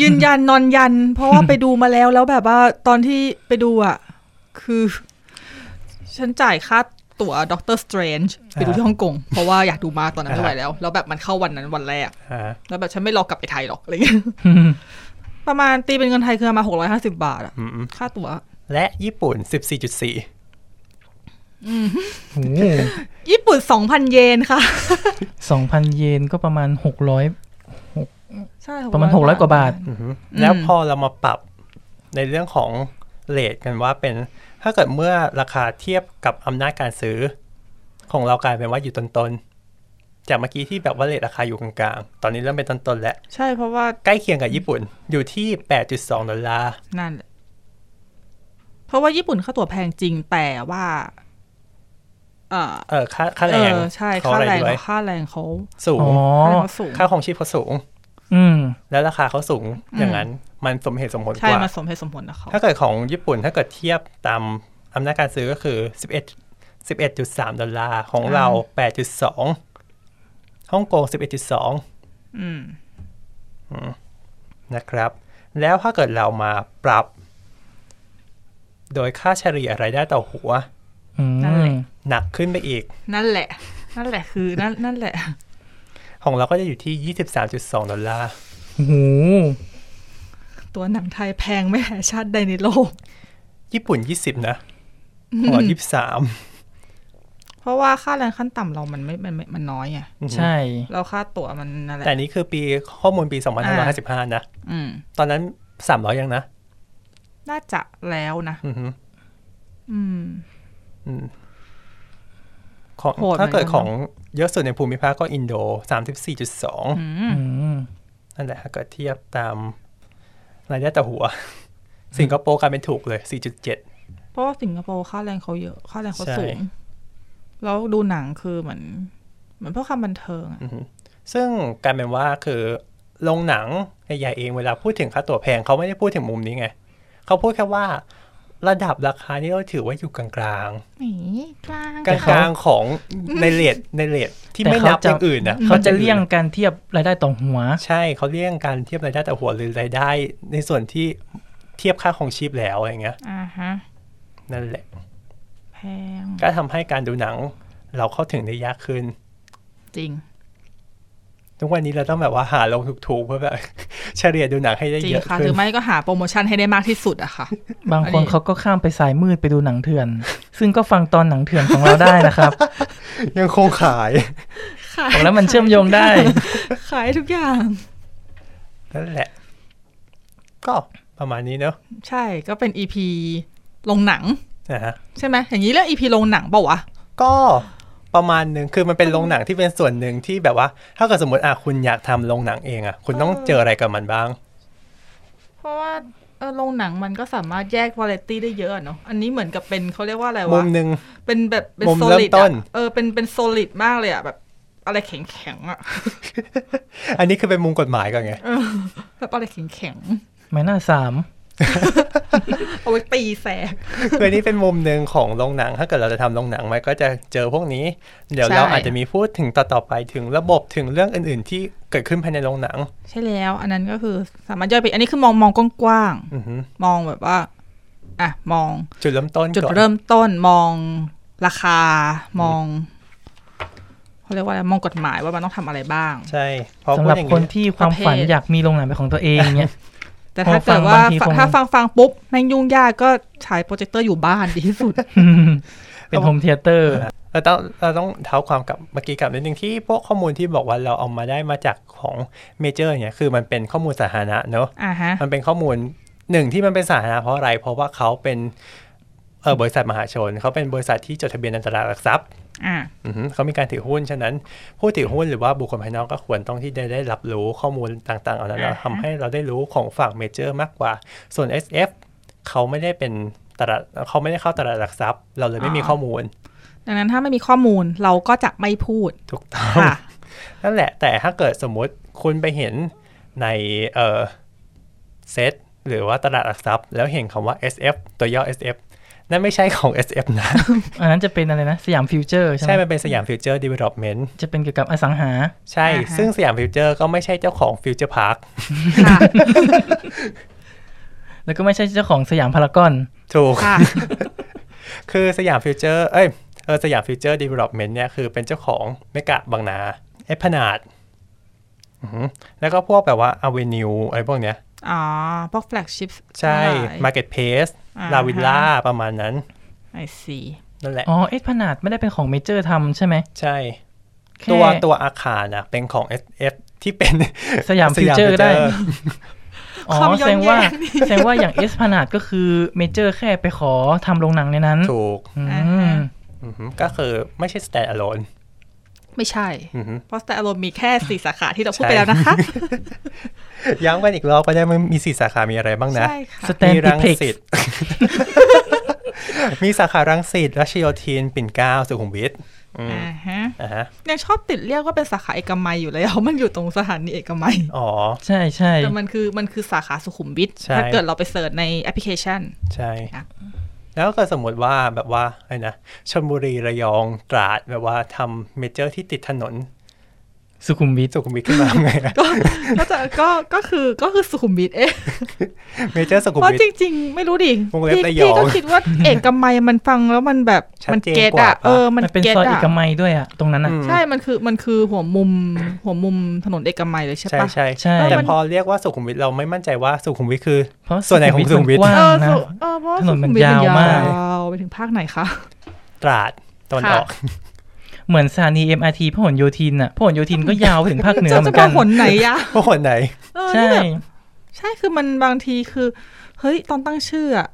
Speaker 4: ยืนยันนอนยัน เพราะว่าไปดูมาแล้วแล้วแบบว่าตอนที่ไปดูอ่ะ คือ ฉันจ่ายค่าตั๋วด็อกเตอร์สเตรนจ์ไปดูที่ฮ่องกงเพราะว่าอยากดูมากตอนนั้นไม่ไหวแล้ว แล้วแบบมันเข้าวันนั้นวันแรก
Speaker 2: อ่า
Speaker 4: แล้วแบบฉันไม่รอกลับไปไทยหรอกอะไรเงี้ย
Speaker 3: อืม
Speaker 4: ประมาณตีเป็นเงินไทยคือประมาณหกร้อยห้าสิบาทอะ
Speaker 2: อืม
Speaker 4: ค่าตั๋ว
Speaker 2: และญี่ปุ่น 14.4
Speaker 4: ญี่ปุ่นสองพันเยนค่ะ
Speaker 3: สองพันเยนก็ประมาณหกร้อย
Speaker 4: ใช่
Speaker 3: ประมาณหกร้อยกว่าบาท
Speaker 2: อือฮึแล้วพอเรามาปรับในเรื่องของเลทกันว่าเป็น ถ้าเกิดเมื่อราคาเทียบกับอำนาจการซื้อ ของเรากลายเป็นว่าอยู่ต้นๆจากเมื่อกี้ที่แบบว่าเลทราคาอยู่กลางๆ ตอนนี้เริ่มเป็นต้นๆแล้ว
Speaker 4: ใช่เพราะว่า
Speaker 2: ใกล้เคียงกับญี่ปุ่นอยู่ที่ 8.2 ดอลลาร์
Speaker 4: นั่นแหละเพราะว่าญี่ปุ่นค่าตั๋วแพงจริงแต่ว่า เออ
Speaker 2: เออค่าค่าแรง
Speaker 4: เออใช่
Speaker 2: เขา
Speaker 4: ค่า
Speaker 2: อะไร
Speaker 4: แรง
Speaker 2: ด้วย
Speaker 4: ค่าแรงเขา
Speaker 2: สูง
Speaker 3: อ๋อ
Speaker 4: ค่าแรงเขาสูง
Speaker 2: ค่าของชีพเขาสูง
Speaker 3: อืม
Speaker 2: แล้วราคาเขาสูงอย่างนั้นมันสมเหตุสมผล
Speaker 4: ใช่
Speaker 2: กว่า
Speaker 4: มาสมเหตุสมผลนะเขา
Speaker 2: ถ้าเกิดของญี่ปุ่นถ้าเกิดเทียบตามอำนาจการซื้อก็คือ 11 11.3 ดอลลาร์ของเรา 8.2ฮ่องกง 11.2
Speaker 4: อืม
Speaker 2: นะครับ แล้วถ้าเกิดเรามาปรับ โดยค่าเฉลี่ยรายได้ต่อหัว
Speaker 3: อืม
Speaker 4: นั่นแหละ
Speaker 2: หนักขึ้นไปอีก
Speaker 4: นั่นแหละ นั่นแหละคือ นั่นนั่นแหละ
Speaker 2: ของเราก็จะอยู่ที่ 23.2 ดอลลาร์
Speaker 3: โอ้โห
Speaker 4: ตัวหนังไทยแพงไม่แพ้ชาติใดในโลก
Speaker 2: ญี่ปุ่น 20 นะของเรา23
Speaker 4: เพราะว่าค่าแรงขั้นต่ำเรามันไม่มันไม่มันน้อยไง
Speaker 3: ใช่
Speaker 4: เราค่าตั๋วมันนั่นแหละ
Speaker 2: แต่นี้คือปีข้อมูลปี 2555 นะ
Speaker 4: อืม
Speaker 2: ตอนนั้น 300 ยังนะ
Speaker 4: น่าจะแล้วนะ
Speaker 2: อือฮึ
Speaker 4: อืม
Speaker 2: อืมของ
Speaker 4: โหดเหมือนกัน
Speaker 2: ถ้าเกิดของเยอะสุดในภูมิภาคก็อินโด 34.2
Speaker 4: อืม
Speaker 3: อืม
Speaker 2: นั่นแหละถ้าเกิดเทียบตามรายได้ต่อหัว สิงคโปร์กลายเป็นถูกเลย 4.7
Speaker 4: เพราะว่าสิงคโปร์ค่าแรงเขาเยอะ ค่าแรงเขา
Speaker 2: ใช่
Speaker 4: สูง แล้วดูหนังคือเหมือนเหมือนพวกคำบันเทิงอะ
Speaker 2: อือฮึซึ่งกลายเป็นว่าคือโรงหนังใหญ่ๆเองเวลาพูดถึงค่าตั๋วแพงเขาไม่ได้พูดถึงมุมนี้ไง เขาพูดแค่ว่า ระดับราคานี่เราถือว่าอยู่กลางๆ
Speaker 4: หนีกลาง
Speaker 2: กลางๆของในเลทในเลทที่ไม่นับอย่างอื่นนะ
Speaker 3: เขาจะ
Speaker 2: อื่น
Speaker 3: เลี่ยงการเทียบรายได้ต่อหัว
Speaker 2: ใช่เขาเรียกการเทียบรายได้แต่หัวหรือรายได้ ในส่วนที่เทียบค่าของชีพแล้วอะไรเงี้ย
Speaker 4: อ่าฮะ
Speaker 2: นั่นแหละ
Speaker 4: แพง
Speaker 2: ก็ทำให้การดูหนังเราเข้าถึงได้ยากขึ้น
Speaker 4: จริง
Speaker 2: ทุกวันนี้เราต้องแบบว่าหาลงถูกๆเพื่อแบบ เฉลี่ยดูหนังให้ได้
Speaker 4: จริง
Speaker 2: เยอะ
Speaker 4: ค่ะห
Speaker 2: ขึ้
Speaker 4: รือ
Speaker 2: น
Speaker 4: ไม่ก็หาโปรโมชั่นให้ได้มากที่สุดอะค่ะ
Speaker 3: บาง
Speaker 4: อัน
Speaker 3: คน
Speaker 4: นี้
Speaker 3: เขาก็ข้ามไปสายมืดไปดูหนังเถื่อน ซึ่งก็ฟังตอนหนังเถื่อนของเราได้นะครับ
Speaker 2: ยังคงขาย
Speaker 4: ขาย
Speaker 3: แล้วมันเชื่อมโยงได้
Speaker 4: ขายทุกอย่าง
Speaker 2: นั่นแหละ ก็ประมาณนี้เนอะ
Speaker 4: ใช่ก็เป็นอีพีลงหนัง
Speaker 2: นะฮะ
Speaker 4: ใช่ไหมอย่างนี้เรียกอีพีลงหนังเปล่าวะ
Speaker 2: ก็ประมาณหนึ่งคือมันเป็นโรงหนังที่เป็นส่วนหนึ่งที่แบบว่า ถ้าเกิดสมมติอ่ะคุณอยากทำโรงหนังเองอ่ะคุณต้องเจออะไรกับมันบ้าง
Speaker 4: เพราะว่าเออโรงหนังมันก็สามารถแยกวาไรตี้ได้เยอะอะเนาะอันนี้เหมือนกับเป็นเขาเรียกว่าอะไร
Speaker 2: มุ
Speaker 4: วะ
Speaker 2: มหนึ่ง
Speaker 4: เป็นแบบเป็น
Speaker 2: มุม
Speaker 4: โซ
Speaker 2: เริ่ม
Speaker 4: ลิด
Speaker 2: ต้น
Speaker 4: เออเป็นเป็นโซลิดมากเลยอะแบบอะไรแข็งแข็งๆอะ
Speaker 2: อันนี้คือเป็นมุมกฎหมายก่อนไง
Speaker 4: แบบอะไรแข็งแข็ง
Speaker 3: หมายหน้าสาม
Speaker 4: ๆเอาไว้ตีแสก
Speaker 2: คืออนนี่เป็นมุมหนึ่งของโรงหนัง ถ้าเกิดเราจะทำโรงหนังไว้ก็จะเจอพวกนี้ เดี๋ยว
Speaker 4: ใช่
Speaker 2: เราอาจจะมีพูดถึงต่อๆไปถึงระบบถึงเรื่องอื่นๆ ที่เกิดขึ้นภายในโรงหนัง
Speaker 4: ใช่แล้ว อันนั้นก็คือสามารถย่อยไปอันนี้คือมองมองกว้าง
Speaker 2: อือหือ
Speaker 4: ๆมองแบบว่าอ่ะมอง
Speaker 2: จุดเริ่มต้น
Speaker 4: จุด
Speaker 2: ก่อน
Speaker 4: เริ่มต้นมองราคามองเขาเรียกว่าอะไรมองกฎหมายว่ามันต้องทำอะไรบ้าง
Speaker 2: ใช่พอพู
Speaker 3: สำห
Speaker 2: ด
Speaker 3: รับ
Speaker 2: อย่าง
Speaker 3: คน
Speaker 2: นี้
Speaker 3: ที่ความฝันอยากมีโรงหนังเป็นของตัวเองเนี่ย
Speaker 4: แต่ถ้า
Speaker 3: พอฟั
Speaker 4: เกิ
Speaker 3: ง
Speaker 4: ดว่า
Speaker 3: บางทีคง
Speaker 4: ถ้าฟังฟังๆปุ๊บแม่งยุ่งยากก็ใช้โปรเจคเตอร์อยู่บ้านดีที่สุด
Speaker 3: เป็นโฮมเทเตอร์
Speaker 2: เราต้องเราต้องเท้าความกับเมื่อกี้กลับนิดนึงที่พวกข้อมูลที่บอกว่าเราเอามาได้มาจากของเมเจอร์เนี่ยคือมันเป็นข้อมูลสาธารณะเนอะ
Speaker 4: อ่าฮะ
Speaker 2: มันเป็นข้อมูลหนึ่งที่มันเป็นสาธารณะเพราะอะไร เพราะว่าเขาเป็นเออบริษัทมหาชนเขาเป็นบริษัทที่จดทะเบียนในตลาดหลักทรัพย์
Speaker 4: อ่า
Speaker 2: อือฮึเขามีการถือหุ้น ฉะนั้น ผู้ถือหุ้นหรือว่าบุคคลภายนอกก็ควรต้องที่ได้ได้รับรู้ข้อมูลต่างๆ เอานั้นเรา
Speaker 4: อ่าฮะ
Speaker 2: ทำให้เราได้รู้ของฝั่งเมเจอร์มากกว่า ส่วน SF เขาไม่ได้เป็นตลาดเขาไม่ได้เข้าตลาดหลักทรัพย์ เราเลยไม่มีข้อมูล
Speaker 4: ดังนั้นถ้าไม่มีข้อมูลเราก็จะไม่พูด
Speaker 2: ถูกต้อง
Speaker 4: ค่ะ
Speaker 2: นั่นแหละ แต่ถ้าเกิดสมมุติคุณไปเห็นในเออเซตหรือว่าตลาดหลักทรัพย์ แล้วเห็นคำว่า SF ตัวย่อ SF นั่นไม่ใช่ของ SF นะ
Speaker 3: อันนั้นจะเป็นอะไรนะ สยามฟิวเจอร์ใช่ไห
Speaker 2: ใช่
Speaker 3: ม
Speaker 2: มันเป็นสยามฟิวเจอร์ดีเวล็อปเมนต์
Speaker 3: จะเป็นเกี่ยวกับอสังหา
Speaker 2: ใช่
Speaker 4: อ่าฮะ
Speaker 2: ซึ่งสยามฟิวเจอร์ก็ไม่ใช่เจ้าของฟิวเจอร์พาร์ค
Speaker 4: ค่ะ
Speaker 3: แล้วก็ไม่ใช่เจ้าของสยามพารากอน
Speaker 2: ถูก
Speaker 4: ค่ะ
Speaker 2: คือสยามฟิวเจอร์ เอ้ย เออสยามฟิวเจอร์ดีเวล็อปเมนต์เนี่ยคือเป็นเจ้าของเมกะบางนา เอพนาด แล้วก็พวกแบบว่าอเวนิวอะไรพวกเนี้ย
Speaker 4: อ๋อ พวกแฟลกชิพ
Speaker 2: ใช่ Market Place ลาวิลล่าประมาณนั้น
Speaker 4: ไอซี
Speaker 2: นั่นแหละ
Speaker 3: อ๋อเอ็ดพนาดไม่ได้เป็นของเมเจอร์ทำใช่ไหม
Speaker 2: ใช่
Speaker 3: แค่
Speaker 2: ตัวตัวอาคารนะเป็นของ SF ที่เป็น
Speaker 3: สยามฟิวเจอร์ได้ อ๋อ
Speaker 4: ความย้
Speaker 3: แส
Speaker 4: อน
Speaker 3: ดงว่า
Speaker 4: แย้งนี่
Speaker 3: แสดงว่าอย่างเอสพนาดก็คือเมเจอร์แค่ไปขอทำโรงหนังในนั้น
Speaker 2: ถูก
Speaker 3: อื
Speaker 4: อ่าม ฮะ
Speaker 2: อือหือก็คือไม่ใช่ stand alone
Speaker 4: ไม่ใช่
Speaker 2: อือหือ
Speaker 4: เพราะแต่อารมณ์มีแค่สี่สาขาที่เราพูด
Speaker 2: ใช่
Speaker 4: ไปแล้วนะคะ
Speaker 2: ย้ำกันอีกรอบก็ได้มันมีสี่สาขามีอะไรบ้างนะ
Speaker 4: ใช่ค่ะ
Speaker 3: สแตน
Speaker 2: มี
Speaker 3: ติ
Speaker 2: รั
Speaker 3: เพล็ก
Speaker 2: สิต มีสาขารังสิตรัชโยธิน ปิ่นเกล้าสุขุมวิทอืม
Speaker 4: อ่าฮะ
Speaker 2: อ่าฮะ
Speaker 4: ยังชอบติดเรียกว่าเป็นสาขาเอกมัยอยู่เลยเอามันอยู่ตรงสถานีเอกมัย
Speaker 2: อ๋อ
Speaker 3: ใช่ใช่
Speaker 4: แต่มันคือมันคือสาขาสุขุมวิท
Speaker 2: ใช่
Speaker 4: ถ้าเกิดเราไปเสิร์ชในแอปพลิเคชัน
Speaker 2: ใช่
Speaker 4: ครับ
Speaker 2: แล้วก็สมมติว่าแบบว่าอะไรนะชลบุรีระยองตราดแบบว่าทำเมเจอร์ที่ติดถนน
Speaker 3: สุขุมวิท
Speaker 2: สุขุมวิทขึ้นมาไงอะ
Speaker 4: ก็ก็จะก็ก็คือก็คือสุขุมวิทเอ๊ะ
Speaker 2: เมเจอร์สุขุม
Speaker 4: เพราะ
Speaker 2: วิท
Speaker 4: จริง ๆ ไม่รู้ดิ
Speaker 2: วงเล็บ
Speaker 4: พี่
Speaker 2: ระยอง
Speaker 4: พี่ก็คิ ดว่าเอกมัยมันฟังแล้วมัน แบบ
Speaker 2: ชัด
Speaker 4: มัน
Speaker 2: เจน
Speaker 4: เก็ต
Speaker 2: กว่า
Speaker 4: อะ
Speaker 2: ปะ
Speaker 4: เออมัน
Speaker 3: มันเป็น
Speaker 4: เก็ต
Speaker 3: ซอยเอ
Speaker 4: อะ
Speaker 3: กมัยด้วยอะตรงนั้นอะ
Speaker 2: อืม
Speaker 4: ใช่มันคือมันคือหัวมุมหัวมุมถนนเอกมัยเลยใช่
Speaker 2: ใช่
Speaker 4: ปะ
Speaker 2: ใช่
Speaker 3: ใช่
Speaker 2: แต่
Speaker 4: มัน
Speaker 2: พอเรียกว่าสุขุมวิทเราไม่มั่นใจว่าสุขุมวิทคือ
Speaker 3: เพราะ
Speaker 2: ส่วนไหนของสุขุมวิท
Speaker 3: กว้าง
Speaker 4: เออ
Speaker 3: นะ
Speaker 4: สุเออเพราะว่า
Speaker 3: ถนนมัน
Speaker 4: สุขุวิท
Speaker 3: ยาวมาก
Speaker 4: ยาวไปถึงภาคไหนคะ
Speaker 2: ตราดตอนออก
Speaker 3: เหมือนสถานี MRT พหลโยธินอะพหลโยธินก็ยาวไปถึงภาคเหนือ
Speaker 4: จะ
Speaker 3: เหมื
Speaker 4: จะ
Speaker 3: อน
Speaker 4: บ
Speaker 3: กั
Speaker 4: อน กผลไหนยะ
Speaker 2: พวกคนไหน
Speaker 4: เออ
Speaker 3: ใช่
Speaker 4: นี่แบบใช่คือมันบางทีคือ เฮ้ย ตอนตั้งชื่ออะ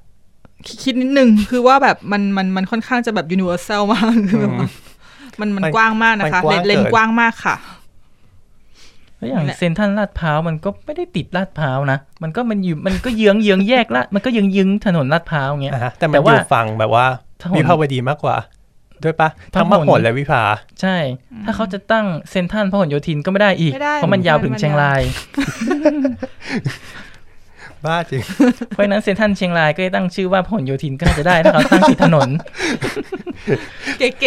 Speaker 4: คิดคิดนิดนึงคือว่าแบบมันมันมันค่อนข้างจะแบบยูนิเวอร์แซลมาก คือแบบว่ามันมัน
Speaker 2: มัน
Speaker 4: กว้างมากนะ
Speaker 2: มัน
Speaker 4: คะ
Speaker 2: กว้า
Speaker 4: เล
Speaker 2: ง
Speaker 4: นเลน
Speaker 2: เกิน
Speaker 4: กว้างมากค่ะ
Speaker 3: แล้วอย่าง
Speaker 4: นั่นแหละ
Speaker 3: เซ็นทรัลลาดพร้าวมันก็ไม่ได้ติดลาดพร้าวนะ มันก็มันอยู่มันก็เยื้องเยื้องแยกละมันก็เยื้องเยื้องถนนลาดพร้าวอย่างเงี้ย
Speaker 2: อ่ะฮะแต่มั
Speaker 3: แต่
Speaker 2: นอ
Speaker 3: ว่า
Speaker 2: ยู่ฝั่งแบบว่า
Speaker 3: ถนน
Speaker 2: วิภาวดีมากกว่า ด้วยปะ
Speaker 3: พหล
Speaker 2: ทั้งมหลและวิภา
Speaker 3: ใช่ ถ้าเขาจะตั้งเซ็นทรัลพหลโยธินก็ไม่ได้อีก
Speaker 4: ไม่ได้
Speaker 3: เพราะมันยาวถึงเชียงราย
Speaker 2: บ้าจริง
Speaker 3: เพราะฉะนั้นเซ็นทรัลเชียงรายก็เลยตั้งชื่อว่าพหลโยธินก็น่าจะได้ถ้าเขาตั้งชื่อถนน
Speaker 4: เก๋
Speaker 2: เ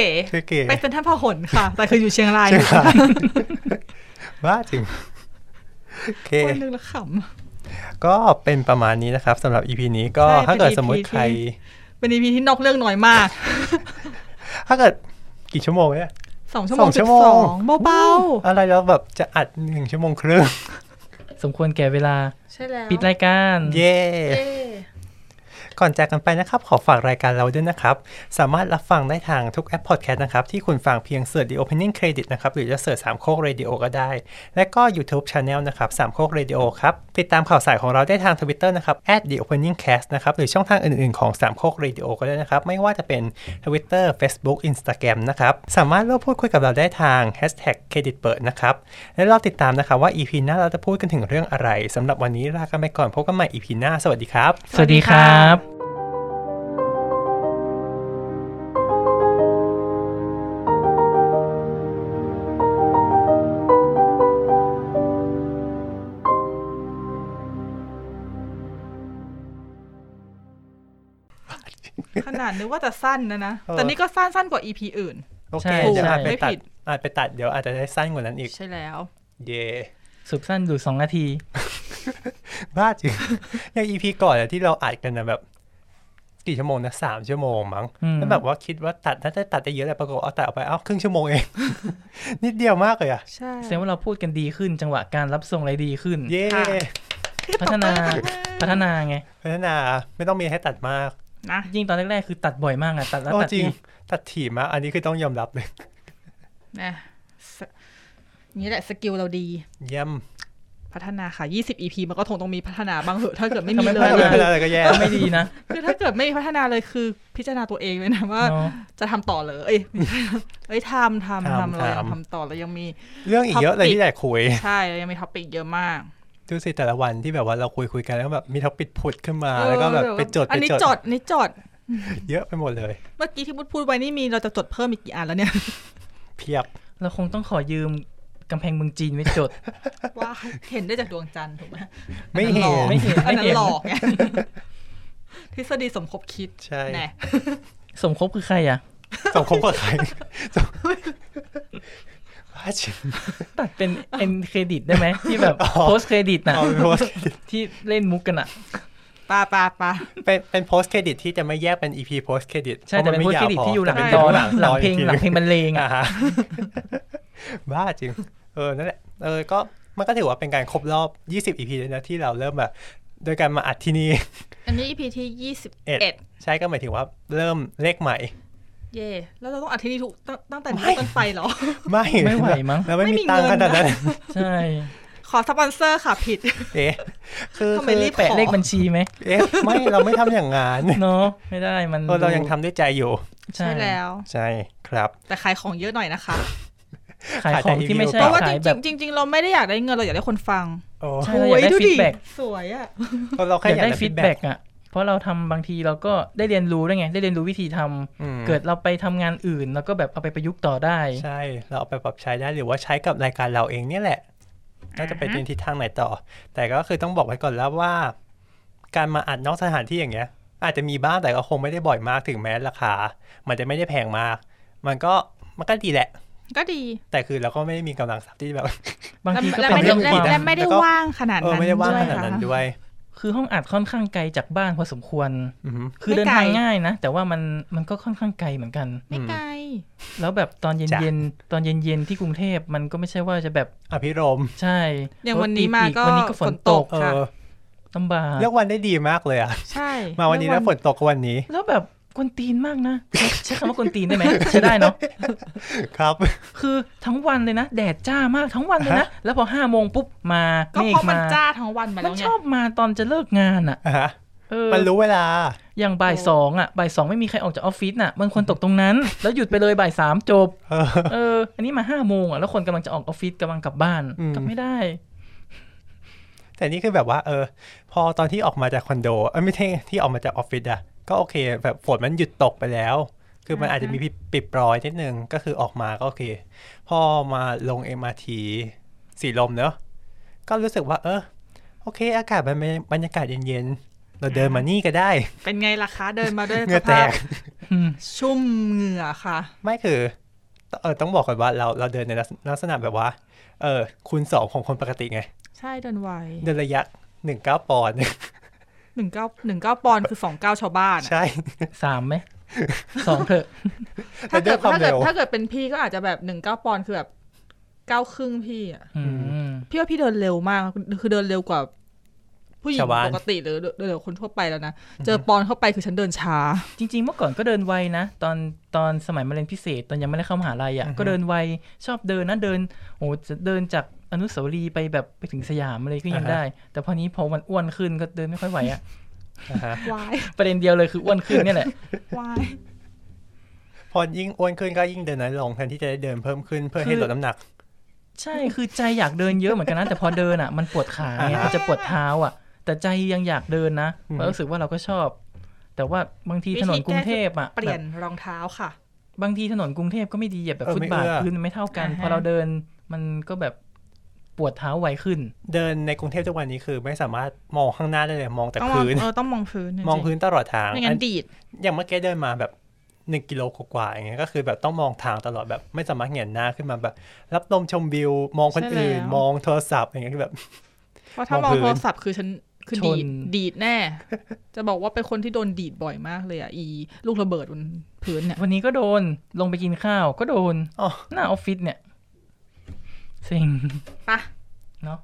Speaker 2: ก๋
Speaker 4: ๆไปเซ็นทรัลพหลค่ะ แต่คืออยู่เชียงราย
Speaker 2: ใช่ค่ะบ้าจริง โอเค
Speaker 4: วันนึงแล้วข
Speaker 2: ก็เป็นประมาณนี้นะครับสำหรับ EP นี้ก็
Speaker 4: ใช่
Speaker 2: ถ้าเกิด
Speaker 4: เป็น EP
Speaker 2: สมมติใคร
Speaker 4: ำเป็นอีพีที่นอกเรื่องน้อยมาก
Speaker 2: ถ้าเกิดกี่ชั่วโมงเนี่ย
Speaker 4: สองชั่ว
Speaker 2: ส
Speaker 4: โม
Speaker 2: อง งชั่
Speaker 4: สิบ
Speaker 2: วโมง
Speaker 4: สองเบา
Speaker 2: อะไรแล้วแบบจะอัดหนึ่งชั่วโมงครึ่ง
Speaker 3: สมควรแก่เวลา
Speaker 4: ๆใช่แล้ว
Speaker 3: ปิดรายการ
Speaker 2: เย้
Speaker 4: เย้
Speaker 2: ก่อนจากกันไปนะครับ ขอฝากรายการเราด้วยนะครับ สามารถรับฟังได้ทางทุกแอปพอดแคสต์นะครับ ที่คุณฟังเพียงเสิร์ช The Opening Credit นะครับ หรือจะเสิร์ชสามโคกเรดิโอก็ได้ และก็ YouTube Channel นะครับสามโคกเรดิโอครับ ติดตามข่าวสารของเราได้ทาง Twitter นะครับ @theopeningcast นะครับ หรือช่องทางอื่นๆ ของสามโคกเรดิโอก็ได้นะครับ ไม่ว่าจะเป็น Twitter Facebook Instagram นะครับ สามารถร่วมพูดคุยกับเราได้ทาง hashtag เครดิตเปิดนะครับ และเราติดตามนะครับว่า EP หน้าเราจะพูดกันถึงเรื่องอะไรสำหรับวันนี้ลากันไปก่อนพบกันใหม่ EP หน้าสวัสดีครับ
Speaker 3: สวัสดีครับ
Speaker 4: ขนาดนึกว่าจะสั้นนะนะ
Speaker 2: เออ
Speaker 4: แต่นี่ก็สั้นสั้นกว่าอีพีอื่น
Speaker 2: โอเค
Speaker 3: ใช่
Speaker 2: เดี๋ยว
Speaker 3: ใช่
Speaker 2: อาจไปตั
Speaker 4: ไม่
Speaker 2: ด
Speaker 4: ผิด
Speaker 2: อาจไปตัดเดี๋ยวอาจจะได้สั้นกว่านั้นอีก
Speaker 4: ใช่แล้ว
Speaker 2: เย่
Speaker 3: สุบสั้นดูสองนาที
Speaker 2: บ้าจริง อย่างอีพีก่อนอะที่เราอัดกันนะแบบ กี่ชั่วโมงนะสามชั่วโมงมั้ง
Speaker 3: อืม
Speaker 2: แล้วแบบว่าคิดว่าตัดน่าจะตัดได้เยอะแหละปรากฏเอาตัดออกไปเอ้าครึ่งชั่วโมงเอง นิดเดียวมากเลยอะ
Speaker 4: ใช่
Speaker 3: แสดงว่าเราพูดกันดีขึ้นจังหวะการรับส่งอะไรดีขึ้น
Speaker 2: เย่
Speaker 3: พัฒนา พัฒนาไง
Speaker 2: พัฒนาไม่ต้องมีให้ตัดมาก
Speaker 4: นะ
Speaker 3: ยิ่งตอนแรกๆคือตัดบ่อยมากอะตัดแล้ว
Speaker 2: โอ้
Speaker 3: ตัด
Speaker 2: จริง
Speaker 3: อีก
Speaker 2: ตัดถี่มากอันนี้คือต้องยอมรับเลย
Speaker 4: นะสนี่แหละสกิลเราดี
Speaker 2: เยี่ยม
Speaker 4: พัฒนาค่ะ 20 EP มันก็คงต้องมีพัฒนาบ้างเหอะ ถ้าเกิดไม่มี
Speaker 3: ทำไม
Speaker 4: เล
Speaker 2: ไม่
Speaker 4: ย
Speaker 3: พัฒ
Speaker 2: เป็น
Speaker 3: นา
Speaker 2: ไรอะไรก็แย่
Speaker 3: ก็ไม่ดีนะ
Speaker 4: คือถ้าเกิดไม่มีพัฒนาเลยคือ พิจารณาตัวเองเลยนะว่า
Speaker 3: เนอะ
Speaker 4: จะทำต่อเลยเอ้ยไม่ใช่เอ้ยทำทำทำเรายังทำต่อเรายังมี
Speaker 2: เรื่องอีกเยอะเลยที่อยากคุย
Speaker 4: ใช่เรายังมีท็อปิกเยอะมาก
Speaker 2: ดูสิแต่ละวันที่แบบว่าเราคุยคุยๆกันแล้วแบบมีท็อปิดผุดขึ้นมาแล้วก็แบบ
Speaker 4: เออ
Speaker 2: ไปจด
Speaker 4: อัน
Speaker 2: ไป
Speaker 4: นี้
Speaker 2: จด
Speaker 4: จดอันนี้จด
Speaker 2: เยอะไปหมดเลย
Speaker 4: เมื่อกี้ที่พูดพูดไว้นี่มีเราจะจดเพิ่มอีกกี่อันแล้วเนี่ย
Speaker 2: เพียบ
Speaker 3: เราคงต้องขอยืมกำแพงเมืองจีนไว้จด
Speaker 4: ว่าเห็นได้จากดวงจันทร์ถูกไหม
Speaker 2: ไม่เห็น
Speaker 3: ไม่เห็น
Speaker 4: อันนั้นหลอกไง ทฤษฎีสมคบคิด
Speaker 2: ใช่
Speaker 4: แน่
Speaker 3: สมคบคือใครอะ
Speaker 2: สองคบกับใครสองว่าจริง
Speaker 3: ตัดเป็นเอ็นเครดิตได้ไหมที่แบบ
Speaker 2: อ๋อ
Speaker 3: โพสเครดิตน่ะ
Speaker 2: เอาเป็นโพสต์
Speaker 3: ที่เล่นมุกกันอะ
Speaker 4: ปลาปลาปลา
Speaker 2: เป็นเป็นโพสเครดิตที่จะไม่แยกเป็น EP โพสเครดิต
Speaker 3: ใช่แต่เป็นโพสเครดิตที่อยู่หลัง
Speaker 2: ต
Speaker 3: ต
Speaker 2: อ
Speaker 3: อน น
Speaker 2: หลั
Speaker 3: อะ
Speaker 2: ง
Speaker 3: หลังเพลงหลังเพลงบรรเลง
Speaker 2: อ่ะ
Speaker 3: อะ
Speaker 2: ฮะ บ้าจริง เออ นั่นแหละ เออ ก็มันก็ถือว่าเป็นการครบรอบ 20 EP เลยนะที่เราเริ่มแบบ โดยการมาอัดที่นี่
Speaker 4: อันนี้ EP ที่ยี่สิบ
Speaker 2: เอ็
Speaker 4: เอ็ด
Speaker 2: ด ใช่ก็หมายถึงว่าเริ่มเลขใหม่
Speaker 4: เย่แล้วเราต้องอัดที่นี่ถูกตั้งตั้งแต่นี้ต้นไปเหรอ
Speaker 2: ไม่
Speaker 3: ไม่ไหวมั้ง
Speaker 2: เราไม่
Speaker 4: ไม่มี
Speaker 2: มีตังค์
Speaker 4: เงิ
Speaker 2: ข
Speaker 4: น
Speaker 2: นาด นั้น
Speaker 3: ใช่
Speaker 4: ขอสปอนเซอร์ค่ะผิด
Speaker 2: เอ๊ะคือ
Speaker 4: ทำไม
Speaker 2: คือ
Speaker 4: รีบ
Speaker 2: แปะ
Speaker 3: แปะเลขบัญชีไหม
Speaker 2: เอ๊ะไม่เราไม่ทำอย่าง งาน
Speaker 3: เนาะไม่ได้มัน
Speaker 2: เรายังทำด้วยใจอยู่
Speaker 3: ใช่
Speaker 4: ใช่แล้ว
Speaker 2: ใช่ครับ
Speaker 4: แต่ขายของเยอะหน่อยนะคะ
Speaker 3: ขายของที่ไม่ใช่
Speaker 4: เพราะว่า
Speaker 3: ขา
Speaker 4: จ
Speaker 3: ย
Speaker 4: ริง
Speaker 3: แบบ
Speaker 4: ๆจริงๆเราไม่ได้อยากได้เงินเราอยากได้คนฟัง
Speaker 2: โอ้
Speaker 3: ใช่เราอยากได้
Speaker 4: โ
Speaker 3: feedback
Speaker 4: สวยอะ
Speaker 2: เราแค่อ
Speaker 3: อา
Speaker 2: ยา
Speaker 3: ย
Speaker 2: ก ก
Speaker 3: ได้
Speaker 2: ได้
Speaker 3: ฟี
Speaker 2: ฟี
Speaker 3: ด
Speaker 2: ด
Speaker 3: แบ็
Speaker 2: แบ็
Speaker 3: กอ่ะ เพราะเราทำบางทีเราก็ได้เรียนรู้ด้วยไง ได้เรียนรู้วิธีทำเกิดเราไปทำงานอื่น แล้วก็แบบเอาไปประยุกต์ต่อได้
Speaker 2: ใช่ เราเอาไปปรับใช้ได้หรือว่าใช้กับรายการเราเองเนี่ยแหละน่าจะไปในทิศทางไหนต่อ แต่ก็คือต้องบอกไว้ก่อนแล้วว่า การมาอัดนอกสถานที่อย่างเงี้ย อาจจะมีบ้างแต่ก็คงไม่ได้บ่อยมากถึงแม้ราคา มันจะไม่ได้แพงมาก มันก็มันก็ดีแหละ
Speaker 4: ก็ดี
Speaker 2: แต่คือเราก็ไม่ได้มีกำลังทรัพย์ที่แบบ
Speaker 3: บางทีก็
Speaker 4: และ
Speaker 3: เป็น
Speaker 4: ไม่
Speaker 3: เรื่
Speaker 4: ได้
Speaker 3: องความ
Speaker 4: และไม่ได้
Speaker 2: แล้วก็
Speaker 4: ว่างขนาด
Speaker 2: เออ
Speaker 4: นั้น
Speaker 2: ไม่ได้ว่างขนาดนั้น
Speaker 4: ด้วยค่ะ
Speaker 2: ด้วย
Speaker 3: คือห้องอัดค่อนข้างไกลจากบ้านพอสมควร
Speaker 2: อือหือ
Speaker 3: คือ
Speaker 4: ไม่ไกล
Speaker 3: เดินทางง่ายนะ แต่ว่ามันมันก็ค่อนข้างไกลเหมือนกัน
Speaker 4: ไม่ไกล
Speaker 3: แล้วแบบตอนเย็น
Speaker 2: จ้ะ
Speaker 3: เย็นตอนเย็นเย็นๆที่กรุงเทพมันก็ไม่ใช่ว่าจะแบบ
Speaker 2: อภิรมย์
Speaker 3: ใช่
Speaker 4: อย่าง
Speaker 3: รถ
Speaker 4: วัน
Speaker 3: ติ
Speaker 4: นี้
Speaker 3: ด
Speaker 4: มา
Speaker 3: อี
Speaker 4: ก็
Speaker 3: วันนี้ก็ฝนตก
Speaker 2: เอ
Speaker 4: ค่ะ
Speaker 2: อ
Speaker 3: ลำบาก
Speaker 2: เลือกวันได้ดีมากเลยอะ
Speaker 4: ใช่
Speaker 2: มาวันนี้แล้วฝนตกกว่าวันนี้
Speaker 3: แล้วแบบกวนตีนมากนะใช้คำว่ากวนตีนได้ไหมใช้ได้เนาะ
Speaker 2: ครับ
Speaker 3: คือทั้งวันเลยนะ แดดจ้ามากทั้งวันเลยนะ แล้วพอห้าโมงปุ๊บมา
Speaker 4: ก็
Speaker 3: เม
Speaker 4: เพ
Speaker 3: ฆ
Speaker 4: ราะมั
Speaker 3: มาน
Speaker 4: จ้าทั้งวันมา
Speaker 3: มั
Speaker 4: แล้
Speaker 3: น
Speaker 4: วไง
Speaker 3: ชอบมาตอนจะเลิกงานอ่ะ
Speaker 2: อะฮะ
Speaker 3: เออ
Speaker 2: มันรู้เวลา
Speaker 3: อย่างบ่ายสองอ่ะบ่ายสองไม่มีใครออกจากออฟฟิศน่ะมันควรตกตรง นั้น แล้วหยุดไปเลยบ่ายสามจบ
Speaker 2: เออ
Speaker 3: เออ อันนี้มาห้าโมงอ่ะแล้วคนกำลังจะออกออฟฟิศกำลังกลับบ้าน
Speaker 2: อืม
Speaker 3: กลับไม่ ได้
Speaker 2: แต่นี่คือแบบว่า เออ พอตอนที่ออกมาจากคอนโดเออไม่ใช่ที่ออกมาจากออฟฟิศอะก็โอเค แบบฝนมันหยุดตกไปแล้ว คือมันอาจจะมีปิดปิดปลอยนิดนึงก็คือออกมาก็โอเค พอมาลง MRT สีลมเนอะก็รู้สึกว่า เออ โอเค อากาศมันเป็นบรรยากาศเย็นๆ เราเดินมานี่ก็ได้
Speaker 4: เป็นไงล่ะคะเดินมาด้วย
Speaker 2: เหงื่
Speaker 4: ส
Speaker 2: อแต
Speaker 4: ภาพ
Speaker 2: ก
Speaker 3: อืม
Speaker 4: ชุ่มเหงื่อค่ะ
Speaker 2: ไม่คือเออต้องบอกก่อนว่าเราเราเดินในลักษณะแบบว่า เออคูณสองของคนปกติไง
Speaker 4: ใช่เดินไว
Speaker 2: เดินระยะหนึ่งเก้าปอนด์
Speaker 4: หนึ่งเก้าหนึ่งเก้าปอนด์คือสองเก้าชาวบ้านอะ
Speaker 2: ใช่
Speaker 3: สามไหมสองเถอะ
Speaker 2: แต่
Speaker 4: ถ้า
Speaker 2: ด้
Speaker 4: เกิด
Speaker 2: วยความ
Speaker 4: ถ้าเกิด
Speaker 2: เร็ว
Speaker 4: ถ้าเกิดเป็นพี่ก็อาจจะแบบหนึ่งเก้าปอนด์คือแบบเก้าครึ่งพี่อะ
Speaker 3: อืม
Speaker 4: พี่ว่าพี่เดินเร็วมาก คือเดินเร็วกว่า ผู้หญิง
Speaker 2: ชาวบ้าน
Speaker 4: ปกติหรือเดินเร็วคนทั่วไปแล้วนะ เจอปอนเข้าไปคือฉันเดินช้า
Speaker 3: จริง ๆ เมื่อก่อนก็เดินไวนะตอนตอนสมัยมาเรียนพิเศษ ตอนยังไม่ได้เข้ามหาลัยอ่ะ
Speaker 2: อือฮึ
Speaker 3: ก็เดินไวชอบเดินนะเดินโอ้จะเดินจากอนุสาวรีย์ไปแบบไปถึงสยามอะไรก็ยังได้ แต่พอนี้พอมันอ้วนขึ้นก็เดินไม่ค่อยไหวอ่ะ
Speaker 2: อ่าฮะ
Speaker 4: วาย
Speaker 3: ประเด็นเดียวเลยคืออ้วนขึ้นเนี่ยแหละ
Speaker 4: วาย
Speaker 2: พอยิ่งอ้วนขึ้นก็ยิ่งเดินน้อยลงแทนที่จะได้เดินเพิ่มขึ้นเพื่อให้ลดน้ำหนัก
Speaker 3: ใช่คือใจอยากเดินเยอะเหมือนกันนะ แต่พอเดินอ่ะมันปวดขาไง
Speaker 2: อ่าฮะ
Speaker 3: มันจะปวดเท้าอ่ะ แต่ใจยังอยากเดินนะ
Speaker 2: อืม
Speaker 3: เรารู้สึกว่าเราก็ชอบ แต่ว่าบางที
Speaker 4: วิธี
Speaker 3: ถนนกรุงเทพอ่ะ
Speaker 4: เปลี่
Speaker 3: แบ
Speaker 4: ย
Speaker 3: บ
Speaker 4: นรองเท้าค่ะ
Speaker 3: บางทีถนนกรุงเทพก็ไม่ดีอ่ะแบบ
Speaker 2: เออ
Speaker 3: ฟุต
Speaker 2: ไม่
Speaker 3: บาท
Speaker 2: เอื้อ
Speaker 3: พื้นมันไม่เท่ากัน
Speaker 4: อ่าฮะ
Speaker 3: พอเราเดินมันก็แบบปวดเท้าไวขึ้น
Speaker 2: เดินในกรุงเทพทุกวันนี้คือไม่สามารถมองข้างหน้าได้เลย มองแต่
Speaker 4: ต้องมอง
Speaker 2: พื้น
Speaker 4: เออต้องมองพื้นจริๆ
Speaker 2: มองพื้นตลอดทาง
Speaker 4: ไม่
Speaker 2: อั
Speaker 4: งั้
Speaker 2: น
Speaker 4: นดีด
Speaker 2: อย่างเมื่อกี้เดินมาแบบหนึ่งกิโลกว่าๆอย่างเงี้ยก็คือแบบต้องมองทางตลอดแบบ ไม่สามารถเงยหน้าขึ้นมาแบบ รับลมชมวิว มองคน
Speaker 4: ใช่
Speaker 2: อื่น
Speaker 4: แล้ว
Speaker 2: มองโทรศัพท์อย่างเงี้ยคือแบบ
Speaker 4: เพราะถ้าม ม
Speaker 2: อ
Speaker 4: อง ง
Speaker 2: พื้น
Speaker 4: โทรศัพท์คือฉันคือ
Speaker 3: ช
Speaker 4: ดี
Speaker 3: น
Speaker 4: ด ดีดแน่ จะบอกว่าเป็นคนที่โดนดีดบ่อยมากเลยอ่ะ อี ลูกระเบิดบนพื้นเนี่ย
Speaker 3: วันนี้ก็โดนลงไปกินข้าวก็โดน
Speaker 2: อ๋อ
Speaker 3: หน้าออฟฟิศเนี่ยสิ่ง
Speaker 4: ปะ
Speaker 3: เนาะ